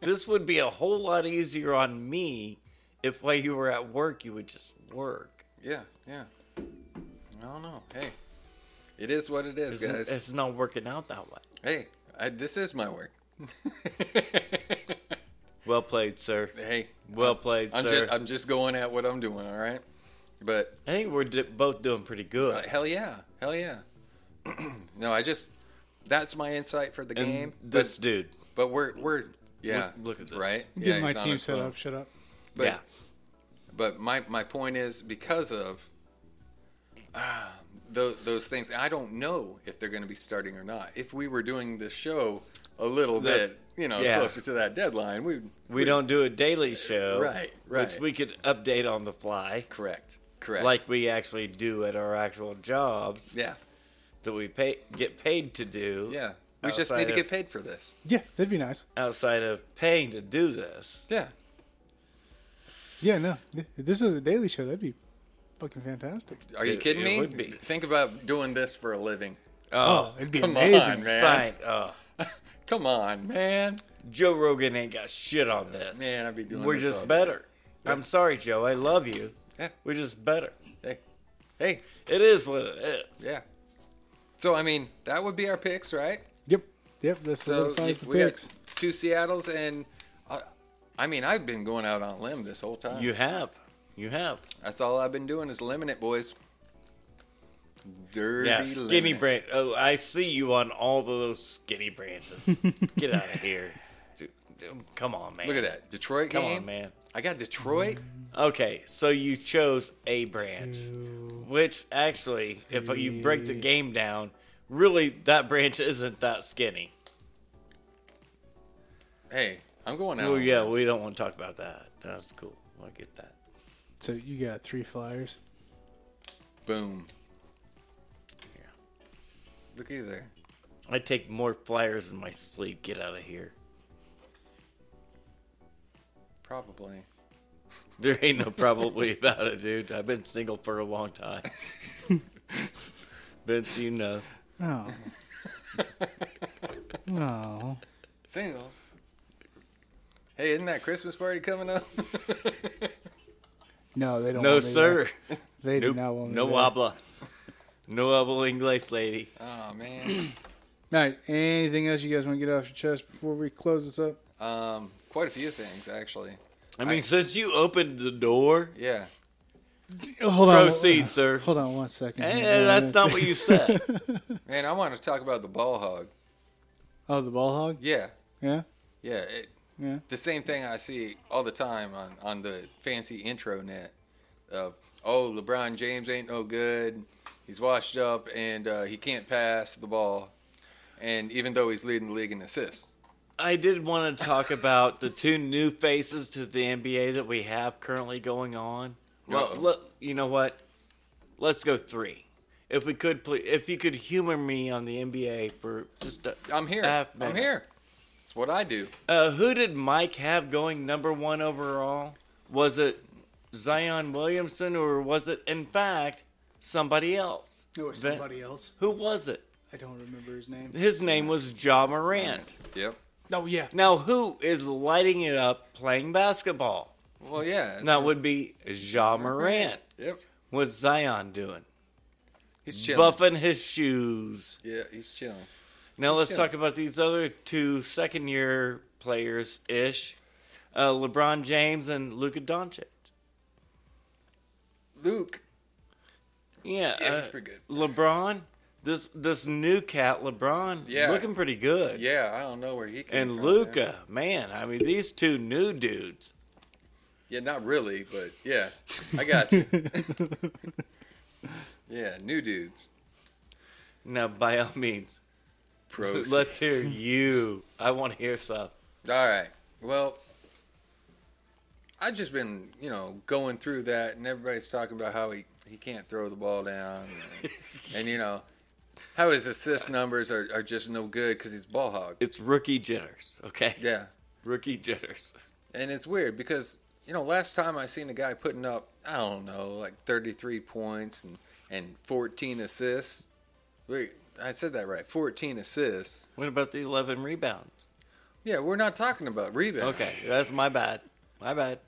[SPEAKER 1] This would be a whole lot easier on me if while you were at work you would just work.
[SPEAKER 3] Yeah, yeah. I don't know. Hey, it is what it is,
[SPEAKER 1] It's-
[SPEAKER 3] guys.
[SPEAKER 1] It's not working out that way.
[SPEAKER 3] Hey, I, this is my work.
[SPEAKER 1] Well played, sir.
[SPEAKER 3] Hey,
[SPEAKER 1] Well played,
[SPEAKER 3] I'm
[SPEAKER 1] sir.
[SPEAKER 3] just, I'm just going at what I'm doing, all right? But
[SPEAKER 1] I think we're d- both doing pretty good.
[SPEAKER 3] uh, hell yeah, hell yeah. no, I just, that's my insight for the
[SPEAKER 1] And
[SPEAKER 3] game.
[SPEAKER 1] this
[SPEAKER 3] but,
[SPEAKER 1] dude.
[SPEAKER 3] but we're, we're, yeah.
[SPEAKER 1] look at this.
[SPEAKER 3] Right?
[SPEAKER 2] Get
[SPEAKER 3] yeah,
[SPEAKER 2] my
[SPEAKER 3] he's on
[SPEAKER 2] team
[SPEAKER 3] his
[SPEAKER 2] set
[SPEAKER 3] phone.
[SPEAKER 2] up. Shut up.
[SPEAKER 3] But-
[SPEAKER 1] yeah.
[SPEAKER 3] But my, my point is because of uh, those, those things, I don't know if they're going to be starting or not. If we were doing this show a little
[SPEAKER 1] The-
[SPEAKER 3] bit, you know,
[SPEAKER 1] yeah.
[SPEAKER 3] closer to that deadline, we
[SPEAKER 1] We don't do a daily show.
[SPEAKER 3] Right, right.
[SPEAKER 1] Which we could update on the fly.
[SPEAKER 3] correct, correct,
[SPEAKER 1] Like we actually do at our actual jobs
[SPEAKER 3] yeah,
[SPEAKER 1] that we pay get paid to do.
[SPEAKER 3] yeah. We just need
[SPEAKER 1] outside
[SPEAKER 3] to
[SPEAKER 1] of-
[SPEAKER 3] get paid for this.
[SPEAKER 2] Yeah, that'd be nice.
[SPEAKER 1] outside of paying to do this.
[SPEAKER 3] Yeah,
[SPEAKER 2] Yeah, no. If this is a daily show. That'd be fucking fantastic.
[SPEAKER 3] are you
[SPEAKER 1] It-
[SPEAKER 3] kidding
[SPEAKER 1] it
[SPEAKER 3] me?
[SPEAKER 1] would be.
[SPEAKER 3] Think about doing this for a living.
[SPEAKER 2] Oh, it'd be
[SPEAKER 3] come
[SPEAKER 2] amazing.
[SPEAKER 3] on, man.
[SPEAKER 1] Sign. Oh,
[SPEAKER 3] Come on, man.
[SPEAKER 1] Joe Rogan ain't got shit on this.
[SPEAKER 3] Man, I'd be doing
[SPEAKER 1] We're
[SPEAKER 3] this all
[SPEAKER 1] just
[SPEAKER 3] day.
[SPEAKER 1] better. I'm sorry, Joe. I love you.
[SPEAKER 3] Yeah.
[SPEAKER 1] We're just better.
[SPEAKER 3] Hey, hey,
[SPEAKER 1] It is what it is.
[SPEAKER 3] yeah. So I mean, that would be our picks, right?
[SPEAKER 2] Yep. Yep. That
[SPEAKER 3] So
[SPEAKER 2] solidifies
[SPEAKER 3] you-
[SPEAKER 2] the
[SPEAKER 3] we
[SPEAKER 2] picks.
[SPEAKER 3] got two Seattles, and uh, I mean, I've been going out on a limb this whole time.
[SPEAKER 1] You have. You have.
[SPEAKER 3] That's all I've been doing is limbing it, boys. Dirty
[SPEAKER 1] Yeah, skinny
[SPEAKER 3] limbing it.
[SPEAKER 1] branch. Oh, I see you on all of those skinny branches. Get out of here. Dude, dude, Come on, man.
[SPEAKER 3] Look at that Detroit
[SPEAKER 1] Come
[SPEAKER 3] game.
[SPEAKER 1] on, man.
[SPEAKER 3] I got Detroit.
[SPEAKER 1] Okay, so you chose a branch, which actually, if you break the game down, really that branch isn't that skinny.
[SPEAKER 3] Hey, I'm going out.
[SPEAKER 1] Oh
[SPEAKER 3] on
[SPEAKER 1] yeah,
[SPEAKER 3] limbs.
[SPEAKER 1] we don't want to talk about that. That's cool. I get that.
[SPEAKER 2] So you got three flyers.
[SPEAKER 3] boom. Look at you there.
[SPEAKER 1] I take more flyers in my sleep. Get out of here.
[SPEAKER 3] Probably.
[SPEAKER 1] There ain't no probably about it, dude. I've been single for a long time. Vince, you know.
[SPEAKER 2] Oh. oh.
[SPEAKER 3] Single. Hey, isn't that Christmas party coming up?
[SPEAKER 2] No, they don't.
[SPEAKER 1] No,
[SPEAKER 2] want me
[SPEAKER 1] sir.
[SPEAKER 2] There. They do
[SPEAKER 1] Nope.
[SPEAKER 2] not want me
[SPEAKER 1] No
[SPEAKER 2] there.
[SPEAKER 1] habla. No habla inglés, lady.
[SPEAKER 3] oh man.
[SPEAKER 2] All right. Anything else you guys want to get off your chest before we close this up?
[SPEAKER 3] Um, quite a few things actually.
[SPEAKER 1] I mean, since you opened the door,
[SPEAKER 3] Yeah.
[SPEAKER 2] Oh, Hold on.
[SPEAKER 1] proceed, sir.
[SPEAKER 2] Hold on one second.
[SPEAKER 1] Eh,
[SPEAKER 2] Hold on
[SPEAKER 1] that's
[SPEAKER 2] one
[SPEAKER 1] not
[SPEAKER 2] sec-
[SPEAKER 1] what you said.
[SPEAKER 3] Man, I want to talk about the ball hog.
[SPEAKER 2] Oh, the ball hog.
[SPEAKER 3] Yeah.
[SPEAKER 2] Yeah.
[SPEAKER 3] Yeah. It,
[SPEAKER 2] Yeah.
[SPEAKER 3] the same thing I see all the time on, on the fancy intro net of oh LeBron James ain't no good, he's washed up and uh, he can't pass the ball, and even though he's leading the league in assists,
[SPEAKER 1] I did want to talk about the two new faces to the NBA that we have currently going on. Well,
[SPEAKER 3] Uh-oh.
[SPEAKER 1] look, you know what? Let's go three. If we could, please, if you could humor me on the NBA for just, a
[SPEAKER 3] I'm here,
[SPEAKER 1] half
[SPEAKER 3] I'm
[SPEAKER 1] minute.
[SPEAKER 3] here. It's what I do.
[SPEAKER 1] Uh, who did Mike have going number one overall? Was it Zion Williamson, or was it in fact somebody else?
[SPEAKER 2] Or
[SPEAKER 1] Vin-
[SPEAKER 2] somebody else.
[SPEAKER 1] Who was it?
[SPEAKER 2] I don't remember his name.
[SPEAKER 1] His name was Ja Morant.
[SPEAKER 3] Yep.
[SPEAKER 2] Oh yeah.
[SPEAKER 1] Now, who is lighting it up playing basketball?
[SPEAKER 3] Well, yeah. it's-
[SPEAKER 1] That would be Ja Morant.
[SPEAKER 3] Yep.
[SPEAKER 1] What's Zion doing?
[SPEAKER 3] He's chilling.
[SPEAKER 1] Buffing his shoes.
[SPEAKER 3] Yeah, he's chilling.
[SPEAKER 1] Now let's
[SPEAKER 3] Yeah.
[SPEAKER 1] talk about these other two second year players ish uh, LeBron James and Luka Doncic.
[SPEAKER 3] Luke.
[SPEAKER 1] Yeah,
[SPEAKER 3] Yeah, he's
[SPEAKER 1] uh,
[SPEAKER 3] pretty good.
[SPEAKER 1] LeBron, this this new cat, LeBron,
[SPEAKER 3] Yeah.
[SPEAKER 1] looking pretty good.
[SPEAKER 3] Yeah, I don't know where he came
[SPEAKER 1] And
[SPEAKER 3] from,
[SPEAKER 1] Luca, man, I mean, these two new dudes.
[SPEAKER 3] Yeah, not really, but yeah, I got you. yeah, new dudes.
[SPEAKER 1] Now, by all means,
[SPEAKER 3] Pros. All
[SPEAKER 1] let's hear you. I want to hear some.
[SPEAKER 3] right. Well, I've just been, you know, going through that, and everybody's talking about how he, he can't throw the ball down. And, and, you know, how his assist numbers are, are just no good because he's a ball hog.
[SPEAKER 1] It's rookie jitters, okay?
[SPEAKER 3] Yeah.
[SPEAKER 1] Rookie jitters.
[SPEAKER 3] And it's weird because, you know, last time I seen a guy putting up, I don't know, like 33 points and, and 14 assists. Wait, I said that right. 14 assists.
[SPEAKER 1] What about the 11 rebounds?
[SPEAKER 3] Yeah, we're not talking about rebounds.
[SPEAKER 1] Okay, that's my bad. My bad.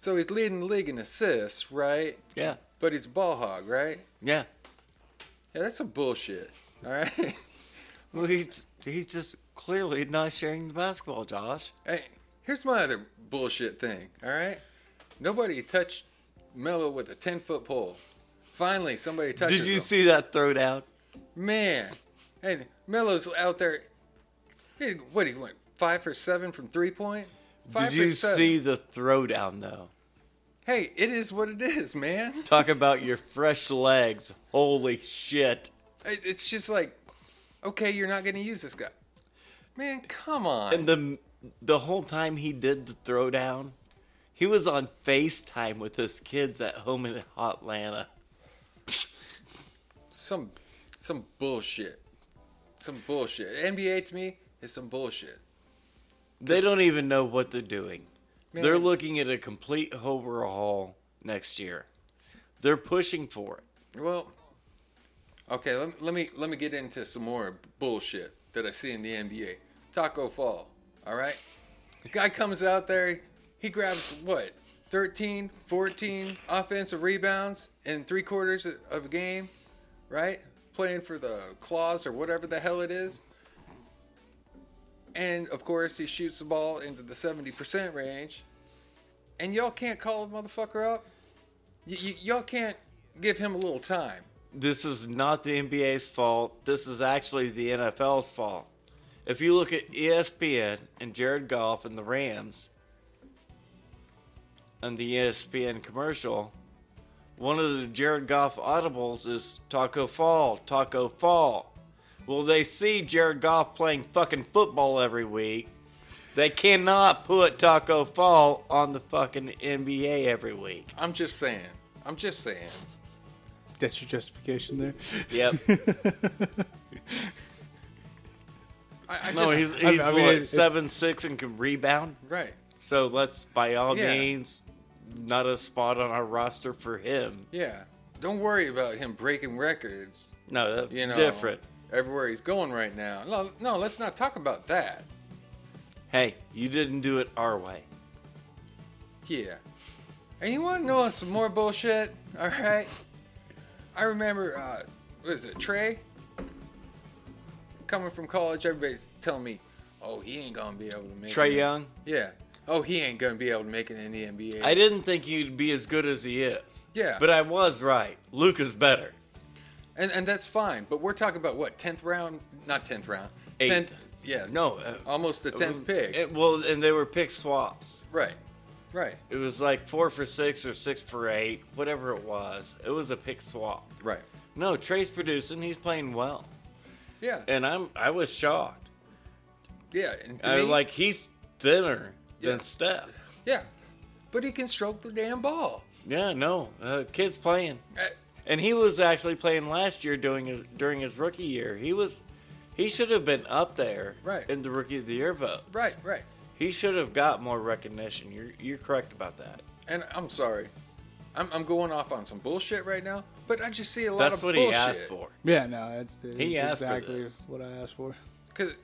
[SPEAKER 3] So he's leading the league in assists, right?
[SPEAKER 1] Yeah,
[SPEAKER 3] But he's a ball hog, right?
[SPEAKER 1] yeah.
[SPEAKER 3] Yeah, that's some bullshit. All right.
[SPEAKER 1] Well, he's he's just clearly not sharing the basketball, Josh.
[SPEAKER 3] hey, here's my other bullshit thing. All right. Nobody touched Melo with a 10 foot pole. Finally, somebody touches
[SPEAKER 1] Did you
[SPEAKER 3] him.
[SPEAKER 1] see that throwdown?
[SPEAKER 3] Man, and Melo's out there. He, what he went five for seven from three point. Five
[SPEAKER 1] Did you
[SPEAKER 3] for seven.
[SPEAKER 1] see the throwdown though?
[SPEAKER 3] Hey, it is what it is, man.
[SPEAKER 1] Talk about your fresh legs. Holy shit!
[SPEAKER 3] It- It's just like, okay, you're not going to use this guy. Man, come on.
[SPEAKER 1] And the the whole time he did the throwdown, he was on FaceTime with his kids at home in Atlanta.
[SPEAKER 3] some, some bullshit. Some bullshit. NBA to me is some bullshit.
[SPEAKER 1] They don't even know what they're doing. They're
[SPEAKER 3] Man.
[SPEAKER 1] looking at a complete overhaul next year. They're pushing for it.
[SPEAKER 3] Well, okay, let, me- let me let me get into some more bullshit that I see in the NBA. Taco Fall, all right? Guy comes out there, he grabs what? 13, 14 offensive rebounds in three quarters of a game, right? Playing for the claws or whatever the hell it is. And of course, he shoots the ball into the 70% range. And y'all can't call the motherfucker up? Y- y- y'all can't give him a little time.
[SPEAKER 1] this is not the NBA's fault. This is actually the NFL's fault. If you look at E ESPN and Jared Goff and the Rams and the E ESPN commercial, one of the Jared Goff audibles is Taco Fall, Taco Fall. Well, they see Jared Goff playing fucking football every week. They cannot put Taco Fall on the fucking NBA every week.
[SPEAKER 3] I'm just saying. I'm just saying.
[SPEAKER 2] That's your justification there.
[SPEAKER 1] Yep.
[SPEAKER 3] I, I
[SPEAKER 1] No,
[SPEAKER 3] just,
[SPEAKER 1] he's,
[SPEAKER 2] I-
[SPEAKER 1] he's
[SPEAKER 2] I mean,
[SPEAKER 1] what,
[SPEAKER 2] it's-
[SPEAKER 1] seven six and can rebound.
[SPEAKER 3] right.
[SPEAKER 1] So let's, by all
[SPEAKER 3] Yeah.
[SPEAKER 1] means, not a spot on our roster for him.
[SPEAKER 3] Yeah. Don't worry about him breaking records.
[SPEAKER 1] No, that's
[SPEAKER 3] You know,
[SPEAKER 1] different.
[SPEAKER 3] Everywhere he's going right now. No, no. Let's not talk about that.
[SPEAKER 1] Hey, you didn't do it our way.
[SPEAKER 3] Yeah. And you want to know some more bullshit? All right. I remember, uh, what is it, Trey? Coming from college, everybody's telling me, "Oh, he ain't gonna be able to make."
[SPEAKER 1] Trey
[SPEAKER 3] it."
[SPEAKER 1] Young,
[SPEAKER 3] Yeah. Oh, he ain't gonna be able to make it in the NBA.
[SPEAKER 1] I didn't think he'd be as good as he is.
[SPEAKER 3] Yeah.
[SPEAKER 1] But I was right. Luke is better.
[SPEAKER 3] And and that's fine, but we're talking about what tenth round? Not tenth round.
[SPEAKER 1] Eighth.
[SPEAKER 3] Tenth. Yeah.
[SPEAKER 1] No. Uh,
[SPEAKER 3] Almost the tenth pick.
[SPEAKER 1] It- well, and they were pick swaps.
[SPEAKER 3] right. Right.
[SPEAKER 1] It was like four for six or six for eight, whatever it was. It was a pick swap.
[SPEAKER 3] Right.
[SPEAKER 1] No, Trey's producing. He's playing well.
[SPEAKER 3] Yeah.
[SPEAKER 1] And I'm I was shocked.
[SPEAKER 3] yeah. And to
[SPEAKER 1] I
[SPEAKER 3] me,
[SPEAKER 1] mean, like he's thinner
[SPEAKER 3] Yeah.
[SPEAKER 1] than Steph.
[SPEAKER 3] Yeah. But he can stroke the damn ball.
[SPEAKER 1] Yeah, no, uh, kid's playing,
[SPEAKER 3] Uh,
[SPEAKER 1] and he was actually playing last year during his during his rookie year. He was, he should have been up there
[SPEAKER 3] Right.
[SPEAKER 1] in the rookie of the year vote.
[SPEAKER 3] right. Right.
[SPEAKER 1] He should have got more recognition. You're you're correct about that.
[SPEAKER 3] And I'm sorry, I'm, I'm going off on some bullshit right now, but I just see a lot
[SPEAKER 1] That's
[SPEAKER 3] of
[SPEAKER 1] what
[SPEAKER 3] bullshit.
[SPEAKER 1] he asked for.
[SPEAKER 2] Yeah, no, that's, that's
[SPEAKER 1] He asked for
[SPEAKER 2] exactly
[SPEAKER 1] this.
[SPEAKER 2] what I asked for.
[SPEAKER 3] Cause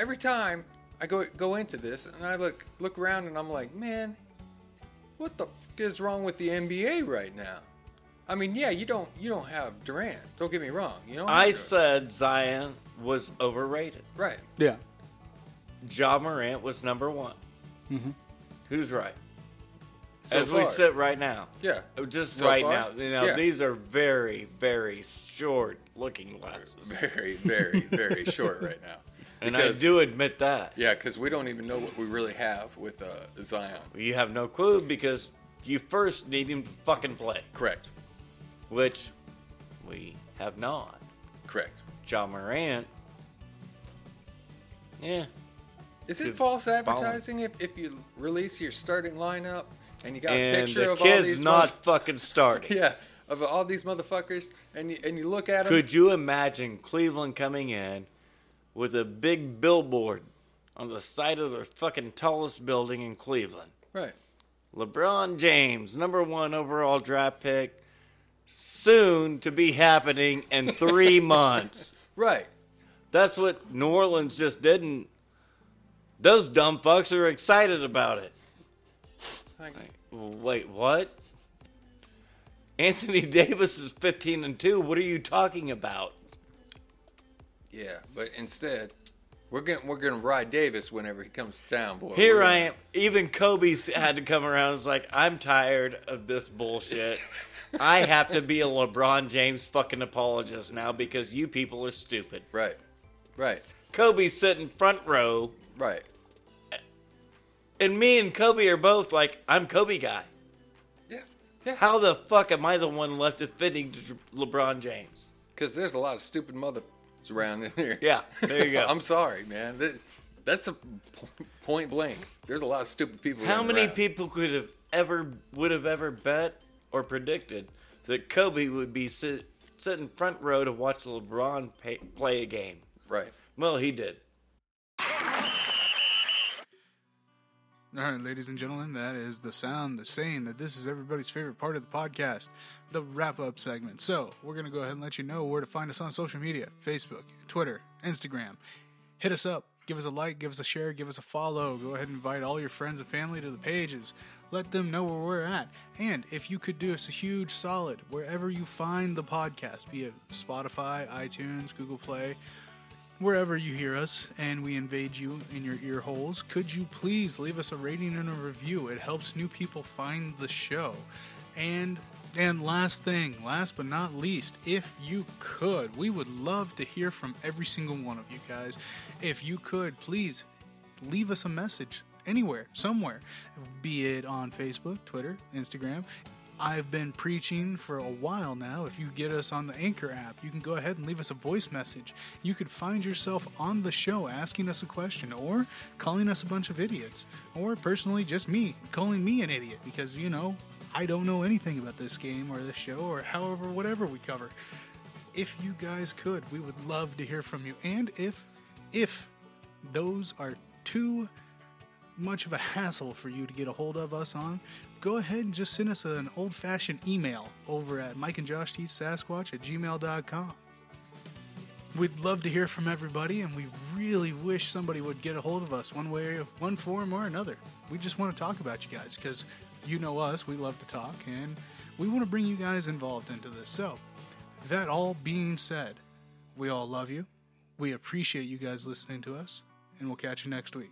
[SPEAKER 3] every time I go go into this and I look look around and I'm like, man, what the f- is wrong with the NBA right now? I mean, yeah, you don't you don't have Durant. Don't get me wrong. You know
[SPEAKER 1] I said Zion was overrated.
[SPEAKER 3] right.
[SPEAKER 2] Yeah,
[SPEAKER 1] Ja Morant was number one. Who's right?
[SPEAKER 3] Mm-hmm. So
[SPEAKER 1] As
[SPEAKER 3] far.
[SPEAKER 1] we sit right now. Oh,
[SPEAKER 3] yeah,
[SPEAKER 1] Just
[SPEAKER 3] So
[SPEAKER 1] right
[SPEAKER 3] far?
[SPEAKER 1] now. You know,
[SPEAKER 3] Yeah.
[SPEAKER 1] these are very, very short looking glasses.
[SPEAKER 3] very very very short right now.
[SPEAKER 1] And
[SPEAKER 3] Because-
[SPEAKER 1] I do admit that.
[SPEAKER 3] Yeah, because we don't even know what we really have with uh, Zion.
[SPEAKER 1] You have no clue because you first need him to fucking play,
[SPEAKER 3] Correct.
[SPEAKER 1] which we have not.
[SPEAKER 3] Correct.
[SPEAKER 1] John Morant. Yeah.
[SPEAKER 3] Is it
[SPEAKER 1] Good
[SPEAKER 3] false
[SPEAKER 1] ball.
[SPEAKER 3] advertising if, if you release your starting lineup and you got a
[SPEAKER 1] and
[SPEAKER 3] picture
[SPEAKER 1] the
[SPEAKER 3] of all
[SPEAKER 1] kid's
[SPEAKER 3] these
[SPEAKER 1] not fucking starting.
[SPEAKER 3] mother- yeah of all these motherfuckers and you, and you look at them
[SPEAKER 1] Could you imagine Cleveland coming in with a big billboard on the side of their fucking tallest building in Cleveland?
[SPEAKER 3] right
[SPEAKER 1] LeBron James, number one overall draft pick, soon to be happening in three months.
[SPEAKER 3] right
[SPEAKER 1] That's what New Orleans just didn't. Those dumb fucks are excited about it.
[SPEAKER 3] Like,
[SPEAKER 1] Wait, what? Anthony Davis is 15 and 2. What are you talking about?
[SPEAKER 3] yeah but instead we're gonna we're gonna ride Davis whenever he comes to town boy
[SPEAKER 1] Here
[SPEAKER 3] We're
[SPEAKER 1] I
[SPEAKER 3] gonna-
[SPEAKER 1] am. Even Kobe s- had to come around. It's like, I'm tired of this bullshit. I have to be a LeBron James fucking apologist now because you people are stupid.
[SPEAKER 3] right right
[SPEAKER 1] Kobe's sitting front row,
[SPEAKER 3] right
[SPEAKER 1] and me and Kobe are both like, I'm Kobe guy.
[SPEAKER 3] yeah yeah
[SPEAKER 1] How the fuck am I the one left offending to Dr- LeBron James?
[SPEAKER 3] because there's a lot of stupid mother around in here
[SPEAKER 1] Yeah, there you go.
[SPEAKER 3] I'm sorry man that, that's a po- point blank there's a lot of stupid people
[SPEAKER 1] How
[SPEAKER 3] running
[SPEAKER 1] many
[SPEAKER 3] around.
[SPEAKER 1] people could have ever would have ever bet or predicted that Kobe would be sit, sitting front row to watch LeBron pay, play a game?
[SPEAKER 3] right
[SPEAKER 1] Well, he did.
[SPEAKER 2] All right, ladies and gentlemen, that is the sound, the saying that this is everybody's favorite part of the podcast, the wrap up segment. So, we're going to go ahead and let you know where to find us on social media Facebook, Twitter, Instagram. Hit us up, give us a like, give us a share, give us a follow. Go ahead and invite all your friends and family to the pages. Let them know where we're at. And if you could do us a huge solid, wherever you find the podcast, be it Spotify, iTunes, Google Play, wherever you hear us and we invade you in your ear holes, could you please leave us a rating and a review? It helps new people find the show. And and last thing, last but not least, if you could, we would love to hear from every single one of you guys. If you could, please leave us a message anywhere, somewhere, be it on Facebook, Twitter, Instagram. I've been preaching for a while now. If you get us on the Anchor app, you can go ahead and leave us a voice message. You could find yourself on the show asking us a question or calling us a bunch of idiots, or personally, just me calling me an idiot because, you know, I don't know anything about this game or this show or however, whatever we cover if you guys could we would love to hear from you and if if those are too much of a hassle for you to get a hold of us on go ahead and just send us an old-fashioned email over at mike and josh teach sasquatch at gmail.com we'd love to hear from everybody and we really wish somebody would get a hold of us one way one form or another we just want to talk about you guys because you know us we love to talk and we want to bring you guys involved into this so that all being said, we all love you. We appreciate you guys listening to us, and we'll catch you next week.